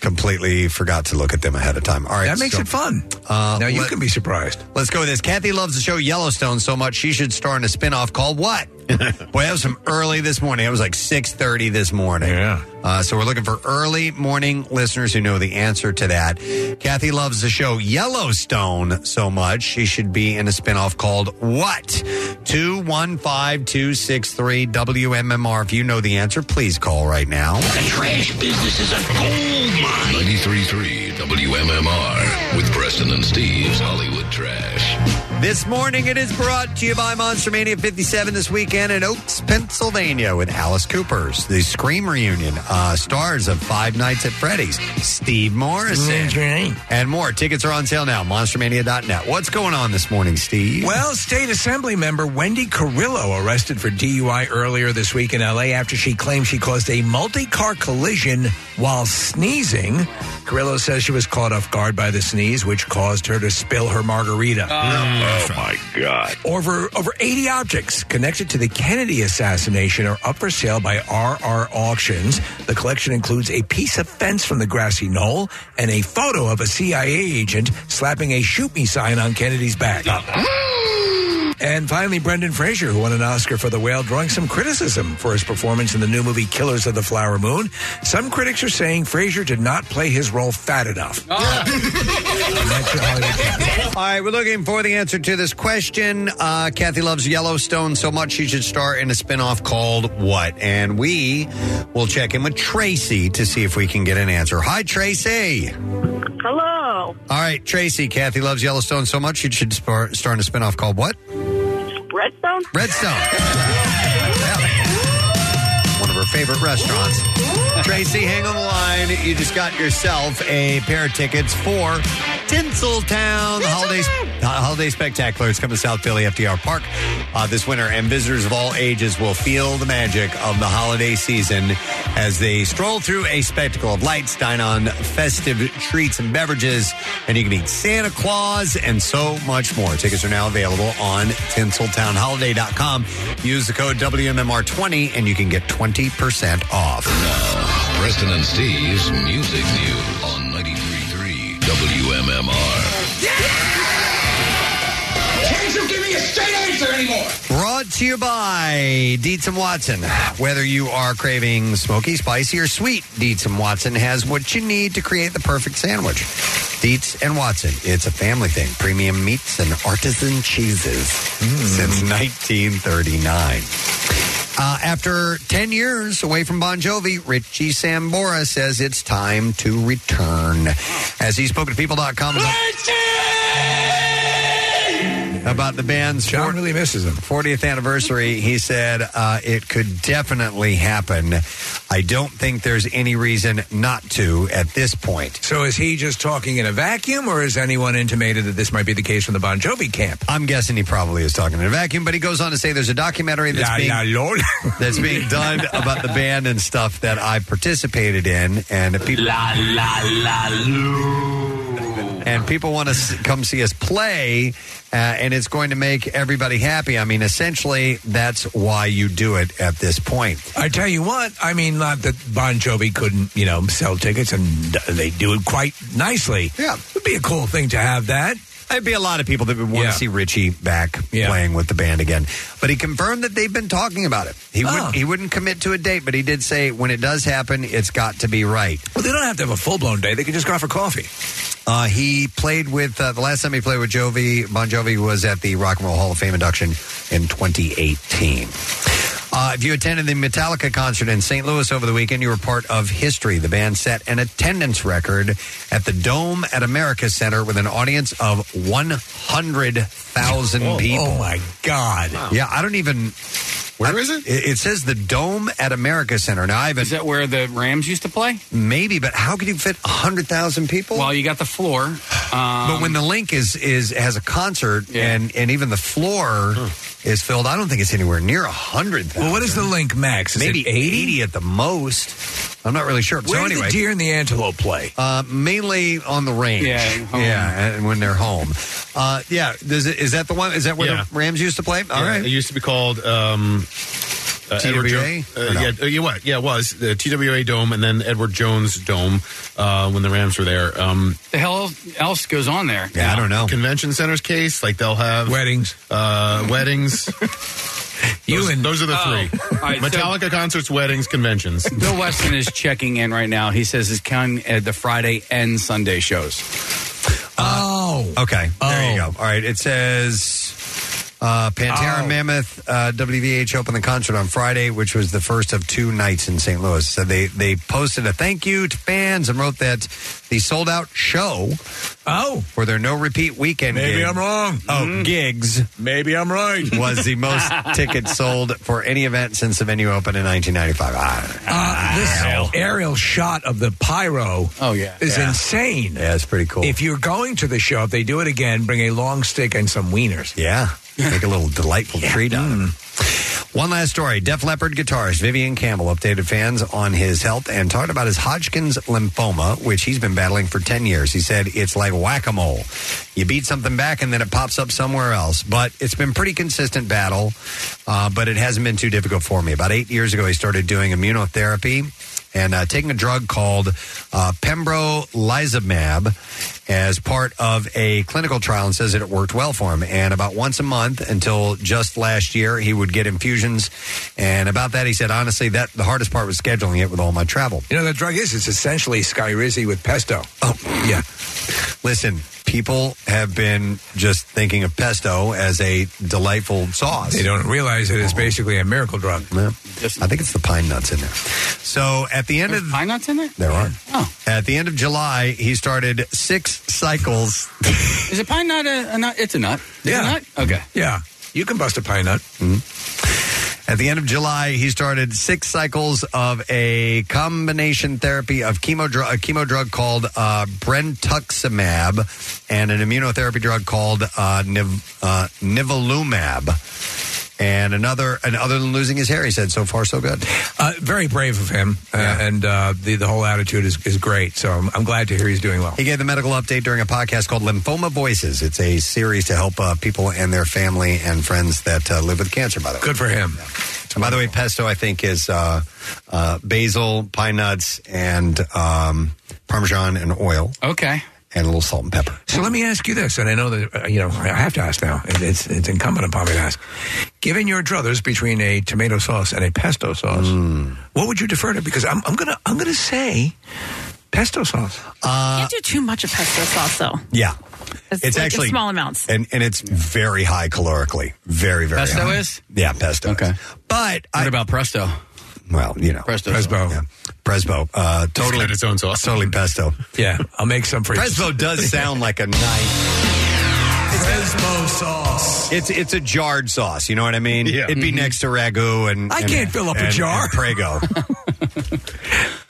Speaker 8: completely forgot to look at them ahead of time. All right,
Speaker 10: That makes
Speaker 8: so-
Speaker 10: it fun.
Speaker 8: Uh,
Speaker 10: now you
Speaker 8: let-
Speaker 10: can be surprised.
Speaker 8: Let's go with this. Kathy loves the show Yellowstone so much she should star in a spinoff called what? Boy, that was from early this morning. It was like six thirty this morning. Yeah. Uh, so we're looking for early morning listeners who know the answer to that. Kathy loves the show Yellowstone so much she should be in a spinoff called what? Two one five two six three WMMR. If you know the answer, please call right now.
Speaker 5: Trash business is a gold mine.
Speaker 15: 93.3 WMMR with Preston and Steve's Hollywood Trash.
Speaker 8: This morning it is brought to you by Monster Mania 57 this weekend in Oaks, Pennsylvania with Alice Cooper's The Scream Reunion, uh, stars of Five Nights at Freddy's, Steve Morrison, and more. Tickets are on sale now, monstermania.net. What's going on this morning, Steve?
Speaker 10: Well, state assembly member Wendy Carrillo arrested for DUI earlier this week in LA after she claimed she caused a multi car collision while sneezing. Carrillo says she was caught off guard by the sneeze, which caused her to spill her margarita.
Speaker 5: Oh.
Speaker 10: Hmm. my God. Over, over 80 objects connected to the Kennedy assassination are up for sale by RR Auctions. The collection includes a piece of fence from the grassy knoll and a photo of a CIA agent slapping a shoot me sign on Kennedy's back. And finally, Brendan Fraser, who won an Oscar for The Whale, drawing some criticism for his performance in the new movie Killers of the Flower Moon. Some critics are saying Fraser did not play his role fat enough.
Speaker 8: All right, we're looking for the answer to this question. Uh, Kathy loves Yellowstone so much she should star in a spinoff called What? And we will check in with Tracy to see if we can get an answer. Hi, Tracy.
Speaker 7: Hello,
Speaker 8: All right, Tracy. Kathy loves Yellowstone so much she should spar- star in a spinoff called what?
Speaker 7: Redstone.
Speaker 8: Redstone. Yeah. One of her favorite restaurants. Tracy, hang on the line. You just got yourself a pair of tickets for Tinseltown, the holiday, the holiday spectacular. It's coming to South Philly FDR Park uh, this winter, and visitors of all ages will feel the magic of the holiday season as they stroll through a spectacle of lights, dine on festive treats and beverages, and you can meet Santa Claus and so much more. Tickets are now available on tinseltownholiday.com. Use the code WMMR20 and you can get 20% off.
Speaker 15: Preston and Steve's Music News on 93.3 WMMR.
Speaker 5: Can't you give me a straight answer anymore?
Speaker 8: Brought to you by Dietz and Watson. Whether you are craving smoky, spicy, or sweet, Dietz and Watson has what you need to create the perfect sandwich. Dietz and Watson, it's a family thing. Premium meats and artisan cheeses since 1939. Uh, after 10 years away from Bon Jovi, Richie Sambora says it's time to return. As he spoke to People.com about about the band's John really
Speaker 10: misses him.
Speaker 8: 40th anniversary. He said uh, it could definitely happen. I don't think there's any reason not to at this point.
Speaker 10: So is he just talking in a vacuum, or is anyone intimated that this might be the case from the Bon Jovi camp?
Speaker 8: I'm guessing he probably is talking in a vacuum, but he goes on to say there's a documentary that's
Speaker 10: La,
Speaker 8: being
Speaker 10: la, lol.
Speaker 8: that's being done about the band and stuff that I participated in, and people.
Speaker 5: La la la loo.
Speaker 8: and people want to s- come see us play, uh, and it's going to make everybody happy. I mean, essentially, that's why you do it at this point.
Speaker 10: I tell you what, I mean, not that Bon Jovi couldn't, you know, sell tickets, and they do it quite nicely. Yeah, it'd be a cool thing to have that.
Speaker 8: There'd be a lot of people that would want
Speaker 10: Yeah.
Speaker 8: to see Richie back
Speaker 10: Yeah.
Speaker 8: playing with the band again. But he confirmed that they've been talking about it. He, would, he wouldn't commit to a date, but he did say when it does happen, it's got to be right.
Speaker 10: Well, they don't have to have a full blown day. They can just go out for coffee.
Speaker 8: Uh, he played with uh, the last time he played with Jovi Bon Jovi was at the Rock and Roll Hall of Fame induction in 2018. Uh, if you attended the Metallica concert in St. Louis over the weekend, you were part of history. The band set an attendance record at the Dome at America Center with an audience of 100,000
Speaker 10: Oh,
Speaker 8: people.
Speaker 10: oh my God.
Speaker 8: Yeah, I don't even. Where is it? It says the Dome at America Center. Now, I haven't. Is
Speaker 2: that where the Rams used to play?
Speaker 8: Maybe, but how could you fit 100,000 people?
Speaker 2: Well, you got the floor. Um,
Speaker 8: but when the link is is has a concert and and even the floor is filled, I don't think it's anywhere near a hundred.
Speaker 10: Well, what is the link max? Is it
Speaker 8: Maybe
Speaker 10: 80?
Speaker 8: eighty at the most. I'm not really sure.
Speaker 10: Where
Speaker 8: so
Speaker 10: do the
Speaker 8: anyway,
Speaker 10: deer and the antelope play?
Speaker 8: Uh, mainly on the range.
Speaker 10: Yeah, and home.
Speaker 8: yeah, and when they're home. Uh, yeah, is, it, is that the one? Is that where
Speaker 11: Yeah.
Speaker 8: the Rams used to play? All
Speaker 11: Yeah,
Speaker 8: right.
Speaker 11: It used to be called. Um, uh, Edward
Speaker 8: TWA?
Speaker 11: Jo- uh,
Speaker 8: Or no?
Speaker 11: yeah, uh, yeah, what? Yeah, it was the TWA Dome and then Edward Jones Dome uh, when the Rams were there. Um,
Speaker 2: the hell else goes on there?
Speaker 11: Yeah,
Speaker 8: I don't know.
Speaker 11: Convention center's case, like they'll have
Speaker 10: weddings,
Speaker 11: uh, weddings.
Speaker 10: you
Speaker 11: those,
Speaker 2: and-
Speaker 11: those are the
Speaker 2: Oh.
Speaker 11: three:
Speaker 2: All right, so-
Speaker 11: Metallica concerts, weddings, conventions.
Speaker 2: Bill Weston is checking in right now. He says he's counting uh, the Friday and Sunday shows.
Speaker 10: Oh. Oh.
Speaker 8: Okay. There you go. All right. It says uh, Pantera Mammoth uh, WVH opened the concert on Friday, which was the first of two nights in St. Louis. So they they posted a thank you to fans and wrote that the sold out show.
Speaker 10: Oh,
Speaker 8: for their no repeat weekend.
Speaker 10: Maybe
Speaker 8: gig-
Speaker 10: I'm wrong. Mm-hmm.
Speaker 8: Oh, gigs.
Speaker 10: Maybe I'm right.
Speaker 8: Was the most tickets sold for any event since the venue opened in 1995. Ah,
Speaker 10: Uh, this
Speaker 8: Ariel.
Speaker 10: aerial shot of the pyro.
Speaker 2: Oh yeah,
Speaker 10: is
Speaker 8: Yeah.
Speaker 10: insane.
Speaker 8: Yeah, it's pretty cool.
Speaker 10: If you're going to the show, if they do it again, bring a long stick and some wieners.
Speaker 8: Yeah. Make a little delightful treat out of it. One last story. Def Leppard guitarist Vivian Campbell updated fans on his health and talked about his Hodgkin's lymphoma, which he's been battling for 10 years. He said, It's like whack a mole. You beat something back and then it pops up somewhere else. But it's been pretty consistent battle, uh, but it hasn't been too difficult for me. About eight years ago, he started doing immunotherapy and uh, taking a drug called uh, pembrolizumab as part of a clinical trial and says that it worked well for him. And about once a month until just last year, he would get infusions. And about that, he said, honestly, that the hardest part was scheduling it with all my travel.
Speaker 10: You know, the drug is it's essentially Skyrizzi with pesto. Oh, yeah.
Speaker 8: Listen, people have been just thinking of pesto as a delightful sauce.
Speaker 10: They don't realize that it's basically a miracle drug.
Speaker 8: Yeah. I think it's the pine nuts in there. So at the end of
Speaker 2: pine nuts in there, Oh.
Speaker 8: there are. At the end of July, he started six cycles.
Speaker 2: Is a pine nut a, a nut? It's a nut. Is it a
Speaker 8: Yeah.
Speaker 2: nut? Okay.
Speaker 10: Yeah, you can bust a pine nut.
Speaker 2: Mm-hmm.
Speaker 8: At the end of July, he started six cycles of a combination therapy of chemo dru- a chemo drug called uh, brentuximab and an immunotherapy drug called uh, niv- uh, nivolumab. And another, and other than losing his hair, he said, "So far, so good."
Speaker 10: Uh, very brave of him, uh, and uh, the the whole attitude is, is great. So I'm, I'm glad to hear he's doing well.
Speaker 8: He gave the medical update during a podcast called Lymphoma Voices. It's a series to help uh, people and their family and friends that uh, live with cancer. By the way,
Speaker 10: Good for him.
Speaker 8: And by the way, pesto I think is uh, uh, basil, pine nuts, and um, parmesan and oil.
Speaker 2: Okay.
Speaker 8: And a little salt and pepper.
Speaker 10: So let me ask you this, and I know that uh, you know I have to ask now. It- It's it's incumbent upon me to ask. Given your druthers between a tomato sauce and a pesto sauce,
Speaker 8: Hmm.
Speaker 10: what would you defer to? Because I'm, I'm gonna I'm gonna say pesto sauce.
Speaker 8: Um,
Speaker 9: Can't do too much of pesto sauce though.
Speaker 8: Yeah,
Speaker 9: It's, like in small amounts.
Speaker 8: and and it's very high calorically. Very very
Speaker 2: Pesto
Speaker 8: high.
Speaker 2: is?
Speaker 8: yeah pesto. Okay, but
Speaker 2: What about presto?
Speaker 8: well you know
Speaker 2: Presto.
Speaker 10: Presbo.
Speaker 8: yeah. Presbo uh, totally
Speaker 11: its own sauce.
Speaker 8: Totally pesto.
Speaker 10: Yeah, I'll make some for you.
Speaker 8: Presbo does sound like a nice.
Speaker 10: Presbo sauce.
Speaker 8: It's it's a jarred sauce. You know what I mean?
Speaker 10: Mm-hmm.
Speaker 11: Yeah.
Speaker 8: It'd be next to ragu and
Speaker 10: I
Speaker 8: and-
Speaker 10: can't fill up a
Speaker 8: and-
Speaker 10: jar.
Speaker 8: and Prego.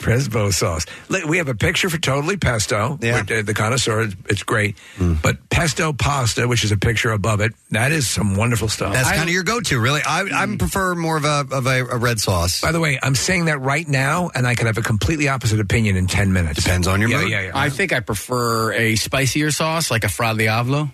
Speaker 10: Presbo sauce. Look, We have a picture for Totally Pesto. Yeah. The connoisseur, it's- it's great.
Speaker 8: Hmm.
Speaker 10: But pesto pasta, which is a picture above it, that is some wonderful stuff.
Speaker 8: That's kind of your go-to, really. I
Speaker 10: Mm.
Speaker 8: I prefer more of a of a, a red sauce.
Speaker 10: By the way, I'm saying that right now, and I could have a completely opposite opinion in 10 minutes. Depends
Speaker 8: on your
Speaker 10: yeah,
Speaker 8: mood.
Speaker 10: Yeah, yeah.
Speaker 2: I think I prefer a spicier sauce, like a fra diavolo.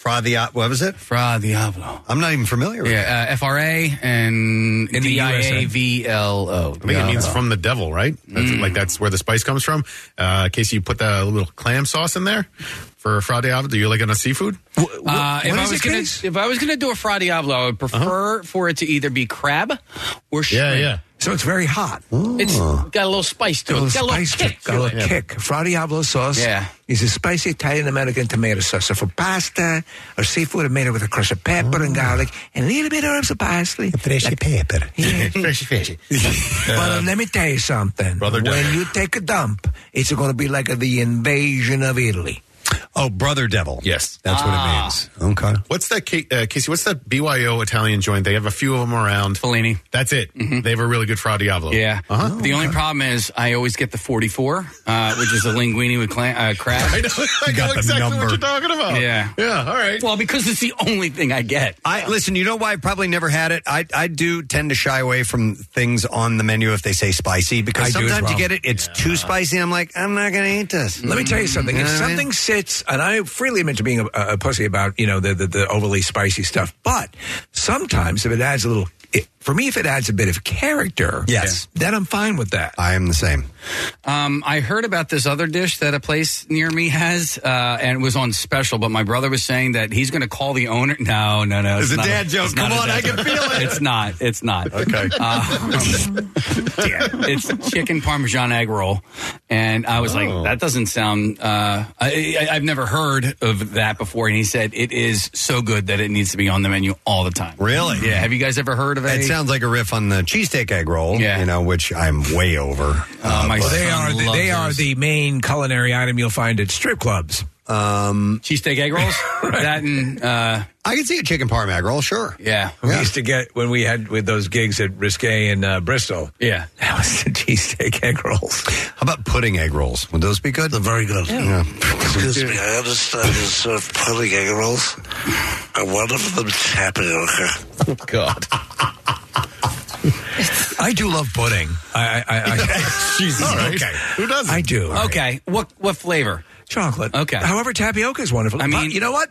Speaker 8: Fra diavolo. What was it?
Speaker 2: Fra diavolo.
Speaker 8: I'm not even familiar. with
Speaker 2: Yeah, uh, F R A and
Speaker 11: In the
Speaker 2: D I A
Speaker 11: USA.
Speaker 2: V L O. Mm.
Speaker 11: I think it means from the devil, right? That's, Like that's where the spice comes from. Uh, in case you put the little clam sauce in there for fraude, do you like it on seafood?
Speaker 2: Uh, if,
Speaker 11: what
Speaker 2: I
Speaker 11: is
Speaker 2: was
Speaker 11: it, Uh-huh.
Speaker 2: gonna, if I was going to do a fra diavolo, I would prefer for it to either be crab or shrimp.
Speaker 11: yeah.
Speaker 10: So it's very hot.
Speaker 2: It's got a little spice to it.
Speaker 10: Got a
Speaker 2: It's
Speaker 10: little spice to it. Got a
Speaker 2: to
Speaker 10: little
Speaker 2: it.
Speaker 10: kick. Fra Diavolo sauce
Speaker 2: Yeah.
Speaker 10: is a spicy Italian American tomato sauce. So for pasta or seafood, made it with a crush of pepper and
Speaker 8: Mm.
Speaker 10: garlic and a little bit of herbs of parsley. Fresh pepper.
Speaker 11: Fishy, fishy.
Speaker 10: But Mm, let me tell you something.
Speaker 11: Brother
Speaker 10: when
Speaker 11: Devil.
Speaker 10: you take a dump, it's going to be like the invasion of Italy.
Speaker 8: Oh, brother devil.
Speaker 11: Yes,
Speaker 8: that's
Speaker 10: Ah.
Speaker 8: what it means. Okay.
Speaker 11: What's that, Ca- uh, Casey? What's that BYO Italian joint? They have a few of them around.
Speaker 2: Fellini. Mm-hmm.
Speaker 11: That's it. They have a really good Fra Diavolo.
Speaker 2: Yeah.
Speaker 11: Uh-huh.
Speaker 2: the only problem is I always get the 44, uh, which is a linguine with clam, uh, crab.
Speaker 11: I know, I know exactly what you're talking about.
Speaker 2: Yeah.
Speaker 11: Yeah. All right.
Speaker 2: Well, because it's the only thing I get.
Speaker 8: I listen. You know why I probably never had it. I I do tend to shy away from things on the menu if they say spicy because
Speaker 10: I do as
Speaker 8: sometimes
Speaker 10: well.
Speaker 8: you get it. It's too spicy. I'm like, I'm not going to eat this.
Speaker 10: Let me tell you something.
Speaker 8: You
Speaker 10: If
Speaker 8: know what I mean?
Speaker 10: something sits, and I freely admit to being a, a pussy about you know the, the the overly spicy stuff, but sometimes if it adds a little, it, for me, if it adds a bit of character,
Speaker 8: Yes.
Speaker 10: then I'm fine with that.
Speaker 8: I am the same.
Speaker 2: Um, I heard about this other dish that a place near me has, uh, and it was on special. But my brother was saying that he's going to call the owner. No, no, no.
Speaker 8: It's a
Speaker 2: not
Speaker 8: dad joke.
Speaker 2: it's not
Speaker 8: Come
Speaker 2: a
Speaker 8: on,
Speaker 2: dad
Speaker 8: I can
Speaker 2: joke.
Speaker 8: feel it.
Speaker 2: It's not. It's not. Um,
Speaker 11: Okay.
Speaker 2: it's chicken parmesan egg roll, and I was
Speaker 8: Oh.
Speaker 2: like, that doesn't sound. Uh, I, I, I've never heard of that before. And he said it is so good that it needs to be on the menu all the time.
Speaker 8: Really?
Speaker 2: Yeah. Have you guys ever heard of
Speaker 8: It
Speaker 2: a-
Speaker 8: sounds like a riff on the cheesesteak egg roll.
Speaker 2: Yeah.
Speaker 8: You know, which I'm way over. Uh,
Speaker 10: Well,
Speaker 8: but-
Speaker 10: they are the, they are the main culinary item you'll find at strip clubs.
Speaker 8: Um,
Speaker 2: cheesesteak egg rolls? That and uh,
Speaker 8: I can see a chicken parm egg roll. Sure.
Speaker 2: yeah.
Speaker 10: We used to get when we had with those gigs at Risque in uh, Bristol.
Speaker 2: Yeah.
Speaker 10: That was the cheesesteak egg rolls.
Speaker 8: How about pudding egg rolls? Would those be good? They're
Speaker 10: very good.
Speaker 8: Yeah.
Speaker 6: Excuse me, I understand you serve pudding egg rolls, and one of them's tapioca.
Speaker 2: Oh,
Speaker 11: God.
Speaker 10: I do love pudding. I, I, I, I
Speaker 11: Jesus. All right.
Speaker 10: Okay.
Speaker 11: Who doesn't?
Speaker 10: I do.
Speaker 2: Okay. What what flavor?
Speaker 10: Chocolate.
Speaker 2: Okay.
Speaker 10: However, tapioca is wonderful.
Speaker 2: I
Speaker 10: Bu-
Speaker 2: mean-
Speaker 10: you know what?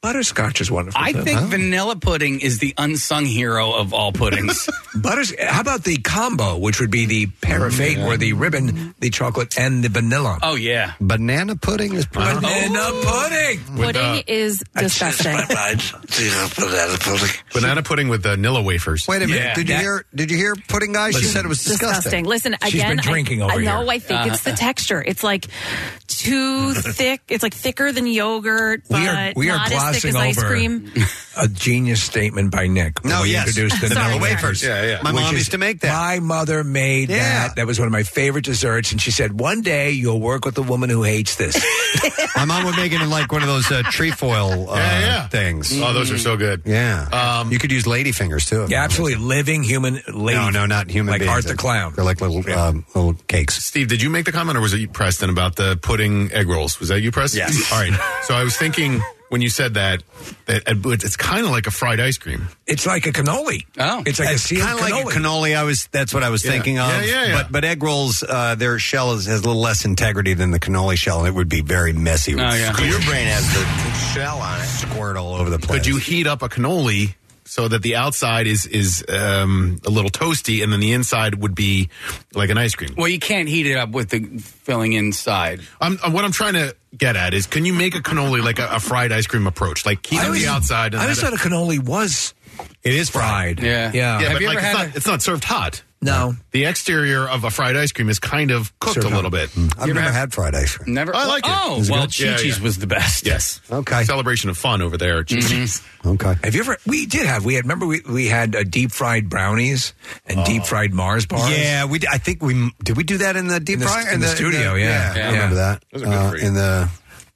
Speaker 10: Butterscotch is wonderful.
Speaker 2: I
Speaker 10: too.
Speaker 2: think vanilla pudding is the unsung hero of all puddings.
Speaker 10: Butters. How about the combo, which would be the paraffin or the ribbon, the chocolate and the vanilla?
Speaker 2: oh yeah.
Speaker 8: Banana Uh, pudding is pretty.
Speaker 10: Banana pudding.
Speaker 8: uh,
Speaker 19: Pudding is disgusting.
Speaker 6: Do you have banana pudding?
Speaker 11: Banana pudding with vanilla wafers.
Speaker 8: Wait a minute.
Speaker 10: Yeah,
Speaker 8: did you
Speaker 10: that-
Speaker 8: hear? Did you hear pudding guy? She
Speaker 10: Listen.
Speaker 8: said it was disgusting.
Speaker 19: disgusting. Listen,
Speaker 10: She's
Speaker 19: again,
Speaker 10: been drinking
Speaker 19: I,
Speaker 10: over
Speaker 19: I know.
Speaker 10: here.
Speaker 19: I think it's
Speaker 8: Uh-huh.
Speaker 19: the texture. It's like too thick. It's like thicker than yogurt, but
Speaker 10: We are- we are
Speaker 19: not as thick
Speaker 10: glossing
Speaker 19: as ice
Speaker 10: over-
Speaker 19: cream.
Speaker 10: A genius statement by Nick.
Speaker 8: No,
Speaker 10: We
Speaker 8: yes.
Speaker 10: Introduced the
Speaker 8: Sorry,
Speaker 10: vanilla
Speaker 8: sorry.
Speaker 10: wafers.
Speaker 8: Yeah, yeah. My
Speaker 10: Which
Speaker 8: mom
Speaker 10: is-
Speaker 8: used to make that.
Speaker 10: My mother made
Speaker 8: Yeah.
Speaker 10: that. That was one of my favorite desserts, and she said, "One day you'll work with a woman who hates this."
Speaker 8: My mom would make it in like one of those uh, trefoil uh,
Speaker 11: Yeah, yeah.
Speaker 8: things.
Speaker 11: Oh, those are so good.
Speaker 8: Yeah.
Speaker 11: Um,
Speaker 8: you could use ladyfingers too.
Speaker 10: yeah, absolutely. Living human. Lady.
Speaker 8: No, no, not human
Speaker 10: Like
Speaker 8: beings.
Speaker 10: Art the clown.
Speaker 8: They're like little um, little cakes.
Speaker 11: Steve, did you make the comment or was it you, Preston about the pudding egg rolls? Was that you, Preston?
Speaker 8: Yes.
Speaker 11: All right. So I was thinking when you said that, that it- it's kind of like a fried ice cream.
Speaker 10: It's like a cannoli.
Speaker 2: Oh.
Speaker 10: It's like a
Speaker 8: It's
Speaker 10: sealed
Speaker 8: kind of like a cannoli. I was that's what I was
Speaker 11: Yeah.
Speaker 8: thinking of.
Speaker 11: Yeah, yeah, yeah.
Speaker 8: But but egg rolls, uh, their shell is, has a little less integrity than the cannoli shell, and it would be very messy.
Speaker 2: Oh, yeah.
Speaker 8: Your brain has the shell on it, squirt all over the place.
Speaker 11: Could you heat up a cannoli so that the outside is is um, a little toasty, and then the inside would be like an ice cream?
Speaker 2: Well, you can't heat it up with the filling inside.
Speaker 11: I'm, uh, what I'm trying to get at is, can you make a cannoli like a, a fried ice cream approach? Like heat up the outside. And
Speaker 10: I always
Speaker 11: then-
Speaker 10: thought a cannoli was
Speaker 8: It is
Speaker 10: fried.
Speaker 2: Yeah.
Speaker 10: Yeah.
Speaker 11: yeah,
Speaker 2: Have
Speaker 11: but
Speaker 2: you
Speaker 11: like
Speaker 2: ever
Speaker 11: it's,
Speaker 2: had
Speaker 11: not, it's not served hot.
Speaker 10: No.
Speaker 11: The exterior of a fried ice cream is kind of cooked
Speaker 10: Served
Speaker 11: a little
Speaker 10: hot.
Speaker 11: bit.
Speaker 8: I've never had fried ice cream.
Speaker 2: Never.
Speaker 11: I like it.
Speaker 2: Oh,
Speaker 11: Is it
Speaker 2: well,
Speaker 11: good? Yeah,
Speaker 2: Chi-Chi's
Speaker 11: yeah.
Speaker 2: was the best.
Speaker 11: Yes.
Speaker 8: Okay.
Speaker 11: Celebration of fun over there.
Speaker 12: Mm-hmm.
Speaker 8: Okay.
Speaker 10: Have you ever? We did have. We had. Remember, we we had uh, deep fried brownies and
Speaker 12: Oh.
Speaker 10: deep fried Mars bars.
Speaker 8: Yeah, we. d- I think we did. We do that in the deep
Speaker 10: In the-
Speaker 8: fryer
Speaker 10: in the studio, yeah.
Speaker 8: I
Speaker 10: Yeah.
Speaker 8: remember that.
Speaker 11: Those are good
Speaker 8: Uh,
Speaker 11: for you.
Speaker 8: in the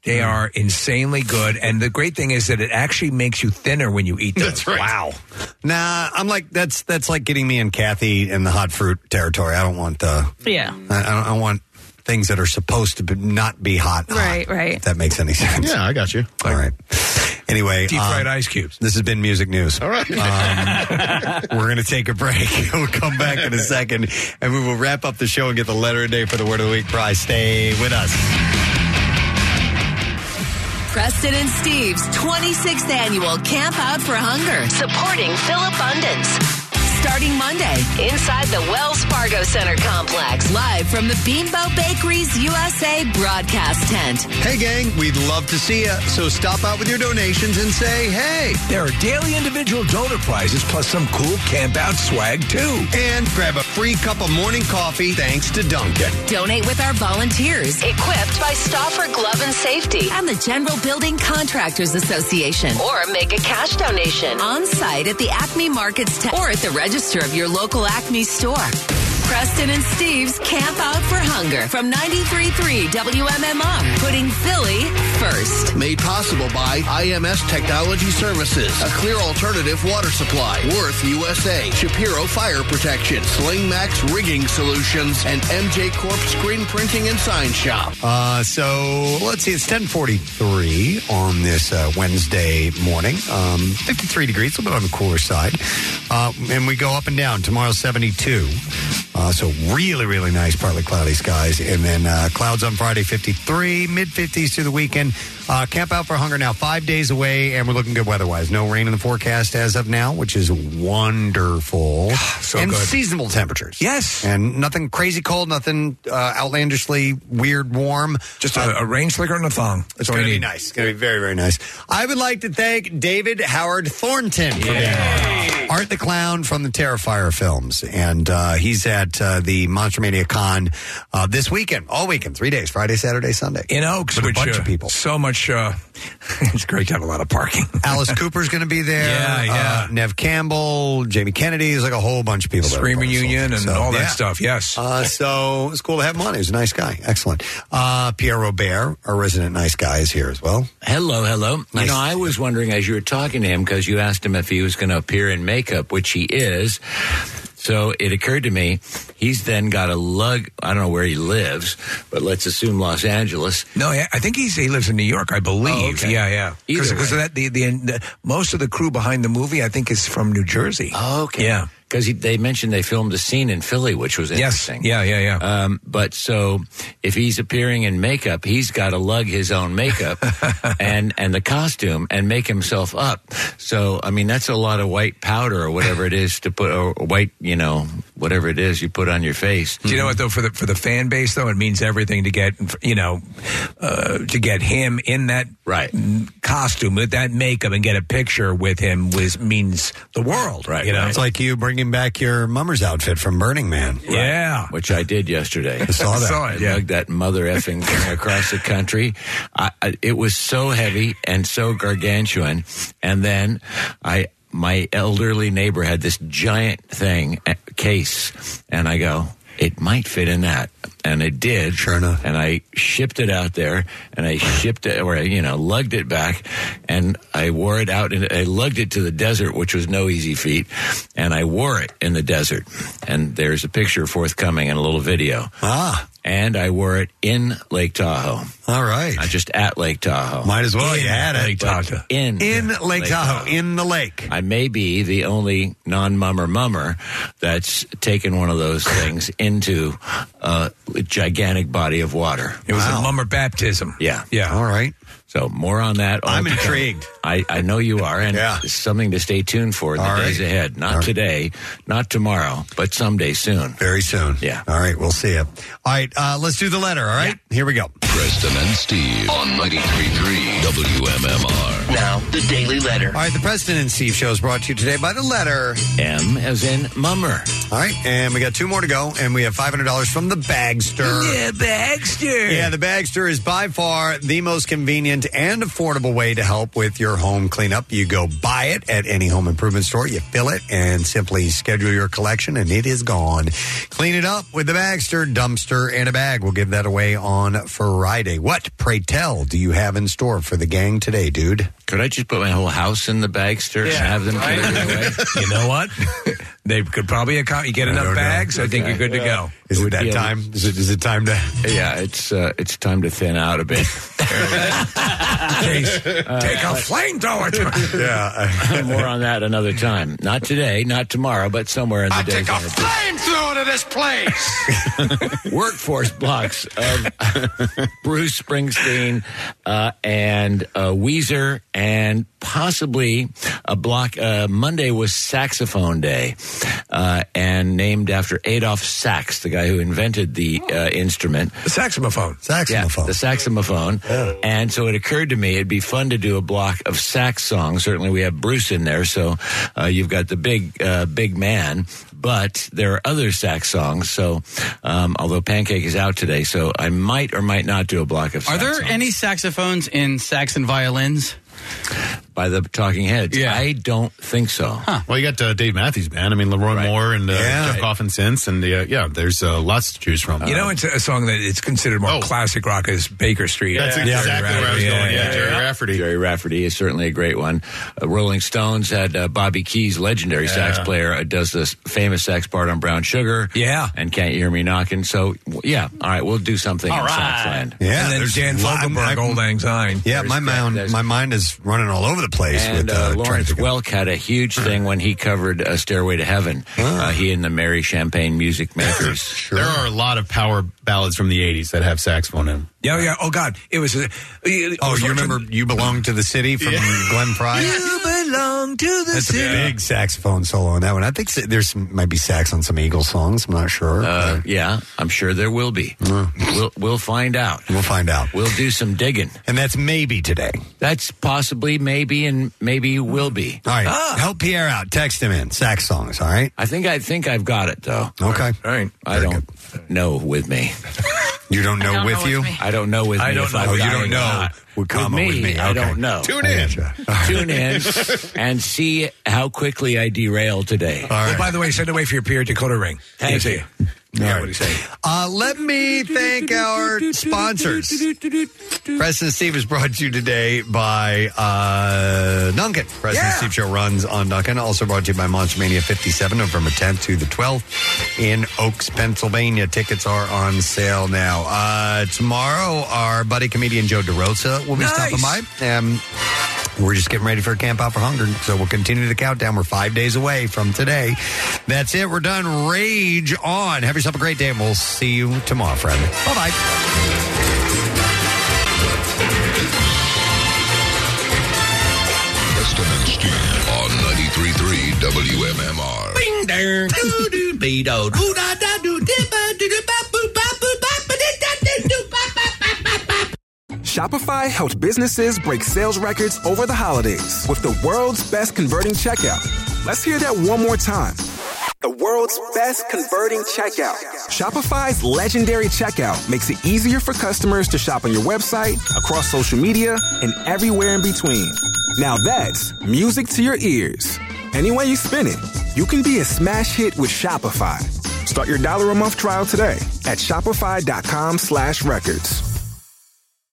Speaker 10: They are insanely good, and the great thing is that it actually makes you thinner when you eat them. That's right. Wow.
Speaker 8: Nah, I'm like that's that's like getting me and Kathy in the hot fruit territory. I don't want the
Speaker 9: Yeah.
Speaker 8: I, I don't I want things that are supposed to be, not be hot.
Speaker 9: Right, right.
Speaker 8: If that makes any sense.
Speaker 11: Yeah, I got you.
Speaker 8: All right. Anyway,
Speaker 10: Deep fried
Speaker 8: ice cubes. This has been music news. All right. Um, we're going to take a break. We'll come back in a second, and we will wrap up the show and get the letter of the day for the word of the week prize. Stay with us.
Speaker 22: Preston and Steve's 26th annual Camp Out for Hunger, supporting Philip Abundance. Starting Monday, inside the Wells Fargo Center complex, live from the Beanbo Bakeries USA broadcast tent.
Speaker 8: Hey, gang, we'd love to see you. So stop out with your donations and say, hey.
Speaker 10: There are daily individual donor prizes plus some cool camp out swag, too.
Speaker 8: And grab a free cup of morning coffee thanks to Dunkin'.
Speaker 22: Donate with our volunteers, equipped by Stauffer Glove and Safety and the General Building Contractors Association. Or make a cash donation on site at the Acme Markets tent or at the register of your local Acme store. Preston and Steve's Camp Out for Hunger from 93.3 WMMR, putting Philly first.
Speaker 16: Made possible by IMS Technology Services, a clear alternative water supply, Worth USA, Shapiro Fire Protection, Sling Max Rigging Solutions, and MJ Corp Screen Printing and Sign Shop.
Speaker 8: Uh, so let's see, it's 1043 on this uh, Wednesday morning. Um, 53 degrees, a little bit on the cooler side. Uh, and we go up and down. Tomorrow, 72. Uh, so really, really nice, partly cloudy skies. And then uh, clouds on Friday, 53, mid 50s through the weekend. Uh, camp out for hunger now, five days away, and we're looking good weather-wise. No rain in the forecast as of now, which is wonderful. so and
Speaker 10: good.
Speaker 8: seasonable temperatures. Yes, and nothing crazy cold, nothing uh, outlandishly weird warm.
Speaker 10: Just a, a rain slicker and a thong.
Speaker 8: It's
Speaker 10: That's
Speaker 8: going
Speaker 10: all
Speaker 8: to
Speaker 10: you
Speaker 8: be
Speaker 10: need.
Speaker 8: nice. It's going to be very, very nice. I would like to thank David Howard Thornton for being on. Art the Clown from the Terrifier films. And uh, he's at uh, the Monster Mania Con uh, this weekend, all weekend, three days Friday, Saturday, Sunday.
Speaker 10: In Oaks,
Speaker 8: With a
Speaker 10: which,
Speaker 8: bunch
Speaker 10: uh,
Speaker 8: of people.
Speaker 10: So much. Uh, it's great to have a lot of parking.
Speaker 8: Alice Cooper's going to be there.
Speaker 10: Yeah, yeah.
Speaker 8: Uh, Nev Campbell, Jamie Kennedy, there's like a whole bunch of people. that are
Speaker 10: Screaming
Speaker 8: going to
Speaker 10: Union
Speaker 8: something.
Speaker 10: and all that stuff, Yes.
Speaker 8: Uh, so it's cool to have him on. He was a nice guy. Excellent. Uh, Pierre Robert, our resident nice guy, is here as well.
Speaker 12: Hello, hello. You
Speaker 8: Nice.
Speaker 12: know, I was wondering as you were talking to him because you asked him if he was going to appear in makeup, which he is. So it occurred to me he's then got a lug. I don't know where he lives, but let's assume Los Angeles. Oh,
Speaker 10: No, yeah, I think he's he lives in New York, I believe.
Speaker 12: okay.
Speaker 10: Yeah, yeah.
Speaker 12: Either
Speaker 10: Because
Speaker 12: way.
Speaker 10: that the, the the most of the crew behind the movie, I think, is from New Jersey.
Speaker 12: Oh, okay. Yeah. Because they mentioned they filmed a scene in Philly, which was
Speaker 10: Yes.
Speaker 12: interesting.
Speaker 10: Yeah, yeah, yeah.
Speaker 12: Um, but so if he's appearing in makeup, he's got to lug his own makeup and, and the costume and make himself up. So, I mean, that's a lot of white powder or whatever it is to put, or white, you know, whatever it is you put on your face.
Speaker 10: Do you know what though? For the for the fan base though, it means everything to get you know uh, to get him in that
Speaker 12: right
Speaker 10: costume with that makeup and get a picture with him was means the world, right? You know,
Speaker 8: It's like you bringing back your mummer's outfit from Burning Man.
Speaker 10: Yeah.
Speaker 12: Which I did yesterday. I
Speaker 8: saw that. Saw
Speaker 12: I
Speaker 8: it, yeah.
Speaker 12: lugged that mother effing thing across the country. I, I, it was so heavy and so gargantuan. And then I. My elderly neighbor had this giant thing a case, and I go, it might fit in that, and it did. Sure enough. And I shipped it out there, and I shipped it, or you know, lugged it back, and I wore it out, and I lugged it to the desert, which was no easy feat, and I wore it in the desert, and there's a picture forthcoming and a little video.
Speaker 8: Ah.
Speaker 12: And I wore it in Lake Tahoe.
Speaker 8: All right.
Speaker 12: Not just at Lake Tahoe.
Speaker 8: Might as well.
Speaker 12: In
Speaker 8: you had it.
Speaker 12: Lake Tahoe. In,
Speaker 8: in Lake, Tahoe, in the lake.
Speaker 12: I may be the only non-mummer mummer that's taken one of those things into a gigantic body of water.
Speaker 10: It was a mummer baptism.
Speaker 12: Yeah.
Speaker 10: Yeah.
Speaker 8: All right.
Speaker 12: So more on that. all
Speaker 8: I'm
Speaker 12: to come.
Speaker 8: intrigued.
Speaker 12: I, I know you are, and it's something to stay tuned for in the
Speaker 8: All
Speaker 12: days
Speaker 8: right.
Speaker 12: ahead. Not
Speaker 8: All right.
Speaker 12: today, not tomorrow, but someday soon.
Speaker 8: Very soon.
Speaker 12: Yeah.
Speaker 8: All right, we'll see you. All right, uh, let's do the letter, all right? Here we go.
Speaker 16: Preston and Steve on 93.3 WMMR. Now, the Daily Letter.
Speaker 8: All right, the President and Steve show is brought to you today by the letter
Speaker 12: M as in mummer.
Speaker 8: All right, and we got two more to go, and we have five hundred dollars from the Bagster.
Speaker 10: Yeah, Bagster.
Speaker 8: Yeah, the Bagster is by far the most convenient and affordable way to help with your home cleanup. You go buy it at any home improvement store, you fill it, and simply schedule your collection, and it is gone. Clean it up with the Bagster dumpster and a bag. We'll give that away on Friday. What, pray tell, do you have in store for the gang today, dude?
Speaker 12: Could I just put my whole house in the Bagster and have them
Speaker 10: right?
Speaker 12: take it away?
Speaker 10: You know what? They could probably account. You get
Speaker 12: Oh,
Speaker 10: enough bags. I think you're good to go.
Speaker 8: Is it
Speaker 12: would
Speaker 8: that
Speaker 12: be a-
Speaker 8: time? Is it, is it time to?
Speaker 12: Yeah, it's uh, it's time to thin out a bit. Uh,
Speaker 10: Take a flamethrower. To
Speaker 12: yeah, more on that another time. Not today, not tomorrow, but somewhere in the day.
Speaker 5: flamethrower to this place.
Speaker 12: workforce blocks of Bruce Springsteen uh, and uh, Weezer, and possibly a block. Uh, Monday was Saxophone Day, uh, and named after Adolf Sax, the guy who invented the uh, instrument. The
Speaker 10: saxophone.
Speaker 12: Saxophone. the saxophone. And so it occurred to me it'd be fun to do a block of sax songs. Certainly we have Bruce in there, so uh, you've got the big, uh, big man but there are other sax songs. So, um, although Pancake is out today, so I might or might not do a block of
Speaker 2: Are
Speaker 12: sax
Speaker 2: there any saxophones in sax and violins?
Speaker 12: by the Talking Heads. I don't think so.
Speaker 11: Well, you got uh, Dave Matthews Band. I mean, Leroy Moore and uh, Jeff Coffin since, and uh, yeah, there's uh, lots to choose from.
Speaker 10: You know, it's a song that it's considered more classic rock as Baker Street.
Speaker 11: That's exactly where I was going. Yeah, Jerry
Speaker 12: Rafferty. Jerry Rafferty is certainly a great one. Uh, Rolling Stones had uh, Bobby Keys, legendary sax
Speaker 10: Yeah.
Speaker 12: player, uh, does this famous sax part on Brown Sugar.
Speaker 10: Yeah.
Speaker 12: and Can't You Hear Me Knocking? So w- yeah, all right, we'll do something
Speaker 10: All
Speaker 12: in
Speaker 10: right.
Speaker 12: sax land.
Speaker 10: Yeah, And then there's Dan lot- Fogelberg, I'm- Old Lang Syne.
Speaker 8: Yeah, my mind, my mind is running all over the place
Speaker 12: And
Speaker 8: with uh,
Speaker 12: uh,
Speaker 8: trying
Speaker 12: Lawrence
Speaker 8: to
Speaker 12: Welk had a huge thing when he covered uh, "Stairway to Heaven." Uh, he and the Mary Champagne Music Makers.
Speaker 11: There are a lot of power ballads from the 80s that have saxophone in them.
Speaker 10: Yeah, yeah. Oh God, it was. A,
Speaker 8: Oh, you remember you belong to the city from Glenn Fry?
Speaker 10: belong to
Speaker 8: That's a big saxophone solo on that one. I think s- there's some, might be sax on some Eagles songs. I'm not sure.
Speaker 12: Uh, yeah, I'm sure there will be. We'll we'll find out.
Speaker 8: Mm. We'll find out.
Speaker 12: We'll do some digging,
Speaker 8: and that's maybe today.
Speaker 12: That's possibly maybe, and maybe will be.
Speaker 8: all right, help Pierre out. Text him in sax songs. All right.
Speaker 12: ah. I think I think I've got it though.
Speaker 8: Okay. All
Speaker 12: right. I don't know with me.
Speaker 8: You don't know
Speaker 12: I don't
Speaker 8: with
Speaker 12: know with
Speaker 8: you?
Speaker 12: me. I don't know with me if I've
Speaker 8: Oh, you
Speaker 12: got it
Speaker 8: don't
Speaker 12: or
Speaker 8: know.
Speaker 12: not.
Speaker 8: With, comma,
Speaker 12: With
Speaker 8: with
Speaker 12: me,
Speaker 8: me,
Speaker 12: I
Speaker 8: Okay.
Speaker 12: don't know. Tune in.
Speaker 8: Gotcha.
Speaker 12: Tune in and see how quickly I derail today.
Speaker 10: Oh, by the way, send away for your Pierre Dakota ring.
Speaker 12: Thank
Speaker 10: you. Yeah, what do you say?
Speaker 8: Uh, let me thank our sponsors. Preston and Steve is brought to you today by uh, Duncan. Preston and Steve Show runs on Duncan. Also brought to you by Monster Mania 57, November 10th to the 12th in Oaks, Pennsylvania. Tickets are on sale now. Uh, tomorrow, our buddy comedian Joe DeRosa will be stopping by. Um, we're just getting ready for a Camp Out for Hunger, so we'll continue the countdown. We're five days away from today. That's it. We're done. Rage on. Have yourself a great day, and we'll see you tomorrow, friend. Bye bye.
Speaker 15: Preston and Steve on 93.3 WMMR.
Speaker 5: Bing there. Doo doo be do. Doo da da doo dip ba doo doo ba boo ba boo ba ba dee da dee doo ba ba ba ba ba.
Speaker 13: Shopify helped businesses break sales records over the holidays with the world's best converting checkout. Let's hear that one more time. The world's best converting checkout. Shopify's legendary checkout makes it easier for customers to shop on your website, across social media, and everywhere in between. Now that's music to your ears. Any way you spin it, you can be a smash hit with Shopify. Start your dollar a month trial today at shopify.com slash records.